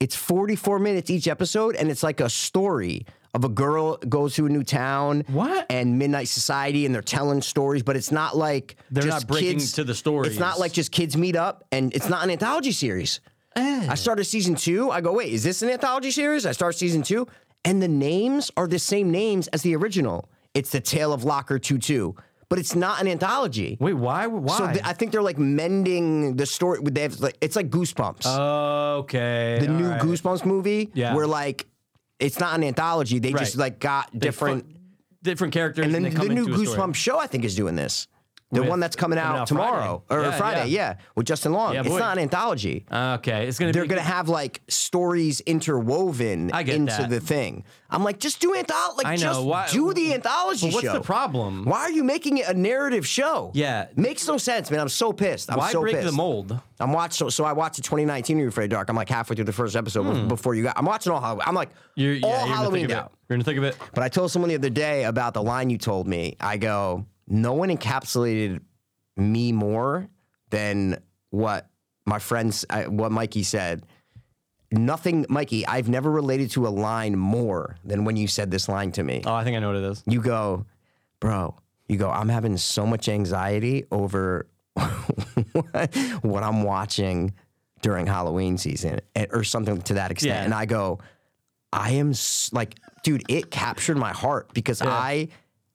[SPEAKER 2] It's 44 minutes each episode, and it's like a story of a girl goes to a new town.
[SPEAKER 3] What?
[SPEAKER 2] And Midnight Society, and they're telling stories, but it's not like
[SPEAKER 3] They're
[SPEAKER 2] just
[SPEAKER 3] not breaking
[SPEAKER 2] kids-
[SPEAKER 3] to the stories.
[SPEAKER 2] It's not like just kids meet up, and it's not an anthology series.
[SPEAKER 3] Eh.
[SPEAKER 2] I started season two. I go, wait, is this an anthology series? I start season two, and the names are the same names as the original. It's the Tale of Locker Two Two, but it's not an anthology.
[SPEAKER 3] Wait, why? Why?
[SPEAKER 2] So th- I think they're like mending the story. They have like it's like Goosebumps,
[SPEAKER 3] okay.
[SPEAKER 2] the new
[SPEAKER 3] alright.
[SPEAKER 2] Goosebumps movie.
[SPEAKER 3] Oh, Yeah.
[SPEAKER 2] where like it's not an anthology. They just
[SPEAKER 3] Right.
[SPEAKER 2] like got different.
[SPEAKER 3] Fu- different characters, and
[SPEAKER 2] and
[SPEAKER 3] then
[SPEAKER 2] then
[SPEAKER 3] come
[SPEAKER 2] the new
[SPEAKER 3] into a story.
[SPEAKER 2] Goosebumps show I think is doing this. The
[SPEAKER 3] With-
[SPEAKER 2] one that's coming out,
[SPEAKER 3] coming out
[SPEAKER 2] tomorrow
[SPEAKER 3] Friday.
[SPEAKER 2] or
[SPEAKER 3] Yeah,
[SPEAKER 2] Friday, yeah.
[SPEAKER 3] yeah.
[SPEAKER 2] with Justin Long.
[SPEAKER 3] Yeah,
[SPEAKER 2] it's
[SPEAKER 3] boy. Uh,
[SPEAKER 2] not an anthology.
[SPEAKER 3] Okay, it's gonna.
[SPEAKER 2] They're
[SPEAKER 3] be,
[SPEAKER 2] gonna have like stories interwoven
[SPEAKER 3] I get
[SPEAKER 2] into
[SPEAKER 3] that.
[SPEAKER 2] the thing. I'm like, just do anthology. Like,
[SPEAKER 3] I know,
[SPEAKER 2] just
[SPEAKER 3] why-
[SPEAKER 2] do the anthology
[SPEAKER 3] But what's
[SPEAKER 2] show.
[SPEAKER 3] the problem?
[SPEAKER 2] Why are you making it a narrative show?
[SPEAKER 3] Yeah.
[SPEAKER 2] makes no sense, man. I'm so pissed. I'm
[SPEAKER 3] Why
[SPEAKER 2] so
[SPEAKER 3] break
[SPEAKER 2] pissed.
[SPEAKER 3] the mold?
[SPEAKER 2] I'm watching. So, so I watched the 2019 Are You Afraid of Dark. I'm like halfway through the first episode bef- before you got. I'm watching all Halloween. I'm like
[SPEAKER 3] Hmm. You're, yeah,
[SPEAKER 2] all
[SPEAKER 3] you're
[SPEAKER 2] Halloween
[SPEAKER 3] gonna think of
[SPEAKER 2] out.
[SPEAKER 3] it. You're gonna think of it.
[SPEAKER 2] But I told someone the other day about the line you told me. I go, no one encapsulated me more than what my friends, I, what Mikey said. Nothing, Mikey, I've never related to a line more than when you said this line to me.
[SPEAKER 3] Oh, I think I know what it is.
[SPEAKER 2] You go, bro, you go, I'm having so much anxiety over what I'm watching during Halloween season eh, or something to that extent.
[SPEAKER 3] Yeah.
[SPEAKER 2] And I go, I am s- like, dude, it captured my heart because I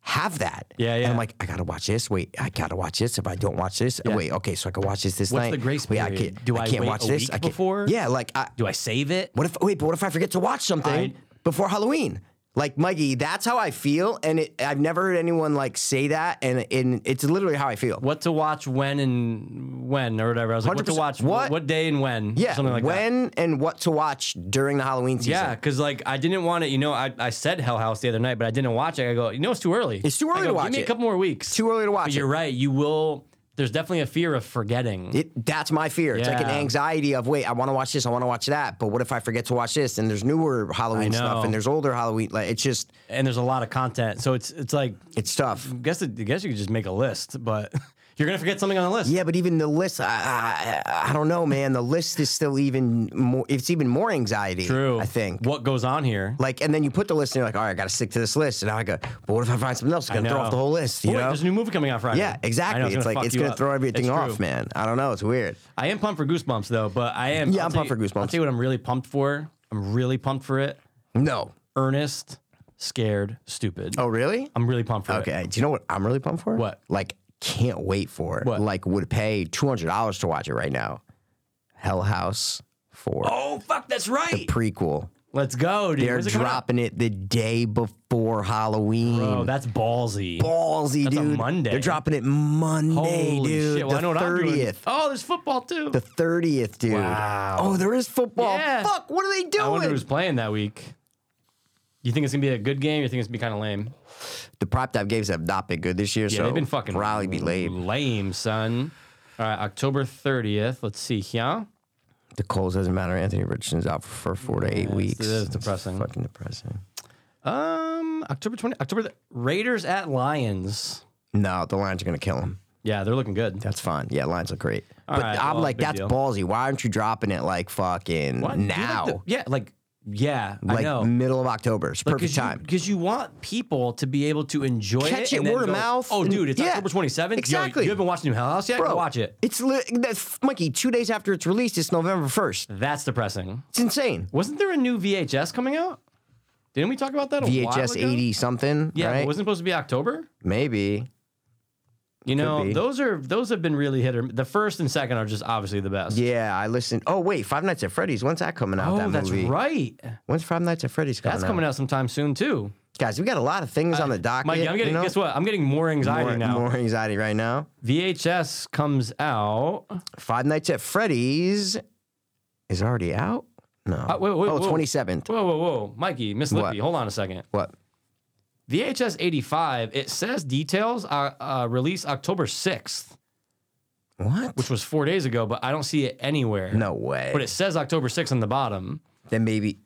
[SPEAKER 2] have that.
[SPEAKER 3] Yeah,
[SPEAKER 2] And
[SPEAKER 3] yeah.
[SPEAKER 2] I'm like, I gotta watch this. Wait, I gotta watch this. If I don't watch this, wait, okay, so I can watch this this
[SPEAKER 3] What's
[SPEAKER 2] night.
[SPEAKER 3] the grace
[SPEAKER 2] Wait, I
[SPEAKER 3] period?
[SPEAKER 2] can't,
[SPEAKER 3] Do I
[SPEAKER 2] can't
[SPEAKER 3] wait
[SPEAKER 2] watch
[SPEAKER 3] a
[SPEAKER 2] this
[SPEAKER 3] week
[SPEAKER 2] I can't-
[SPEAKER 3] before?
[SPEAKER 2] Yeah, like I,
[SPEAKER 3] Do I save it?
[SPEAKER 2] what if wait, but what if I forget to watch something
[SPEAKER 3] I-
[SPEAKER 2] before Halloween? Like Mikey, that's how I feel, and it, I've never heard anyone like say that, and, and it's literally how I feel.
[SPEAKER 3] What to watch when and when or whatever. I was like, what to
[SPEAKER 2] 100%.
[SPEAKER 3] watch
[SPEAKER 2] What-
[SPEAKER 3] what, what day and when?
[SPEAKER 2] yeah,
[SPEAKER 3] something like that.
[SPEAKER 2] when and what to watch during the Halloween season.
[SPEAKER 3] Yeah, because like I didn't want it. You know, I, I said Hell House the other night, but I didn't watch it. I go, you know, it's too early.
[SPEAKER 2] It's too
[SPEAKER 3] I
[SPEAKER 2] early
[SPEAKER 3] go,
[SPEAKER 2] to watch
[SPEAKER 3] Give me
[SPEAKER 2] it.
[SPEAKER 3] a couple more weeks.
[SPEAKER 2] too early to watch
[SPEAKER 3] But
[SPEAKER 2] it.
[SPEAKER 3] you're right. You will. There's definitely a fear of forgetting.
[SPEAKER 2] It- That's my fear. It's like an
[SPEAKER 3] Yeah.
[SPEAKER 2] anxiety of wait, I want to watch this, I want to watch that, but what if I forget to watch this? And there's newer Halloween stuff,
[SPEAKER 3] know.
[SPEAKER 2] and there's older Halloween. Like it's just
[SPEAKER 3] and there's a lot of content, so it's it's like
[SPEAKER 2] it's tough.
[SPEAKER 3] I guess I guess you could just make a list, but you're gonna forget something on the list.
[SPEAKER 2] Yeah, but even the list, I, I, I don't know, man. The list is still even more. It's even more anxiety.
[SPEAKER 3] True.
[SPEAKER 2] I think.
[SPEAKER 3] what goes on here.
[SPEAKER 2] Like, and then you put the list and you're like, all right, I got to stick to this list. And now I go, but what if I find something else? I got to
[SPEAKER 3] No.
[SPEAKER 2] throw off the whole list, you
[SPEAKER 3] Oh, wait,
[SPEAKER 2] know?
[SPEAKER 3] there's a new movie coming out Friday.
[SPEAKER 2] yeah,
[SPEAKER 3] I know,
[SPEAKER 2] exactly. It's like,
[SPEAKER 3] fuck
[SPEAKER 2] it's
[SPEAKER 3] you
[SPEAKER 2] going to
[SPEAKER 3] up.
[SPEAKER 2] throw everything
[SPEAKER 3] It's
[SPEAKER 2] off,
[SPEAKER 3] true.
[SPEAKER 2] man. I don't know. It's weird.
[SPEAKER 3] I am pumped for Goosebumps though, but I am.
[SPEAKER 2] Yeah,
[SPEAKER 3] I'll
[SPEAKER 2] I'm
[SPEAKER 3] tell
[SPEAKER 2] pumped
[SPEAKER 3] you-
[SPEAKER 2] for Goosebumps.
[SPEAKER 3] I'll tell you what I'm really pumped for. I'm really pumped for it.
[SPEAKER 2] No.
[SPEAKER 3] Earnest, scared, stupid.
[SPEAKER 2] Oh, really?
[SPEAKER 3] I'm really pumped for it.
[SPEAKER 2] Okay. Do you know what I'm really pumped for?
[SPEAKER 3] What?
[SPEAKER 2] Like, can't wait for it.
[SPEAKER 3] What?
[SPEAKER 2] Like, would pay $200 to watch it right now. Hell House 4
[SPEAKER 3] Oh fuck, that's right.
[SPEAKER 2] prequel.
[SPEAKER 3] Let's go, dude.
[SPEAKER 2] They're
[SPEAKER 3] When's it coming out?
[SPEAKER 2] dropping it the day before Halloween.
[SPEAKER 3] Bro, that's ballsy.
[SPEAKER 2] Ballsy,
[SPEAKER 3] That's a
[SPEAKER 2] dude.
[SPEAKER 3] Monday.
[SPEAKER 2] They're dropping it Monday,
[SPEAKER 3] Holy
[SPEAKER 2] dude.
[SPEAKER 3] shit! Well,
[SPEAKER 2] the
[SPEAKER 3] I know what
[SPEAKER 2] 30th.
[SPEAKER 3] I'm doing. Oh, there's football too.
[SPEAKER 2] The thirtieth, dude.
[SPEAKER 3] Wow.
[SPEAKER 2] Oh, there is football.
[SPEAKER 3] Yeah.
[SPEAKER 2] Fuck, what are they
[SPEAKER 3] I wonder who's
[SPEAKER 2] doing?
[SPEAKER 3] playing that week. You think it's gonna be a good game? Or you think it's gonna be kind of lame?
[SPEAKER 2] The prop tab games have not been good this year,
[SPEAKER 3] Yeah,
[SPEAKER 2] so
[SPEAKER 3] they've been fucking
[SPEAKER 2] probably be late.
[SPEAKER 3] Lame, son. All right, October 30th. Let's see here.
[SPEAKER 2] The Coles doesn't matter. Anthony Richardson's out for, for four to eight weeks.
[SPEAKER 3] it is
[SPEAKER 2] It's
[SPEAKER 3] depressing.
[SPEAKER 2] Fucking depressing.
[SPEAKER 3] Um, October 20th. October th- Raiders at Lions.
[SPEAKER 2] No, the Lions are gonna kill him.
[SPEAKER 3] Yeah, they're looking good.
[SPEAKER 2] That's fine. Yeah, Lions look great.
[SPEAKER 3] All
[SPEAKER 2] but
[SPEAKER 3] right,
[SPEAKER 2] I'm
[SPEAKER 3] well,
[SPEAKER 2] like,
[SPEAKER 3] big
[SPEAKER 2] that's
[SPEAKER 3] deal.
[SPEAKER 2] ballsy. Why aren't you dropping it like fucking
[SPEAKER 3] What? Do you like
[SPEAKER 2] now?
[SPEAKER 3] the- yeah, like Yeah, I
[SPEAKER 2] like
[SPEAKER 3] know.
[SPEAKER 2] middle of October. It's perfect time.
[SPEAKER 3] Because you, want people to be able to enjoy
[SPEAKER 2] Catch
[SPEAKER 3] it.
[SPEAKER 2] it
[SPEAKER 3] and then
[SPEAKER 2] word of
[SPEAKER 3] go,
[SPEAKER 2] mouth
[SPEAKER 3] Oh,
[SPEAKER 2] and-
[SPEAKER 3] dude, it's
[SPEAKER 2] yeah,
[SPEAKER 3] October 27th. Yo,
[SPEAKER 2] exactly.
[SPEAKER 3] you haven't watched New House yet? Go watch it.
[SPEAKER 2] It's li- that's Mikey. Two days after it's released, it's November first.
[SPEAKER 3] That's depressing.
[SPEAKER 2] It's insane.
[SPEAKER 3] Wasn't there a new VHS coming out? Didn't we talk about that? A while
[SPEAKER 2] VHS
[SPEAKER 3] ago?
[SPEAKER 2] eighty something.
[SPEAKER 3] Yeah,
[SPEAKER 2] right?
[SPEAKER 3] it wasn't supposed to be October.
[SPEAKER 2] maybe.
[SPEAKER 3] You know,
[SPEAKER 2] be.
[SPEAKER 3] those are those have been really hit or the first and second are just obviously the best.
[SPEAKER 2] Yeah, I listened. Oh wait, Five Nights at Freddy's. When's that coming out?
[SPEAKER 3] Oh,
[SPEAKER 2] that
[SPEAKER 3] that's
[SPEAKER 2] movie?
[SPEAKER 3] right.
[SPEAKER 2] When's Five Nights at Freddy's coming
[SPEAKER 3] That's
[SPEAKER 2] out?
[SPEAKER 3] coming out sometime soon too.
[SPEAKER 2] Guys, we got a lot of things on the docket.
[SPEAKER 3] Mike, I'm getting
[SPEAKER 2] you know?
[SPEAKER 3] guess what? I'm getting more anxiety
[SPEAKER 2] more,
[SPEAKER 3] now.
[SPEAKER 2] more anxiety right now.
[SPEAKER 3] VHS comes out.
[SPEAKER 2] Five Nights at Freddy's is already out. No.
[SPEAKER 3] Uh, wait, wait,
[SPEAKER 2] oh,
[SPEAKER 3] whoa.
[SPEAKER 2] 27th.
[SPEAKER 3] Whoa, whoa, whoa, Mikey, Miss
[SPEAKER 2] What?
[SPEAKER 3] Lippy, hold on a second.
[SPEAKER 2] What?
[SPEAKER 3] VHS 85. It says details are uh, released October 6th,
[SPEAKER 2] What?
[SPEAKER 3] which was four days ago, but I don't see it anywhere.
[SPEAKER 2] no way.
[SPEAKER 3] but it says October 6th on the bottom.
[SPEAKER 2] then maybe.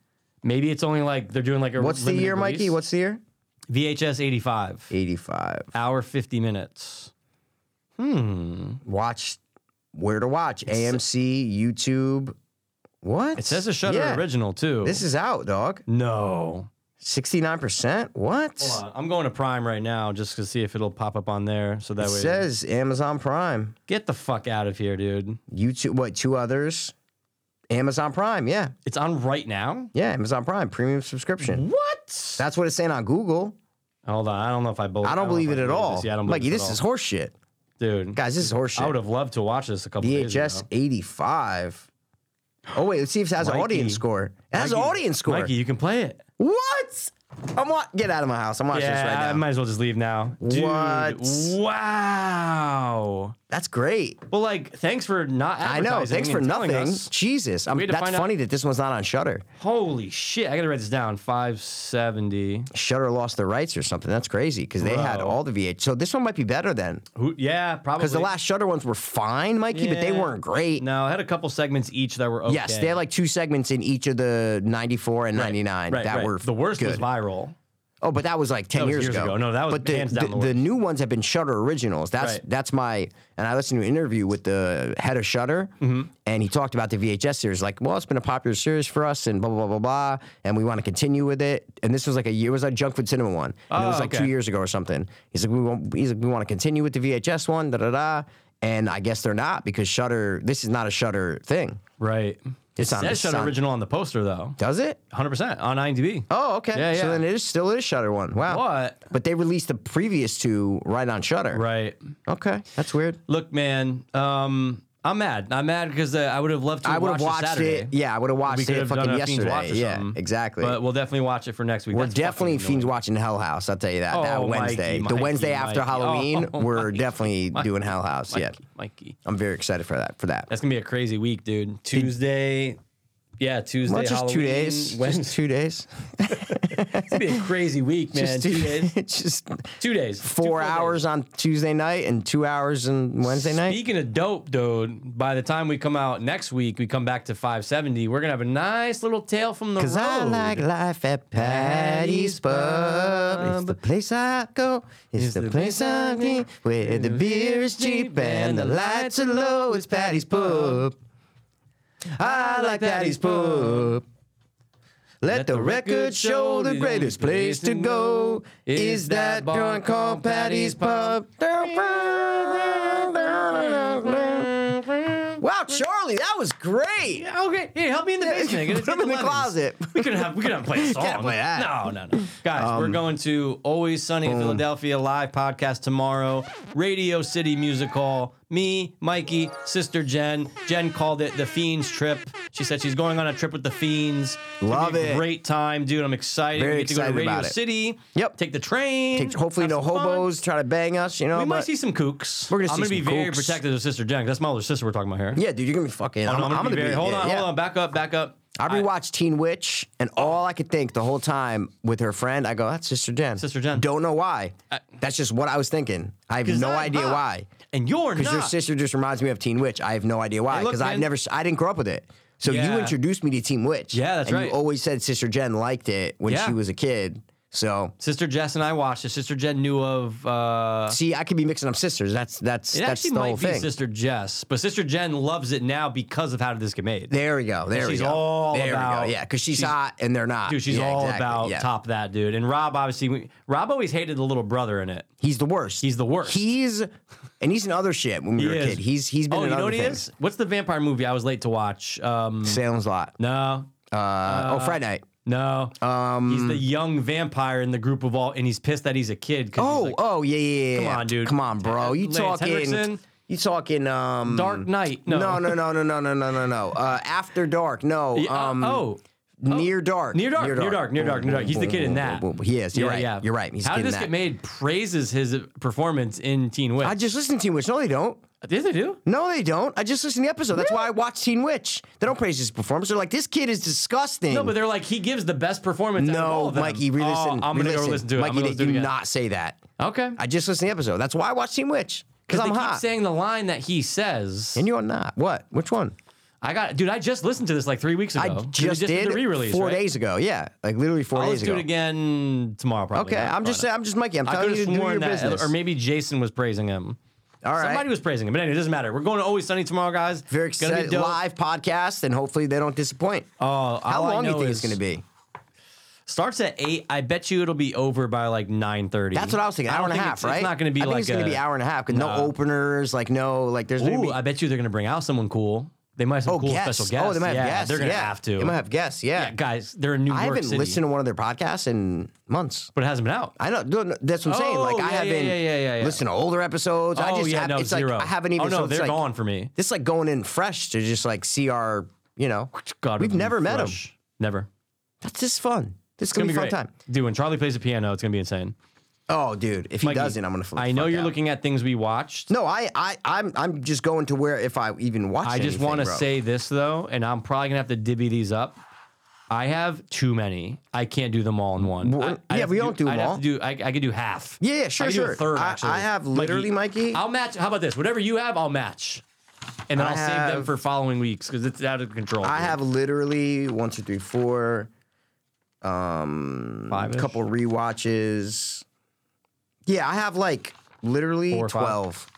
[SPEAKER 3] Maybe it's only like they're doing like a.
[SPEAKER 2] What's the
[SPEAKER 3] limited
[SPEAKER 2] year, Mikey?
[SPEAKER 3] release.
[SPEAKER 2] What's the year?
[SPEAKER 3] VHS 85?
[SPEAKER 2] 85.
[SPEAKER 3] Hour 50 minutes. Hmm.
[SPEAKER 2] Watch where to watch AMC, YouTube. What?
[SPEAKER 3] It says a Shutter
[SPEAKER 2] Yeah.
[SPEAKER 3] original too.
[SPEAKER 2] This is out, dog.
[SPEAKER 3] no.
[SPEAKER 2] 69%? What?
[SPEAKER 3] Hold on. I'm going to Prime right now just to see if it'll pop up on there. So that
[SPEAKER 2] It
[SPEAKER 3] way,
[SPEAKER 2] says Amazon Prime.
[SPEAKER 3] get the fuck out of here, dude.
[SPEAKER 2] YouTube, what, two others? Amazon Prime, yeah.
[SPEAKER 3] It's on right now.
[SPEAKER 2] Yeah, Amazon Prime, premium
[SPEAKER 3] Mm-hmm.
[SPEAKER 2] subscription.
[SPEAKER 3] What?
[SPEAKER 2] That's what it's saying on Google.
[SPEAKER 3] Hold on. I don't know if I believe.
[SPEAKER 2] I don't
[SPEAKER 3] know if
[SPEAKER 2] believe it at all.
[SPEAKER 3] This. Yeah, I don't believe
[SPEAKER 2] Mikey,
[SPEAKER 3] it at
[SPEAKER 2] this
[SPEAKER 3] all.
[SPEAKER 2] is horseshit.
[SPEAKER 3] dude.
[SPEAKER 2] Guys, this is
[SPEAKER 3] I would
[SPEAKER 2] horseshit.
[SPEAKER 3] have loved to watch this a couple days
[SPEAKER 2] VHS
[SPEAKER 3] ago.
[SPEAKER 2] 85. Oh, wait, let's see if it has an
[SPEAKER 3] Mikey.
[SPEAKER 2] audience score. It has an
[SPEAKER 3] Mikey,
[SPEAKER 2] audience score.
[SPEAKER 3] Mikey, you can play it.
[SPEAKER 2] What? I'm wa- Get out of my house. I'm watching
[SPEAKER 3] yeah,
[SPEAKER 2] this right
[SPEAKER 3] I
[SPEAKER 2] now.
[SPEAKER 3] might as well just leave now. Dude,
[SPEAKER 2] What?
[SPEAKER 3] Wow.
[SPEAKER 2] That's great.
[SPEAKER 3] Well, like, thanks for not.
[SPEAKER 2] I know.
[SPEAKER 3] advertising
[SPEAKER 2] Thanks for
[SPEAKER 3] and telling
[SPEAKER 2] nothing.
[SPEAKER 3] us.
[SPEAKER 2] Jesus. I'm,
[SPEAKER 3] had to
[SPEAKER 2] that's
[SPEAKER 3] find out-
[SPEAKER 2] funny that this one's not on Shutter.
[SPEAKER 3] Holy shit! I gotta write this down. Five seventy.
[SPEAKER 2] Shutter lost their rights or something. That's crazy because they had
[SPEAKER 3] Bro.
[SPEAKER 2] all the VH. So this one might be better then.
[SPEAKER 3] Who? Yeah, probably.
[SPEAKER 2] Because the last Shutter ones were fine, Mikey, but they
[SPEAKER 3] Yeah.
[SPEAKER 2] weren't great.
[SPEAKER 3] No, I had a couple segments each that were okay.
[SPEAKER 2] Yes, they had like two segments in each of the 94 and 99
[SPEAKER 3] right,
[SPEAKER 2] that
[SPEAKER 3] right.
[SPEAKER 2] were
[SPEAKER 3] the worst
[SPEAKER 2] good.
[SPEAKER 3] was viral.
[SPEAKER 2] Oh, but that was like ten
[SPEAKER 3] was
[SPEAKER 2] years,
[SPEAKER 3] years
[SPEAKER 2] ago.
[SPEAKER 3] ago. No, that was
[SPEAKER 2] but the,
[SPEAKER 3] hands down the
[SPEAKER 2] the, the new ones have been Shutter originals. That's
[SPEAKER 3] Right.
[SPEAKER 2] that's my and I listened to an interview with the head of Shutter,
[SPEAKER 3] Mm-hmm.
[SPEAKER 2] and he talked about the VHS series. Like, well, it's been a popular series for us, and blah blah blah blah blah, and we want to continue with it. And this was like a year it was a junk food cinema one, and it
[SPEAKER 3] Oh,
[SPEAKER 2] was like two
[SPEAKER 3] okay.
[SPEAKER 2] years ago or something. He's like, we want he's like, we want to continue with the VHS one, da da da. And I guess they're not because Shutter. This is not a Shutter thing,
[SPEAKER 3] Right.
[SPEAKER 2] It's
[SPEAKER 3] it
[SPEAKER 2] on
[SPEAKER 3] says
[SPEAKER 2] the
[SPEAKER 3] Shut
[SPEAKER 2] sun.
[SPEAKER 3] Original on the poster though.
[SPEAKER 2] does it?
[SPEAKER 3] 100% on IMDb.
[SPEAKER 2] Oh, okay.
[SPEAKER 3] Yeah,
[SPEAKER 2] So
[SPEAKER 3] yeah.
[SPEAKER 2] then it is still is Shutter one. Wow.
[SPEAKER 3] What?
[SPEAKER 2] But they released the previous two right on Shutter.
[SPEAKER 3] Right.
[SPEAKER 2] Okay, that's weird.
[SPEAKER 3] Look, man, um, I'm mad. I'm mad because uh, I would have loved to
[SPEAKER 2] I would have watched
[SPEAKER 3] watched it Saturday.
[SPEAKER 2] it. Yeah, I would have
[SPEAKER 3] We
[SPEAKER 2] watched
[SPEAKER 3] could
[SPEAKER 2] it
[SPEAKER 3] have done
[SPEAKER 2] fucking
[SPEAKER 3] a Fiends Watch
[SPEAKER 2] yesterday.
[SPEAKER 3] or
[SPEAKER 2] Yeah,
[SPEAKER 3] something.
[SPEAKER 2] exactly.
[SPEAKER 3] But we'll definitely watch it for next week.
[SPEAKER 2] we're
[SPEAKER 3] That's fucking
[SPEAKER 2] definitely
[SPEAKER 3] annoying.
[SPEAKER 2] fiends watching Hell House. I'll tell you that. that
[SPEAKER 3] Oh, Mikey,
[SPEAKER 2] Wednesday, the
[SPEAKER 3] Mikey,
[SPEAKER 2] Wednesday after
[SPEAKER 3] Mikey.
[SPEAKER 2] Halloween,
[SPEAKER 3] Oh,
[SPEAKER 2] we're
[SPEAKER 3] Mikey,
[SPEAKER 2] definitely
[SPEAKER 3] Mikey,
[SPEAKER 2] doing Hell House.
[SPEAKER 3] Mikey,
[SPEAKER 2] Yeah,
[SPEAKER 3] Mikey.
[SPEAKER 2] I'm very excited for that. For that.
[SPEAKER 3] That's gonna be a crazy week, dude. Tuesday. Yeah, Tuesday.
[SPEAKER 2] Well, just two
[SPEAKER 3] Halloween,
[SPEAKER 2] days.
[SPEAKER 3] Wednesday.
[SPEAKER 2] Just two days.
[SPEAKER 3] It's gonna be a crazy week, man.
[SPEAKER 2] just
[SPEAKER 3] two days.
[SPEAKER 2] just
[SPEAKER 3] Two days. Two full
[SPEAKER 2] four
[SPEAKER 3] days.
[SPEAKER 2] hours on Tuesday night and two hours on Wednesday night.
[SPEAKER 3] Speaking of dope, dude, by the time we come out next week, we come back to 570. We're gonna have a nice little tale from the
[SPEAKER 2] Cause
[SPEAKER 3] road.
[SPEAKER 2] I like life at Patty's Pub. It's the place I go. It's the place I be. Where the beer is cheap and the lights are low. It's Patty's Pub. I like Patty's Pub. Let the record show the greatest place to go is that joint called Patty's Pub. Wow, Charlie, that was great.
[SPEAKER 3] Okay, here, help me in the basement.
[SPEAKER 2] Put
[SPEAKER 3] Get
[SPEAKER 2] him in the
[SPEAKER 3] lemons.
[SPEAKER 2] closet.
[SPEAKER 3] We could have we could have played a song.
[SPEAKER 2] Can't play that. Um,
[SPEAKER 3] No, no, no. Guys, we're going to Always Sunny in Philadelphia live podcast tomorrow. Radio City Music Hall. Me, Mikey, sister Jen. Jen called it the Fiends trip. She said she's going on a trip with the Fiends. It's gonna
[SPEAKER 2] Love
[SPEAKER 3] be a
[SPEAKER 2] it.
[SPEAKER 3] Great time, dude. I'm excited.
[SPEAKER 2] Very
[SPEAKER 3] we get to go to
[SPEAKER 2] excited
[SPEAKER 3] Radio
[SPEAKER 2] about it.
[SPEAKER 3] City.
[SPEAKER 2] Yep.
[SPEAKER 3] Take the train.
[SPEAKER 2] Take- hopefully
[SPEAKER 3] have
[SPEAKER 2] no
[SPEAKER 3] some fun.
[SPEAKER 2] hobos try to bang us, you know.
[SPEAKER 3] We might
[SPEAKER 2] but-
[SPEAKER 3] see some kooks.
[SPEAKER 2] We're gonna
[SPEAKER 3] I'm
[SPEAKER 2] see
[SPEAKER 3] gonna be
[SPEAKER 2] some
[SPEAKER 3] very
[SPEAKER 2] kooks.
[SPEAKER 3] protective of sister Jen. 'cause That's my older sister we're talking about here.
[SPEAKER 2] yeah, dude, you're gonna be fucking.
[SPEAKER 3] I'm,
[SPEAKER 2] I'm,
[SPEAKER 3] gonna, be very, hold
[SPEAKER 2] yeah,
[SPEAKER 3] on,
[SPEAKER 2] yeah.
[SPEAKER 3] hold on, back up, back up.
[SPEAKER 2] I rewatched Teen Witch, and all I could think the whole time with her friend, I go, "That's Sister Jen."
[SPEAKER 3] Sister Jen.
[SPEAKER 2] Don't know why. That's just what I was thinking. I have
[SPEAKER 3] 'Cause
[SPEAKER 2] no
[SPEAKER 3] I'm
[SPEAKER 2] idea
[SPEAKER 3] hot.
[SPEAKER 2] why.
[SPEAKER 3] And you're
[SPEAKER 2] Because
[SPEAKER 3] not.
[SPEAKER 2] your sister just reminds me of Teen Witch. I have no idea why.
[SPEAKER 3] Hey, look,
[SPEAKER 2] Because I've
[SPEAKER 3] man.
[SPEAKER 2] never, s- I didn't grow up with it. So
[SPEAKER 3] Yeah.
[SPEAKER 2] you introduced me to Teen Witch.
[SPEAKER 3] Yeah, that's
[SPEAKER 2] and
[SPEAKER 3] right.
[SPEAKER 2] You always said Sister Jen liked it when
[SPEAKER 3] Yeah.
[SPEAKER 2] she was a kid. So
[SPEAKER 3] Sister Jess and I watched it. Sister Jen knew of. Uh,
[SPEAKER 2] see, I could be mixing up sisters. That's that's
[SPEAKER 3] it
[SPEAKER 2] that's
[SPEAKER 3] actually
[SPEAKER 2] the whole
[SPEAKER 3] might be
[SPEAKER 2] thing.
[SPEAKER 3] Sister Jess, but Sister Jen loves it now because of how did this get made.
[SPEAKER 2] There we go. There
[SPEAKER 3] She's
[SPEAKER 2] we go.
[SPEAKER 3] all
[SPEAKER 2] there
[SPEAKER 3] about-
[SPEAKER 2] We go. Yeah, because she's,
[SPEAKER 3] she's-
[SPEAKER 2] hot and they're not.
[SPEAKER 3] Dude, she's
[SPEAKER 2] Yeah,
[SPEAKER 3] all
[SPEAKER 2] exactly.
[SPEAKER 3] about
[SPEAKER 2] Yeah.
[SPEAKER 3] top that dude. And Rob obviously, we- Rob always hated the little brother in it.
[SPEAKER 2] He's the worst.
[SPEAKER 3] He's the worst.
[SPEAKER 2] He's and he's in other shit when we were
[SPEAKER 3] is.
[SPEAKER 2] a kid. He's he's been
[SPEAKER 3] oh,
[SPEAKER 2] in
[SPEAKER 3] you
[SPEAKER 2] other
[SPEAKER 3] know what he
[SPEAKER 2] things.
[SPEAKER 3] is? What's the vampire movie I was late to watch? Um,
[SPEAKER 2] Salem's Lot.
[SPEAKER 3] no,
[SPEAKER 2] Uh, oh, Friday Night.
[SPEAKER 3] no.
[SPEAKER 2] Um,
[SPEAKER 3] he's the young vampire in the group of all, and he's pissed that he's a kid. 'cause he's
[SPEAKER 2] oh,
[SPEAKER 3] like,
[SPEAKER 2] oh, yeah, yeah, yeah.
[SPEAKER 3] Come
[SPEAKER 2] yeah.
[SPEAKER 3] on, dude.
[SPEAKER 2] Come on, bro. You
[SPEAKER 3] Lance
[SPEAKER 2] talking?
[SPEAKER 3] Henriksen?
[SPEAKER 2] You talking? Um,
[SPEAKER 3] Dark Knight. No.
[SPEAKER 2] No, no, no, no, no, no, no, no, no. Uh, After Dark. No.
[SPEAKER 3] Yeah, uh,
[SPEAKER 2] Um,
[SPEAKER 3] oh,
[SPEAKER 2] Near Dark.
[SPEAKER 3] Near Dark, Near Dark, Near Dark, Near Dark. He's the kid in that.
[SPEAKER 2] Boom, boom, boom. He is. You're right. You're right. He's the
[SPEAKER 3] How
[SPEAKER 2] kid
[SPEAKER 3] did
[SPEAKER 2] in
[SPEAKER 3] this
[SPEAKER 2] that.
[SPEAKER 3] get made? Praises his performance in Teen Witch.
[SPEAKER 2] I just listened to him, which no, they don't.
[SPEAKER 3] Did they do?
[SPEAKER 2] No, they don't. I just listened to the episode. That's why I watched Teen Witch. They don't praise his performance. They're like, this kid is disgusting.
[SPEAKER 3] No, but they're like he gives the best performance. out of all
[SPEAKER 2] no,
[SPEAKER 3] of them.
[SPEAKER 2] Mikey, re
[SPEAKER 3] Oh,
[SPEAKER 2] listen.
[SPEAKER 3] I'm gonna go listen to it. I'm
[SPEAKER 2] Mikey,
[SPEAKER 3] gonna
[SPEAKER 2] they
[SPEAKER 3] listen to it
[SPEAKER 2] do
[SPEAKER 3] again.
[SPEAKER 2] not say that.
[SPEAKER 3] Okay.
[SPEAKER 2] I just listened to the episode. That's why I watched Teen Witch. Because
[SPEAKER 3] they
[SPEAKER 2] I'm
[SPEAKER 3] keep
[SPEAKER 2] hot.
[SPEAKER 3] saying the line that he says.
[SPEAKER 2] and you're not. What? Which one?
[SPEAKER 3] I got, dude. I just listened to this like three weeks ago.
[SPEAKER 2] I
[SPEAKER 3] 'Cause we
[SPEAKER 2] just,
[SPEAKER 3] did
[SPEAKER 2] did
[SPEAKER 3] the re-release.
[SPEAKER 2] four
[SPEAKER 3] right?
[SPEAKER 2] days ago. Yeah, like literally 4
[SPEAKER 3] I'll
[SPEAKER 2] days
[SPEAKER 3] let's do
[SPEAKER 2] ago.
[SPEAKER 3] it again tomorrow. Probably.
[SPEAKER 2] Okay,
[SPEAKER 3] not.
[SPEAKER 2] I'm just
[SPEAKER 3] Probably
[SPEAKER 2] saying. I'm just Mikey. I'm
[SPEAKER 3] not. I
[SPEAKER 2] telling
[SPEAKER 3] could
[SPEAKER 2] you
[SPEAKER 3] have
[SPEAKER 2] to do your
[SPEAKER 3] sworn that,
[SPEAKER 2] business.
[SPEAKER 3] or maybe Jason was praising him.
[SPEAKER 2] All right.
[SPEAKER 3] Somebody was praising him, but anyway, it doesn't matter. We're going to Always Sunny tomorrow, guys.
[SPEAKER 2] Very
[SPEAKER 3] It's gonna be
[SPEAKER 2] excited.
[SPEAKER 3] dope.
[SPEAKER 2] Live podcast, and hopefully they don't disappoint.
[SPEAKER 3] Oh, all
[SPEAKER 2] How
[SPEAKER 3] I
[SPEAKER 2] long do you
[SPEAKER 3] know
[SPEAKER 2] think
[SPEAKER 3] is
[SPEAKER 2] it's going to be?
[SPEAKER 3] Starts at eight. I bet you it'll be over by like nine thirty.
[SPEAKER 2] That's what I was thinking. Hour and a half,
[SPEAKER 3] it's,
[SPEAKER 2] right?
[SPEAKER 3] It's not going to be
[SPEAKER 2] I think
[SPEAKER 3] like
[SPEAKER 2] it's going
[SPEAKER 3] a-
[SPEAKER 2] to be hour and a half. 'cause No.
[SPEAKER 3] No.
[SPEAKER 2] openers, like no, like there's going to
[SPEAKER 3] Ooh,
[SPEAKER 2] be.
[SPEAKER 3] I bet you they're going to bring out someone cool. They might have some
[SPEAKER 2] oh,
[SPEAKER 3] cool
[SPEAKER 2] guests.
[SPEAKER 3] special guests.
[SPEAKER 2] Oh, they might
[SPEAKER 3] yeah,
[SPEAKER 2] have guests.
[SPEAKER 3] They're going to
[SPEAKER 2] yeah.
[SPEAKER 3] have to.
[SPEAKER 2] They might have guests. Yeah.
[SPEAKER 3] yeah, guys, they're in New
[SPEAKER 2] I
[SPEAKER 3] York
[SPEAKER 2] haven't
[SPEAKER 3] City.
[SPEAKER 2] listened to one of their podcasts in months.
[SPEAKER 3] but it hasn't been out.
[SPEAKER 2] I know. no, no, That's what I'm saying. Like
[SPEAKER 3] Oh,
[SPEAKER 2] I
[SPEAKER 3] yeah, yeah,
[SPEAKER 2] haven't
[SPEAKER 3] yeah, yeah, yeah, yeah.
[SPEAKER 2] listened to older episodes. I
[SPEAKER 3] oh
[SPEAKER 2] just
[SPEAKER 3] yeah,
[SPEAKER 2] have,
[SPEAKER 3] no,
[SPEAKER 2] it's
[SPEAKER 3] zero.
[SPEAKER 2] like I haven't even.
[SPEAKER 3] Oh no,
[SPEAKER 2] so it's
[SPEAKER 3] they're
[SPEAKER 2] like,
[SPEAKER 3] gone for me.
[SPEAKER 2] This is like going in fresh to just like see our, you know,
[SPEAKER 3] God,
[SPEAKER 2] we've
[SPEAKER 3] we're
[SPEAKER 2] never met 'em.
[SPEAKER 3] fresh. Never.
[SPEAKER 2] that's just fun. This is
[SPEAKER 3] It's
[SPEAKER 2] gonna, be a fun
[SPEAKER 3] great.
[SPEAKER 2] time.
[SPEAKER 3] Dude, when Charlie plays the piano, it's gonna be insane.
[SPEAKER 2] Oh, dude, if he
[SPEAKER 3] Mikey,
[SPEAKER 2] doesn't, I'm gonna. Flip the
[SPEAKER 3] I know
[SPEAKER 2] fuck
[SPEAKER 3] you're
[SPEAKER 2] out.
[SPEAKER 3] looking at things we watched.
[SPEAKER 2] No, I, I, I'm, I'm just going to where if I even watch.
[SPEAKER 3] I just
[SPEAKER 2] want to
[SPEAKER 3] say this though, and I'm probably gonna have to divvy these up. I have too many. I can't do them all in one.
[SPEAKER 2] Well,
[SPEAKER 3] I,
[SPEAKER 2] yeah,
[SPEAKER 3] I'd have
[SPEAKER 2] we
[SPEAKER 3] to
[SPEAKER 2] don't do them
[SPEAKER 3] I'd have
[SPEAKER 2] all.
[SPEAKER 3] to do. I, I could do half.
[SPEAKER 2] Yeah, yeah, sure,
[SPEAKER 3] I could Do
[SPEAKER 2] sure.
[SPEAKER 3] a third,
[SPEAKER 2] I-
[SPEAKER 3] actually.
[SPEAKER 2] I have literally, Mikey-
[SPEAKER 3] I'll match. How about this? Whatever you have, I'll match, and then
[SPEAKER 2] I
[SPEAKER 3] I'll save them
[SPEAKER 2] have-
[SPEAKER 3] for following weeks because it's out of control.
[SPEAKER 2] I
[SPEAKER 3] dude.
[SPEAKER 2] have literally one, two, three, four,
[SPEAKER 3] five,
[SPEAKER 2] a couple rewatches. Yeah, I have like literally
[SPEAKER 3] Four or five.
[SPEAKER 2] twelve.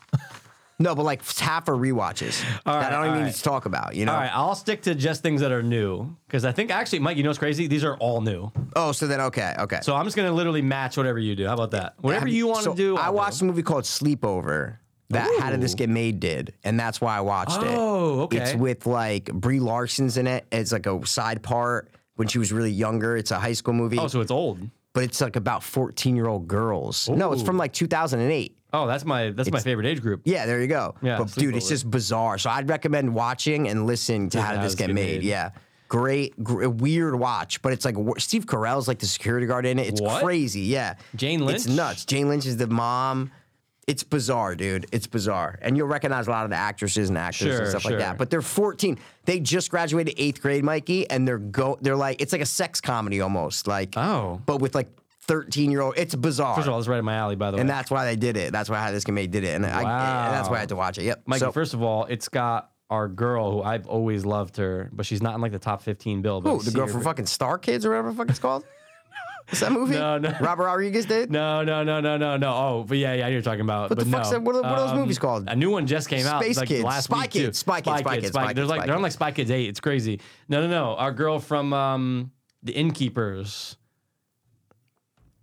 [SPEAKER 2] no, but like half are rewatches
[SPEAKER 3] All
[SPEAKER 2] that
[SPEAKER 3] right,
[SPEAKER 2] I don't even
[SPEAKER 3] all
[SPEAKER 2] need
[SPEAKER 3] right.
[SPEAKER 2] to talk about. You know?
[SPEAKER 3] All right, I'll stick to just things that are new because I think actually, Mike, you know what's crazy? These are all new.
[SPEAKER 2] Oh, so then okay, okay.
[SPEAKER 3] So I'm just gonna literally match whatever you do. How about that? Whatever
[SPEAKER 2] Have
[SPEAKER 3] you want to
[SPEAKER 2] so
[SPEAKER 3] do.
[SPEAKER 2] I
[SPEAKER 3] I'll
[SPEAKER 2] watched
[SPEAKER 3] Do.
[SPEAKER 2] a movie called Sleepover. That How Did This
[SPEAKER 3] Ooh.
[SPEAKER 2] Get Made did, and that's why I watched it.
[SPEAKER 3] Oh, okay.
[SPEAKER 2] It's with like Brie Larson's in it. It's like a side part when she was really younger. It's a high school movie,
[SPEAKER 3] Oh, so it's old.
[SPEAKER 2] but it's like about 14 year old girls. No, it's
[SPEAKER 3] Ooh.
[SPEAKER 2] from like 2008.
[SPEAKER 3] Oh, that's my that's my favorite age group.
[SPEAKER 2] Yeah, there you go.
[SPEAKER 3] Yeah,
[SPEAKER 2] but dude, it's
[SPEAKER 3] Sleepover.
[SPEAKER 2] just bizarre. So I'd recommend watching and listening to How Did This Get Made. Yeah. Great, gr- weird watch, but it's like wor- Steve Carell's like the security guard in it. It's
[SPEAKER 3] What?
[SPEAKER 2] crazy. Yeah.
[SPEAKER 3] Jane
[SPEAKER 2] It's
[SPEAKER 3] Lynch?
[SPEAKER 2] nuts. Jane Lynch is the mom. It's bizarre, dude. It's bizarre. And you'll recognize a lot of the actresses and actors
[SPEAKER 3] Sure,
[SPEAKER 2] and stuff like
[SPEAKER 3] sure.
[SPEAKER 2] that. But they're 14. They just graduated eighth grade, Mikey, and they're go they're like it's like a sex comedy almost. Like
[SPEAKER 3] Oh.
[SPEAKER 2] but with like 13 year old. It's bizarre.
[SPEAKER 3] First of all, it's right in my alley. By the way,
[SPEAKER 2] and that's why they did it. That's why how this Get Made did it. And, I, and that's why I had to watch it. Yep.
[SPEAKER 3] Mikey,
[SPEAKER 2] So-
[SPEAKER 3] first of all, it's got our girl who I've always loved her, but she's not in like the top 15 bill. But I
[SPEAKER 2] Who, the
[SPEAKER 3] see
[SPEAKER 2] girl
[SPEAKER 3] her-
[SPEAKER 2] from fucking Star Kids or whatever the fuck it's called? Is that movie?
[SPEAKER 3] No, no.
[SPEAKER 2] Robert Rodriguez did?
[SPEAKER 3] No, no, no, no, no, no. Oh, but yeah, yeah, I know you're talking about.
[SPEAKER 2] What the
[SPEAKER 3] but
[SPEAKER 2] fuck's
[SPEAKER 3] no. Um,
[SPEAKER 2] that- what are- what are those movies called?
[SPEAKER 3] A new one just came out.
[SPEAKER 2] Space
[SPEAKER 3] like
[SPEAKER 2] Kids,
[SPEAKER 3] Last
[SPEAKER 2] Spy
[SPEAKER 3] week, too.
[SPEAKER 2] Kids, Spy Kids, Spy Kids, Spy
[SPEAKER 3] They're
[SPEAKER 2] Kids,
[SPEAKER 3] like
[SPEAKER 2] Spy
[SPEAKER 3] they're on
[SPEAKER 2] Kids.
[SPEAKER 3] like Spy Kids Eight. It's crazy. No, no, no. Our girl from um, the Innkeepers.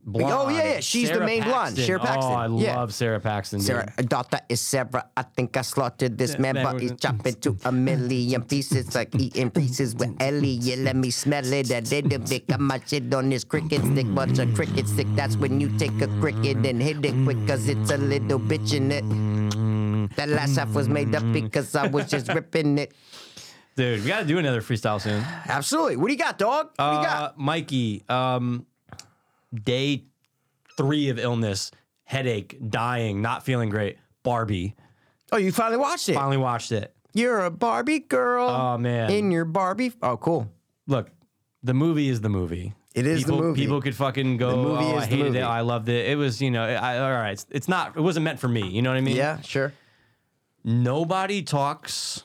[SPEAKER 3] Blonde.
[SPEAKER 2] Oh, yeah, yeah, she's the
[SPEAKER 3] Sarah
[SPEAKER 2] main blonde, Sarah Paxton,
[SPEAKER 3] Oh, I
[SPEAKER 2] yeah.
[SPEAKER 3] love Sarah Paxton. dude.
[SPEAKER 2] Sarah, daughter is Sarah. I think I slaughtered this
[SPEAKER 3] Yeah,
[SPEAKER 2] man,
[SPEAKER 3] man,
[SPEAKER 2] but
[SPEAKER 3] we're
[SPEAKER 2] he's
[SPEAKER 3] gonna-
[SPEAKER 2] chopped into a million pieces, like eating pieces with Ellie. Yeah, let me smell it. I did a bit of my shit on this cricket stick, but a cricket stick, that's when you take a cricket and hit it quick, cause it's a little bitch in it. That last half was made up because I was just ripping it.
[SPEAKER 3] Dude, we got to do another freestyle soon.
[SPEAKER 2] Absolutely. What do you got, dog? What do you got?
[SPEAKER 3] Uh, Mikey, um, day three of illness, headache, dying, not feeling great. Barbie.
[SPEAKER 2] Oh, you finally watched it.
[SPEAKER 3] Finally watched it.
[SPEAKER 2] You're a Barbie girl.
[SPEAKER 3] Oh, man.
[SPEAKER 2] In your Barbie. Oh, cool.
[SPEAKER 3] Look, the movie is the movie.
[SPEAKER 2] It is the
[SPEAKER 3] people,
[SPEAKER 2] movie.
[SPEAKER 3] People could fucking go.
[SPEAKER 2] The movie
[SPEAKER 3] oh,
[SPEAKER 2] is
[SPEAKER 3] I
[SPEAKER 2] the
[SPEAKER 3] hated
[SPEAKER 2] movie."
[SPEAKER 3] it. I loved it. It was, you know, I, all right. It's, it's not. It wasn't meant for me. You know what I mean?
[SPEAKER 2] Yeah, sure.
[SPEAKER 3] Nobody talks,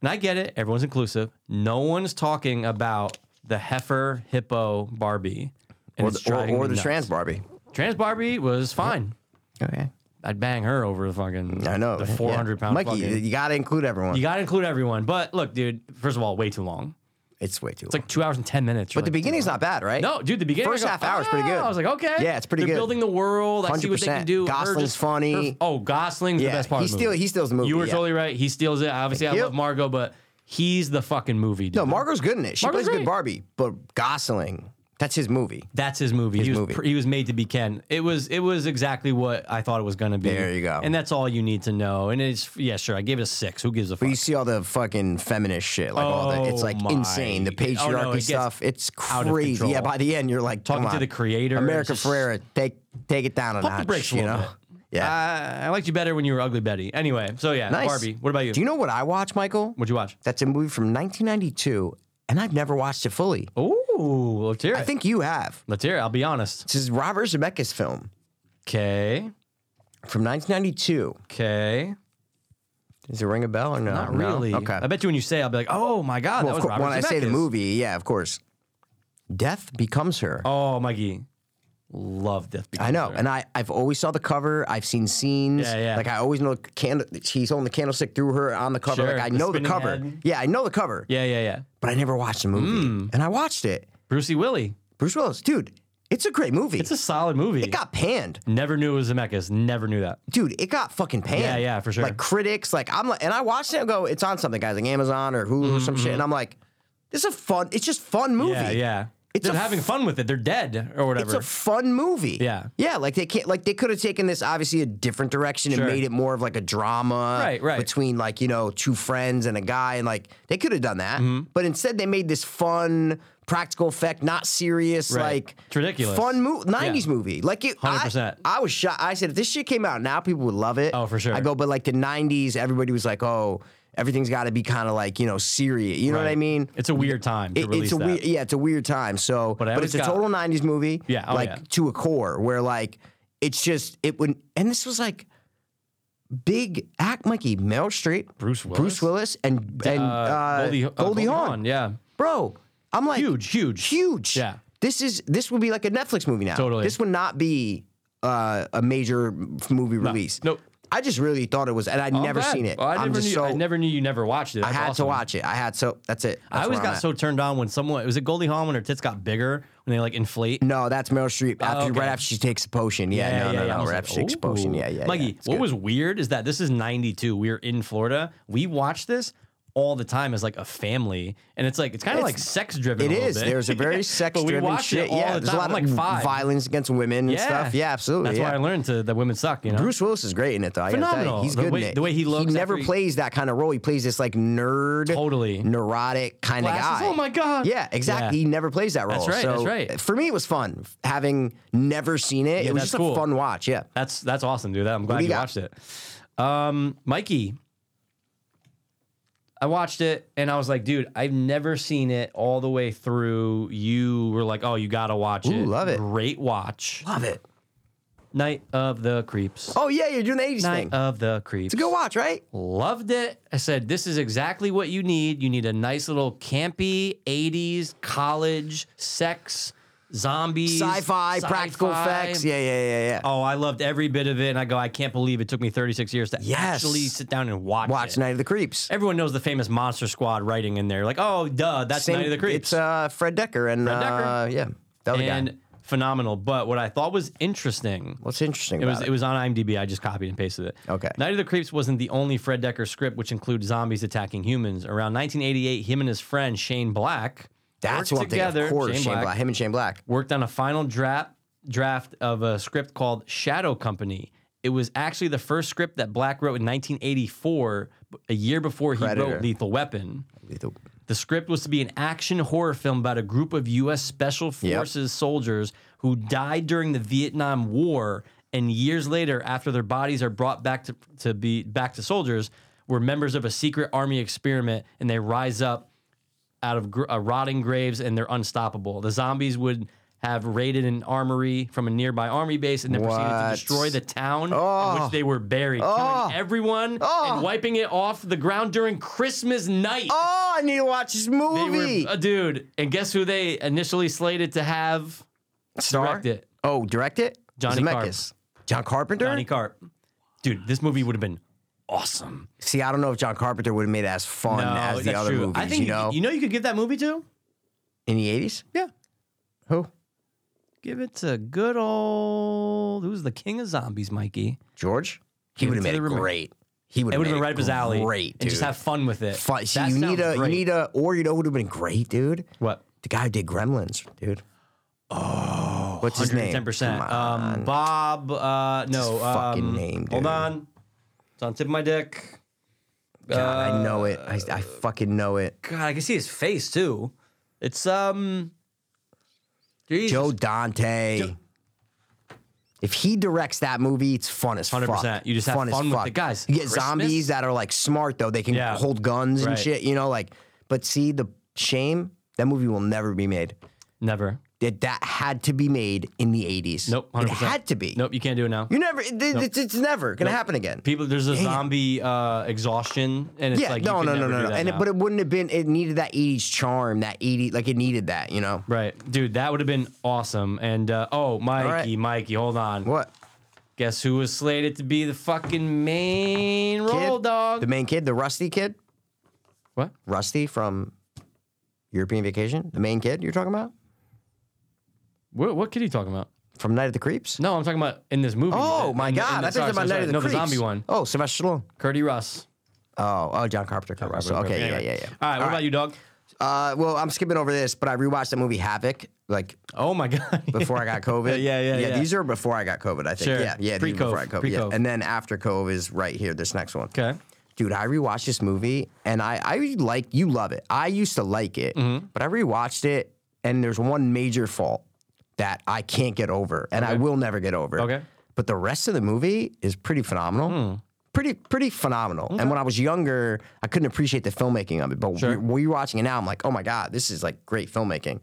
[SPEAKER 3] and I get it. Everyone's inclusive. No one's talking about the heifer hippo Barbie. and
[SPEAKER 2] or
[SPEAKER 3] it's
[SPEAKER 2] the, or,
[SPEAKER 3] driving
[SPEAKER 2] or
[SPEAKER 3] me
[SPEAKER 2] the
[SPEAKER 3] nuts.
[SPEAKER 2] trans Barbie.
[SPEAKER 3] Trans Barbie was fine.
[SPEAKER 2] Okay,
[SPEAKER 3] I'd bang her over the fucking.
[SPEAKER 2] I know
[SPEAKER 3] the
[SPEAKER 2] yeah.
[SPEAKER 3] four hundred pound.
[SPEAKER 2] Mikey, uh,
[SPEAKER 3] fucking-
[SPEAKER 2] you got to include everyone.
[SPEAKER 3] you got to include everyone. But look, dude. First of all, way too long.
[SPEAKER 2] it's way too.
[SPEAKER 3] It's like two hours and ten minutes. You're
[SPEAKER 2] but the
[SPEAKER 3] like,
[SPEAKER 2] beginning's not bad, right?
[SPEAKER 3] No, dude, the beginning
[SPEAKER 2] First
[SPEAKER 3] I go,
[SPEAKER 2] half hour's pretty good.
[SPEAKER 3] "Ah," I was like, okay,
[SPEAKER 2] Yeah, it's pretty
[SPEAKER 3] They're
[SPEAKER 2] good.
[SPEAKER 3] Building the world. I see what they can
[SPEAKER 2] 100%.
[SPEAKER 3] do. Her
[SPEAKER 2] Gosling's
[SPEAKER 3] just-
[SPEAKER 2] funny.
[SPEAKER 3] her- oh, Gosling's
[SPEAKER 2] Yeah,
[SPEAKER 3] the best part.
[SPEAKER 2] he
[SPEAKER 3] of the
[SPEAKER 2] steal-
[SPEAKER 3] movie.
[SPEAKER 2] he steals the movie,
[SPEAKER 3] You were
[SPEAKER 2] yeah.
[SPEAKER 3] totally right. He steals it. Obviously, I
[SPEAKER 2] you.
[SPEAKER 3] love Margot, but he's the fucking movie. Dude.
[SPEAKER 2] no, Margot's good in it. She
[SPEAKER 3] Margot's
[SPEAKER 2] plays a
[SPEAKER 3] great.
[SPEAKER 2] good Barbie, but Gosling, that's his movie.
[SPEAKER 3] That's his movie. he was
[SPEAKER 2] movie.
[SPEAKER 3] pr- he was made to be Ken. It was it was exactly what I thought it was going to be.
[SPEAKER 2] There you go.
[SPEAKER 3] And that's all you need to know. And it's yeah, sure. I gave it a six. Who gives a fuck?
[SPEAKER 2] You see all the fucking feminist shit, like all the it's like
[SPEAKER 3] Oh my-
[SPEAKER 2] insane. The
[SPEAKER 3] Oh,
[SPEAKER 2] patriarchy
[SPEAKER 3] no, it gets
[SPEAKER 2] stuff, it's
[SPEAKER 3] out of
[SPEAKER 2] crazy.
[SPEAKER 3] control.
[SPEAKER 2] Yeah, by the end you're like
[SPEAKER 3] Talking
[SPEAKER 2] come
[SPEAKER 3] to
[SPEAKER 2] on.
[SPEAKER 3] the creator,
[SPEAKER 2] America
[SPEAKER 3] it's just-
[SPEAKER 2] Ferrera, take take it down a
[SPEAKER 3] Pump the
[SPEAKER 2] notch.
[SPEAKER 3] brakes a
[SPEAKER 2] you
[SPEAKER 3] little Ah,
[SPEAKER 2] know, yeah.
[SPEAKER 3] I, I liked you better when you were Ugly Betty. Anyway, so yeah,
[SPEAKER 2] Nice.
[SPEAKER 3] Barbie. What about you?
[SPEAKER 2] Do you know what I watch, Michael?
[SPEAKER 3] What'd you watch?
[SPEAKER 2] That's a movie from 1992, and I've never watched it fully.
[SPEAKER 3] Ooh, let's hear it.
[SPEAKER 2] I think you have.
[SPEAKER 3] let's hear it. I'll be honest.
[SPEAKER 2] This is Robert Zemeckis film
[SPEAKER 3] Okay.
[SPEAKER 2] from 1992.
[SPEAKER 3] Okay.
[SPEAKER 2] Does it ring a bell or no?
[SPEAKER 3] Not
[SPEAKER 2] Oh, No?
[SPEAKER 3] really.
[SPEAKER 2] Okay.
[SPEAKER 3] I bet you when you say, I'll be like, oh my God,
[SPEAKER 2] Well,
[SPEAKER 3] that
[SPEAKER 2] of
[SPEAKER 3] was
[SPEAKER 2] cour-
[SPEAKER 3] Robert
[SPEAKER 2] when I say the
[SPEAKER 3] Zemeckis."
[SPEAKER 2] movie, yeah, of course. Death becomes her.
[SPEAKER 3] Oh, Mikey. Love Death Becomes
[SPEAKER 2] I know,
[SPEAKER 3] Her.
[SPEAKER 2] and I I've always saw the cover. I've seen scenes.
[SPEAKER 3] Yeah, yeah.
[SPEAKER 2] Like I always know the candle. He's holding the candlestick through her on the cover.
[SPEAKER 3] Sure,
[SPEAKER 2] like I
[SPEAKER 3] the
[SPEAKER 2] know the
[SPEAKER 3] spinning
[SPEAKER 2] cover.
[SPEAKER 3] head. Mm.
[SPEAKER 2] Yeah, I know the cover.
[SPEAKER 3] Yeah, yeah, yeah.
[SPEAKER 2] But I never watched the movie, and I watched it.
[SPEAKER 3] Brucey Willie.
[SPEAKER 2] Bruce Willis, dude, it's a great movie.
[SPEAKER 3] It's a solid movie.
[SPEAKER 2] it got panned,
[SPEAKER 3] Never knew it was Zemeckis. Never knew that.
[SPEAKER 2] dude. It got fucking panned.
[SPEAKER 3] Yeah, yeah, for sure.
[SPEAKER 2] Like critics, like I'm, like, and I watched it. and Go, it's on something, guys, like Amazon or Hulu or some shit. And I'm like, this is a fun. It's just fun movie.
[SPEAKER 3] Mm-hmm. Yeah, yeah.
[SPEAKER 2] It's
[SPEAKER 3] They're
[SPEAKER 2] a
[SPEAKER 3] having fun with it. They're dead or whatever.
[SPEAKER 2] It's a fun movie.
[SPEAKER 3] Yeah.
[SPEAKER 2] Yeah. Like they can't like they could have taken this obviously a different direction
[SPEAKER 3] Sure.
[SPEAKER 2] and made it more of like a drama
[SPEAKER 3] Right, right.
[SPEAKER 2] between like, you know, two friends and a guy and like they could have done that.
[SPEAKER 3] Mm-hmm.
[SPEAKER 2] But instead they made this fun practical effect, not serious,
[SPEAKER 3] Right.
[SPEAKER 2] like
[SPEAKER 3] It's ridiculous.
[SPEAKER 2] Fun mo- 90s movie. Like it I-
[SPEAKER 3] 100%.
[SPEAKER 2] I, was shocked. I said if this shit came out now, people would love it.
[SPEAKER 3] Oh, for sure.
[SPEAKER 2] I go, but like the nineties, everybody was like, Oh, everything's gotta be kind of like, you know, serious. You know what I
[SPEAKER 3] Right.
[SPEAKER 2] mean?
[SPEAKER 3] It's a weird time to
[SPEAKER 2] It-
[SPEAKER 3] release
[SPEAKER 2] it's a
[SPEAKER 3] that.
[SPEAKER 2] weird, yeah, it's a weird time. So, but,
[SPEAKER 3] I always
[SPEAKER 2] it's a
[SPEAKER 3] got-
[SPEAKER 2] total '90s movie,
[SPEAKER 3] Yeah, oh,
[SPEAKER 2] like
[SPEAKER 3] yeah.
[SPEAKER 2] to a core, where like it's just it would, and this was like big act, Mikey, Meryl Streep,
[SPEAKER 3] Bruce Willis?
[SPEAKER 2] Bruce Willis, and and uh, Goldie,
[SPEAKER 3] uh,
[SPEAKER 2] Hawn,
[SPEAKER 3] Yeah.
[SPEAKER 2] bro. I'm like
[SPEAKER 3] Huge, huge.
[SPEAKER 2] huge.
[SPEAKER 3] Yeah.
[SPEAKER 2] this is this would be like a Netflix movie now.
[SPEAKER 3] Totally.
[SPEAKER 2] this would not be uh, a major movie release.
[SPEAKER 3] Nope.
[SPEAKER 2] I just really thought it was, and I'd
[SPEAKER 3] Oh, I'm
[SPEAKER 2] never
[SPEAKER 3] glad.
[SPEAKER 2] seen it.
[SPEAKER 3] Well, I
[SPEAKER 2] am
[SPEAKER 3] never
[SPEAKER 2] just
[SPEAKER 3] knew,
[SPEAKER 2] so
[SPEAKER 3] I never knew you never watched it.
[SPEAKER 2] I
[SPEAKER 3] That's
[SPEAKER 2] had to
[SPEAKER 3] awesome.
[SPEAKER 2] watch it. I had so that's it.
[SPEAKER 3] I
[SPEAKER 2] That's
[SPEAKER 3] always
[SPEAKER 2] where I'm
[SPEAKER 3] got
[SPEAKER 2] at.
[SPEAKER 3] so turned on when someone was it Goldie Hawn when her tits got bigger when they like inflate.
[SPEAKER 2] No, that's Meryl Streep. After,
[SPEAKER 3] Oh, okay.
[SPEAKER 2] Right after she takes a potion. Yeah, no, no, no.
[SPEAKER 3] I was
[SPEAKER 2] Right
[SPEAKER 3] like,
[SPEAKER 2] after she takes a potion.
[SPEAKER 3] "Ooh."
[SPEAKER 2] Yeah, yeah.
[SPEAKER 3] Mikey,
[SPEAKER 2] yeah, it's
[SPEAKER 3] what
[SPEAKER 2] good.
[SPEAKER 3] was weird is that this is 92. We were in Florida. We watched this all the time as like a family. And it's like, it's kind of like sex driven.
[SPEAKER 2] It
[SPEAKER 3] a little
[SPEAKER 2] is.
[SPEAKER 3] bit.
[SPEAKER 2] There's a very
[SPEAKER 3] But
[SPEAKER 2] sex
[SPEAKER 3] we
[SPEAKER 2] driven
[SPEAKER 3] watched
[SPEAKER 2] shit.
[SPEAKER 3] It all
[SPEAKER 2] yeah,
[SPEAKER 3] the
[SPEAKER 2] there's
[SPEAKER 3] time.
[SPEAKER 2] a lot
[SPEAKER 3] I'm
[SPEAKER 2] of
[SPEAKER 3] like five.
[SPEAKER 2] violence against women and stuff. Yeah, absolutely.
[SPEAKER 3] That's
[SPEAKER 2] yeah.
[SPEAKER 3] why I learned to, that women suck, you know?
[SPEAKER 2] Bruce Willis is great in it, though. I gotta tell you.
[SPEAKER 3] Phenomenal.
[SPEAKER 2] He's
[SPEAKER 3] The
[SPEAKER 2] good
[SPEAKER 3] way-
[SPEAKER 2] in it.
[SPEAKER 3] the way he looks
[SPEAKER 2] He never
[SPEAKER 3] after he-
[SPEAKER 2] plays that kind of role. He plays this like nerd,
[SPEAKER 3] Totally.
[SPEAKER 2] neurotic kind
[SPEAKER 3] Glasses.
[SPEAKER 2] of guy.
[SPEAKER 3] Oh my God.
[SPEAKER 2] Yeah, exactly.
[SPEAKER 3] Yeah.
[SPEAKER 2] He never plays that role.
[SPEAKER 3] That's right,
[SPEAKER 2] So
[SPEAKER 3] that's right.
[SPEAKER 2] For me, it was fun having never seen it. it was
[SPEAKER 3] that's
[SPEAKER 2] just
[SPEAKER 3] cool.
[SPEAKER 2] a fun watch. Yeah.
[SPEAKER 3] That's that's awesome, dude. I'm glad
[SPEAKER 2] do you
[SPEAKER 3] you,
[SPEAKER 2] got?
[SPEAKER 3] watched it. Um, Mikey, I watched it and I was like, dude, I've never seen it all the way through. You were like, oh, you gotta watch it.
[SPEAKER 2] love it.
[SPEAKER 3] Great watch.
[SPEAKER 2] Love it.
[SPEAKER 3] Night of the Creeps.
[SPEAKER 2] Oh yeah, you're doing the 80s
[SPEAKER 3] Night
[SPEAKER 2] thing.
[SPEAKER 3] of the Creeps.
[SPEAKER 2] It's a good watch, right?
[SPEAKER 3] Loved it. I said, this is exactly what you need. You need a nice little campy 80s college sex zombies
[SPEAKER 2] Sci-fi, practical
[SPEAKER 3] sci-fi.
[SPEAKER 2] effects. Yeah, yeah, yeah, yeah.
[SPEAKER 3] Oh, I loved every bit of it, and I go, I can't believe it took me 36 years to
[SPEAKER 2] Yes.
[SPEAKER 3] actually sit down and watch,
[SPEAKER 2] Watch
[SPEAKER 3] it.
[SPEAKER 2] Night of the Creeps.
[SPEAKER 3] Everyone knows the famous Monster Squad writing in there, like, oh, duh, that's
[SPEAKER 2] Same-
[SPEAKER 3] Night of the Creeps,
[SPEAKER 2] It's uh, Fred Decker and
[SPEAKER 3] Fred Decker.
[SPEAKER 2] Uh, yeah, the other guy.
[SPEAKER 3] and phenomenal. But what I thought was interesting,
[SPEAKER 2] What's interesting
[SPEAKER 3] it
[SPEAKER 2] about
[SPEAKER 3] was it was on IMDb. I just copied and pasted it.
[SPEAKER 2] Okay.
[SPEAKER 3] Night of the Creeps wasn't the only Fred Decker script, which includes zombies attacking humans. Around 1988, him and his friend Shane Black
[SPEAKER 2] That's
[SPEAKER 3] worked
[SPEAKER 2] one thing. Of course, Shane, Black. him and Shane Black.
[SPEAKER 3] worked on a final draft draft of a script called Shadow Company. It was actually the first script that Black wrote in 1984, a year before he
[SPEAKER 2] Predator.
[SPEAKER 3] wrote Lethal Weapon. The script was to be an action horror film about a group of U.S. Special Forces soldiers who died during the Vietnam War, and years later, after their bodies are brought back to, to be back to soldiers, were members of a secret army experiment, and they rise up out of gr- uh, rotting graves and they're unstoppable. The zombies would have raided an armory from a nearby army base and then proceeded to
[SPEAKER 2] What?
[SPEAKER 3] destroy the town in
[SPEAKER 2] Oh.
[SPEAKER 3] which they were buried, killing everyone
[SPEAKER 2] Oh.
[SPEAKER 3] and wiping it off the ground during Christmas night.
[SPEAKER 2] Oh, I need to watch this
[SPEAKER 3] They uh,
[SPEAKER 2] movie.
[SPEAKER 3] were, uh, dude, and guess who they initially slated to have
[SPEAKER 2] Star?
[SPEAKER 3] Direct it.
[SPEAKER 2] Oh, direct it?
[SPEAKER 3] Johnny
[SPEAKER 2] Zemeckis. John Carpenter?
[SPEAKER 3] Johnny Carp. Dude, this movie would have been awesome.
[SPEAKER 2] See, I don't know if John Carpenter would have made it as fun as the other movies,
[SPEAKER 3] I think
[SPEAKER 2] you know?
[SPEAKER 3] you know you could give that movie to?
[SPEAKER 2] In the 80s?
[SPEAKER 3] Yeah.
[SPEAKER 2] Who?
[SPEAKER 3] Give it to good old who's the king of zombies, Mikey.
[SPEAKER 2] George? He
[SPEAKER 3] Give
[SPEAKER 2] would
[SPEAKER 3] it
[SPEAKER 2] have
[SPEAKER 3] to
[SPEAKER 2] made
[SPEAKER 3] the
[SPEAKER 2] it
[SPEAKER 3] remi-
[SPEAKER 2] great. He would
[SPEAKER 3] It
[SPEAKER 2] have
[SPEAKER 3] would
[SPEAKER 2] made
[SPEAKER 3] have been right up his alley.
[SPEAKER 2] Great, dude.
[SPEAKER 3] And just have fun with it.
[SPEAKER 2] fun. See,
[SPEAKER 3] That
[SPEAKER 2] you need
[SPEAKER 3] sounds
[SPEAKER 2] a
[SPEAKER 3] great.
[SPEAKER 2] you need a or you know who would have been great, dude?
[SPEAKER 3] what?
[SPEAKER 2] The guy who did Gremlins, dude. Oh, what's his name?
[SPEAKER 3] 110%.
[SPEAKER 2] Come
[SPEAKER 3] Um, Bob, uh, no.
[SPEAKER 2] his fucking
[SPEAKER 3] um,
[SPEAKER 2] name,
[SPEAKER 3] Hold
[SPEAKER 2] dude.
[SPEAKER 3] on. It's on the tip of my dick.
[SPEAKER 2] God, I know it. I,
[SPEAKER 3] uh,
[SPEAKER 2] I fucking know it.
[SPEAKER 3] God, I can see his face too. It's, um, Jesus.
[SPEAKER 2] Joe Dante. if he directs that movie, it's fun as 100%.
[SPEAKER 3] 100%.
[SPEAKER 2] fuck.
[SPEAKER 3] You just have
[SPEAKER 2] fun as
[SPEAKER 3] fun with
[SPEAKER 2] fuck.
[SPEAKER 3] the guys.
[SPEAKER 2] You get
[SPEAKER 3] Christmas?
[SPEAKER 2] zombies that are like smart though; they can
[SPEAKER 3] Yeah.
[SPEAKER 2] hold guns and
[SPEAKER 3] Right.
[SPEAKER 2] shit. You know, like. But see, the shame that movie will never be made.
[SPEAKER 3] Never.
[SPEAKER 2] That that had to be made in the eighties.
[SPEAKER 3] Nope.
[SPEAKER 2] it
[SPEAKER 3] 100%.
[SPEAKER 2] had to be.
[SPEAKER 3] Nope, you can't do it now.
[SPEAKER 2] You never. It, it- it's, it's never gonna happen again.
[SPEAKER 3] People, there's a zombie uh, exhaustion, and it's
[SPEAKER 2] yeah,
[SPEAKER 3] like
[SPEAKER 2] no,
[SPEAKER 3] you
[SPEAKER 2] no,
[SPEAKER 3] could
[SPEAKER 2] no,
[SPEAKER 3] never
[SPEAKER 2] no,
[SPEAKER 3] do
[SPEAKER 2] no.
[SPEAKER 3] that
[SPEAKER 2] And it,
[SPEAKER 3] now.
[SPEAKER 2] but it wouldn't have been. It needed that '80s charm, that '80s like it needed that. You know
[SPEAKER 3] right, dude, that would have been awesome. And uh, oh, Mikey,
[SPEAKER 2] right.
[SPEAKER 3] Mikey, hold on.
[SPEAKER 2] what?
[SPEAKER 3] Guess who was slated to be the fucking main
[SPEAKER 2] Kid?
[SPEAKER 3] role, dog?
[SPEAKER 2] The main kid, the rusty kid,
[SPEAKER 3] what?
[SPEAKER 2] rusty from European Vacation. The main kid you're talking about
[SPEAKER 3] what? What kid are you talking about?
[SPEAKER 2] from Night of the Creeps.
[SPEAKER 3] No, I'm talking about in this movie.
[SPEAKER 2] Oh
[SPEAKER 3] In-
[SPEAKER 2] my
[SPEAKER 3] in the- in
[SPEAKER 2] god,
[SPEAKER 3] the-
[SPEAKER 2] I thought
[SPEAKER 3] sorry,
[SPEAKER 2] you were
[SPEAKER 3] sorry,
[SPEAKER 2] talking about Night
[SPEAKER 3] sorry.
[SPEAKER 2] of the
[SPEAKER 3] No,
[SPEAKER 2] Creeps.
[SPEAKER 3] the zombie one.
[SPEAKER 2] Oh, Sylvester Stallone.
[SPEAKER 3] Curdy Russ.
[SPEAKER 2] Oh, oh, John Carpenter. Kurt Russell. Okay, yeah, yeah, yeah.
[SPEAKER 3] All right, what about you, dog?
[SPEAKER 2] Uh, well, I'm skipping over this, but I rewatched the movie Havoc. Like
[SPEAKER 3] Oh my god.
[SPEAKER 2] before I got COVID.
[SPEAKER 3] Yeah, yeah, yeah.
[SPEAKER 2] These are before I got COVID, I think.
[SPEAKER 3] Sure.
[SPEAKER 2] Yeah, yeah. these are Before I
[SPEAKER 3] Pre-cove,
[SPEAKER 2] got COVID. Yeah.
[SPEAKER 3] pre-cove.
[SPEAKER 2] And then after Cove is right here, this next one.
[SPEAKER 3] okay.
[SPEAKER 2] Dude, I rewatched this movie and I, I like, you love it. I used to like it,
[SPEAKER 3] Mm-hmm.
[SPEAKER 2] but I rewatched it and there's one major fault that I can't get over and I
[SPEAKER 3] Okay.
[SPEAKER 2] will never get over.
[SPEAKER 3] Okay. Hmm.
[SPEAKER 2] But the rest of the movie is pretty phenomenal. Pretty, pretty phenomenal. And when I was younger, I couldn't appreciate the filmmaking of it. But
[SPEAKER 3] Sure.
[SPEAKER 2] we, watching it now, I'm like, oh my God, this is like great filmmaking.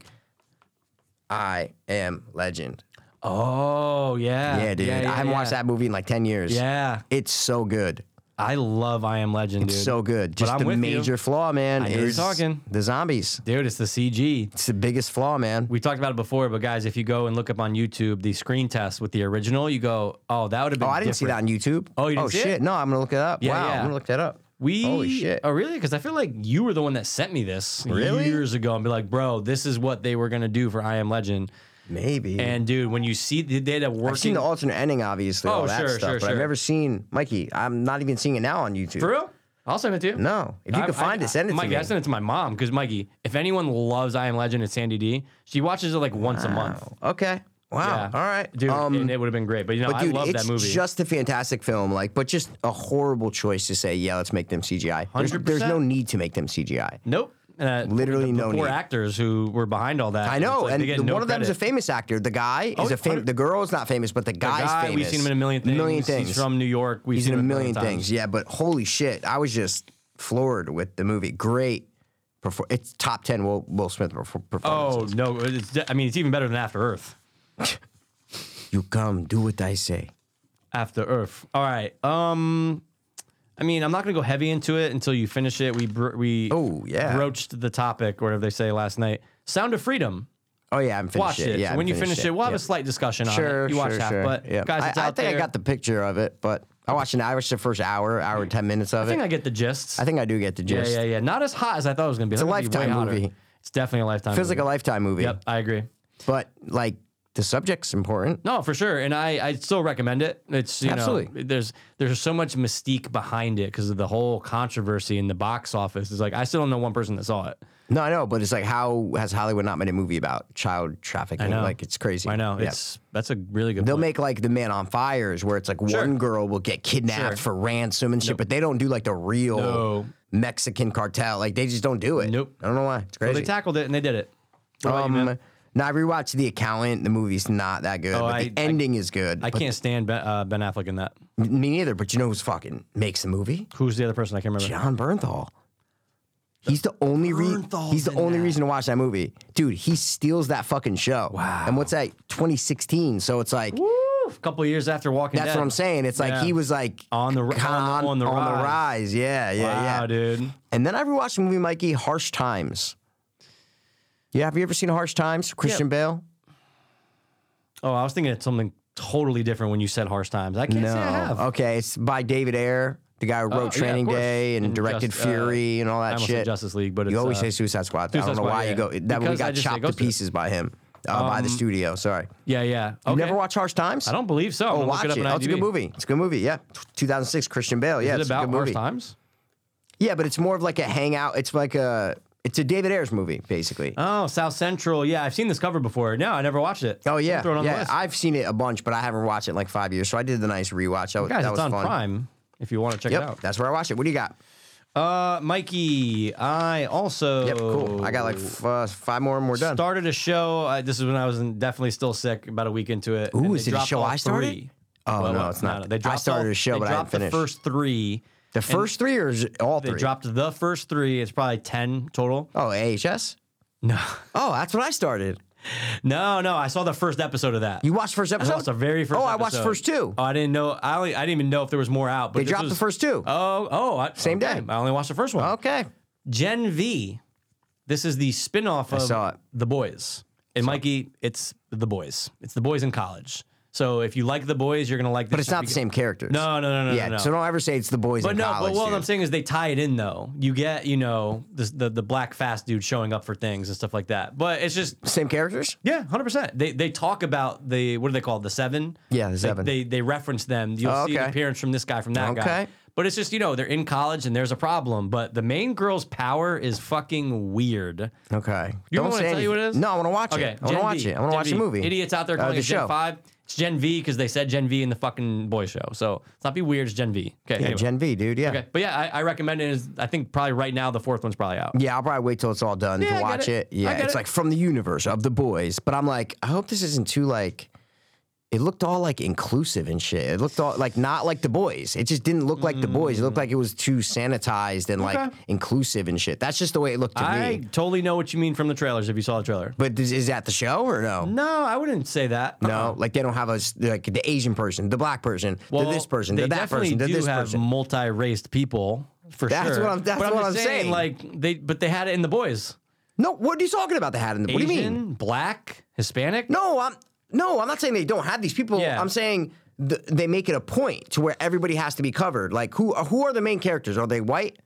[SPEAKER 2] I am legend.
[SPEAKER 3] Oh yeah.
[SPEAKER 2] Yeah, dude. I haven't watched that movie in like 10 years.
[SPEAKER 3] Yeah,
[SPEAKER 2] It's so good.
[SPEAKER 3] I love I Am Legend, dude.
[SPEAKER 2] So good. Just
[SPEAKER 3] I'm
[SPEAKER 2] the
[SPEAKER 3] with you.
[SPEAKER 2] major flaw, man,
[SPEAKER 3] I know you're
[SPEAKER 2] is
[SPEAKER 3] talking.
[SPEAKER 2] the zombies.
[SPEAKER 3] dude, it's the CG.
[SPEAKER 2] It's the biggest flaw, man.
[SPEAKER 3] we talked about it before, but guys, if you go and look up on YouTube the screen test with the original, you go, oh, that would have been.
[SPEAKER 2] Oh, I didn't see that
[SPEAKER 3] different."
[SPEAKER 2] on YouTube.
[SPEAKER 3] Oh, you didn't
[SPEAKER 2] oh,
[SPEAKER 3] see it?
[SPEAKER 2] shit. No, I'm gonna look it up.
[SPEAKER 3] Yeah,
[SPEAKER 2] wow,
[SPEAKER 3] yeah.
[SPEAKER 2] I'm gonna look that up.
[SPEAKER 3] We
[SPEAKER 2] Holy shit.
[SPEAKER 3] Oh, really? Because I feel like you were the one that sent me this
[SPEAKER 2] Really?
[SPEAKER 3] years ago and be like, bro, this is what they were gonna do for I Am Legend.
[SPEAKER 2] Maybe.
[SPEAKER 3] And dude, when you see they had a working,
[SPEAKER 2] I've seen the alternate ending, obviously,
[SPEAKER 3] Oh,
[SPEAKER 2] all that
[SPEAKER 3] sure,
[SPEAKER 2] stuff.
[SPEAKER 3] sure,
[SPEAKER 2] but
[SPEAKER 3] sure.
[SPEAKER 2] I've never seen Mikey. I'm not even seeing it now on YouTube.
[SPEAKER 3] for real. I'll send it to you.
[SPEAKER 2] No, if you
[SPEAKER 3] I-
[SPEAKER 2] can find
[SPEAKER 3] I-
[SPEAKER 2] it, send it
[SPEAKER 3] Mikey,
[SPEAKER 2] to
[SPEAKER 3] I
[SPEAKER 2] me.
[SPEAKER 3] sent it to my mom because Mikey, if anyone loves I Am Legend, it's Sandy D. She watches it like once a month.
[SPEAKER 2] okay. Wow.
[SPEAKER 3] Yeah.
[SPEAKER 2] Oh, All right,
[SPEAKER 3] dude,
[SPEAKER 2] Um,
[SPEAKER 3] and it would have been great. But you know,
[SPEAKER 2] but dude,
[SPEAKER 3] I love
[SPEAKER 2] it's
[SPEAKER 3] that movie.
[SPEAKER 2] just a fantastic film. Like, but just a horrible choice to say, yeah, let's make them CGI. There's, there's
[SPEAKER 3] 100%.
[SPEAKER 2] no need need to make them CGI.
[SPEAKER 3] Nope. Uh,
[SPEAKER 2] Literally
[SPEAKER 3] the,
[SPEAKER 2] no
[SPEAKER 3] the poor
[SPEAKER 2] need.
[SPEAKER 3] actors who were behind all that.
[SPEAKER 2] I know,
[SPEAKER 3] It's like
[SPEAKER 2] and
[SPEAKER 3] they get
[SPEAKER 2] the-
[SPEAKER 3] no
[SPEAKER 2] one of them is a
[SPEAKER 3] credit.
[SPEAKER 2] famous actor. The guy is
[SPEAKER 3] yeah,
[SPEAKER 2] a famous.
[SPEAKER 3] 100
[SPEAKER 2] The girl is not famous, but the guy's
[SPEAKER 3] guy.
[SPEAKER 2] famous.
[SPEAKER 3] We've seen him in a million things.
[SPEAKER 2] Million things.
[SPEAKER 3] He's from New York. We've
[SPEAKER 2] He's
[SPEAKER 3] seen
[SPEAKER 2] in a
[SPEAKER 3] him
[SPEAKER 2] million
[SPEAKER 3] times.
[SPEAKER 2] things. Yeah, but holy shit, I was just floored with the movie. Great. Perfor- it's top ten Will, Will Smith perfor- performance.
[SPEAKER 3] Oh no! It's, de- I mean, it's even better than After Earth.
[SPEAKER 2] You come, do what I say.
[SPEAKER 3] After Earth. All right. Um, I mean, I'm not gonna go heavy into it until you finish it. We bro- we
[SPEAKER 2] Oh, yeah.
[SPEAKER 3] broached the topic, or whatever they say last night. Sound of Freedom.
[SPEAKER 2] Oh yeah, I'm finished.
[SPEAKER 3] Watch it.
[SPEAKER 2] Yeah,
[SPEAKER 3] So
[SPEAKER 2] I'm
[SPEAKER 3] when you
[SPEAKER 2] finished
[SPEAKER 3] finish it, we'll have
[SPEAKER 2] Yeah.
[SPEAKER 3] a slight discussion on
[SPEAKER 2] Sure,
[SPEAKER 3] it. You watch
[SPEAKER 2] sure,
[SPEAKER 3] half,
[SPEAKER 2] sure.
[SPEAKER 3] but
[SPEAKER 2] yeah.
[SPEAKER 3] guys, it's
[SPEAKER 2] I, I
[SPEAKER 3] out
[SPEAKER 2] think
[SPEAKER 3] there.
[SPEAKER 2] I got the picture of it, but I watched an I watched the first hour, hour and ten minutes of
[SPEAKER 3] I think
[SPEAKER 2] it.
[SPEAKER 3] I get the gist.
[SPEAKER 2] I think I do get the
[SPEAKER 3] yeah,
[SPEAKER 2] gist.
[SPEAKER 3] yeah, yeah. Not as hot as I thought it was gonna be. It's
[SPEAKER 2] a Lifetime movie.
[SPEAKER 3] It's definitely a lifetime.
[SPEAKER 2] Feels
[SPEAKER 3] movie.
[SPEAKER 2] like a lifetime movie.
[SPEAKER 3] Yep, I agree.
[SPEAKER 2] But like the subject's important.
[SPEAKER 3] No, for sure, and I I still recommend it. It's you
[SPEAKER 2] Absolutely.
[SPEAKER 3] know there's there's so much mystique behind it because of the whole controversy in the box office. Is like I still don't know one person that saw it.
[SPEAKER 2] No, I know, but it's like how has Hollywood not made a movie about child trafficking?
[SPEAKER 3] know.
[SPEAKER 2] Like it's crazy.
[SPEAKER 3] I know
[SPEAKER 2] Yeah.
[SPEAKER 3] it's that's a really good.
[SPEAKER 2] They'll
[SPEAKER 3] point.
[SPEAKER 2] make like the Man on Fires, where it's like one girl will get kidnapped
[SPEAKER 3] Sure.
[SPEAKER 2] for ransom and shit, but they don't do like the real
[SPEAKER 3] No.
[SPEAKER 2] Mexican cartel. Like they just don't do it.
[SPEAKER 3] Nope.
[SPEAKER 2] I don't know why. It's
[SPEAKER 3] Well,
[SPEAKER 2] crazy. Um,
[SPEAKER 3] they tackled it and they did it. What about you, man? Oh,
[SPEAKER 2] now I rewatched The Accountant. The movie's not that good, but
[SPEAKER 3] I-
[SPEAKER 2] the ending is good.
[SPEAKER 3] I
[SPEAKER 2] but-
[SPEAKER 3] can't stand ben, uh, ben Affleck in that.
[SPEAKER 2] me neither. But you know who's fucking makes the movie?
[SPEAKER 3] Who's the other person? I can't remember.
[SPEAKER 2] John Bernthal. He's the only reason.
[SPEAKER 3] Bernthal's
[SPEAKER 2] He's the
[SPEAKER 3] in
[SPEAKER 2] only
[SPEAKER 3] that.
[SPEAKER 2] reason to watch that movie, dude. He steals that fucking show.
[SPEAKER 3] Wow.
[SPEAKER 2] And what's that? 2016. So it's like
[SPEAKER 3] Woo! A couple years after Walking
[SPEAKER 2] that's
[SPEAKER 3] Dead.
[SPEAKER 2] what I'm saying. It's like
[SPEAKER 3] Yeah.
[SPEAKER 2] he was like
[SPEAKER 3] On the r-
[SPEAKER 2] kinda
[SPEAKER 3] on- on the rise.
[SPEAKER 2] rise. Yeah, yeah,
[SPEAKER 3] Wow,
[SPEAKER 2] yeah.
[SPEAKER 3] dude.
[SPEAKER 2] And then I rewatched the movie Mikey Harsh Times. Yeah, have you ever seen Harsh Times? Christian Bale.
[SPEAKER 3] Oh, I was thinking it's something totally different when you said harsh times. I can't
[SPEAKER 2] No.
[SPEAKER 3] say I have.
[SPEAKER 2] Okay, it's by David Ayer, the guy who
[SPEAKER 3] Oh, yeah,
[SPEAKER 2] wrote
[SPEAKER 3] of
[SPEAKER 2] Training
[SPEAKER 3] course.
[SPEAKER 2] Day and,
[SPEAKER 3] And
[SPEAKER 2] directed
[SPEAKER 3] Just- uh,
[SPEAKER 2] Fury and all
[SPEAKER 3] I
[SPEAKER 2] that
[SPEAKER 3] almost
[SPEAKER 2] shit.
[SPEAKER 3] said Justice League, but it's
[SPEAKER 2] you always
[SPEAKER 3] uh,
[SPEAKER 2] say Suicide Squad. I
[SPEAKER 3] Suicide
[SPEAKER 2] don't know
[SPEAKER 3] Squad,
[SPEAKER 2] why
[SPEAKER 3] yeah.
[SPEAKER 2] you go. That one
[SPEAKER 3] Because I
[SPEAKER 2] got
[SPEAKER 3] just say
[SPEAKER 2] chopped
[SPEAKER 3] go
[SPEAKER 2] to
[SPEAKER 3] to it.
[SPEAKER 2] pieces by him uh, by the studio. Sorry.
[SPEAKER 3] Yeah, yeah.
[SPEAKER 2] You
[SPEAKER 3] Okay.
[SPEAKER 2] never watch Harsh Times?
[SPEAKER 3] I don't believe so. I'm
[SPEAKER 2] Oh,
[SPEAKER 3] gonna
[SPEAKER 2] watch
[SPEAKER 3] look
[SPEAKER 2] it.
[SPEAKER 3] it up on
[SPEAKER 2] Oh, it's a
[SPEAKER 3] IMDb.
[SPEAKER 2] good movie. It's a good movie. Yeah, 2006. Christian Bale. Yeah,
[SPEAKER 3] Is it
[SPEAKER 2] it's a
[SPEAKER 3] about
[SPEAKER 2] good
[SPEAKER 3] harsh
[SPEAKER 2] movie.
[SPEAKER 3] times?
[SPEAKER 2] Yeah, but it's more of like a hangout. It's like a it's a David Ayers movie basically.
[SPEAKER 3] Oh, South Central. Yeah, I've seen this cover before. No, I never watched it.
[SPEAKER 2] oh yeah,
[SPEAKER 3] Throw it on the
[SPEAKER 2] yeah.
[SPEAKER 3] list.
[SPEAKER 2] I've seen it a bunch, but I haven't watched it in like five years. So I did the nice rewatch. That,
[SPEAKER 3] Guys,
[SPEAKER 2] that
[SPEAKER 3] it's
[SPEAKER 2] was
[SPEAKER 3] on
[SPEAKER 2] fun.
[SPEAKER 3] Prime if you want to check it
[SPEAKER 2] Yep,
[SPEAKER 3] out.
[SPEAKER 2] that's where I watched it. What do you got?
[SPEAKER 3] Uh, Mikey, I also
[SPEAKER 2] Yep, cool. I got like f- uh, five more and we're done.
[SPEAKER 3] started a show. Uh, this is when I was in, definitely still sick, about a week into it.
[SPEAKER 2] Ooh,
[SPEAKER 3] and they
[SPEAKER 2] is it a
[SPEAKER 3] dropped
[SPEAKER 2] show
[SPEAKER 3] all
[SPEAKER 2] I started?
[SPEAKER 3] three.
[SPEAKER 2] Oh, no, it's not. I
[SPEAKER 3] They dropped
[SPEAKER 2] started
[SPEAKER 3] all-
[SPEAKER 2] a show,
[SPEAKER 3] they
[SPEAKER 2] but I didn't
[SPEAKER 3] dropped
[SPEAKER 2] finish.
[SPEAKER 3] The first three.
[SPEAKER 2] the first three or is it all
[SPEAKER 3] They
[SPEAKER 2] three?
[SPEAKER 3] dropped the first three. It's probably ten total.
[SPEAKER 2] oh, AHS.
[SPEAKER 3] No,
[SPEAKER 2] Oh, that's what I started.
[SPEAKER 3] no, no. I saw the first episode of that.
[SPEAKER 2] You watched first
[SPEAKER 3] I
[SPEAKER 2] episode.
[SPEAKER 3] watched the very first.
[SPEAKER 2] Oh, I watched
[SPEAKER 3] episode.
[SPEAKER 2] first two.
[SPEAKER 3] Oh, I didn't know. I only, I didn't even know if there was more out. But
[SPEAKER 2] they
[SPEAKER 3] this
[SPEAKER 2] dropped
[SPEAKER 3] was-
[SPEAKER 2] the first two.
[SPEAKER 3] Oh, oh, I,
[SPEAKER 2] Same
[SPEAKER 3] okay.
[SPEAKER 2] day.
[SPEAKER 3] I only watched the first one.
[SPEAKER 2] okay.
[SPEAKER 3] Gen V. This is the spin-off of
[SPEAKER 2] saw it.
[SPEAKER 3] The Boys. And Mikey, it's The Boys. It's The Boys in college. So if you like The Boys, you're going to like this.
[SPEAKER 2] But it's not the same characters.
[SPEAKER 3] No, no, no, no,
[SPEAKER 2] yeah.
[SPEAKER 3] no, no.
[SPEAKER 2] So don't ever say it's the boys
[SPEAKER 3] but
[SPEAKER 2] in
[SPEAKER 3] no,
[SPEAKER 2] college.
[SPEAKER 3] but what
[SPEAKER 2] dude.
[SPEAKER 3] I'm saying is they tie it in though. You get, you know, this, the the black fast dude showing up for things and stuff like that. But it's just
[SPEAKER 2] Same characters?
[SPEAKER 3] yeah, hundred percent. They they talk about the what are they called? The seven.
[SPEAKER 2] Yeah, the
[SPEAKER 3] They-
[SPEAKER 2] seven.
[SPEAKER 3] They they, reference them. You'll
[SPEAKER 2] Oh,
[SPEAKER 3] see an
[SPEAKER 2] okay.
[SPEAKER 3] appearance from this guy, from that guy.
[SPEAKER 2] Okay.
[SPEAKER 3] But it's just you know they're in college and there's a problem. But the main girl's power is fucking weird.
[SPEAKER 2] Okay.
[SPEAKER 3] You
[SPEAKER 2] Don't
[SPEAKER 3] want
[SPEAKER 2] say
[SPEAKER 3] to tell you what it
[SPEAKER 2] anything.
[SPEAKER 3] is?
[SPEAKER 2] No, I want to watch
[SPEAKER 3] Okay,
[SPEAKER 2] it. I want to
[SPEAKER 3] Gen
[SPEAKER 2] watch
[SPEAKER 3] V.
[SPEAKER 2] it. I want to
[SPEAKER 3] Gen
[SPEAKER 2] watch
[SPEAKER 3] V.
[SPEAKER 2] the movie.
[SPEAKER 3] Idiots out there
[SPEAKER 2] Uh,
[SPEAKER 3] calling
[SPEAKER 2] the
[SPEAKER 3] it Gen
[SPEAKER 2] show.
[SPEAKER 3] Five. It's Gen V because they said Gen V in the fucking boy show. So let's not be weird. It's Gen V. Okay.
[SPEAKER 2] Yeah,
[SPEAKER 3] anyway.
[SPEAKER 2] Gen V, dude. Yeah.
[SPEAKER 3] Okay, but yeah, I, I recommend it. Is I think probably right now the fourth one's probably out.
[SPEAKER 2] Yeah, I'll probably wait till it's all done
[SPEAKER 3] Yeah, I
[SPEAKER 2] to
[SPEAKER 3] get
[SPEAKER 2] watch
[SPEAKER 3] it.
[SPEAKER 2] it.
[SPEAKER 3] I
[SPEAKER 2] Yeah,
[SPEAKER 3] get
[SPEAKER 2] it's
[SPEAKER 3] it.
[SPEAKER 2] like from the universe of the boys. But I'm like, I hope this isn't too like. It looked all like inclusive and shit. It looked all like not like the boys. It just didn't look like the boys. It looked like it was too sanitized and like
[SPEAKER 3] Okay.
[SPEAKER 2] inclusive and shit. That's just the way it looked to
[SPEAKER 3] I
[SPEAKER 2] me.
[SPEAKER 3] totally know what you mean from the trailers. If you saw the trailer,
[SPEAKER 2] But is, is that the show or no?
[SPEAKER 3] no, I wouldn't say that.
[SPEAKER 2] No, like they don't have a s- like the Asian person, the black person, the this person,
[SPEAKER 3] they
[SPEAKER 2] the that
[SPEAKER 3] definitely
[SPEAKER 2] person, the
[SPEAKER 3] do
[SPEAKER 2] this
[SPEAKER 3] have
[SPEAKER 2] person.
[SPEAKER 3] multi-raced people for
[SPEAKER 2] That's
[SPEAKER 3] sure.
[SPEAKER 2] what I'm- that's
[SPEAKER 3] but
[SPEAKER 2] what
[SPEAKER 3] just
[SPEAKER 2] I'm saying.
[SPEAKER 3] Like they, but they had it in the boys.
[SPEAKER 2] No, what are you talking about? They had in the. What do you
[SPEAKER 3] Asian,
[SPEAKER 2] mean?
[SPEAKER 3] black, Hispanic.
[SPEAKER 2] No, I'm no, I'm not saying they don't have these people.
[SPEAKER 3] Yeah.
[SPEAKER 2] I'm saying th- they make it a point to where everybody has to be covered. Like who uh, who are the main characters? Are they white?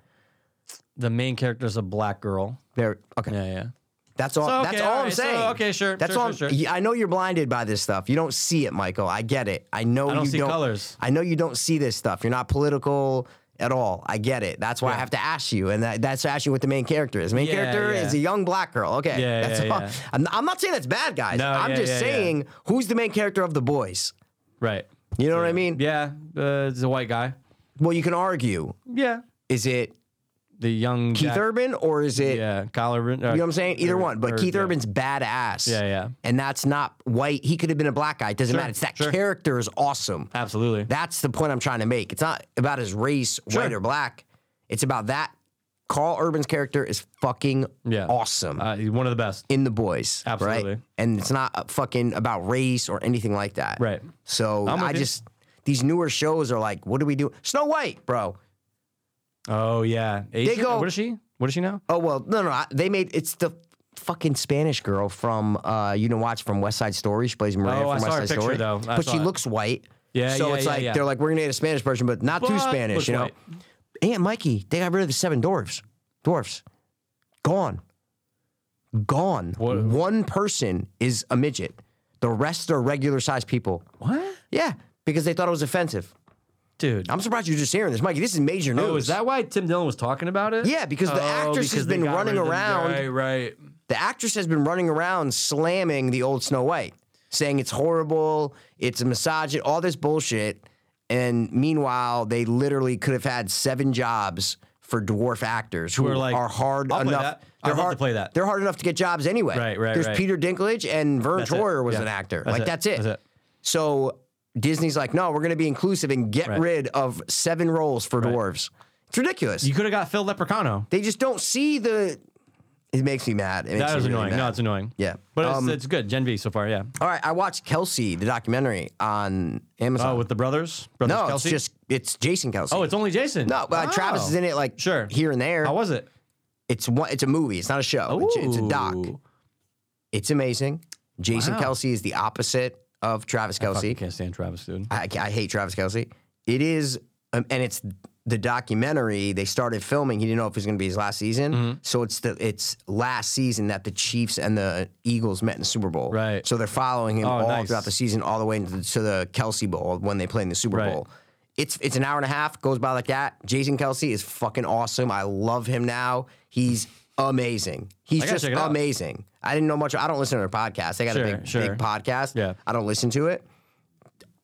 [SPEAKER 3] The main character is a black girl.
[SPEAKER 2] They're okay.
[SPEAKER 3] Yeah, yeah.
[SPEAKER 2] That's all.
[SPEAKER 3] So, okay,
[SPEAKER 2] that's all,
[SPEAKER 3] all
[SPEAKER 2] I'm
[SPEAKER 3] right, so,
[SPEAKER 2] saying.
[SPEAKER 3] okay, sure,
[SPEAKER 2] That's
[SPEAKER 3] sure,
[SPEAKER 2] all.
[SPEAKER 3] sure,
[SPEAKER 2] I'm-
[SPEAKER 3] sure.
[SPEAKER 2] I know you're blinded by this stuff. You don't see it, Michael. I get it. I know
[SPEAKER 3] I don't
[SPEAKER 2] you
[SPEAKER 3] see
[SPEAKER 2] don't.
[SPEAKER 3] colors.
[SPEAKER 2] I know you don't see this stuff. You're not political at all. I get it. That's why I have to ask you, and that, that's ask you what the main character is. The main
[SPEAKER 3] Yeah,
[SPEAKER 2] character
[SPEAKER 3] yeah.
[SPEAKER 2] is a young black girl. Okay,
[SPEAKER 3] Yeah,
[SPEAKER 2] that's
[SPEAKER 3] yeah,
[SPEAKER 2] all.
[SPEAKER 3] yeah.
[SPEAKER 2] I'm, I'm not saying that's bad, guys.
[SPEAKER 3] No,
[SPEAKER 2] I'm
[SPEAKER 3] yeah,
[SPEAKER 2] just
[SPEAKER 3] yeah, yeah.
[SPEAKER 2] saying who's the main character of the boys.
[SPEAKER 3] Right.
[SPEAKER 2] You know what I mean?
[SPEAKER 3] Yeah, uh, it's a white guy.
[SPEAKER 2] Well, you can argue.
[SPEAKER 3] Yeah.
[SPEAKER 2] Is it
[SPEAKER 3] The young
[SPEAKER 2] Keith
[SPEAKER 3] Jack-
[SPEAKER 2] Urban or is it,
[SPEAKER 3] Yeah, Kyler. Ren-
[SPEAKER 2] you know what I'm saying? Either one. But Keith
[SPEAKER 3] yeah.
[SPEAKER 2] Urban's badass.
[SPEAKER 3] Yeah, yeah.
[SPEAKER 2] And that's not white. He could have been a black guy. It doesn't
[SPEAKER 3] Sure,
[SPEAKER 2] matter. It's that
[SPEAKER 3] sure.
[SPEAKER 2] character is awesome.
[SPEAKER 3] Absolutely.
[SPEAKER 2] That's the point I'm trying to make. It's not about his race, white
[SPEAKER 3] Sure.
[SPEAKER 2] or black. It's about that. Carl Urban's character is fucking
[SPEAKER 3] Yeah.
[SPEAKER 2] awesome
[SPEAKER 3] uh, he's one of the best.
[SPEAKER 2] in the boys. Right?
[SPEAKER 3] Absolutely.
[SPEAKER 2] And it's not uh, fucking about race or anything like that.
[SPEAKER 3] Right.
[SPEAKER 2] So
[SPEAKER 3] I'm with
[SPEAKER 2] I
[SPEAKER 3] you.
[SPEAKER 2] just, these newer shows are like, what do we do? Snow White, bro.
[SPEAKER 3] Oh yeah. Asian?
[SPEAKER 2] go-
[SPEAKER 3] What is she? What is she now?
[SPEAKER 2] Oh well, no, no. I- They made it's the fucking Spanish girl from uh, you know watch from West Side Story. She plays Maria
[SPEAKER 3] Oh,
[SPEAKER 2] from
[SPEAKER 3] I
[SPEAKER 2] West
[SPEAKER 3] saw her
[SPEAKER 2] Side
[SPEAKER 3] picture,
[SPEAKER 2] Story,
[SPEAKER 3] though. I
[SPEAKER 2] but
[SPEAKER 3] saw
[SPEAKER 2] she
[SPEAKER 3] it.
[SPEAKER 2] looks white.
[SPEAKER 3] Yeah,
[SPEAKER 2] so
[SPEAKER 3] yeah,
[SPEAKER 2] it's
[SPEAKER 3] yeah,
[SPEAKER 2] like
[SPEAKER 3] yeah.
[SPEAKER 2] they're like we're gonna get a Spanish person, but not too
[SPEAKER 3] But
[SPEAKER 2] Spanish,
[SPEAKER 3] looks
[SPEAKER 2] you know.
[SPEAKER 3] white.
[SPEAKER 2] Aunt Mikey, they got rid of the seven dwarfs. Dwarfs, gone, gone.
[SPEAKER 3] What-
[SPEAKER 2] One person is a midget. The rest are regular sized people.
[SPEAKER 3] What?
[SPEAKER 2] Yeah, because they thought it was offensive.
[SPEAKER 3] Dude.
[SPEAKER 2] I'm surprised you're just hearing this, Mikey. This is major news.
[SPEAKER 3] Oh, is that why Tim Dillon was talking about it?
[SPEAKER 2] Yeah, because the actress has
[SPEAKER 3] Oh, they
[SPEAKER 2] been
[SPEAKER 3] got
[SPEAKER 2] running
[SPEAKER 3] rid of them.
[SPEAKER 2] around.
[SPEAKER 3] Right, right.
[SPEAKER 2] the actress has been running around slamming the old Snow White, saying it's horrible, it's a misogynist, all this bullshit. And meanwhile, they literally could have had seven jobs for dwarf actors who,
[SPEAKER 3] are like,
[SPEAKER 2] are hard
[SPEAKER 3] "I'll play
[SPEAKER 2] enough.
[SPEAKER 3] that. I'd
[SPEAKER 2] They're
[SPEAKER 3] love to
[SPEAKER 2] hard
[SPEAKER 3] play that.
[SPEAKER 2] They're hard enough to get jobs anyway.
[SPEAKER 3] Right, right,
[SPEAKER 2] There's
[SPEAKER 3] right.
[SPEAKER 2] Peter Dinklage and Vern
[SPEAKER 3] That's it.
[SPEAKER 2] Troyer was
[SPEAKER 3] Yeah.
[SPEAKER 2] an actor.
[SPEAKER 3] That's
[SPEAKER 2] like
[SPEAKER 3] it.
[SPEAKER 2] that's it.
[SPEAKER 3] That's it.
[SPEAKER 2] So Disney's like, no, we're going to be inclusive and get
[SPEAKER 3] Right.
[SPEAKER 2] rid of seven roles for dwarves. It's ridiculous.
[SPEAKER 3] You could have got Phil Lepricano.
[SPEAKER 2] they just don't see the. It makes me mad. It makes
[SPEAKER 3] That
[SPEAKER 2] me
[SPEAKER 3] was
[SPEAKER 2] really
[SPEAKER 3] annoying.
[SPEAKER 2] Mad.
[SPEAKER 3] No, it's annoying.
[SPEAKER 2] Yeah.
[SPEAKER 3] But
[SPEAKER 2] Um,
[SPEAKER 3] it's, it's good. Gen V so far, yeah.
[SPEAKER 2] All right, I watched Kelsey, the documentary on Amazon.
[SPEAKER 3] Oh, with the brothers? Brothers
[SPEAKER 2] no,
[SPEAKER 3] Kelsey?
[SPEAKER 2] it's just it's Jason Kelsey.
[SPEAKER 3] Oh, it's only Jason.
[SPEAKER 2] no, but uh,
[SPEAKER 3] Wow.
[SPEAKER 2] Travis is in it like
[SPEAKER 3] Sure.
[SPEAKER 2] here and there.
[SPEAKER 3] How was it?
[SPEAKER 2] it's one, it's a movie. It's not a show. It's, it's a doc.
[SPEAKER 3] Ooh.
[SPEAKER 2] It's amazing. Jason
[SPEAKER 3] Wow.
[SPEAKER 2] Kelsey is the opposite of Travis Kelsey.
[SPEAKER 3] I can't stand Travis, dude.
[SPEAKER 2] I, I hate Travis Kelsey. It is, um, and it's the documentary they started filming. He didn't know if it was going to be his last season,
[SPEAKER 3] Mm-hmm.
[SPEAKER 2] so it's the it's last season that the Chiefs and the Eagles met in the Super Bowl.
[SPEAKER 3] Right. Oh,
[SPEAKER 2] So they're following him all
[SPEAKER 3] nice.
[SPEAKER 2] throughout the season, all the way into the, to the Kelsey Bowl when they play in the Super
[SPEAKER 3] Right.
[SPEAKER 2] Bowl. It's it's an hour and a half goes by like that. Jason Kelsey is fucking awesome. I love him now. He's amazing. He's
[SPEAKER 3] I gotta
[SPEAKER 2] just
[SPEAKER 3] check it out.
[SPEAKER 2] amazing. I didn't know much. I don't listen to their podcast. They got
[SPEAKER 3] Sure,
[SPEAKER 2] a big
[SPEAKER 3] sure.
[SPEAKER 2] big podcast.
[SPEAKER 3] Yeah.
[SPEAKER 2] I don't listen to it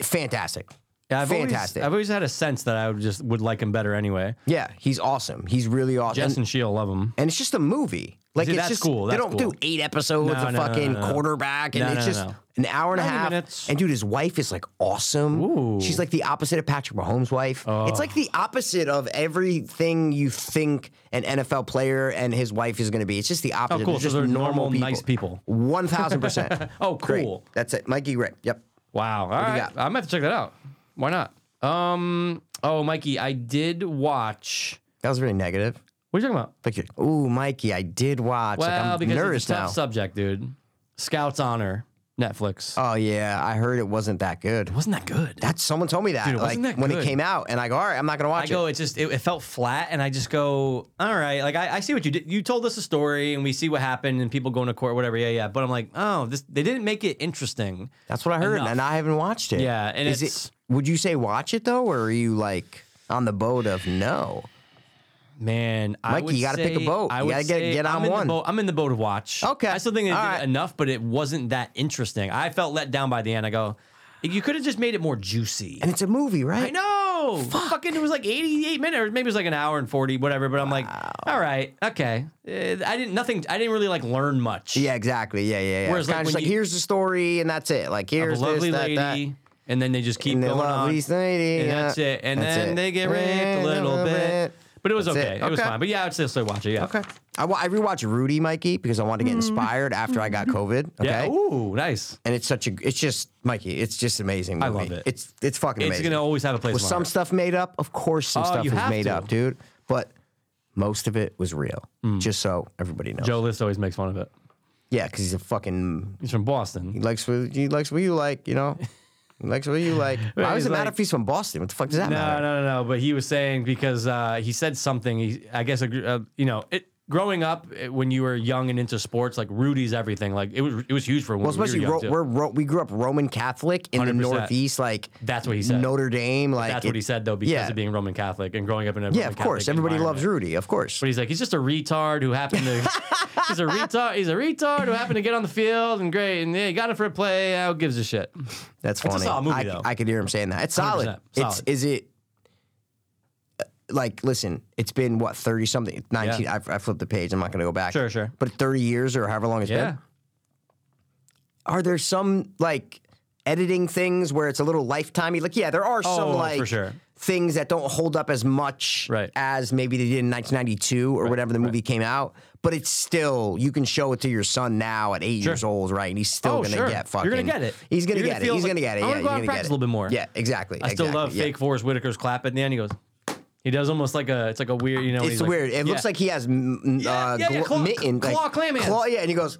[SPEAKER 2] fantastic.
[SPEAKER 3] Yeah, I've
[SPEAKER 2] fantastic.
[SPEAKER 3] Always, I've always had a sense that I would just would like him better anyway.
[SPEAKER 2] yeah, he's awesome. He's really awesome.
[SPEAKER 3] Jess
[SPEAKER 2] And,
[SPEAKER 3] and She'll love him.
[SPEAKER 2] and it's just a movie. Like
[SPEAKER 3] See,
[SPEAKER 2] it's
[SPEAKER 3] that's
[SPEAKER 2] just
[SPEAKER 3] cool,
[SPEAKER 2] they
[SPEAKER 3] that's
[SPEAKER 2] don't
[SPEAKER 3] cool.
[SPEAKER 2] do eight episodes
[SPEAKER 3] No,
[SPEAKER 2] of
[SPEAKER 3] no, no,
[SPEAKER 2] fucking
[SPEAKER 3] no, no.
[SPEAKER 2] quarterback, and
[SPEAKER 3] No,
[SPEAKER 2] it's
[SPEAKER 3] no,
[SPEAKER 2] just
[SPEAKER 3] no.
[SPEAKER 2] an hour and a
[SPEAKER 3] 90
[SPEAKER 2] half.
[SPEAKER 3] minutes.
[SPEAKER 2] And dude, his wife is like awesome.
[SPEAKER 3] Ooh. Oh.
[SPEAKER 2] She's like the opposite of Patrick Mahomes' wife. It's like the opposite of everything you think an NFL player and his wife is going to be. It's just the opposite.
[SPEAKER 3] Oh, cool. So
[SPEAKER 2] just
[SPEAKER 3] they're normal, nice people.
[SPEAKER 2] One thousand percent.
[SPEAKER 3] Oh,
[SPEAKER 2] Great.
[SPEAKER 3] cool.
[SPEAKER 2] That's it, Mikey. Right. Yep.
[SPEAKER 3] Wow. All
[SPEAKER 2] you
[SPEAKER 3] right.
[SPEAKER 2] got?
[SPEAKER 3] I'm gonna have to check that out. Why not? Um. Oh, Mikey, I did watch.
[SPEAKER 2] That was really negative.
[SPEAKER 3] What are you talking about?
[SPEAKER 2] Like, you're- ooh, Mikey, I did watch.
[SPEAKER 3] Well,
[SPEAKER 2] like, I'm
[SPEAKER 3] because
[SPEAKER 2] nervous
[SPEAKER 3] it's a tough
[SPEAKER 2] now.
[SPEAKER 3] subject, dude. Scouts Honor, Netflix.
[SPEAKER 2] Oh yeah, I heard it wasn't that good.
[SPEAKER 3] wasn't that good?
[SPEAKER 2] That someone told me that,
[SPEAKER 3] Dude, it
[SPEAKER 2] like
[SPEAKER 3] wasn't that
[SPEAKER 2] when it
[SPEAKER 3] good.
[SPEAKER 2] came out, and I go, all right, I'm not gonna
[SPEAKER 3] I
[SPEAKER 2] watch
[SPEAKER 3] go,
[SPEAKER 2] it.
[SPEAKER 3] it's just it, it felt flat, and I just go, all right, like I, I see what you did. You told us a story, and we see what happened, and people going to court, whatever. Yeah, yeah. But I'm like, oh, this they didn't make it interesting.
[SPEAKER 2] That's what I heard,
[SPEAKER 3] Enough.
[SPEAKER 2] and I haven't watched it.
[SPEAKER 3] Yeah, and
[SPEAKER 2] Is
[SPEAKER 3] it's-
[SPEAKER 2] it? Would you say watch it though, or are you like on the boat of no?
[SPEAKER 3] Man, I
[SPEAKER 2] Mikey,
[SPEAKER 3] would
[SPEAKER 2] you gotta pick a
[SPEAKER 3] say-
[SPEAKER 2] boat.
[SPEAKER 3] I
[SPEAKER 2] You
[SPEAKER 3] would
[SPEAKER 2] gotta get-
[SPEAKER 3] say
[SPEAKER 2] get on
[SPEAKER 3] I'm in the
[SPEAKER 2] one.
[SPEAKER 3] boat- I'm in the boat of watch.
[SPEAKER 2] Okay.
[SPEAKER 3] I still think they did
[SPEAKER 2] All right.
[SPEAKER 3] enough, but it wasn't that interesting. I felt let down by the end. I go, you could have just made it more juicy.
[SPEAKER 2] And it's a movie, right?
[SPEAKER 3] I know. Fucking, it was like 88 minutes, or maybe it was like an hour and 40, whatever. But I'm like, all right, okay. Eh, I didn't nothing. I didn't really like learn much.
[SPEAKER 2] Yeah, exactly. Yeah, yeah, yeah. Whereas,
[SPEAKER 3] Whereas,
[SPEAKER 2] kind
[SPEAKER 3] like,
[SPEAKER 2] of
[SPEAKER 3] when
[SPEAKER 2] just like
[SPEAKER 3] you-
[SPEAKER 2] here's the story, and that's it. Like
[SPEAKER 3] A
[SPEAKER 2] here's
[SPEAKER 3] lovely
[SPEAKER 2] this, that,
[SPEAKER 3] lady,
[SPEAKER 2] that.
[SPEAKER 3] and then they just keep
[SPEAKER 2] And the
[SPEAKER 3] going on.
[SPEAKER 2] lovely lady,
[SPEAKER 3] and that's
[SPEAKER 2] yeah.
[SPEAKER 3] it. And
[SPEAKER 2] That's
[SPEAKER 3] then
[SPEAKER 2] it.
[SPEAKER 3] they get raped a little bit. But it was
[SPEAKER 2] That's it.
[SPEAKER 3] okay. It. was
[SPEAKER 2] Okay.
[SPEAKER 3] fine. But yeah, I would still still watch it. Yeah.
[SPEAKER 2] Okay. I, wa- I rewatched Rudy, Mikey, because I wanted to get inspired after I got COVID. Okay.
[SPEAKER 3] Mm. Yeah. Ooh, nice.
[SPEAKER 2] and it's such a it's just Mikey, it's just amazing. Movie.
[SPEAKER 3] I love it.
[SPEAKER 2] It's it's fucking
[SPEAKER 3] It's
[SPEAKER 2] amazing.
[SPEAKER 3] gonna always have a place
[SPEAKER 2] Was
[SPEAKER 3] in my
[SPEAKER 2] some
[SPEAKER 3] heart.
[SPEAKER 2] stuff made up? Of course, some
[SPEAKER 3] Oh,
[SPEAKER 2] stuff
[SPEAKER 3] you
[SPEAKER 2] was
[SPEAKER 3] have
[SPEAKER 2] made
[SPEAKER 3] to.
[SPEAKER 2] up, dude. But most of it was real. Just so everybody knows.
[SPEAKER 3] Mm. Joe List always makes fun of it.
[SPEAKER 2] Yeah, because he's a fucking
[SPEAKER 3] He's from Boston.
[SPEAKER 2] he likes what he likes what you like, you know. He likes what you like. Why does
[SPEAKER 3] he's
[SPEAKER 2] it matter
[SPEAKER 3] like-
[SPEAKER 2] if he's from Boston? What the fuck does that
[SPEAKER 3] No,
[SPEAKER 2] matter?
[SPEAKER 3] no, no, no. But he was saying because uh, he said something. He, I guess, uh, you know, it, growing up it, when you were young and into sports, like Rudy's everything. Like it was, it was huge for. When
[SPEAKER 2] Well,
[SPEAKER 3] we were
[SPEAKER 2] especially
[SPEAKER 3] young,
[SPEAKER 2] Ro-
[SPEAKER 3] too.
[SPEAKER 2] we're Ro- we grew up Roman Catholic in the
[SPEAKER 3] 100%.
[SPEAKER 2] Northeast, like
[SPEAKER 3] That's what he said.
[SPEAKER 2] Notre Dame, like
[SPEAKER 3] That's
[SPEAKER 2] it-
[SPEAKER 3] what he said though, because
[SPEAKER 2] yeah.
[SPEAKER 3] of being Roman Catholic and growing up in a
[SPEAKER 2] Yeah, of course. Everybody loves
[SPEAKER 3] Rudy.
[SPEAKER 2] Rudy, of course.
[SPEAKER 3] But he's like, he's just a retard who happened to. he's a retard. He's a retard who happened to get on the field and great, and yeah, he got it for a play. Who gives a shit?
[SPEAKER 2] That's funny.
[SPEAKER 3] solid movie,
[SPEAKER 2] I,
[SPEAKER 3] though.
[SPEAKER 2] I could hear him saying that. It's solid.
[SPEAKER 3] 100%,
[SPEAKER 2] It's
[SPEAKER 3] solid.
[SPEAKER 2] is it uh, like listen? It's been what thirty something, nineteen. I, I flipped the page. I'm not going to go back.
[SPEAKER 3] Sure, sure.
[SPEAKER 2] But thirty years or however long it's
[SPEAKER 3] Yeah.
[SPEAKER 2] been. Are there some like editing things where it's a little lifetimey? Like yeah, there are some
[SPEAKER 3] Oh, for
[SPEAKER 2] like
[SPEAKER 3] sure.
[SPEAKER 2] things that don't hold up as much
[SPEAKER 3] Right.
[SPEAKER 2] as maybe they did in 1992 or whenever the movie came out. But it's still you can show it to your son now at eight years old, right? And he's still
[SPEAKER 3] Oh,
[SPEAKER 2] gonna
[SPEAKER 3] sure.
[SPEAKER 2] get fucking.
[SPEAKER 3] You're gonna get it.
[SPEAKER 2] He's gonna
[SPEAKER 3] You're gonna
[SPEAKER 2] get it.
[SPEAKER 3] feel
[SPEAKER 2] He's
[SPEAKER 3] like,
[SPEAKER 2] gonna get it.
[SPEAKER 3] I
[SPEAKER 2] yeah,
[SPEAKER 3] wanna
[SPEAKER 2] you're
[SPEAKER 3] go out
[SPEAKER 2] gonna
[SPEAKER 3] and
[SPEAKER 2] get
[SPEAKER 3] practice
[SPEAKER 2] it.
[SPEAKER 3] a little bit more.
[SPEAKER 2] Yeah, exactly.
[SPEAKER 3] I still love fake Forrest Whitaker's clap at the end. He goes, he does almost like a, it's like a weird, you know. when
[SPEAKER 2] It's
[SPEAKER 3] he's like-
[SPEAKER 2] weird. it looks
[SPEAKER 3] Yeah.
[SPEAKER 2] like he has mm, uh,
[SPEAKER 3] yeah, yeah,
[SPEAKER 2] gl-
[SPEAKER 3] claw-
[SPEAKER 2] mitten,
[SPEAKER 3] claw
[SPEAKER 2] like,
[SPEAKER 3] clam hands.
[SPEAKER 2] claw- yeah, and he goes.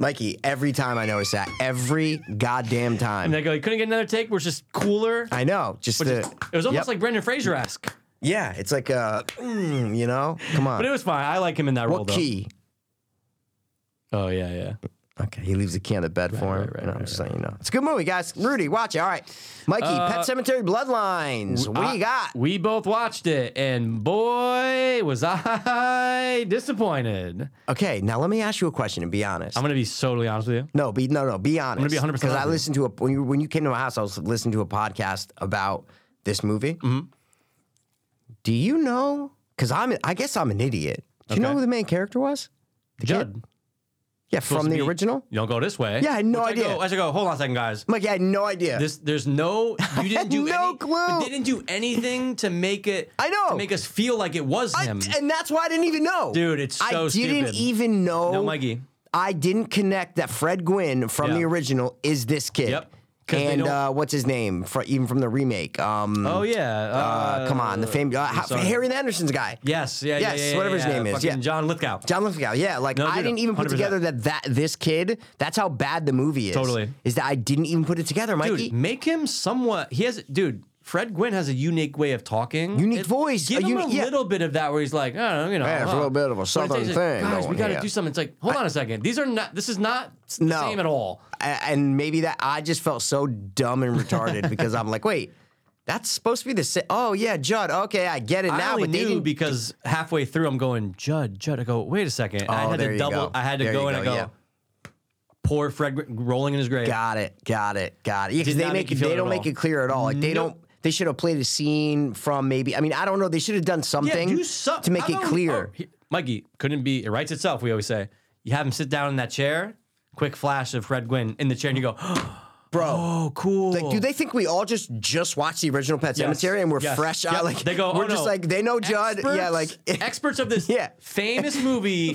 [SPEAKER 2] Mikey, every time I notice that, every goddamn
[SPEAKER 3] And
[SPEAKER 2] time.
[SPEAKER 3] they go, you couldn't get another take. We're just cooler.
[SPEAKER 2] I know, just
[SPEAKER 3] Which
[SPEAKER 2] the,
[SPEAKER 3] is- it was almost
[SPEAKER 2] yep.
[SPEAKER 3] like Brendan Fraser esque,
[SPEAKER 2] yeah, it's like uh, mm, you know, come on.
[SPEAKER 3] but it was fine. I like him in that role
[SPEAKER 2] what
[SPEAKER 3] though.
[SPEAKER 2] key?
[SPEAKER 3] Oh yeah, yeah.
[SPEAKER 2] Okay, he leaves the key on the bed for him.
[SPEAKER 3] right, right,
[SPEAKER 2] and I'm
[SPEAKER 3] right, Uh,
[SPEAKER 2] just saying, you know, it's a good movie, guys. Rudy, watch it. All right, Mikey, Pet Cemetery Bloodlines. What do
[SPEAKER 3] I-
[SPEAKER 2] you got?
[SPEAKER 3] We both watched it, and boy, was I disappointed.
[SPEAKER 2] Okay, now let me ask you a question and be honest.
[SPEAKER 3] I'm gonna be totally honest with you.
[SPEAKER 2] No, be no, no. Be honest.
[SPEAKER 3] be 100%
[SPEAKER 2] because I
[SPEAKER 3] honest with
[SPEAKER 2] listened to a when you when you came to my house, I was listening to a podcast about this movie.
[SPEAKER 3] Mm-hmm.
[SPEAKER 2] Do you know? Because I'm I guess I'm an idiot. Do you know
[SPEAKER 3] Okay.
[SPEAKER 2] who the main character was? The kid?
[SPEAKER 3] Judd,
[SPEAKER 2] Yeah,
[SPEAKER 3] supposed
[SPEAKER 2] from
[SPEAKER 3] to
[SPEAKER 2] the
[SPEAKER 3] be-
[SPEAKER 2] original.
[SPEAKER 3] You don't go this way.
[SPEAKER 2] Yeah, I had no
[SPEAKER 3] Which I
[SPEAKER 2] idea.
[SPEAKER 3] go, as I go, hold on a second, guys.
[SPEAKER 2] Mike, I had no idea.
[SPEAKER 3] This, there's no, you didn't do
[SPEAKER 2] No
[SPEAKER 3] any,
[SPEAKER 2] clue.
[SPEAKER 3] But they didn't do anything to make it.
[SPEAKER 2] I know.
[SPEAKER 3] to make us feel like it was
[SPEAKER 2] I-
[SPEAKER 3] him.
[SPEAKER 2] and that's why I didn't even know,
[SPEAKER 3] Dude, it's
[SPEAKER 2] I
[SPEAKER 3] so
[SPEAKER 2] didn't
[SPEAKER 3] stupid.
[SPEAKER 2] even know,
[SPEAKER 3] No, Mikey.
[SPEAKER 2] I didn't connect that Fred Gwynn from
[SPEAKER 3] Yeah.
[SPEAKER 2] the original is this kid.
[SPEAKER 3] Yep. 'Cause they
[SPEAKER 2] and
[SPEAKER 3] don't-
[SPEAKER 2] uh, what's his name? Fr even from the remake. Um,
[SPEAKER 3] Oh yeah. Uh,
[SPEAKER 2] uh, come on, the fame. Uh,
[SPEAKER 3] I'm
[SPEAKER 2] Ha-
[SPEAKER 3] sorry.
[SPEAKER 2] Harry and Anderson's guy.
[SPEAKER 3] Yes. Yeah.
[SPEAKER 2] Yes,
[SPEAKER 3] yeah, yeah,
[SPEAKER 2] whatever his
[SPEAKER 3] yeah,
[SPEAKER 2] name is,
[SPEAKER 3] fucking
[SPEAKER 2] yeah.
[SPEAKER 3] John Lithgow.
[SPEAKER 2] John Lithgow, yeah. Like
[SPEAKER 3] No,
[SPEAKER 2] I
[SPEAKER 3] dude,
[SPEAKER 2] didn't even put
[SPEAKER 3] 100%.
[SPEAKER 2] together that that this kid. That's how bad the movie is.
[SPEAKER 3] Totally.
[SPEAKER 2] is that I didn't even put it together, Mikey.
[SPEAKER 3] dude, make him somewhat. He has, dude. Fred Gwynn has a unique way of talking,
[SPEAKER 2] Unique voice,
[SPEAKER 3] Give
[SPEAKER 2] a
[SPEAKER 3] him
[SPEAKER 2] uni-
[SPEAKER 3] a
[SPEAKER 2] yeah.
[SPEAKER 3] little bit of that where he's like, oh, you know,
[SPEAKER 2] Yeah, it's a
[SPEAKER 3] huh."
[SPEAKER 2] little bit of a
[SPEAKER 3] But it's
[SPEAKER 2] southern
[SPEAKER 3] like,
[SPEAKER 2] thing
[SPEAKER 3] Guys, we
[SPEAKER 2] going
[SPEAKER 3] got to
[SPEAKER 2] here."
[SPEAKER 3] do something. It's like, hold on a second. These are not. This is not the
[SPEAKER 2] No.
[SPEAKER 3] same at all.
[SPEAKER 2] A- and maybe that I just felt so dumb and retarded because I'm like, wait, that's supposed to be the same. Oh yeah, Judd. Okay, I get it
[SPEAKER 3] I
[SPEAKER 2] now.
[SPEAKER 3] only
[SPEAKER 2] but
[SPEAKER 3] knew
[SPEAKER 2] they didn't.
[SPEAKER 3] because halfway through I'm going Judd, Judd. I go, wait a second. And I
[SPEAKER 2] Oh,
[SPEAKER 3] had
[SPEAKER 2] there
[SPEAKER 3] to
[SPEAKER 2] you
[SPEAKER 3] double.
[SPEAKER 2] go.
[SPEAKER 3] I had to
[SPEAKER 2] There
[SPEAKER 3] go
[SPEAKER 2] you
[SPEAKER 3] and
[SPEAKER 2] go,
[SPEAKER 3] I go.
[SPEAKER 2] yeah.
[SPEAKER 3] Poor Fred Gwynn rolling in his grave.
[SPEAKER 2] got it, got it, got it. Yeah,
[SPEAKER 3] Did
[SPEAKER 2] because they
[SPEAKER 3] not
[SPEAKER 2] make
[SPEAKER 3] make you feel
[SPEAKER 2] they
[SPEAKER 3] it
[SPEAKER 2] don't
[SPEAKER 3] at
[SPEAKER 2] make
[SPEAKER 3] all.
[SPEAKER 2] it clear at all. Like they don't. They should have played a scene from maybe. I mean, I don't know. They should have done something
[SPEAKER 3] do some-
[SPEAKER 2] to make
[SPEAKER 3] how
[SPEAKER 2] it
[SPEAKER 3] about-
[SPEAKER 2] clear.
[SPEAKER 3] oh, he- Mikey couldn't be. It writes itself. We always say. You have him sit down in that chair. Quick flash of Fred Gwynn in the chair, and you go,
[SPEAKER 2] Bro,
[SPEAKER 3] "Oh, cool."
[SPEAKER 2] Like, do they think we all just just watch the original Pet Cemetery and we're
[SPEAKER 3] Yes.
[SPEAKER 2] fresh
[SPEAKER 3] Yep.
[SPEAKER 2] out? Like
[SPEAKER 3] they go,
[SPEAKER 2] we're
[SPEAKER 3] "Oh,
[SPEAKER 2] just
[SPEAKER 3] no."
[SPEAKER 2] like they know Judd. yeah, like
[SPEAKER 3] experts of this
[SPEAKER 2] Yeah.
[SPEAKER 3] famous movie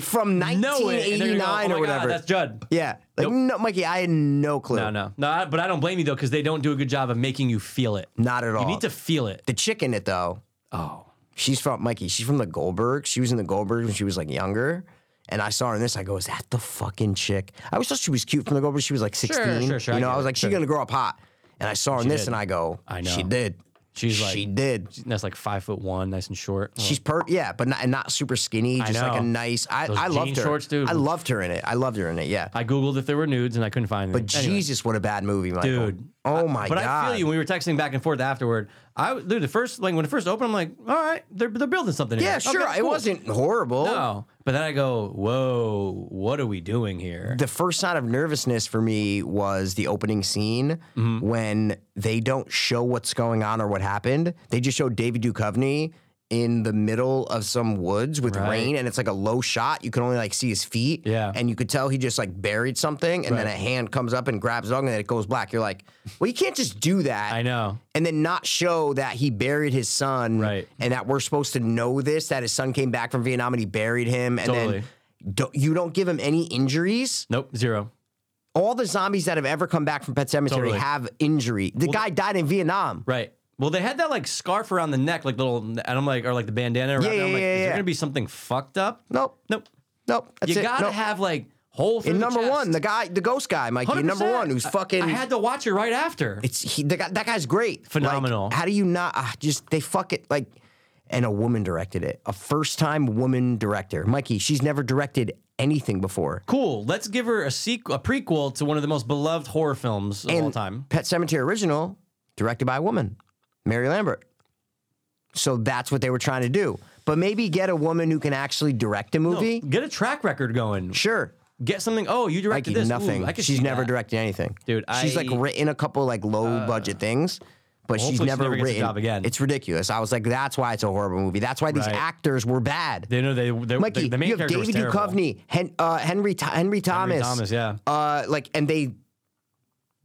[SPEAKER 2] From
[SPEAKER 3] know it, and they're gonna
[SPEAKER 2] 1989 or
[SPEAKER 3] go, "Oh my God,
[SPEAKER 2] whatever."
[SPEAKER 3] that's Judd.
[SPEAKER 2] yeah, like
[SPEAKER 3] Nope.
[SPEAKER 2] no, Mikey, I had no clue.
[SPEAKER 3] No, no, no. I- But I don't blame you though, because they don't do a good job of making you feel it.
[SPEAKER 2] Not at all.
[SPEAKER 3] You need to feel it.
[SPEAKER 2] the chick in it though.
[SPEAKER 3] Oh,
[SPEAKER 2] She's from Mikey. She's from the Goldberg. She was in the Goldberg when she was like younger. And I saw her in this. I go, is that the fucking chick? I always thought she was cute from the Goldberg. She was like sixteen.
[SPEAKER 3] sure, sure,
[SPEAKER 2] You
[SPEAKER 3] I
[SPEAKER 2] know, I,
[SPEAKER 3] get
[SPEAKER 2] was
[SPEAKER 3] it,
[SPEAKER 2] like,
[SPEAKER 3] sure.
[SPEAKER 2] she's gonna grow up hot. And I saw her in this,
[SPEAKER 3] did.
[SPEAKER 2] and I go,
[SPEAKER 3] I
[SPEAKER 2] she
[SPEAKER 3] know.
[SPEAKER 2] did.
[SPEAKER 3] She's
[SPEAKER 2] she
[SPEAKER 3] like-
[SPEAKER 2] did.
[SPEAKER 3] that's like five foot one, nice and short.
[SPEAKER 2] She's per yeah, but not, and not super skinny. Just like a
[SPEAKER 3] know.
[SPEAKER 2] nice. I,
[SPEAKER 3] Those
[SPEAKER 2] I
[SPEAKER 3] jean
[SPEAKER 2] loved her.
[SPEAKER 3] shorts, dude.
[SPEAKER 2] I loved her in it. I loved her in it. Yeah.
[SPEAKER 3] I googled if there were nudes and I couldn't find them.
[SPEAKER 2] But Jesus, what a bad movie, Michael.
[SPEAKER 3] dude.
[SPEAKER 2] Oh my
[SPEAKER 3] but
[SPEAKER 2] god.
[SPEAKER 3] I feel you. When we were texting back and forth afterward, I w- dude, the first like when it first opened, I'm like, all right, they're they're building something.
[SPEAKER 2] yeah,
[SPEAKER 3] here. Okay,
[SPEAKER 2] sure.
[SPEAKER 3] that's
[SPEAKER 2] It
[SPEAKER 3] cool.
[SPEAKER 2] wasn't horrible.
[SPEAKER 3] No, but then I go, whoa, what are we doing here?
[SPEAKER 2] The first sign of nervousness for me was the opening scene
[SPEAKER 3] Mm-hmm.
[SPEAKER 2] when they don't show what's going on or what happened. They just show David Duchovny in the middle of some woods with
[SPEAKER 3] Right.
[SPEAKER 2] rain, and it's like a low shot. You can only like see his feet.
[SPEAKER 3] Yeah.
[SPEAKER 2] and you could tell he just like buried something, and then a hand comes up and grabs it, and then it goes black. You're like, well, you can't just do that.
[SPEAKER 3] I know.
[SPEAKER 2] and then not show that he buried his son
[SPEAKER 3] Right.
[SPEAKER 2] and that we're supposed to know this that his son came back from Vietnam and he buried him and
[SPEAKER 3] Totally.
[SPEAKER 2] then don't, you don't give him any injuries
[SPEAKER 3] Nope, zero.
[SPEAKER 2] all the zombies that have ever come back from pet cemetery
[SPEAKER 3] Totally.
[SPEAKER 2] have injury the guy died in Vietnam
[SPEAKER 3] Right. Well, they had that like scarf around the neck, like little, and I'm like, or like the bandana around.
[SPEAKER 2] Yeah,
[SPEAKER 3] it. I'm
[SPEAKER 2] yeah,
[SPEAKER 3] like,
[SPEAKER 2] yeah,
[SPEAKER 3] is there
[SPEAKER 2] yeah.
[SPEAKER 3] gonna be something fucked up?
[SPEAKER 2] nope
[SPEAKER 3] Nope.
[SPEAKER 2] nope that's
[SPEAKER 3] you
[SPEAKER 2] it
[SPEAKER 3] gotta
[SPEAKER 2] nope.
[SPEAKER 3] have like whole. through
[SPEAKER 2] and
[SPEAKER 3] the
[SPEAKER 2] number
[SPEAKER 3] chest.
[SPEAKER 2] one the guy the ghost guy Mikey
[SPEAKER 3] 100%.
[SPEAKER 2] number one who's
[SPEAKER 3] I-
[SPEAKER 2] fucking
[SPEAKER 3] I, had to watch it right after.
[SPEAKER 2] it's he, the guy, that guy's great
[SPEAKER 3] Phenomenal.
[SPEAKER 2] Like, how do you not ah, just they fuck it like and a woman directed it a first time woman director Mikey she's never directed anything before
[SPEAKER 3] cool. Let's give her a sequel, a prequel to one of the most beloved horror films of all time.
[SPEAKER 2] Pet Cemetery original, directed by a woman, Mary Lambert. So that's what they were trying to do. But maybe get a woman who can actually direct a movie.
[SPEAKER 3] Get a track record going.
[SPEAKER 2] Sure.
[SPEAKER 3] Get something. Oh, you
[SPEAKER 2] Like
[SPEAKER 3] directed this. Ooh,
[SPEAKER 2] nothing.
[SPEAKER 3] I could
[SPEAKER 2] she's
[SPEAKER 3] see
[SPEAKER 2] never
[SPEAKER 3] that.
[SPEAKER 2] directed anything.
[SPEAKER 3] Dude,
[SPEAKER 2] She's like
[SPEAKER 3] I- uh,
[SPEAKER 2] written a couple like low budget things, but she's
[SPEAKER 3] hopefully she
[SPEAKER 2] never,
[SPEAKER 3] never gets a
[SPEAKER 2] written
[SPEAKER 3] job again.
[SPEAKER 2] It's ridiculous. I was like, that's why it's a horrible movie. That's why these
[SPEAKER 3] Right.
[SPEAKER 2] actors were bad.
[SPEAKER 3] They know they. they
[SPEAKER 2] Mikey,
[SPEAKER 3] the, the main
[SPEAKER 2] you have
[SPEAKER 3] character
[SPEAKER 2] David
[SPEAKER 3] was terrible.
[SPEAKER 2] Duchovny, Hen, uh, Henry, Th- Henry Thomas,
[SPEAKER 3] Thomas, yeah.
[SPEAKER 2] uh, like, and they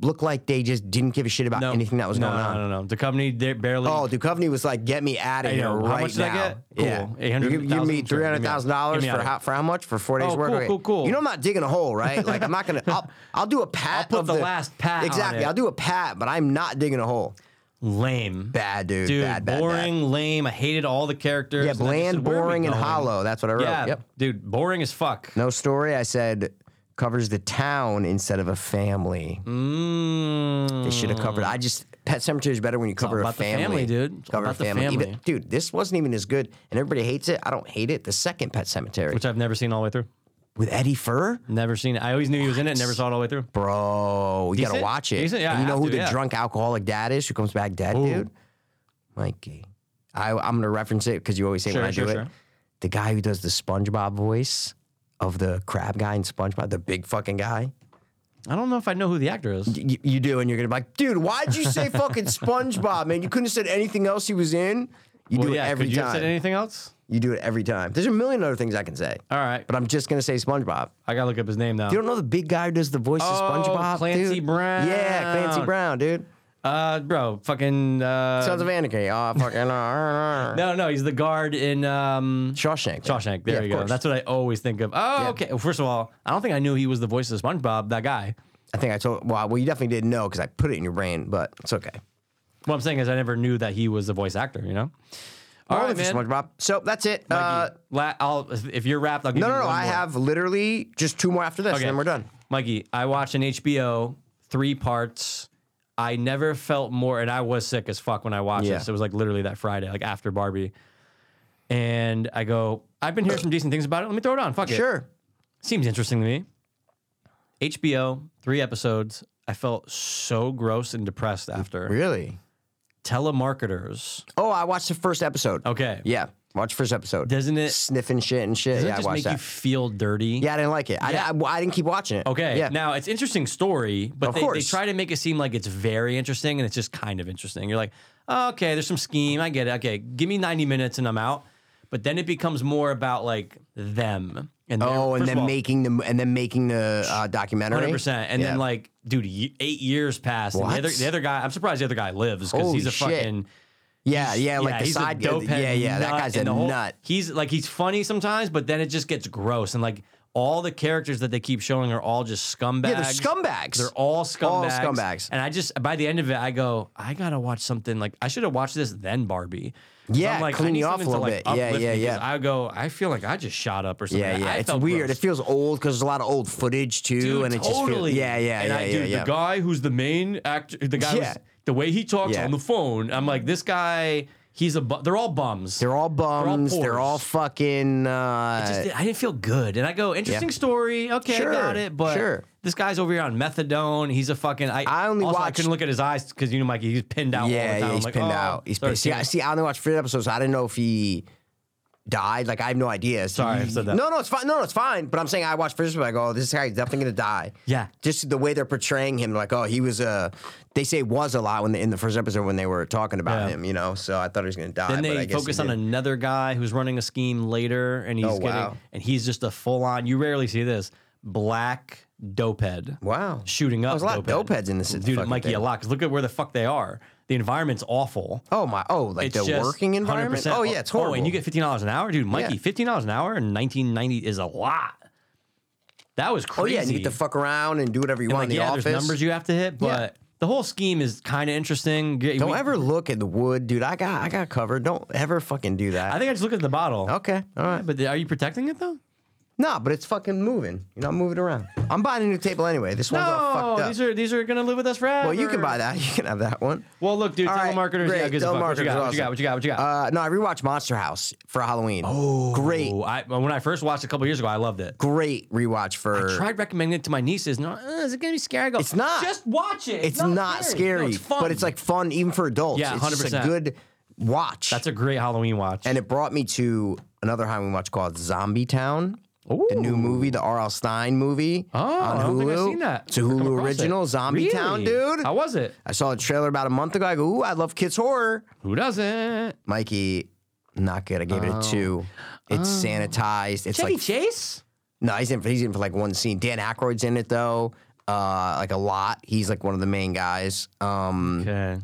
[SPEAKER 2] look like they just didn't give a shit about
[SPEAKER 3] No.
[SPEAKER 2] anything that was
[SPEAKER 3] no,
[SPEAKER 2] going
[SPEAKER 3] no,
[SPEAKER 2] on.
[SPEAKER 3] No, no, no. The company they barely.
[SPEAKER 2] Oh, Duchovny was like, "Get me out of
[SPEAKER 3] I
[SPEAKER 2] here
[SPEAKER 3] know. How
[SPEAKER 2] right
[SPEAKER 3] much did I
[SPEAKER 2] now."
[SPEAKER 3] get? Cool.
[SPEAKER 2] Yeah, you give, give me three
[SPEAKER 3] $800,000? Sure, give
[SPEAKER 2] hundred
[SPEAKER 3] me out.
[SPEAKER 2] thousand dollars
[SPEAKER 3] Give me
[SPEAKER 2] for
[SPEAKER 3] out.
[SPEAKER 2] how, for how much for four days
[SPEAKER 3] Oh,
[SPEAKER 2] work?
[SPEAKER 3] cool,
[SPEAKER 2] Okay.
[SPEAKER 3] cool, cool.
[SPEAKER 2] You know, I'm not digging a hole, right? Like I'm not gonna. I'll, I'll do a pat.
[SPEAKER 3] put
[SPEAKER 2] of
[SPEAKER 3] the last pat on
[SPEAKER 2] Exactly.
[SPEAKER 3] it.
[SPEAKER 2] I'll do a pat, but I'm not digging a hole.
[SPEAKER 3] lame.
[SPEAKER 2] Bad dude.
[SPEAKER 3] Dude,
[SPEAKER 2] bad, bad,
[SPEAKER 3] boring, lame. I hated all the characters.
[SPEAKER 2] Bad. Yeah,
[SPEAKER 3] and I just
[SPEAKER 2] bland,
[SPEAKER 3] said, where are we
[SPEAKER 2] boring, and
[SPEAKER 3] going?
[SPEAKER 2] hollow. That's what I wrote.
[SPEAKER 3] Yeah,
[SPEAKER 2] Yep.
[SPEAKER 3] dude, boring as fuck.
[SPEAKER 2] No story. I said covers the town instead of a family.
[SPEAKER 3] Mm.
[SPEAKER 2] They should have covered. I just Pet Cemetery is better when you cover
[SPEAKER 3] about
[SPEAKER 2] a
[SPEAKER 3] the
[SPEAKER 2] family,
[SPEAKER 3] family, dude. It's all
[SPEAKER 2] Cover
[SPEAKER 3] about
[SPEAKER 2] a
[SPEAKER 3] the
[SPEAKER 2] family. Even-
[SPEAKER 3] family.
[SPEAKER 2] dude. This wasn't even as good, and everybody hates it. I don't hate it. The second Pet Cemetery
[SPEAKER 3] Which I've never seen all the way through.
[SPEAKER 2] with Eddie Furr,
[SPEAKER 3] Never seen it. I always knew he was in it. Never saw it all the way through.
[SPEAKER 2] bro. You gotta
[SPEAKER 3] Decent?
[SPEAKER 2] watch it.
[SPEAKER 3] Decent? Yeah,
[SPEAKER 2] and you
[SPEAKER 3] I
[SPEAKER 2] know
[SPEAKER 3] have
[SPEAKER 2] who
[SPEAKER 3] to,
[SPEAKER 2] the
[SPEAKER 3] yeah.
[SPEAKER 2] drunk alcoholic dad is who comes back dead, dude? Mikey. I, I'm gonna reference it because you always say
[SPEAKER 3] Sure,
[SPEAKER 2] when I
[SPEAKER 3] sure,
[SPEAKER 2] do it.
[SPEAKER 3] sure.
[SPEAKER 2] The guy who does the SpongeBob voice of the crab guy in SpongeBob, the big fucking guy.
[SPEAKER 3] I don't know if I know who the actor is.
[SPEAKER 2] Y- you do, and you're gonna be like, dude, why'd you say fucking SpongeBob, man? You couldn't have said anything else he was in. You
[SPEAKER 3] Well,
[SPEAKER 2] do
[SPEAKER 3] yeah,
[SPEAKER 2] it every
[SPEAKER 3] could you have
[SPEAKER 2] time.
[SPEAKER 3] said anything else?
[SPEAKER 2] you do it every time. There's a million other things I can say,
[SPEAKER 3] All right.
[SPEAKER 2] but I'm just gonna say SpongeBob.
[SPEAKER 3] I gotta look up his name now.
[SPEAKER 2] You don't know the big guy who does the voice of
[SPEAKER 3] Oh,
[SPEAKER 2] SpongeBob?
[SPEAKER 3] Clancy
[SPEAKER 2] dude?
[SPEAKER 3] Brown.
[SPEAKER 2] Yeah, Clancy Brown, dude.
[SPEAKER 3] Uh, bro, fucking. Uh,
[SPEAKER 2] Sons of Anarchy. Oh, fucking. uh,
[SPEAKER 3] no, no, he's the guard in um,
[SPEAKER 2] Shawshank.
[SPEAKER 3] Shawshank. There
[SPEAKER 2] Yeah, of
[SPEAKER 3] you go.
[SPEAKER 2] course.
[SPEAKER 3] That's what I always think of. Oh, okay. Well, first of all, I don't think I knew he was the voice of SpongeBob. That guy.
[SPEAKER 2] I think I told. Well, well, you definitely didn't know because I put it in your brain, but it's okay.
[SPEAKER 3] What I'm saying is, I never knew that he was a voice actor. You know. All
[SPEAKER 2] Well,
[SPEAKER 3] right,
[SPEAKER 2] thank you
[SPEAKER 3] man.
[SPEAKER 2] so much, Rob. So that's it. Uh,
[SPEAKER 3] La- I'll, if- if you're wrapped, I'll give
[SPEAKER 2] no,
[SPEAKER 3] you
[SPEAKER 2] no, no.
[SPEAKER 3] one
[SPEAKER 2] I
[SPEAKER 3] more.
[SPEAKER 2] have literally just two more after this,
[SPEAKER 3] Okay.
[SPEAKER 2] and then we're done.
[SPEAKER 3] Mikey, I watched an HBO three parts. I never felt more, and I was sick as fuck when I watched
[SPEAKER 2] Yeah.
[SPEAKER 3] this. It was like literally that Friday, like after Barbie. And I go, I've been hearing some decent things about it. Let me throw it on. Fuck it.
[SPEAKER 2] Sure.
[SPEAKER 3] Seems interesting to me. HBO, three episodes. I felt so gross and depressed after.
[SPEAKER 2] Really?
[SPEAKER 3] Telemarketers.
[SPEAKER 2] Oh, I watched the first episode.
[SPEAKER 3] Okay.
[SPEAKER 2] Yeah, watch the first episode.
[SPEAKER 3] Doesn't it-
[SPEAKER 2] sniffing shit and shit?
[SPEAKER 3] Doesn't
[SPEAKER 2] yeah,
[SPEAKER 3] it
[SPEAKER 2] I
[SPEAKER 3] just
[SPEAKER 2] watched
[SPEAKER 3] make
[SPEAKER 2] that.
[SPEAKER 3] you feel dirty?
[SPEAKER 2] yeah, I didn't like it. I,
[SPEAKER 3] Yeah.
[SPEAKER 2] I, I didn't keep watching it.
[SPEAKER 3] Okay.
[SPEAKER 2] Yeah.
[SPEAKER 3] Now it's interesting story, but
[SPEAKER 2] Of
[SPEAKER 3] they, they
[SPEAKER 2] course.
[SPEAKER 3] try to make it seem like it's very interesting, and it's just kind of interesting. You're like, oh, okay, there's some scheme. I get it. Okay, give me 90 minutes and I'm out. But then it becomes more about like them and their-
[SPEAKER 2] oh, and
[SPEAKER 3] first
[SPEAKER 2] then
[SPEAKER 3] of all,
[SPEAKER 2] making the and then making the uh, documentary.
[SPEAKER 3] 100. percent And
[SPEAKER 2] Yeah.
[SPEAKER 3] then like, dude, y- eight years passed. And the
[SPEAKER 2] What?
[SPEAKER 3] other the other guy, I'm surprised the other guy lives because
[SPEAKER 2] Holy
[SPEAKER 3] he's a
[SPEAKER 2] shit.
[SPEAKER 3] fucking
[SPEAKER 2] yeah, yeah, like the
[SPEAKER 3] he's
[SPEAKER 2] side.
[SPEAKER 3] a dope head
[SPEAKER 2] yeah, yeah, that
[SPEAKER 3] nut,
[SPEAKER 2] guy's a
[SPEAKER 3] and the whole-
[SPEAKER 2] nut.
[SPEAKER 3] He's like he's funny sometimes, but then it just gets gross and like all the characters that they keep showing are all just scumbags.
[SPEAKER 2] Yeah, they're scumbags.
[SPEAKER 3] They're all scumbags.
[SPEAKER 2] scumbags.
[SPEAKER 3] And I just by the end of it, I go, I gotta watch something like I should have watched this then Barbie. 'Cause
[SPEAKER 2] Yeah, clean
[SPEAKER 3] need
[SPEAKER 2] you off a
[SPEAKER 3] something to,
[SPEAKER 2] little bit.
[SPEAKER 3] like,
[SPEAKER 2] Yeah,
[SPEAKER 3] uplift
[SPEAKER 2] yeah,
[SPEAKER 3] me, 'cause
[SPEAKER 2] yeah.
[SPEAKER 3] I go, I feel like I just shot up or something.
[SPEAKER 2] yeah, yeah,
[SPEAKER 3] I
[SPEAKER 2] it's
[SPEAKER 3] felt
[SPEAKER 2] weird.
[SPEAKER 3] gross.
[SPEAKER 2] It feels old because there's a lot of old footage too,
[SPEAKER 3] Dude,
[SPEAKER 2] and it just
[SPEAKER 3] totally.
[SPEAKER 2] feels, yeah, yeah,
[SPEAKER 3] and
[SPEAKER 2] yeah,
[SPEAKER 3] I,
[SPEAKER 2] yeah,
[SPEAKER 3] dude,
[SPEAKER 2] yeah.
[SPEAKER 3] The guy who's the main actor, the guy,
[SPEAKER 2] Yeah.
[SPEAKER 3] was, the way he talks
[SPEAKER 2] Yeah.
[SPEAKER 3] on the phone, I'm like, this guy, he's a. Bu- they're all bums.
[SPEAKER 2] they're all bums. They're all,
[SPEAKER 3] pores.
[SPEAKER 2] fucking. Uh,
[SPEAKER 3] Just didn't- I didn't feel good. And I go, interesting story. Okay,
[SPEAKER 2] Sure,
[SPEAKER 3] I got it. But
[SPEAKER 2] sure.
[SPEAKER 3] this guy's over here on methadone. He's a fucking. I,
[SPEAKER 2] I only
[SPEAKER 3] also, I
[SPEAKER 2] watched-
[SPEAKER 3] couldn't look at his eyes because you know, Mikey, he's pinned out. all
[SPEAKER 2] yeah,
[SPEAKER 3] the time.
[SPEAKER 2] yeah,
[SPEAKER 3] I'm
[SPEAKER 2] he's
[SPEAKER 3] like,
[SPEAKER 2] pinned
[SPEAKER 3] oh,
[SPEAKER 2] out. He's
[SPEAKER 3] sorry,
[SPEAKER 2] pinned. See, I,
[SPEAKER 3] Sam.
[SPEAKER 2] see, I only watched three episodes. So I didn't know if he died. Like I have no idea. So
[SPEAKER 3] Sorry, I
[SPEAKER 2] he-
[SPEAKER 3] said that.
[SPEAKER 2] No, no, it's fine. No, no, it's fine. But I'm saying I watched first episode. I go, oh, this guy's definitely gonna die.
[SPEAKER 3] Yeah.
[SPEAKER 2] Just the way they're portraying him, like, oh, he was a. They say was a lot when they, in the first episode when they were talking about
[SPEAKER 3] Yeah.
[SPEAKER 2] him. You know, so I thought he was gonna die.
[SPEAKER 3] Then
[SPEAKER 2] but I
[SPEAKER 3] they
[SPEAKER 2] guess he
[SPEAKER 3] focus on
[SPEAKER 2] didn't.
[SPEAKER 3] another guy who's running a scheme later, and he's
[SPEAKER 2] Oh,
[SPEAKER 3] getting,
[SPEAKER 2] wow.
[SPEAKER 3] and he's just a full on. You rarely see this black dopehead.
[SPEAKER 2] wow
[SPEAKER 3] shooting up.
[SPEAKER 2] There's a lot of
[SPEAKER 3] dope
[SPEAKER 2] dope heads in this
[SPEAKER 3] Dude,
[SPEAKER 2] fucking
[SPEAKER 3] Mikey,
[SPEAKER 2] thing.
[SPEAKER 3] a lot. 'cause look at where the fuck they are. The environment's awful.
[SPEAKER 2] Oh my! Oh, like
[SPEAKER 3] It's
[SPEAKER 2] the
[SPEAKER 3] just
[SPEAKER 2] working environment.
[SPEAKER 3] 100%.
[SPEAKER 2] Oh yeah, it's horrible.
[SPEAKER 3] Oh, and you get fifteen dollars an hour, dude. Mikey,
[SPEAKER 2] Yeah.
[SPEAKER 3] fifteen dollars an hour in nineteen ninety is a lot. That was
[SPEAKER 2] oh
[SPEAKER 3] crazy.
[SPEAKER 2] yeah, and you get to fuck around and do whatever you
[SPEAKER 3] And,
[SPEAKER 2] want
[SPEAKER 3] like,
[SPEAKER 2] in the
[SPEAKER 3] yeah,
[SPEAKER 2] office.
[SPEAKER 3] there's numbers you have to hit, but
[SPEAKER 2] Yeah.
[SPEAKER 3] the whole scheme is kind of interesting. G-
[SPEAKER 2] Don't
[SPEAKER 3] we-
[SPEAKER 2] ever look at the wood, dude. I got I got covered. Don't ever fucking do that.
[SPEAKER 3] I think I just looked at the bottle.
[SPEAKER 2] okay, all right.
[SPEAKER 3] But are you protecting it though?
[SPEAKER 2] Nah, but it's fucking moving. You're not moving around. I'm buying a new table anyway. This one's all fucked
[SPEAKER 3] No,
[SPEAKER 2] up.
[SPEAKER 3] these are these are gonna live with us forever.
[SPEAKER 2] well, you can buy that. You can have that one.
[SPEAKER 3] Well, look, dude,
[SPEAKER 2] All right,
[SPEAKER 3] telemarketers.
[SPEAKER 2] great.
[SPEAKER 3] yeah, who gives a fuck? What
[SPEAKER 2] Telemarketers
[SPEAKER 3] you got? What you
[SPEAKER 2] awesome.
[SPEAKER 3] got? What you got? What you got?
[SPEAKER 2] Uh, no, I rewatched Monster House for Halloween. Oh, great,
[SPEAKER 3] Oh, I, when I first watched it a couple years ago, I loved it.
[SPEAKER 2] great rewatch for.
[SPEAKER 3] tried recommending it to my nieces. No, "Uh, is it gonna be scary? I go,
[SPEAKER 2] It's not.
[SPEAKER 3] Just watch it.
[SPEAKER 2] it's not, scary,
[SPEAKER 3] No, it's fun.
[SPEAKER 2] but it's like fun even for adults.
[SPEAKER 3] Yeah,
[SPEAKER 2] it's just a
[SPEAKER 3] 100%.
[SPEAKER 2] good watch.
[SPEAKER 3] that's a great Halloween watch.
[SPEAKER 2] and it brought me to another Halloween watch called Zombie Town. The new movie, the R.L. Stein movie
[SPEAKER 3] oh,
[SPEAKER 2] on Hulu.
[SPEAKER 3] I don't think I've seen that.
[SPEAKER 2] It's a
[SPEAKER 3] I've come
[SPEAKER 2] Hulu
[SPEAKER 3] across
[SPEAKER 2] original,
[SPEAKER 3] it.
[SPEAKER 2] Zombie
[SPEAKER 3] Really?
[SPEAKER 2] Town, dude.
[SPEAKER 3] How was it?
[SPEAKER 2] I saw a trailer about a month ago. I go, ooh, I love kids horror.
[SPEAKER 3] Who doesn't?
[SPEAKER 2] Mikey, not good. I gave it a two. It's sanitized. It's like
[SPEAKER 3] Chase.
[SPEAKER 2] no, he's in. For, he's in for like one scene. Dan Aykroyd's in it though, uh, like a lot. He's like one of the main guys. Um,
[SPEAKER 3] Okay.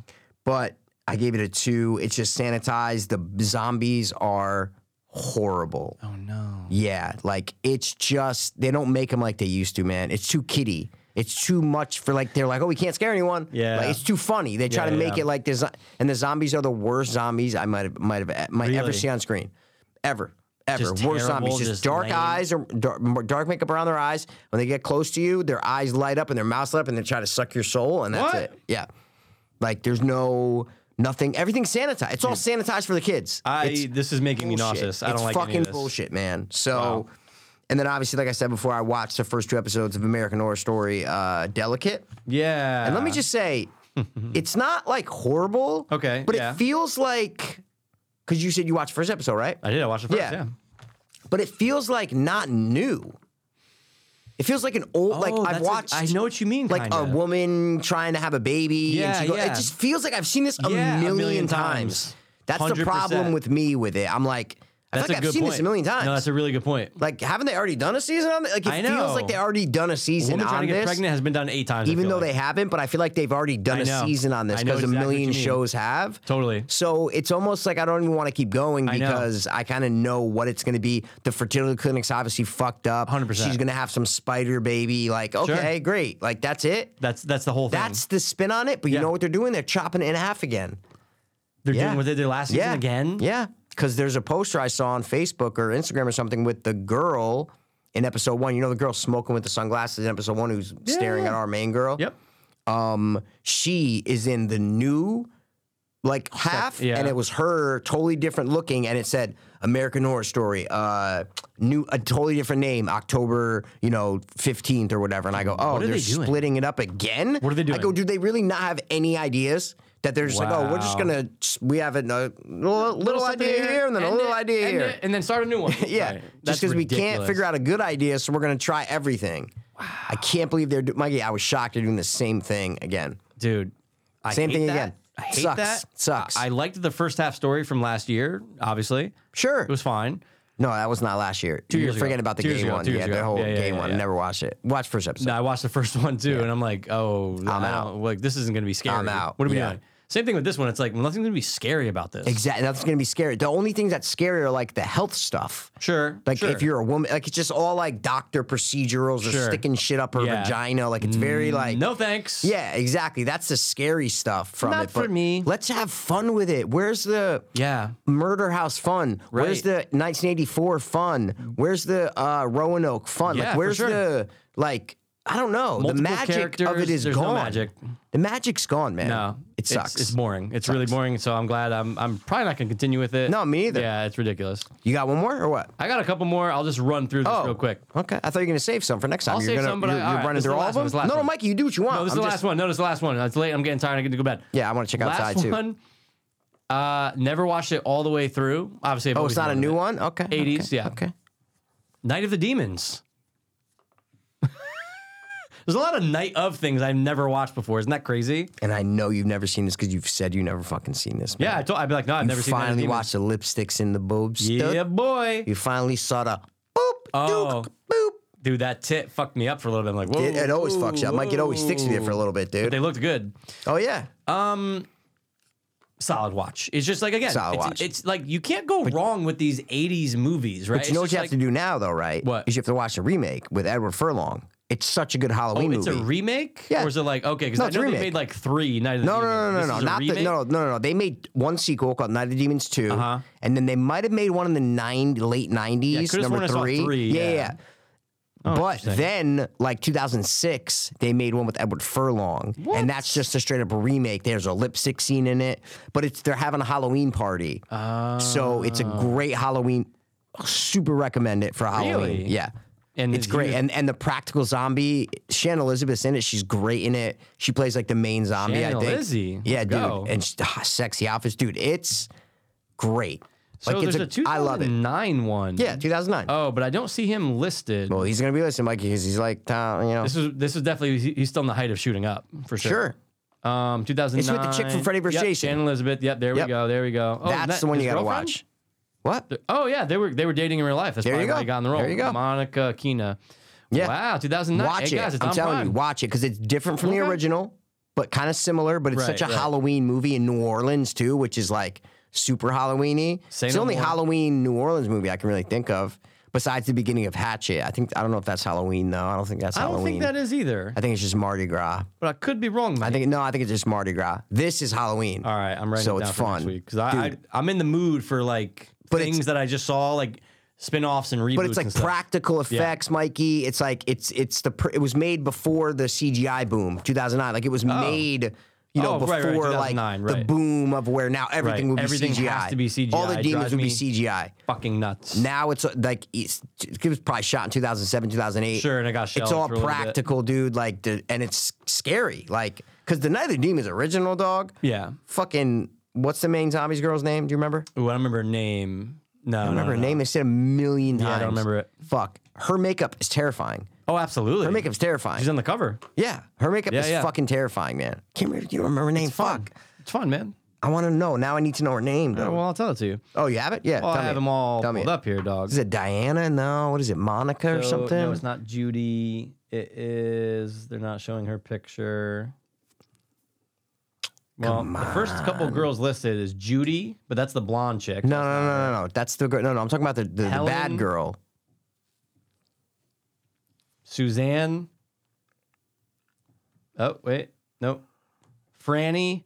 [SPEAKER 2] but I gave it a two. It's just sanitized. The zombies are horrible.
[SPEAKER 3] Oh no.
[SPEAKER 2] Yeah, like it's just they don't make them like they used to, man. It's too kiddie. It's too much for like they're like, oh, we can't scare anyone.
[SPEAKER 3] Yeah.
[SPEAKER 2] like, it's too funny. They try
[SPEAKER 3] Yeah,
[SPEAKER 2] to make
[SPEAKER 3] yeah.
[SPEAKER 2] it like this, and the zombies are the worst zombies I might have might have might ever
[SPEAKER 3] Really?
[SPEAKER 2] see on screen, ever, ever.
[SPEAKER 3] Just
[SPEAKER 2] worst zombies,
[SPEAKER 3] terrible,
[SPEAKER 2] just,
[SPEAKER 3] just
[SPEAKER 2] dark
[SPEAKER 3] lame.
[SPEAKER 2] eyes or dark, more dark makeup around their eyes. When they get close to you, their eyes light up and their mouths light up, and they try to suck your soul, and that's
[SPEAKER 3] What?
[SPEAKER 2] it. Yeah, like there's no nothing. Everything's sanitized. It's all sanitized for the kids.
[SPEAKER 3] I.
[SPEAKER 2] It's-
[SPEAKER 3] this is making me
[SPEAKER 2] bullshit.
[SPEAKER 3] nauseous. I don't
[SPEAKER 2] it's
[SPEAKER 3] like
[SPEAKER 2] fucking
[SPEAKER 3] any of this.
[SPEAKER 2] bullshit, man. So, and then obviously, like I said before, I watched the first two episodes of American Horror Story, uh, Delicate.
[SPEAKER 3] Yeah.
[SPEAKER 2] And let me just say, it's not like horrible.
[SPEAKER 3] Okay,
[SPEAKER 2] But
[SPEAKER 3] yeah.
[SPEAKER 2] it feels like, because you said you watched the first episode, right?
[SPEAKER 3] I did. I watched the first.
[SPEAKER 2] Yeah.
[SPEAKER 3] Yeah.
[SPEAKER 2] But it feels like not new. It feels like an old, like
[SPEAKER 3] Oh,
[SPEAKER 2] I've
[SPEAKER 3] that's a-
[SPEAKER 2] watched.
[SPEAKER 3] I know what you mean.
[SPEAKER 2] Like
[SPEAKER 3] kinda.
[SPEAKER 2] a woman trying to have a baby, and
[SPEAKER 3] Yeah,
[SPEAKER 2] she go,
[SPEAKER 3] yeah.
[SPEAKER 2] it just feels like I've seen this a
[SPEAKER 3] Yeah, a
[SPEAKER 2] million,
[SPEAKER 3] million
[SPEAKER 2] times.
[SPEAKER 3] times.
[SPEAKER 2] That's the
[SPEAKER 3] 100%.
[SPEAKER 2] problem with me with it. I'm like,
[SPEAKER 3] That's
[SPEAKER 2] like
[SPEAKER 3] a
[SPEAKER 2] I've
[SPEAKER 3] good
[SPEAKER 2] seen
[SPEAKER 3] point.
[SPEAKER 2] this a million times.
[SPEAKER 3] No, that's a really good point.
[SPEAKER 2] Like, haven't they already done a season on this? Like, it
[SPEAKER 3] I know.
[SPEAKER 2] feels like they already done a season
[SPEAKER 3] Woman trying
[SPEAKER 2] on
[SPEAKER 3] to get
[SPEAKER 2] this,
[SPEAKER 3] pregnant has been done eight times. I
[SPEAKER 2] even
[SPEAKER 3] feel
[SPEAKER 2] though
[SPEAKER 3] like.
[SPEAKER 2] they haven't. But I feel like they've already done
[SPEAKER 3] I
[SPEAKER 2] a
[SPEAKER 3] know.
[SPEAKER 2] season on this
[SPEAKER 3] I know
[SPEAKER 2] because
[SPEAKER 3] exactly
[SPEAKER 2] a
[SPEAKER 3] what
[SPEAKER 2] million
[SPEAKER 3] you mean.
[SPEAKER 2] shows have.
[SPEAKER 3] Totally.
[SPEAKER 2] So it's almost like I don't even want to keep going
[SPEAKER 3] know.
[SPEAKER 2] because I, kind of know what it's going to be. The fertility clinic's obviously fucked up.
[SPEAKER 3] 100%.
[SPEAKER 2] She's going to have some spider baby. Like, okay, great. Like, that's it.
[SPEAKER 3] That's that's the whole thing.
[SPEAKER 2] That's the spin on it. But you
[SPEAKER 3] Yeah.
[SPEAKER 2] know what they're doing? They're chopping it in half again.
[SPEAKER 3] they're
[SPEAKER 2] yeah.
[SPEAKER 3] doing what they did last season
[SPEAKER 2] yeah.
[SPEAKER 3] again.
[SPEAKER 2] Yeah. Because there's a poster I saw on Facebook or Instagram or something with the girl in episode one. You know, the girl smoking with the sunglasses in episode one who's staring at our main girl?
[SPEAKER 3] Yep.
[SPEAKER 2] Um, she is in the new like half,
[SPEAKER 3] yeah.
[SPEAKER 2] and it was her totally different looking, and it said American Horror Story, uh, new a totally different name, October, you know, fifteenth or whatever. And I go, oh,
[SPEAKER 3] are
[SPEAKER 2] they're
[SPEAKER 3] they doing?
[SPEAKER 2] splitting it up again.
[SPEAKER 3] What are they
[SPEAKER 2] I go,
[SPEAKER 3] doing?
[SPEAKER 2] do they really not have any ideas? That they're just like, oh, we're just
[SPEAKER 3] Wow.
[SPEAKER 2] gonna we have a, a little, little
[SPEAKER 3] something
[SPEAKER 2] idea
[SPEAKER 3] here,
[SPEAKER 2] here and then a
[SPEAKER 3] end
[SPEAKER 2] little
[SPEAKER 3] it,
[SPEAKER 2] idea
[SPEAKER 3] end
[SPEAKER 2] here.
[SPEAKER 3] it, and then start a new one.
[SPEAKER 2] Yeah,
[SPEAKER 3] Right. That's
[SPEAKER 2] just because we can't
[SPEAKER 3] ridiculous.
[SPEAKER 2] figure out a good idea, so we're gonna try everything. I can't believe they're do- Mikey. I was shocked they're doing the same thing again.
[SPEAKER 3] dude. I
[SPEAKER 2] Same
[SPEAKER 3] hate
[SPEAKER 2] thing
[SPEAKER 3] that.
[SPEAKER 2] again.
[SPEAKER 3] I hate
[SPEAKER 2] Sucks.
[SPEAKER 3] that.
[SPEAKER 2] Sucks.
[SPEAKER 3] I liked the first half story from last year. Obviously,
[SPEAKER 2] Sure.
[SPEAKER 3] it was fine.
[SPEAKER 2] no, that was not last year. Two You're
[SPEAKER 3] years ago.
[SPEAKER 2] forgetting about the
[SPEAKER 3] Two years
[SPEAKER 2] game
[SPEAKER 3] ago,
[SPEAKER 2] one.
[SPEAKER 3] two years
[SPEAKER 2] yeah,
[SPEAKER 3] ago.
[SPEAKER 2] the whole
[SPEAKER 3] Yeah, yeah,
[SPEAKER 2] game
[SPEAKER 3] yeah,
[SPEAKER 2] one.
[SPEAKER 3] yeah.
[SPEAKER 2] Never watched it. Watch first episode.
[SPEAKER 3] No, I watched the first one too, and I'm like, oh, I'm
[SPEAKER 2] out.
[SPEAKER 3] Like this isn't gonna be scary.
[SPEAKER 2] I'm out.
[SPEAKER 3] What are we
[SPEAKER 2] Yeah.
[SPEAKER 3] doing? Same thing with this one. It's like nothing's gonna be scary about this.
[SPEAKER 2] Exactly. That's gonna be scary. The only things that's scary are like the health stuff.
[SPEAKER 3] Sure.
[SPEAKER 2] Like
[SPEAKER 3] sure.
[SPEAKER 2] if you're a woman, like it's just all like doctor procedurals or
[SPEAKER 3] Sure.
[SPEAKER 2] sticking shit up her
[SPEAKER 3] Yeah.
[SPEAKER 2] vagina. Like it's very like
[SPEAKER 3] no thanks.
[SPEAKER 2] Yeah, exactly. That's the scary stuff from
[SPEAKER 3] Not
[SPEAKER 2] it. but
[SPEAKER 3] for me.
[SPEAKER 2] Let's have fun with it. Where's the
[SPEAKER 3] Yeah.
[SPEAKER 2] Murder House fun? Where's
[SPEAKER 3] Right.
[SPEAKER 2] the 1984 fun? Where's the uh, Roanoke fun?
[SPEAKER 3] Yeah,
[SPEAKER 2] like
[SPEAKER 3] for
[SPEAKER 2] where's
[SPEAKER 3] sure.
[SPEAKER 2] the like I don't know.
[SPEAKER 3] Multiple
[SPEAKER 2] the magic of it
[SPEAKER 3] characters,
[SPEAKER 2] is
[SPEAKER 3] there's no
[SPEAKER 2] gone.
[SPEAKER 3] magic.
[SPEAKER 2] The magic's gone, man.
[SPEAKER 3] No,
[SPEAKER 2] it
[SPEAKER 3] it's-
[SPEAKER 2] sucks.
[SPEAKER 3] It's, boring. It's really boring. So I'm glad I'm I'm probably not gonna continue with it.
[SPEAKER 2] No, me either.
[SPEAKER 3] Yeah, it's ridiculous.
[SPEAKER 2] you got one more or what?
[SPEAKER 3] I got a couple more. I'll just run through this
[SPEAKER 2] Oh.
[SPEAKER 3] real quick.
[SPEAKER 2] Okay, I thought you were gonna save some for next time.
[SPEAKER 3] I'll
[SPEAKER 2] you're
[SPEAKER 3] save
[SPEAKER 2] gonna
[SPEAKER 3] some, but
[SPEAKER 2] you're,
[SPEAKER 3] I-
[SPEAKER 2] you're
[SPEAKER 3] all right,
[SPEAKER 2] running
[SPEAKER 3] this is
[SPEAKER 2] through
[SPEAKER 3] the
[SPEAKER 2] all
[SPEAKER 3] last
[SPEAKER 2] of
[SPEAKER 3] one,
[SPEAKER 2] them.
[SPEAKER 3] this is the last
[SPEAKER 2] no, no,
[SPEAKER 3] one.
[SPEAKER 2] Mikey, you do what you want.
[SPEAKER 3] No, Oh, this is
[SPEAKER 2] I'm
[SPEAKER 3] the
[SPEAKER 2] just-
[SPEAKER 3] last one. No, this is the last one. It's late. I'm getting tired. I get to go bed.
[SPEAKER 2] Yeah, I want to check
[SPEAKER 3] last
[SPEAKER 2] outside too.
[SPEAKER 3] one. Uh, never watched it all the way through. Obviously, I've
[SPEAKER 2] Oh,
[SPEAKER 3] always
[SPEAKER 2] it's not a
[SPEAKER 3] wanted
[SPEAKER 2] new
[SPEAKER 3] it.
[SPEAKER 2] one. Okay,
[SPEAKER 3] 80s,
[SPEAKER 2] okay,
[SPEAKER 3] yeah.
[SPEAKER 2] Okay.
[SPEAKER 3] Night of the Demons. There's a lot of night of things I've never watched before. Isn't that crazy?
[SPEAKER 2] And I know you've never seen this because you've said you never fucking seen this. man.
[SPEAKER 3] Yeah, I told, I'd be like, no, I've
[SPEAKER 2] You
[SPEAKER 3] never seen. Night of the
[SPEAKER 2] finally
[SPEAKER 3] Demons.
[SPEAKER 2] watched the lipsticks in the boobs.
[SPEAKER 3] Yeah,
[SPEAKER 2] Yep.
[SPEAKER 3] boy.
[SPEAKER 2] You finally saw the boop,
[SPEAKER 3] Oh.
[SPEAKER 2] doop, boop.
[SPEAKER 3] Dude, that tit fucked me up for a little bit. I'm like, whoa.
[SPEAKER 2] It, it always fucks you up. Mike, it always sticks with you for a little bit,
[SPEAKER 3] They
[SPEAKER 2] dude.
[SPEAKER 3] looked good.
[SPEAKER 2] Oh, yeah.
[SPEAKER 3] Solid watch. It's just like again,
[SPEAKER 2] Solid
[SPEAKER 3] it's,
[SPEAKER 2] watch.
[SPEAKER 3] it's like you can't go wrong with these '80s movies, right?
[SPEAKER 2] But you know what you have to do now, though, right?
[SPEAKER 3] What?
[SPEAKER 2] Is you have to watch the remake with Edward Furlong. It's such a good Halloween
[SPEAKER 3] Oh, It's a
[SPEAKER 2] movie.
[SPEAKER 3] remake,
[SPEAKER 2] Yeah.
[SPEAKER 3] or is it like okay? Because
[SPEAKER 2] No,
[SPEAKER 3] I
[SPEAKER 2] it's
[SPEAKER 3] know
[SPEAKER 2] a
[SPEAKER 3] they
[SPEAKER 2] remake.
[SPEAKER 3] made like three Night of the
[SPEAKER 2] no,
[SPEAKER 3] Demons.
[SPEAKER 2] no, no, no, no, not the, no, no, no, no. They made one sequel called Night of the Demons 2
[SPEAKER 3] Uh-huh.
[SPEAKER 2] and then they might have made one in the nine, late nineties,
[SPEAKER 3] could've
[SPEAKER 2] number
[SPEAKER 3] sworn I saw
[SPEAKER 2] three.
[SPEAKER 3] three,
[SPEAKER 2] yeah,
[SPEAKER 3] yeah. Oh,
[SPEAKER 2] but then, like 2006, they made one with Edward Furlong, and that's just a straight up remake. There's a lipstick scene in it, but it's they're having a Halloween party, so it's a
[SPEAKER 3] Oh.
[SPEAKER 2] great Halloween. Super recommend it for Halloween.
[SPEAKER 3] Really?
[SPEAKER 2] Yeah.
[SPEAKER 3] And
[SPEAKER 2] it's
[SPEAKER 3] it's
[SPEAKER 2] great,
[SPEAKER 3] you-
[SPEAKER 2] and and the practical zombie, Shannon Elizabeth's in it. She's great in it. She plays like the main zombie.
[SPEAKER 3] Shannon
[SPEAKER 2] I think.
[SPEAKER 3] Lizzie.
[SPEAKER 2] Yeah,
[SPEAKER 3] Let's
[SPEAKER 2] dude,
[SPEAKER 3] go.
[SPEAKER 2] and she, ah, sexy outfits, dude. It's great.
[SPEAKER 3] So
[SPEAKER 2] it's
[SPEAKER 3] there's a,
[SPEAKER 2] I love it.
[SPEAKER 3] 2009 one.
[SPEAKER 2] Yeah, 2009.
[SPEAKER 3] Oh, but I don't see him listed.
[SPEAKER 2] well, he's gonna be listening, Mikey, because he's like, Tom, you know,
[SPEAKER 3] this is this is definitely he- he's still in the height of shooting up for sure.
[SPEAKER 2] sure.
[SPEAKER 3] Um, 2009.
[SPEAKER 2] It's with the chick from Freddy vs.
[SPEAKER 3] Yep,
[SPEAKER 2] Jason.
[SPEAKER 3] Shannon Elizabeth. Yep, there
[SPEAKER 2] Yep.
[SPEAKER 3] we go. There we go. Oh,
[SPEAKER 2] That's
[SPEAKER 3] that-
[SPEAKER 2] the one
[SPEAKER 3] his
[SPEAKER 2] you gotta
[SPEAKER 3] girlfriend?
[SPEAKER 2] watch. What?
[SPEAKER 3] Oh yeah, they were they were dating in real life. That's
[SPEAKER 2] There
[SPEAKER 3] probably
[SPEAKER 2] you
[SPEAKER 3] why
[SPEAKER 2] go.
[SPEAKER 3] he got in the role.
[SPEAKER 2] There you go.
[SPEAKER 3] Monica Keena.
[SPEAKER 2] Yeah.
[SPEAKER 3] Wow, 2009.
[SPEAKER 2] Watch
[SPEAKER 3] hey,
[SPEAKER 2] it.
[SPEAKER 3] guys, it's
[SPEAKER 2] I'm
[SPEAKER 3] on
[SPEAKER 2] telling
[SPEAKER 3] Prime.
[SPEAKER 2] you, watch it because it's different from the
[SPEAKER 3] Okay.
[SPEAKER 2] original, but kind of similar. But it's
[SPEAKER 3] Right,
[SPEAKER 2] such a
[SPEAKER 3] right.
[SPEAKER 2] Halloween movie in New Orleans too, which is like super Halloweeny.
[SPEAKER 3] Say
[SPEAKER 2] it's the
[SPEAKER 3] no
[SPEAKER 2] only
[SPEAKER 3] more.
[SPEAKER 2] Halloween New Orleans movie I can really think of besides the beginning of Hatchet. I think I don't know if that's Halloween though. I don't think that's
[SPEAKER 3] I don't
[SPEAKER 2] Halloween.
[SPEAKER 3] think that is either,
[SPEAKER 2] I think it's just Mardi Gras.
[SPEAKER 3] but I could be wrong.
[SPEAKER 2] I think no, I think it's just Mardi Gras. This is Halloween.
[SPEAKER 3] All right, I'm writing
[SPEAKER 2] So
[SPEAKER 3] it down
[SPEAKER 2] it's
[SPEAKER 3] for
[SPEAKER 2] fun.
[SPEAKER 3] next week because I, I
[SPEAKER 2] Dude.
[SPEAKER 3] I'm in the mood for like
[SPEAKER 2] But it's-
[SPEAKER 3] things that I just saw like spin-offs and reboots.
[SPEAKER 2] But it's like
[SPEAKER 3] and stuff.
[SPEAKER 2] practical effects, Mikey. It's like it's it's the pr- it was made before the CGI boom, 2009. Like it was made, you know,
[SPEAKER 3] Oh,
[SPEAKER 2] before
[SPEAKER 3] right, right,
[SPEAKER 2] like
[SPEAKER 3] 2009,
[SPEAKER 2] the
[SPEAKER 3] right.
[SPEAKER 2] boom of where now everything
[SPEAKER 3] Right,
[SPEAKER 2] will be
[SPEAKER 3] everything
[SPEAKER 2] CGI.
[SPEAKER 3] has to be
[SPEAKER 2] All the
[SPEAKER 3] CGI.
[SPEAKER 2] demons
[SPEAKER 3] Drives
[SPEAKER 2] will be
[SPEAKER 3] me-
[SPEAKER 2] CGI.
[SPEAKER 3] fucking nuts.
[SPEAKER 2] Now it's uh, like it's, it was probably shot in 2007, 2008.
[SPEAKER 3] Sure, and it got
[SPEAKER 2] It's
[SPEAKER 3] shelved
[SPEAKER 2] all
[SPEAKER 3] for a little bit.
[SPEAKER 2] practical, dude. Like, the, and it's scary. Like, because the Night of the Demons original dog.
[SPEAKER 3] yeah.
[SPEAKER 2] Fucking, what's the main zombies girl's name? Do you remember?
[SPEAKER 3] Ooh, I don't remember her name. No,
[SPEAKER 2] I remember
[SPEAKER 3] no,
[SPEAKER 2] her
[SPEAKER 3] Oh, no.
[SPEAKER 2] name. They said a million times.
[SPEAKER 3] I don't remember it.
[SPEAKER 2] Fuck. Her makeup is terrifying.
[SPEAKER 3] Oh, absolutely.
[SPEAKER 2] Her makeup's terrifying.
[SPEAKER 3] She's on the cover.
[SPEAKER 2] yeah, her makeup
[SPEAKER 3] Yeah,
[SPEAKER 2] is
[SPEAKER 3] yeah.
[SPEAKER 2] fucking terrifying, man. Can't remember. You don't remember her name? Fuck.
[SPEAKER 3] It's fun, man.
[SPEAKER 2] I want to know. Now I need to know her name. Though.
[SPEAKER 3] Well, I'll tell it to you.
[SPEAKER 2] oh, you have it? Yeah.
[SPEAKER 3] Well,
[SPEAKER 2] tell me
[SPEAKER 3] I have
[SPEAKER 2] it.
[SPEAKER 3] them all
[SPEAKER 2] Tell me
[SPEAKER 3] pulled
[SPEAKER 2] it.
[SPEAKER 3] up here, dog.
[SPEAKER 2] Is it Diana? No. What is it? Monica or
[SPEAKER 3] So,
[SPEAKER 2] something?
[SPEAKER 3] No, it's not Judy. It is. They're not showing her picture. Well, the first couple girls listed is Judy, but that's the blonde chick.
[SPEAKER 2] No, no, no, no, no. That's the girl. No, no. I'm talking about the, the, the
[SPEAKER 3] Helen-
[SPEAKER 2] bad girl.
[SPEAKER 3] Suzanne. Oh wait, no, Franny.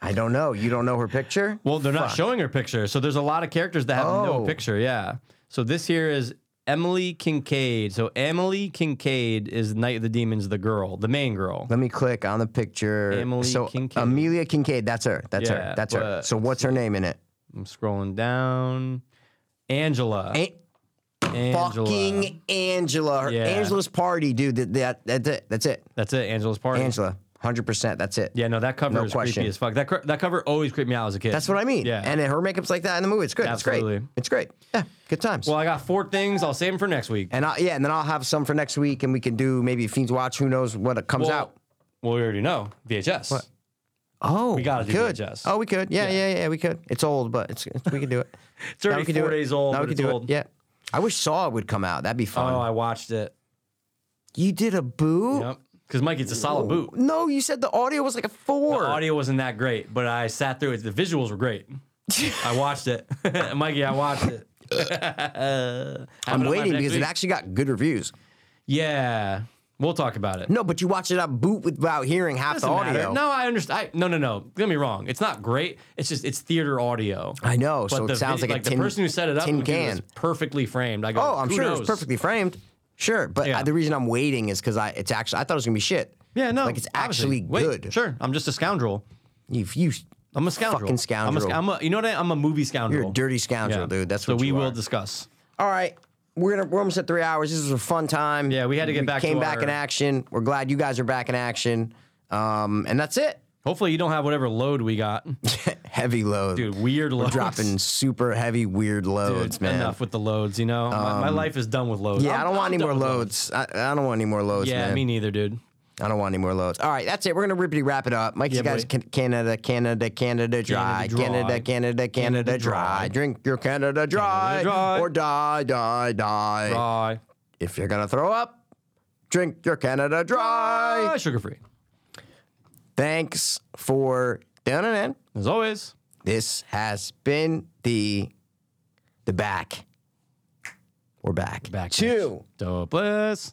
[SPEAKER 2] I don't know. You don't know her picture?
[SPEAKER 3] Well, they're not
[SPEAKER 2] Fuck.
[SPEAKER 3] showing her picture, so there's a lot of characters that have no
[SPEAKER 2] Oh.
[SPEAKER 3] picture. Yeah. So this here is Emily Kincaid. So Emily Kincaid is Night of the Demons, the girl, the main girl.
[SPEAKER 2] Let me click on the picture.
[SPEAKER 3] Emily
[SPEAKER 2] so
[SPEAKER 3] Kincaid.
[SPEAKER 2] Amelia Kincaid. That's her. That's
[SPEAKER 3] Yeah,
[SPEAKER 2] her. That's her.
[SPEAKER 3] but-
[SPEAKER 2] So what's her name in it?
[SPEAKER 3] I'm scrolling down. Angela.
[SPEAKER 2] A-
[SPEAKER 3] Angela.
[SPEAKER 2] Fucking Angela. Her-
[SPEAKER 3] Yeah.
[SPEAKER 2] Angela's party, dude. That, that that's it. That's it.
[SPEAKER 3] That's it. Angela's party.
[SPEAKER 2] Angela. Hundred percent. That's it.
[SPEAKER 3] Yeah, no, that cover
[SPEAKER 2] No
[SPEAKER 3] is
[SPEAKER 2] question.
[SPEAKER 3] creepy as fuck. That cr- that cover always creeped me out as a kid.
[SPEAKER 2] That's what I mean.
[SPEAKER 3] Yeah.
[SPEAKER 2] And her makeup's like that in the movie. It's good.
[SPEAKER 3] Absolutely.
[SPEAKER 2] It's great. It's great. Yeah. Good times.
[SPEAKER 3] well, I got four things. I'll save them for next week.
[SPEAKER 2] and I, yeah, and then I'll have some for next week, and we can do maybe Fiends Watch. Who knows what comes
[SPEAKER 3] Well,
[SPEAKER 2] out?
[SPEAKER 3] Well, we already know VHS.
[SPEAKER 2] Oh, we
[SPEAKER 3] gotta do
[SPEAKER 2] could.
[SPEAKER 3] VHS.
[SPEAKER 2] Oh, we could. Yeah, yeah, yeah, We could. It's old, but it's we could do it.
[SPEAKER 3] It's already
[SPEAKER 2] we could
[SPEAKER 3] four
[SPEAKER 2] do it.
[SPEAKER 3] days old.
[SPEAKER 2] Now
[SPEAKER 3] but
[SPEAKER 2] we could
[SPEAKER 3] it's
[SPEAKER 2] do
[SPEAKER 3] old.
[SPEAKER 2] it. Yeah. I wish Saw would come out. That'd be fun.
[SPEAKER 3] Oh, I watched it.
[SPEAKER 2] you did a boo.
[SPEAKER 3] Yep. Because Mike, it's a solid boot.
[SPEAKER 2] No, you said the audio was like a four.
[SPEAKER 3] The audio wasn't that great, but I sat through it. The visuals were great. I watched it, Mikey. I watched it.
[SPEAKER 2] I'm waiting because it
[SPEAKER 3] it
[SPEAKER 2] actually got good reviews.
[SPEAKER 3] Yeah, we'll talk about it.
[SPEAKER 2] No, but you watched it on boot without hearing half
[SPEAKER 3] Doesn't
[SPEAKER 2] the
[SPEAKER 3] matter.
[SPEAKER 2] audio.
[SPEAKER 3] No, I understand. I, no, no, no. Don't get me wrong. It's not great. It's just it's theater audio.
[SPEAKER 2] I know. so
[SPEAKER 3] the
[SPEAKER 2] it sounds
[SPEAKER 3] vid-
[SPEAKER 2] like, a tin,
[SPEAKER 3] the person who set it up
[SPEAKER 2] tin
[SPEAKER 3] was
[SPEAKER 2] can.
[SPEAKER 3] perfectly framed. I go,
[SPEAKER 2] Oh, I'm
[SPEAKER 3] who
[SPEAKER 2] sure
[SPEAKER 3] knows?
[SPEAKER 2] it was perfectly framed. Sure, but
[SPEAKER 3] Yeah.
[SPEAKER 2] I, the reason I'm waiting is because I it's actually I thought it was gonna be shit.
[SPEAKER 3] Yeah, no,
[SPEAKER 2] like it's
[SPEAKER 3] obviously.
[SPEAKER 2] actually
[SPEAKER 3] Wait,
[SPEAKER 2] good.
[SPEAKER 3] Sure, I'm just a scoundrel.
[SPEAKER 2] You, you,
[SPEAKER 3] I'm a scoundrel.
[SPEAKER 2] Fucking scoundrel.
[SPEAKER 3] I'm a, sc- I'm a you know what? I, I'm a movie scoundrel.
[SPEAKER 2] you're a dirty scoundrel, dude. That's
[SPEAKER 3] so
[SPEAKER 2] what
[SPEAKER 3] we
[SPEAKER 2] you
[SPEAKER 3] will
[SPEAKER 2] are.
[SPEAKER 3] discuss.
[SPEAKER 2] All right, we're gonna we're almost at three hours. This was a fun time.
[SPEAKER 3] Yeah, we had to get
[SPEAKER 2] we
[SPEAKER 3] back to
[SPEAKER 2] Came back
[SPEAKER 3] our-
[SPEAKER 2] in action. We're glad you guys are back in action. Um, and that's it.
[SPEAKER 3] Hopefully, you don't have whatever load we got,
[SPEAKER 2] heavy load,
[SPEAKER 3] dude. Weird loads.
[SPEAKER 2] Dropping super heavy, weird loads,
[SPEAKER 3] Dude,
[SPEAKER 2] man. Um,
[SPEAKER 3] Enough with the loads, you know. my, my life is done with loads.
[SPEAKER 2] Yeah,
[SPEAKER 3] I'm-
[SPEAKER 2] I don't want
[SPEAKER 3] I'm
[SPEAKER 2] any
[SPEAKER 3] done
[SPEAKER 2] more
[SPEAKER 3] with
[SPEAKER 2] loads. I, I don't want any more loads,
[SPEAKER 3] Yeah,
[SPEAKER 2] man.
[SPEAKER 3] me neither, dude.
[SPEAKER 2] I don't want any more loads. All right, that's it. We're gonna rippity wrap it up. Mike's
[SPEAKER 3] Yeah,
[SPEAKER 2] you guys,
[SPEAKER 3] boy.
[SPEAKER 2] can, Canada, Canada, Canada dry,
[SPEAKER 3] dry.
[SPEAKER 2] Canada, Canada,
[SPEAKER 3] Canada
[SPEAKER 2] Canada
[SPEAKER 3] dry.
[SPEAKER 2] dry. Drink your Canada dry,
[SPEAKER 3] dry.
[SPEAKER 2] or die, die, die.
[SPEAKER 3] Bye.
[SPEAKER 2] If you're gonna throw up, drink your Canada dry.
[SPEAKER 3] Bye. Sugar free,
[SPEAKER 2] Thanks for tuning in.
[SPEAKER 3] as always.
[SPEAKER 2] This has been the the back. We're back.
[SPEAKER 3] Back
[SPEAKER 2] two.
[SPEAKER 3] Dopeless.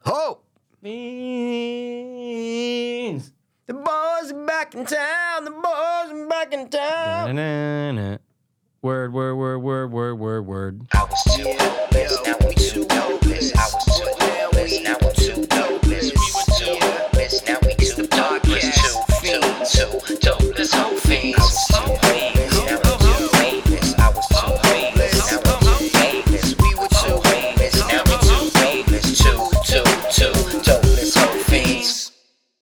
[SPEAKER 2] Hope.
[SPEAKER 3] Beans.
[SPEAKER 2] The boys are back in town. The boys are back in town.
[SPEAKER 3] Na-na-na. Word, word, word, word, word, word, word.
[SPEAKER 1] I was too hopeless, now I'm too hopeless. I was too hopeless, now I'm